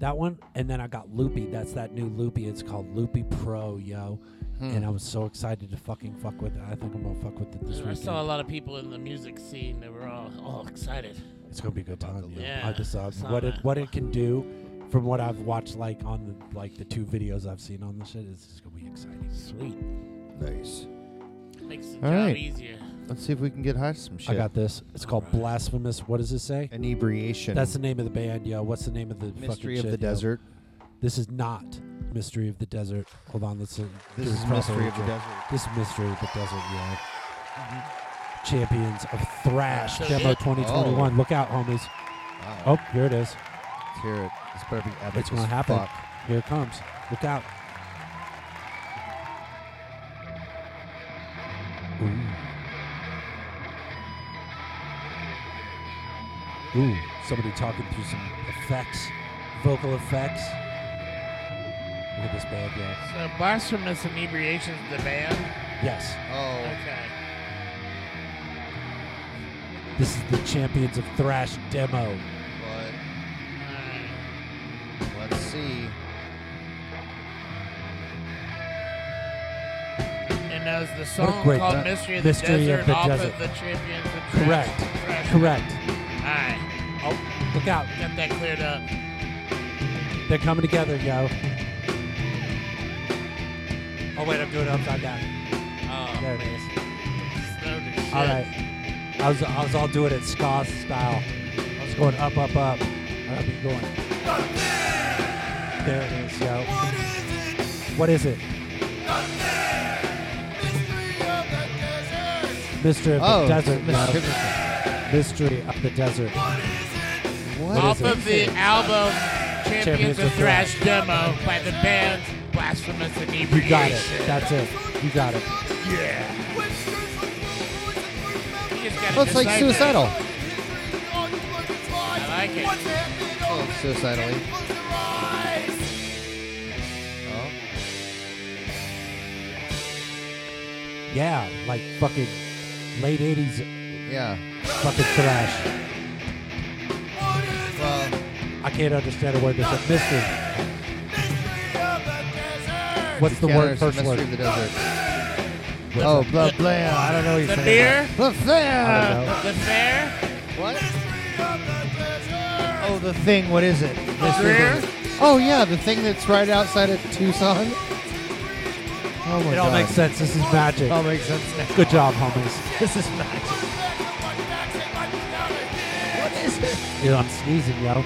[SPEAKER 2] that one, and then I got Loopy. That's that new Loopy. It's called Loopy Pro, yo.
[SPEAKER 3] Hmm.
[SPEAKER 2] And I was so excited to fucking fuck with it. I think I'm gonna fuck with it this
[SPEAKER 1] I
[SPEAKER 2] weekend.
[SPEAKER 1] saw a lot of people in the music scene that were all all excited.
[SPEAKER 2] It's gonna be a good time. Yeah.
[SPEAKER 1] Yeah,
[SPEAKER 2] I just uh,
[SPEAKER 1] saw
[SPEAKER 2] what it
[SPEAKER 1] that.
[SPEAKER 2] what it can do, from what I've watched, like on the, like the two videos I've seen on the shit, is just gonna be exciting.
[SPEAKER 1] Sweet.
[SPEAKER 3] Nice.
[SPEAKER 1] Makes the
[SPEAKER 3] All
[SPEAKER 1] job
[SPEAKER 3] right.
[SPEAKER 1] easier.
[SPEAKER 3] Let's see if we can get high to some shit.
[SPEAKER 2] I got this. It's called blasphemous. What does it say?
[SPEAKER 3] Inebriation.
[SPEAKER 2] That's the name of the band, yo. What's the name of the fucking
[SPEAKER 3] Mystery of
[SPEAKER 2] shit,
[SPEAKER 3] the
[SPEAKER 2] yo?
[SPEAKER 3] Desert.
[SPEAKER 2] This is not mystery of the desert. Hold on, let's. uh,
[SPEAKER 3] This
[SPEAKER 2] do a
[SPEAKER 3] is
[SPEAKER 2] crossover
[SPEAKER 3] Mystery of the
[SPEAKER 2] intro.
[SPEAKER 3] Desert.
[SPEAKER 2] This is mystery of the desert, yo. Champions of thrash
[SPEAKER 3] Ah,
[SPEAKER 2] demo
[SPEAKER 3] shit.
[SPEAKER 2] 2021.
[SPEAKER 3] Oh.
[SPEAKER 2] Look out, homies.
[SPEAKER 3] Wow.
[SPEAKER 2] Oh, here it is.
[SPEAKER 3] Let's hear it. This better be epic.
[SPEAKER 2] It's gonna
[SPEAKER 3] as
[SPEAKER 2] happen.
[SPEAKER 3] fuck.
[SPEAKER 2] Here it comes. Look out. Ooh. Ooh, somebody talking through some effects, vocal effects. Look at this band, yeah.
[SPEAKER 1] So blasphemous inebriation's the band.
[SPEAKER 2] Yes,
[SPEAKER 3] Oh.
[SPEAKER 1] Okay.
[SPEAKER 2] this is the Champions of Thrash demo.
[SPEAKER 3] But let's see.
[SPEAKER 1] And that was the
[SPEAKER 2] What a
[SPEAKER 1] song
[SPEAKER 2] great
[SPEAKER 1] called
[SPEAKER 2] band.
[SPEAKER 1] Mystery of the
[SPEAKER 2] Mystery
[SPEAKER 1] Desert
[SPEAKER 2] of the
[SPEAKER 1] off
[SPEAKER 2] Desert.
[SPEAKER 1] of the Champions of Thrash-
[SPEAKER 2] Correct.
[SPEAKER 1] Thrash.
[SPEAKER 2] Correct.
[SPEAKER 1] All right.
[SPEAKER 2] Oh, look out.
[SPEAKER 1] Got that cleared up.
[SPEAKER 2] They're coming together, yo. Oh, wait, I'm doing it upside down.
[SPEAKER 1] Oh,
[SPEAKER 2] There it
[SPEAKER 1] man.
[SPEAKER 2] is.
[SPEAKER 1] Slow to shit.
[SPEAKER 2] All right. I was, I was all doing it ska style. I was going up, up, up. I'll be going. There it is, yo. What is it? Mystery of
[SPEAKER 3] Oh,
[SPEAKER 2] the Desert.
[SPEAKER 3] it's Mystery of the
[SPEAKER 2] yo. Mystery of the Desert. What
[SPEAKER 1] Off
[SPEAKER 2] is it?
[SPEAKER 1] of the album Champions,
[SPEAKER 2] Champions
[SPEAKER 1] of
[SPEAKER 2] of
[SPEAKER 1] Thrash demo by the band Blasphemous Inebriation.
[SPEAKER 2] You got it. That's it. You got it.
[SPEAKER 1] yeah. You just gotta
[SPEAKER 3] Looks like
[SPEAKER 1] decipher.
[SPEAKER 3] suicidal.
[SPEAKER 1] I like it.
[SPEAKER 3] Oh, suicidally. Oh.
[SPEAKER 2] Yeah, like fucking late 80s
[SPEAKER 3] Yeah.
[SPEAKER 2] fucking thrash.
[SPEAKER 3] Well,
[SPEAKER 2] I can't understand a word that's a mystery. What's the
[SPEAKER 3] Can't
[SPEAKER 2] word
[SPEAKER 3] understand
[SPEAKER 2] first
[SPEAKER 3] Mystery of
[SPEAKER 2] word?
[SPEAKER 3] the Desert. Oh, blah, blah. I don't know what he's
[SPEAKER 1] The
[SPEAKER 3] saying.
[SPEAKER 1] beer?
[SPEAKER 3] The
[SPEAKER 2] I don't
[SPEAKER 3] fair.
[SPEAKER 2] know.
[SPEAKER 1] Uh, The fair?
[SPEAKER 3] What? Oh, the thing. What is it?
[SPEAKER 1] Mystery of the Desert.
[SPEAKER 3] Oh, yeah. The thing that's right outside of Tucson. Oh, my God.
[SPEAKER 2] It all makes sense. This is magic.
[SPEAKER 3] It all makes sense now.
[SPEAKER 2] Good job, homies.
[SPEAKER 3] This is magic. What is it?
[SPEAKER 2] Dude, I'm sneezing, yo.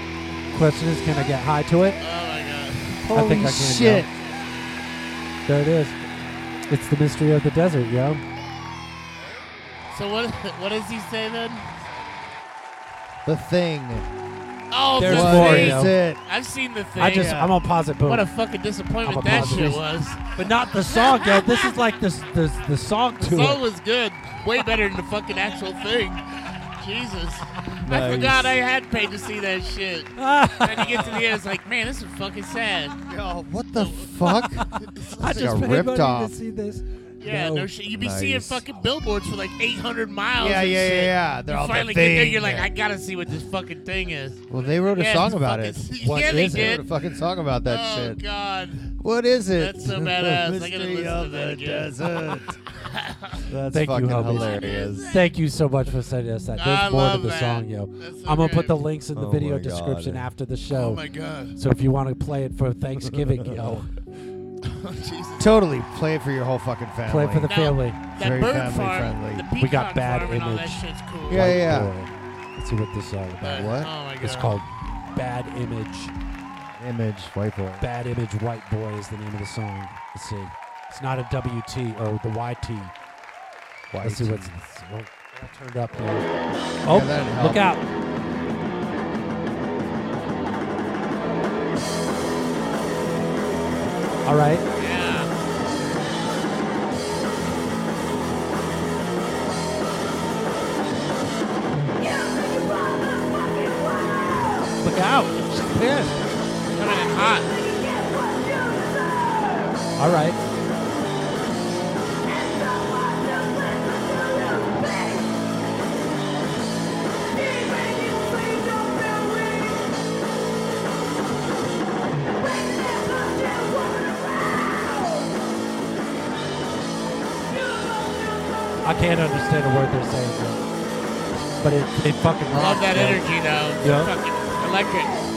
[SPEAKER 2] Question is, can I get high to it?
[SPEAKER 1] Oh my god.
[SPEAKER 2] I
[SPEAKER 3] Holy
[SPEAKER 2] think I can,
[SPEAKER 3] shit.
[SPEAKER 2] There it is. It's the mystery of the desert, yo.
[SPEAKER 1] So what? What does he say then?
[SPEAKER 3] The thing.
[SPEAKER 1] Oh,
[SPEAKER 2] There's
[SPEAKER 1] the
[SPEAKER 2] more,
[SPEAKER 1] thing.
[SPEAKER 2] yo. What is it?
[SPEAKER 1] I've seen the thing.
[SPEAKER 2] I just- I'm gonna pause it, boom.
[SPEAKER 1] What a fucking disappointment
[SPEAKER 2] I'ma
[SPEAKER 1] that
[SPEAKER 2] pause it.
[SPEAKER 1] shit was.
[SPEAKER 2] But not the song, yo. This is like the the, the song
[SPEAKER 1] The
[SPEAKER 2] to
[SPEAKER 1] song
[SPEAKER 2] it.
[SPEAKER 1] was good, way better than the fucking actual thing. Jesus, I
[SPEAKER 2] Nice.
[SPEAKER 1] forgot I had paid to see
[SPEAKER 3] <laughs>
[SPEAKER 1] that shit. and you get to the end, it's like, man, this is fucking sad. Yo,
[SPEAKER 3] What
[SPEAKER 1] <laughs>
[SPEAKER 3] the fuck? <laughs> This looks
[SPEAKER 1] I
[SPEAKER 3] like
[SPEAKER 1] just
[SPEAKER 3] a
[SPEAKER 1] paid
[SPEAKER 3] ripped
[SPEAKER 1] money to
[SPEAKER 3] off.
[SPEAKER 1] see Yeah, no, shit. You'd be seeing
[SPEAKER 3] Nice.
[SPEAKER 1] fucking billboards for like 800 miles.
[SPEAKER 3] Yeah,
[SPEAKER 1] and
[SPEAKER 3] yeah, yeah,
[SPEAKER 1] shit.
[SPEAKER 3] yeah. They're
[SPEAKER 1] you
[SPEAKER 3] all the
[SPEAKER 1] finally get there,
[SPEAKER 3] thing,
[SPEAKER 1] you're like,
[SPEAKER 3] yeah.
[SPEAKER 1] I gotta see what this fucking thing is.
[SPEAKER 3] Well, they wrote a
[SPEAKER 1] Yeah,
[SPEAKER 3] song
[SPEAKER 1] <laughs> it's
[SPEAKER 3] about it.
[SPEAKER 1] fucking-
[SPEAKER 3] What
[SPEAKER 1] yeah, they
[SPEAKER 3] is it? They
[SPEAKER 1] did.
[SPEAKER 3] wrote a fucking song about that
[SPEAKER 1] oh,
[SPEAKER 3] shit.
[SPEAKER 1] God.
[SPEAKER 3] What is it?
[SPEAKER 1] That's so
[SPEAKER 3] The
[SPEAKER 1] badass. I
[SPEAKER 3] <laughs>
[SPEAKER 1] gotta
[SPEAKER 3] mystery
[SPEAKER 1] listen to
[SPEAKER 3] of
[SPEAKER 1] that
[SPEAKER 3] the
[SPEAKER 1] again.
[SPEAKER 3] desert. That's
[SPEAKER 2] Thank you,
[SPEAKER 3] fucking
[SPEAKER 2] homies.
[SPEAKER 3] hilarious.
[SPEAKER 2] Thank you so much for sending us that. There's
[SPEAKER 1] I
[SPEAKER 2] more to
[SPEAKER 1] love
[SPEAKER 2] the
[SPEAKER 1] that.
[SPEAKER 2] song, yo.
[SPEAKER 1] That's so
[SPEAKER 2] I'm gonna
[SPEAKER 1] great.
[SPEAKER 2] put the links in the
[SPEAKER 1] Oh
[SPEAKER 2] video
[SPEAKER 1] my God.
[SPEAKER 2] description after the show.
[SPEAKER 1] Oh my God.
[SPEAKER 2] So if you want to play it for Thanksgiving,
[SPEAKER 1] <laughs>
[SPEAKER 2] yo,
[SPEAKER 1] Oh,
[SPEAKER 3] Totally. Play it for your whole fucking family.
[SPEAKER 2] Play it for the family.
[SPEAKER 1] That bird farm, the
[SPEAKER 2] we
[SPEAKER 1] peacock
[SPEAKER 2] got bad
[SPEAKER 1] farm
[SPEAKER 2] image.
[SPEAKER 1] and all that shit's cool. Uh,
[SPEAKER 3] Yeah, yeah,
[SPEAKER 2] White Boy. Let's see what this song about.
[SPEAKER 3] What? Oh my
[SPEAKER 2] It's
[SPEAKER 3] God.
[SPEAKER 2] called Bad Image.
[SPEAKER 3] Image, white boy.
[SPEAKER 2] Bad Image White Boy is the name of the song. Let's see. It's not a WT or the YT. Let's see what's oh, I turned up now. Oh,
[SPEAKER 8] Yeah, that'd help.
[SPEAKER 2] look out. All right. Look out. She's pissed.
[SPEAKER 1] Coming in <laughs> hot.
[SPEAKER 2] All right. I can't understand a word they're saying, though. but it, it fucking
[SPEAKER 1] I love
[SPEAKER 2] rocks,
[SPEAKER 1] that
[SPEAKER 2] yo.
[SPEAKER 1] energy though. It's
[SPEAKER 2] Yeah.
[SPEAKER 1] Fucking electric.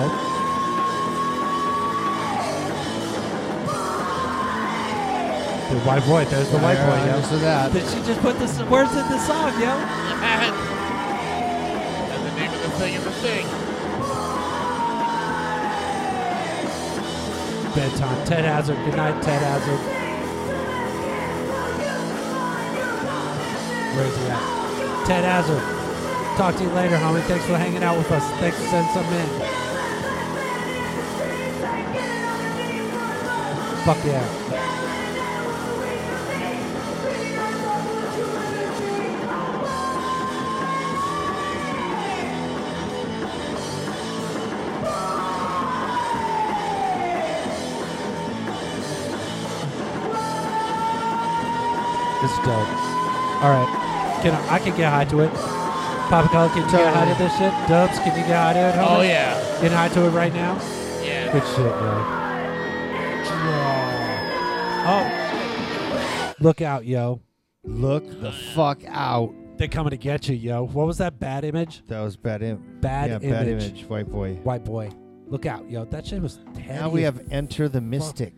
[SPEAKER 2] Oh. The white boy, there's the
[SPEAKER 3] Yeah,
[SPEAKER 2] white
[SPEAKER 3] yeah,
[SPEAKER 2] boy,
[SPEAKER 3] I
[SPEAKER 2] yo.
[SPEAKER 3] understood that.
[SPEAKER 2] Did she just put the s- words in the song,
[SPEAKER 1] <laughs>
[SPEAKER 2] yo?
[SPEAKER 1] and the name of the thing is the thing.
[SPEAKER 2] Bedtime. Ted Hazard. Good night, Ted Hazard. Where's he at? Ted Hazard. Talk to you later, homie. Thanks for hanging out with us. Thanks for sending something in. Fuck yeah. This is dope. All right. Can I, I can get high to it. Papa Color, can you get high to this shit? Dubs, can you get high to it?
[SPEAKER 1] Oh,
[SPEAKER 2] homie?
[SPEAKER 1] yeah.
[SPEAKER 2] Get high to it right now?
[SPEAKER 1] Yeah.
[SPEAKER 2] Good shit, yo. Oh. Look out, yo.
[SPEAKER 3] Look the fuck out.
[SPEAKER 2] They're coming to get you, yo. What was that bad image?
[SPEAKER 3] That was bad image.
[SPEAKER 2] Bad
[SPEAKER 3] yeah,
[SPEAKER 2] image.
[SPEAKER 3] Bad image, white boy.
[SPEAKER 2] White boy. Look out, yo. That shit was heavy.
[SPEAKER 3] Now we
[SPEAKER 2] as
[SPEAKER 3] have Enter the Mystic,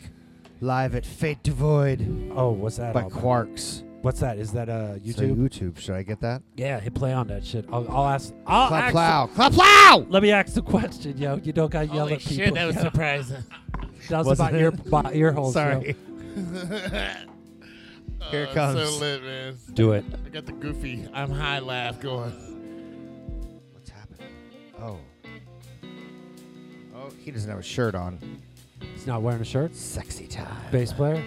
[SPEAKER 3] live at Fate to Void.
[SPEAKER 2] Oh, what's that?
[SPEAKER 3] By
[SPEAKER 2] all about?
[SPEAKER 3] Quarks.
[SPEAKER 2] What's that? Is that uh
[SPEAKER 3] It's
[SPEAKER 2] YouTube?
[SPEAKER 3] on YouTube. Should I get that?
[SPEAKER 2] yeah, hit play on that shit. I'll, I'll ask. I'll
[SPEAKER 3] Clap
[SPEAKER 2] ask
[SPEAKER 3] plow.
[SPEAKER 2] the-
[SPEAKER 3] Clap plow!
[SPEAKER 2] Let me ask the question, yo. You don't got to yell
[SPEAKER 1] Holy
[SPEAKER 2] at people.
[SPEAKER 1] shit, that was
[SPEAKER 2] yo.
[SPEAKER 1] surprising.
[SPEAKER 2] That was
[SPEAKER 3] Wasn't
[SPEAKER 2] about ear,
[SPEAKER 3] it?
[SPEAKER 2] about ear holes. yo.
[SPEAKER 3] Sorry. Here it
[SPEAKER 1] it's
[SPEAKER 3] comes.
[SPEAKER 1] Uh, So lit, man.
[SPEAKER 2] Do it.
[SPEAKER 1] I got the goofy, I'm high laugh going.
[SPEAKER 3] What's happening? Oh. Oh, he doesn't have a shirt on.
[SPEAKER 2] He's not wearing a shirt.
[SPEAKER 3] Sexy time.
[SPEAKER 2] Bass player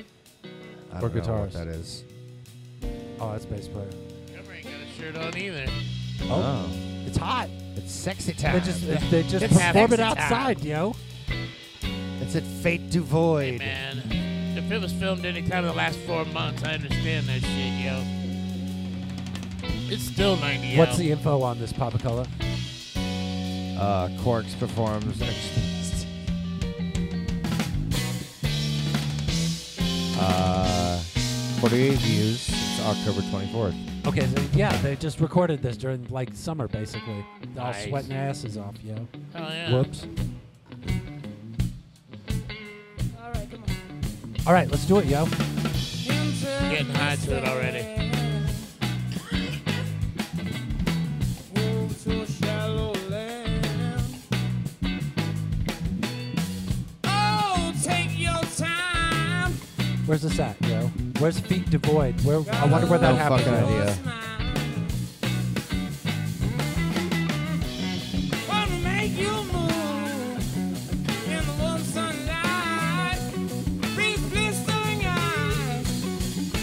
[SPEAKER 3] I don't
[SPEAKER 2] or
[SPEAKER 3] know what
[SPEAKER 2] guitarist?
[SPEAKER 3] that is.
[SPEAKER 2] Oh, that's bass player.
[SPEAKER 1] Never ain't got a shirt on either.
[SPEAKER 2] Oh. It's hot.
[SPEAKER 3] It's sexy time.
[SPEAKER 2] They just they just
[SPEAKER 3] It's
[SPEAKER 2] perform
[SPEAKER 3] sexy
[SPEAKER 2] it
[SPEAKER 3] time.
[SPEAKER 2] outside, yo.
[SPEAKER 3] It's at Fate to Void.
[SPEAKER 1] Man, if it was filmed any time in the last four months, I understand that shit, yo. It's still 90
[SPEAKER 2] What's
[SPEAKER 1] out.
[SPEAKER 2] the info on this Papa Cola?
[SPEAKER 3] Uh, Quarks performs. ex- uh, 48 views since October 24th.
[SPEAKER 2] Okay, so, yeah, they just recorded this during like summer, basically. All
[SPEAKER 1] Nice.
[SPEAKER 2] sweating their asses off, yo.
[SPEAKER 1] Oh, yeah.
[SPEAKER 2] Whoops. All right, let's do it, yo.
[SPEAKER 1] Getting high to it already.
[SPEAKER 8] So shall
[SPEAKER 2] Where's this at, yo? Where's Feet Devoid? Where I wonder where that
[SPEAKER 3] No
[SPEAKER 2] happened.
[SPEAKER 3] fucking
[SPEAKER 2] yo.
[SPEAKER 3] idea.
[SPEAKER 8] Wanna make you move in the warm sunlight. Big blistering eyes.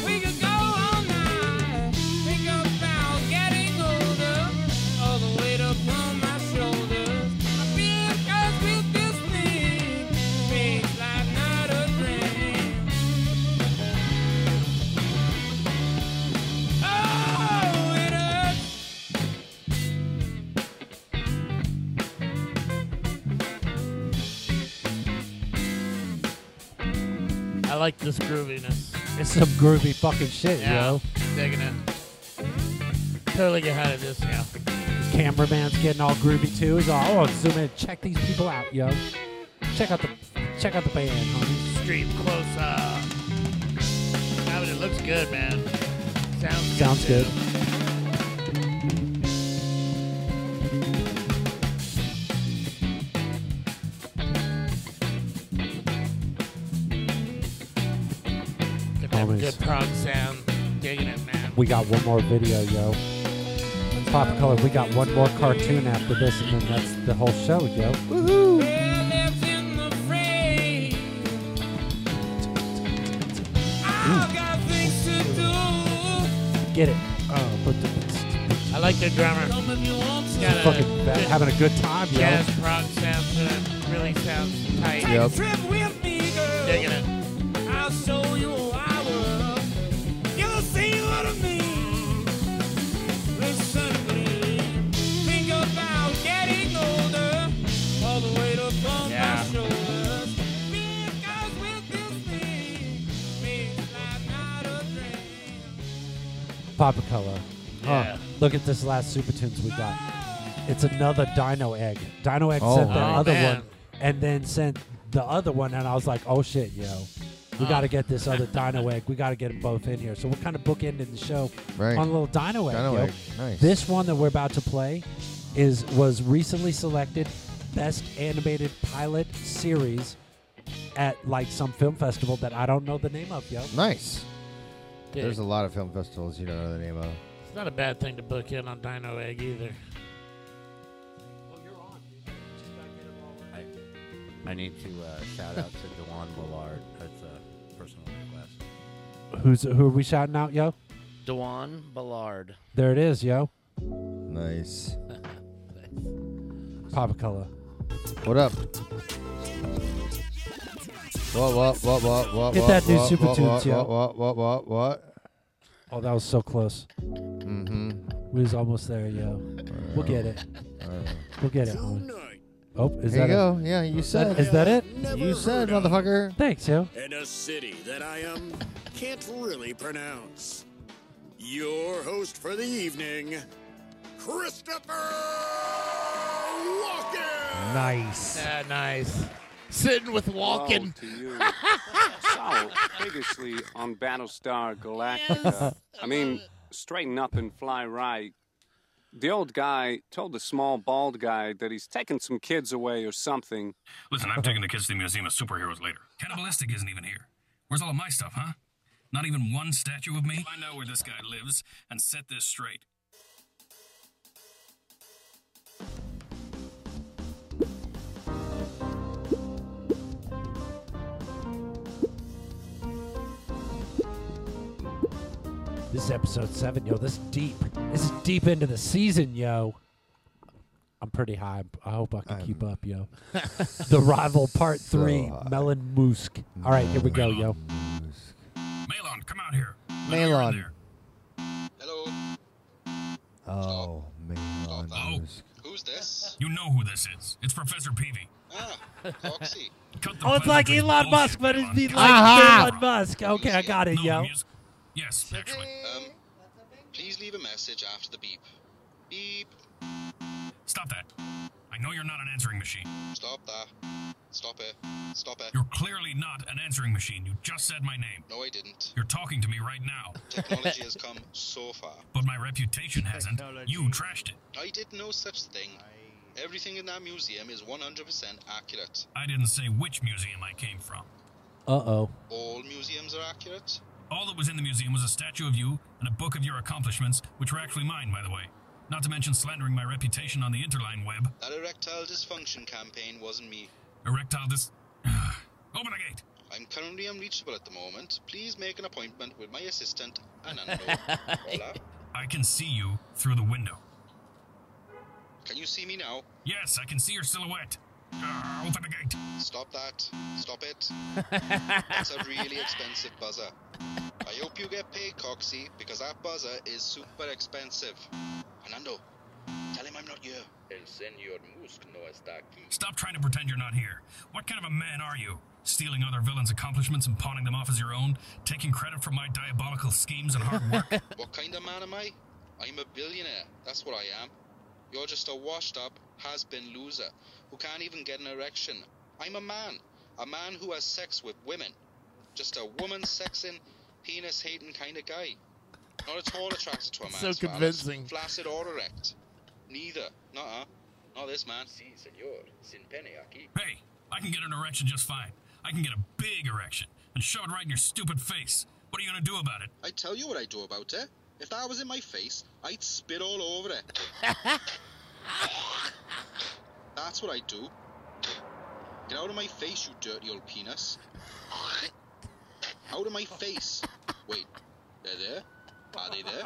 [SPEAKER 8] We could go all night. Think about getting older. All the weight upon my shoulders. I feel 'cause with this thing makes life not a dream. Oh, it hurts.
[SPEAKER 1] I like this grooviness.
[SPEAKER 2] It's some groovy fucking shit,
[SPEAKER 1] Yeah,
[SPEAKER 2] yo.
[SPEAKER 1] digging it. Totally get out of this now.
[SPEAKER 2] The cameraman's getting all groovy too. He's all, oh, zoom in, check these people out, yo. Check out the, check out the band, homie.
[SPEAKER 1] Street close up. I mean, it looks good, man. Sounds good.
[SPEAKER 2] Sounds
[SPEAKER 1] too.
[SPEAKER 2] good.
[SPEAKER 1] Got that
[SPEAKER 2] Always.
[SPEAKER 1] good prog sound. Digging it, man.
[SPEAKER 2] We got one more video, yo. Pop color. We got one more cartoon after this, and then that's the whole show, yo. Get it? Oh, but the,
[SPEAKER 1] I like the drummer. It's got a
[SPEAKER 2] fucking ba-
[SPEAKER 1] good
[SPEAKER 2] having a good time, yo.
[SPEAKER 1] Jazz prog sound to it. Really sounds tight.
[SPEAKER 2] Take a Yep.
[SPEAKER 8] trip with me, girl.
[SPEAKER 1] Digging it.
[SPEAKER 8] I'll show you our world. You'll see what I mean. Listen to me. Think about getting older. All the weight upon
[SPEAKER 1] Yeah.
[SPEAKER 8] my shoulders. Because with this thing, makes life not a dream.
[SPEAKER 2] Papa Color.
[SPEAKER 1] Yeah.
[SPEAKER 2] look at this last Super Tunes we got. It's another Dino Egg. Dino Egg
[SPEAKER 3] Oh,
[SPEAKER 2] sent the
[SPEAKER 3] wow.
[SPEAKER 2] other
[SPEAKER 3] man.
[SPEAKER 2] one and then sent the other one, and I was like, oh shit, yo. We
[SPEAKER 3] Oh.
[SPEAKER 2] got to get this other Dino Egg. We got to get them both in here. So we're kind of bookending the show
[SPEAKER 3] Right.
[SPEAKER 2] on a little Dino Egg.
[SPEAKER 3] Dino
[SPEAKER 2] yo.
[SPEAKER 3] Egg. Nice.
[SPEAKER 2] This one that we're about to play is was recently selected Best Animated Pilot Series at like some film festival that I don't know the name of, yo.
[SPEAKER 3] Nice.
[SPEAKER 1] Dig.
[SPEAKER 3] There's a lot of film festivals you don't know the name of.
[SPEAKER 1] It's not a bad thing to book in on Dino Egg either.
[SPEAKER 14] I need to uh, shout out to Dewan Willard. That's a personal request.
[SPEAKER 2] Who's who are we shouting out, yo?
[SPEAKER 6] Dewan Ballard.
[SPEAKER 2] There it is, yo. <laughs>
[SPEAKER 3] Nice.
[SPEAKER 2] Papa Color.
[SPEAKER 3] What up? What, what, what, what, what,
[SPEAKER 2] Get
[SPEAKER 3] what,
[SPEAKER 2] that new
[SPEAKER 3] what,
[SPEAKER 2] Super
[SPEAKER 3] what,
[SPEAKER 2] Tunes,
[SPEAKER 3] what,
[SPEAKER 2] yo.
[SPEAKER 3] What, what, what, what, what?
[SPEAKER 2] Oh, that was so close.
[SPEAKER 3] Mm-hmm.
[SPEAKER 2] We was almost there, yo. We'll get it. We'll get it. Owen. Oh,
[SPEAKER 3] There
[SPEAKER 2] is that
[SPEAKER 3] you
[SPEAKER 2] it?
[SPEAKER 3] go. Yeah, you
[SPEAKER 2] Is that-
[SPEAKER 3] said.
[SPEAKER 2] Is that it?
[SPEAKER 3] You said, motherfucker.
[SPEAKER 2] Thanks, yo.
[SPEAKER 7] In a city that I um can't really pronounce. Your host for the evening, Christopher Walken.
[SPEAKER 3] Nice.
[SPEAKER 1] Yeah, nice. Uh, Sitting with Walken.
[SPEAKER 26] Hello Oh, to you. so, previously on Battlestar Galactica, I mean, straighten up and fly right. The old guy told the small bald guy that he's taking some kids away or something.
[SPEAKER 15] Listen, I'm taking the kids to the Museum of Superheroes later. Cannibalistic isn't even here. Where's all of my stuff, huh? Not even one statue of me? I know where this guy lives and set this straight.
[SPEAKER 2] This is episode seven, yo. This is deep. This is deep into the season, yo. I'm pretty high. I hope I can keep up,
[SPEAKER 8] <laughs>
[SPEAKER 2] yo. the Rival Part
[SPEAKER 8] So
[SPEAKER 2] 3,
[SPEAKER 8] high.
[SPEAKER 2] Melon Moosk. All right, here we go, yo.
[SPEAKER 15] Malon, come out here.
[SPEAKER 3] Melon. Hello. Oh, Melon. Moosk.
[SPEAKER 15] Who's this? You know who this is. It's Professor Peavy.
[SPEAKER 8] <laughs>
[SPEAKER 2] Oh, it's like Elon Musk, but it's like
[SPEAKER 15] Aha!
[SPEAKER 2] Elon Musk. Okay, I got it, yo.
[SPEAKER 15] Yes, actually.
[SPEAKER 21] Um, please leave a message after the beep. Beep.
[SPEAKER 15] Stop that. I know you're not an answering machine.
[SPEAKER 21] Stop that. Stop it. Stop it.
[SPEAKER 15] You're clearly not an answering machine. You just said my name.
[SPEAKER 21] No, I didn't.
[SPEAKER 15] You're talking to me right now.
[SPEAKER 21] Technology has come so far.
[SPEAKER 15] But my reputation hasn't. You trashed it.
[SPEAKER 21] I did no such thing. Everything in that museum is 100% accurate.
[SPEAKER 15] I didn't say which museum I came from.
[SPEAKER 2] Uh-oh.
[SPEAKER 21] All museums are accurate.
[SPEAKER 27] All that was in the museum was a statue of you and a book of your accomplishments, which were actually mine, by the way. Not to mention slandering my reputation on the interline web.
[SPEAKER 21] That erectile dysfunction campaign wasn't me.
[SPEAKER 27] Erectile dis. Open the gate!
[SPEAKER 21] I'm currently unreachable at the moment. Please make an appointment with my assistant,
[SPEAKER 27] <laughs>
[SPEAKER 21] Anando. Hola.
[SPEAKER 27] I can see you through the window.
[SPEAKER 21] Can you see me now?
[SPEAKER 27] Yes, I can see your silhouette. Ah, open the gate.
[SPEAKER 21] Stop that. Stop it. That's a really expensive buzzer. I hope you get paid, Coxie, because that buzzer is super expensive. Anando, tell him I'm not here.
[SPEAKER 28] El señor Musk no está aquí.
[SPEAKER 27] Stop trying to pretend you're not here. What kind of a man are you? Stealing other villains' accomplishments and pawning them off as your own? Taking credit for my diabolical schemes and hard work?
[SPEAKER 21] <laughs> What kind of man am I? I'm a billionaire. That's what I am. You're just a washed up, has been loser who can't even get an erection. I'm a man. A man who has sex with women. Just a woman sexing, penis hating kind of guy. Not at all
[SPEAKER 27] <laughs>
[SPEAKER 21] attracted to a
[SPEAKER 1] So
[SPEAKER 21] man.
[SPEAKER 1] convincing.
[SPEAKER 21] Flaccid or erect. Neither. Nuh uh. Not this man.
[SPEAKER 28] Si, señor. Sin pene aquí.
[SPEAKER 27] Hey, I can get an erection just fine. I can get a big erection and shove it right in your stupid face. What are you gonna do about it?
[SPEAKER 21] I tell you what I do about it. If that was in my face, I'd spit all over it. That's what I do. Get out of my face, you dirty old penis. Out of my face. Wait, they're there? Are they there?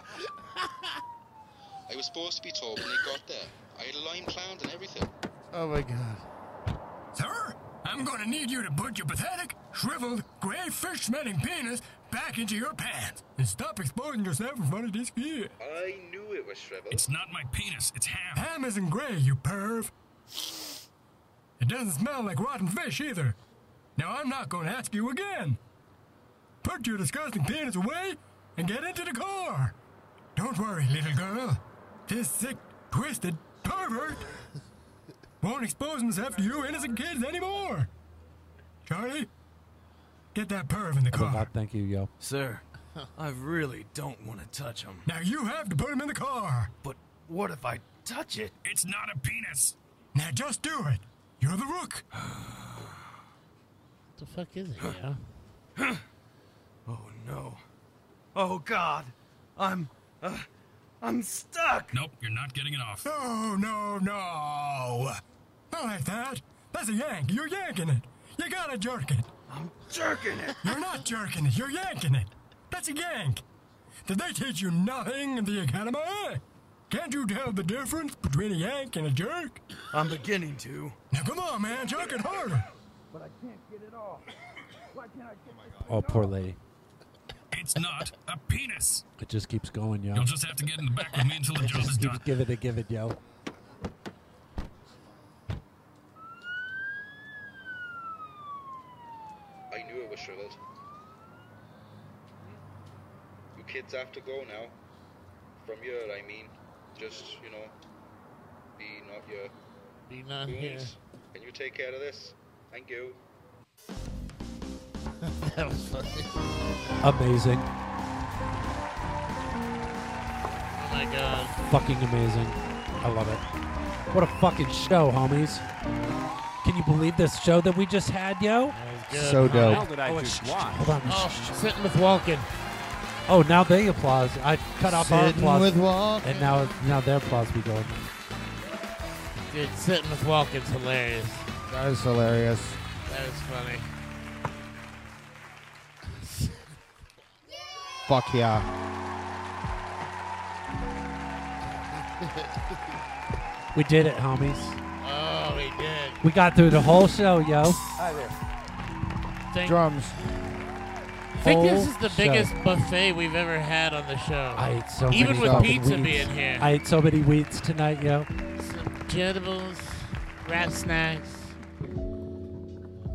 [SPEAKER 21] I was supposed to be told when they got there. I had a line planned and everything.
[SPEAKER 1] Oh my god.
[SPEAKER 14] Sir, I'm going to need you to put your pathetic, shriveled, gray fish smelling penis back into your pants and stop exposing yourself in front of this kid.
[SPEAKER 28] I knew it was shriveled.
[SPEAKER 27] It's not my penis, it's ham.
[SPEAKER 14] Ham isn't gray, you perv. It doesn't smell like rotten fish either. Now I'm not going to ask you again. Put your disgusting penis away and get into the car. Don't worry, little girl. This sick, twisted pervert won't expose himself to you innocent kids anymore. Charlie, get that perv in the
[SPEAKER 2] Oh my
[SPEAKER 14] car.
[SPEAKER 2] God, thank you, yo.
[SPEAKER 8] Sir, I really don't want to touch him.
[SPEAKER 14] Now you have to put him in the car.
[SPEAKER 8] But what if I touch it?
[SPEAKER 27] It's not a penis.
[SPEAKER 14] Now just do it. You're the rook.
[SPEAKER 1] What the fuck is it, yo?
[SPEAKER 8] <gasps> Oh no. Oh God. I'm. Uh, I'm stuck.
[SPEAKER 27] Nope, you're not getting it off.
[SPEAKER 14] No, Oh, no, no. Not like that. That's a yank. You're yanking it. You gotta jerk it.
[SPEAKER 8] I'm jerking it.
[SPEAKER 14] You're not jerking it. You're yanking it. That's a yank. Did they teach you nothing in the academy? Can't you tell the difference between a yank and a jerk?
[SPEAKER 8] I'm beginning to.
[SPEAKER 14] Now come on, man. Jerk it harder.
[SPEAKER 8] But I can't get it off. Why can't I get this
[SPEAKER 2] Oh, poor lady.
[SPEAKER 27] It's not a penis.
[SPEAKER 2] It just keeps going, yo.
[SPEAKER 27] You'll just have to get in the back with me until the job is done.
[SPEAKER 2] give it a give it, yo.
[SPEAKER 21] I knew it was shriveled. You kids have to go now. From here, I mean. Just, you know, be not your
[SPEAKER 1] Be not here.
[SPEAKER 21] Boons, Can you take care of this? Thank you.
[SPEAKER 1] that was funny. <laughs>
[SPEAKER 2] Amazing.
[SPEAKER 1] <laughs> Oh my god.
[SPEAKER 2] Fucking amazing. I love it. What a fucking show, homies. Can you believe this show that we just had, yo?
[SPEAKER 1] Good.
[SPEAKER 3] So dope.
[SPEAKER 1] How did I
[SPEAKER 2] just watch? Hold on.
[SPEAKER 1] Oh, sitting with Walken.
[SPEAKER 2] Oh, now they applause. I cut off our
[SPEAKER 3] Sitting
[SPEAKER 2] applause.
[SPEAKER 3] with Walken.
[SPEAKER 2] And now now their applause be going.
[SPEAKER 1] Dude, sitting with Walken's hilarious.
[SPEAKER 3] That is hilarious.
[SPEAKER 1] That is funny.
[SPEAKER 3] Fuck yeah.
[SPEAKER 1] <laughs>
[SPEAKER 2] We did it, homies.
[SPEAKER 1] Oh, he did.
[SPEAKER 2] We got through the whole show, yo.
[SPEAKER 1] Hi there. Thank,
[SPEAKER 3] Drums.
[SPEAKER 1] I think this
[SPEAKER 2] Whole
[SPEAKER 1] is the
[SPEAKER 2] show.
[SPEAKER 1] biggest buffet we've ever had on the show.
[SPEAKER 2] I ate so
[SPEAKER 1] Even
[SPEAKER 2] many
[SPEAKER 1] with
[SPEAKER 2] fucking
[SPEAKER 1] pizza
[SPEAKER 2] wheats.
[SPEAKER 1] being here.
[SPEAKER 2] I ate so many wheats tonight, yo.
[SPEAKER 1] Some Jedibles, rat snacks,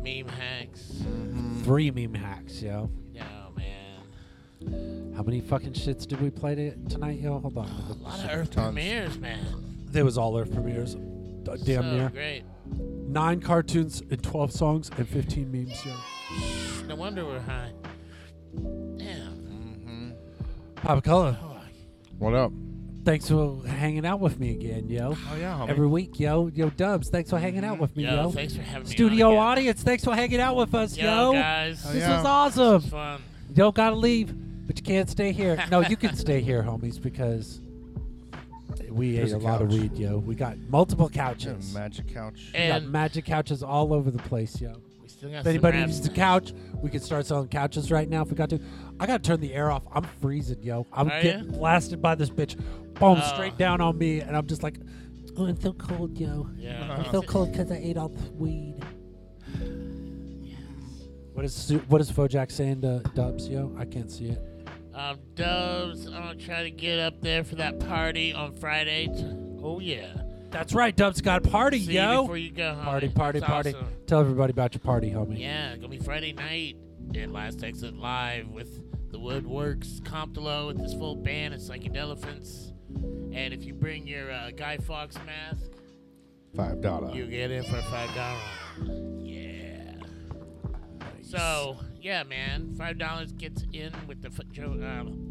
[SPEAKER 1] meme hacks.
[SPEAKER 2] Three meme hacks, yo.
[SPEAKER 1] No, man.
[SPEAKER 2] How many fucking shits did we play to, tonight, yo? Hold on.
[SPEAKER 1] A lot of Earth premieres, man.
[SPEAKER 2] It was all Earth premieres. D- Damn
[SPEAKER 1] so
[SPEAKER 2] near.
[SPEAKER 1] great.
[SPEAKER 2] Nine cartoons and 12 songs and 15 memes, yo.
[SPEAKER 1] No wonder we're high. Damn.
[SPEAKER 2] Papa Color,
[SPEAKER 3] What up?
[SPEAKER 2] Thanks for hanging out with me again, yo.
[SPEAKER 18] Oh, yeah, homie.
[SPEAKER 2] Every week, yo. Yo, Dubs, thanks for hanging out with me,
[SPEAKER 1] Yo,
[SPEAKER 2] yo.
[SPEAKER 1] thanks for having me on
[SPEAKER 2] Studio
[SPEAKER 1] again.
[SPEAKER 2] audience, thanks for hanging out with us,
[SPEAKER 1] Yo,
[SPEAKER 2] yo.
[SPEAKER 1] guys. Oh,
[SPEAKER 2] This
[SPEAKER 1] yeah.
[SPEAKER 2] was awesome.
[SPEAKER 1] This was fun.
[SPEAKER 2] Yo, gotta leave, but you can't stay here. No, you can stay here, homies, because we
[SPEAKER 3] There's
[SPEAKER 2] ate
[SPEAKER 3] a
[SPEAKER 2] a, lot of
[SPEAKER 3] couch.
[SPEAKER 2] weed, yo. We got multiple couches.
[SPEAKER 3] magic couch.
[SPEAKER 2] We got
[SPEAKER 1] And-
[SPEAKER 2] magic couches all over the place, yo.
[SPEAKER 1] still got
[SPEAKER 2] If
[SPEAKER 1] some
[SPEAKER 2] anybody
[SPEAKER 1] wraps.
[SPEAKER 2] needs a couch, we could start selling couches right now if we got to. I gotta turn the air off. I'm freezing, yo. I'm
[SPEAKER 1] Are
[SPEAKER 2] getting
[SPEAKER 1] ya?
[SPEAKER 2] blasted by this bitch. Boom,
[SPEAKER 1] Oh.
[SPEAKER 2] straight down on me, and I'm just like, oh, I'm so cold, yo.
[SPEAKER 1] Yeah.
[SPEAKER 2] I'm so cold because I ate all the
[SPEAKER 1] <sighs>
[SPEAKER 2] weed. What is Su- what is Fojack saying to Dubs, yo? I can't see it.
[SPEAKER 1] Um, Doves, I'm gonna try to get up there for that party on Friday. Oh yeah.
[SPEAKER 2] That's right, Dubs got a party,
[SPEAKER 1] See you
[SPEAKER 2] yo.
[SPEAKER 1] before you go, homie.
[SPEAKER 2] Party, party,
[SPEAKER 1] That's
[SPEAKER 2] party.
[SPEAKER 1] awesome.
[SPEAKER 2] Tell everybody about your party, homie.
[SPEAKER 1] Yeah, gonna be Friday night at Last Exit Live with the Woodworks, Comptolo, with this full band of Psychedelephants. And if you bring your uh, Guy Fox mask,
[SPEAKER 3] Five dollar.
[SPEAKER 1] you get in for five dollars. Yeah. So yeah, man, five dollars gets in with the fo- Joe, um,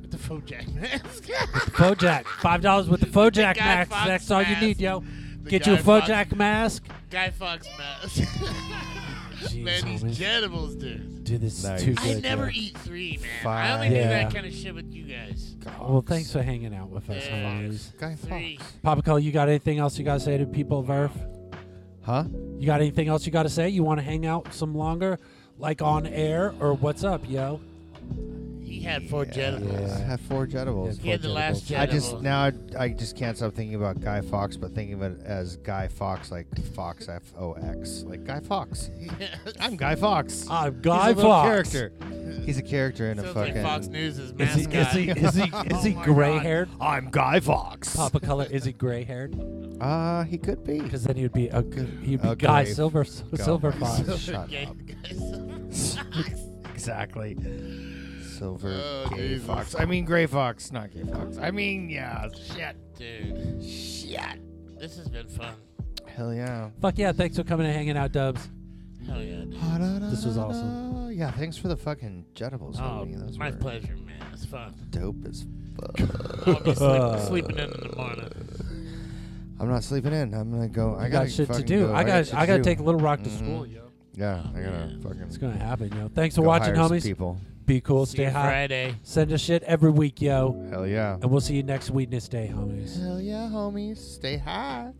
[SPEAKER 1] <laughs> with the Fojack mask. <laughs>
[SPEAKER 2] Fojack, five dollars with the Fojack
[SPEAKER 1] Guy
[SPEAKER 2] mask.
[SPEAKER 1] Fawkes
[SPEAKER 2] That's all you
[SPEAKER 1] mask.
[SPEAKER 2] need, yo.
[SPEAKER 1] The
[SPEAKER 2] Get
[SPEAKER 1] Guy
[SPEAKER 2] you a
[SPEAKER 1] Fawkes-
[SPEAKER 2] Fojack mask.
[SPEAKER 1] Guy Fox mask. <laughs> man, these
[SPEAKER 2] homie.
[SPEAKER 1] genitables, dude.
[SPEAKER 2] Dude, this is
[SPEAKER 1] I
[SPEAKER 2] Nice. too good,
[SPEAKER 1] never
[SPEAKER 2] yo.
[SPEAKER 1] eat three, man. I only do
[SPEAKER 2] Yeah.
[SPEAKER 1] that kind of shit with you guys.
[SPEAKER 2] Well, thanks for hanging out with us,
[SPEAKER 1] Yeah.
[SPEAKER 2] homies.
[SPEAKER 1] Guy Three.
[SPEAKER 2] Papa Cole, you got anything else you gotta say to people, Verf?
[SPEAKER 3] Huh?
[SPEAKER 2] You got anything else you gotta say? You want to hang out some longer, like on air, or what's up, yo?
[SPEAKER 1] He had four genitals.
[SPEAKER 3] Yeah, I have four jetables.
[SPEAKER 1] He had the last
[SPEAKER 3] I just
[SPEAKER 1] jetable.
[SPEAKER 3] now I, I just can't stop thinking about Guy Fox, but thinking of it as Guy Fox, like Fox F O X, like Guy Fox. <laughs> I'm Guy Fox.
[SPEAKER 2] I'm
[SPEAKER 3] He's
[SPEAKER 2] Ah, Guy
[SPEAKER 3] a little
[SPEAKER 2] Fawkes.
[SPEAKER 3] Character. He's a character in a
[SPEAKER 1] Sounds
[SPEAKER 3] fucking.
[SPEAKER 1] like Fox News'
[SPEAKER 2] Is he is
[SPEAKER 1] mascot.
[SPEAKER 2] he
[SPEAKER 3] <laughs>
[SPEAKER 2] is he, is he
[SPEAKER 1] Oh my
[SPEAKER 2] gray
[SPEAKER 1] God.
[SPEAKER 2] haired?
[SPEAKER 3] I'm Guy Fox.
[SPEAKER 2] Papa Color, is he gray haired?
[SPEAKER 3] Uh, he could be.
[SPEAKER 2] Because then he would be a good. He'd be
[SPEAKER 3] a
[SPEAKER 2] Guy
[SPEAKER 3] gray
[SPEAKER 2] Silver
[SPEAKER 3] <laughs> Guy.
[SPEAKER 2] Silver Fox.
[SPEAKER 3] Shut
[SPEAKER 1] Gay-
[SPEAKER 3] up.
[SPEAKER 2] <laughs>
[SPEAKER 3] exactly. Silver
[SPEAKER 1] Oh,
[SPEAKER 3] Gay
[SPEAKER 1] Jesus.
[SPEAKER 3] Fox. I mean Gray Fox, not Gay Fox. I mean yeah, shit.
[SPEAKER 1] Dude. Shit. This has been fun.
[SPEAKER 3] Hell yeah.
[SPEAKER 2] Fuck yeah! Thanks for coming and hanging out, Dubs.
[SPEAKER 1] Hell yeah. dude.
[SPEAKER 2] This was awesome.
[SPEAKER 3] Oh yeah, thanks for the fucking jetables.
[SPEAKER 1] Oh,
[SPEAKER 3] homie. Those
[SPEAKER 1] my
[SPEAKER 3] were
[SPEAKER 1] pleasure, man. It's fun.
[SPEAKER 3] dope as
[SPEAKER 1] I'll be sleep,
[SPEAKER 3] fuck. <laughs>
[SPEAKER 1] sleeping in in the morning.
[SPEAKER 3] I'm not sleeping in. I'm gonna go. I
[SPEAKER 2] You got
[SPEAKER 3] gotta
[SPEAKER 2] shit to
[SPEAKER 3] fucking
[SPEAKER 2] do.
[SPEAKER 3] go.
[SPEAKER 2] I gotta-
[SPEAKER 3] shit
[SPEAKER 2] I gotta
[SPEAKER 3] do.
[SPEAKER 2] take Little Rock to
[SPEAKER 3] Mhm.
[SPEAKER 2] school, yo.
[SPEAKER 3] Yeah, I gotta fucking.
[SPEAKER 2] It's gonna happen, yo. Thanks for
[SPEAKER 3] Go
[SPEAKER 2] watching,
[SPEAKER 3] hire some
[SPEAKER 2] homies.
[SPEAKER 3] people.
[SPEAKER 2] Be cool.
[SPEAKER 1] See
[SPEAKER 2] stay
[SPEAKER 1] you
[SPEAKER 2] hot.
[SPEAKER 1] Friday.
[SPEAKER 2] Send us shit every week, yo.
[SPEAKER 3] Hell yeah.
[SPEAKER 2] And we'll see you next Weedness Day, homies.
[SPEAKER 3] Hell yeah, homies. Stay high.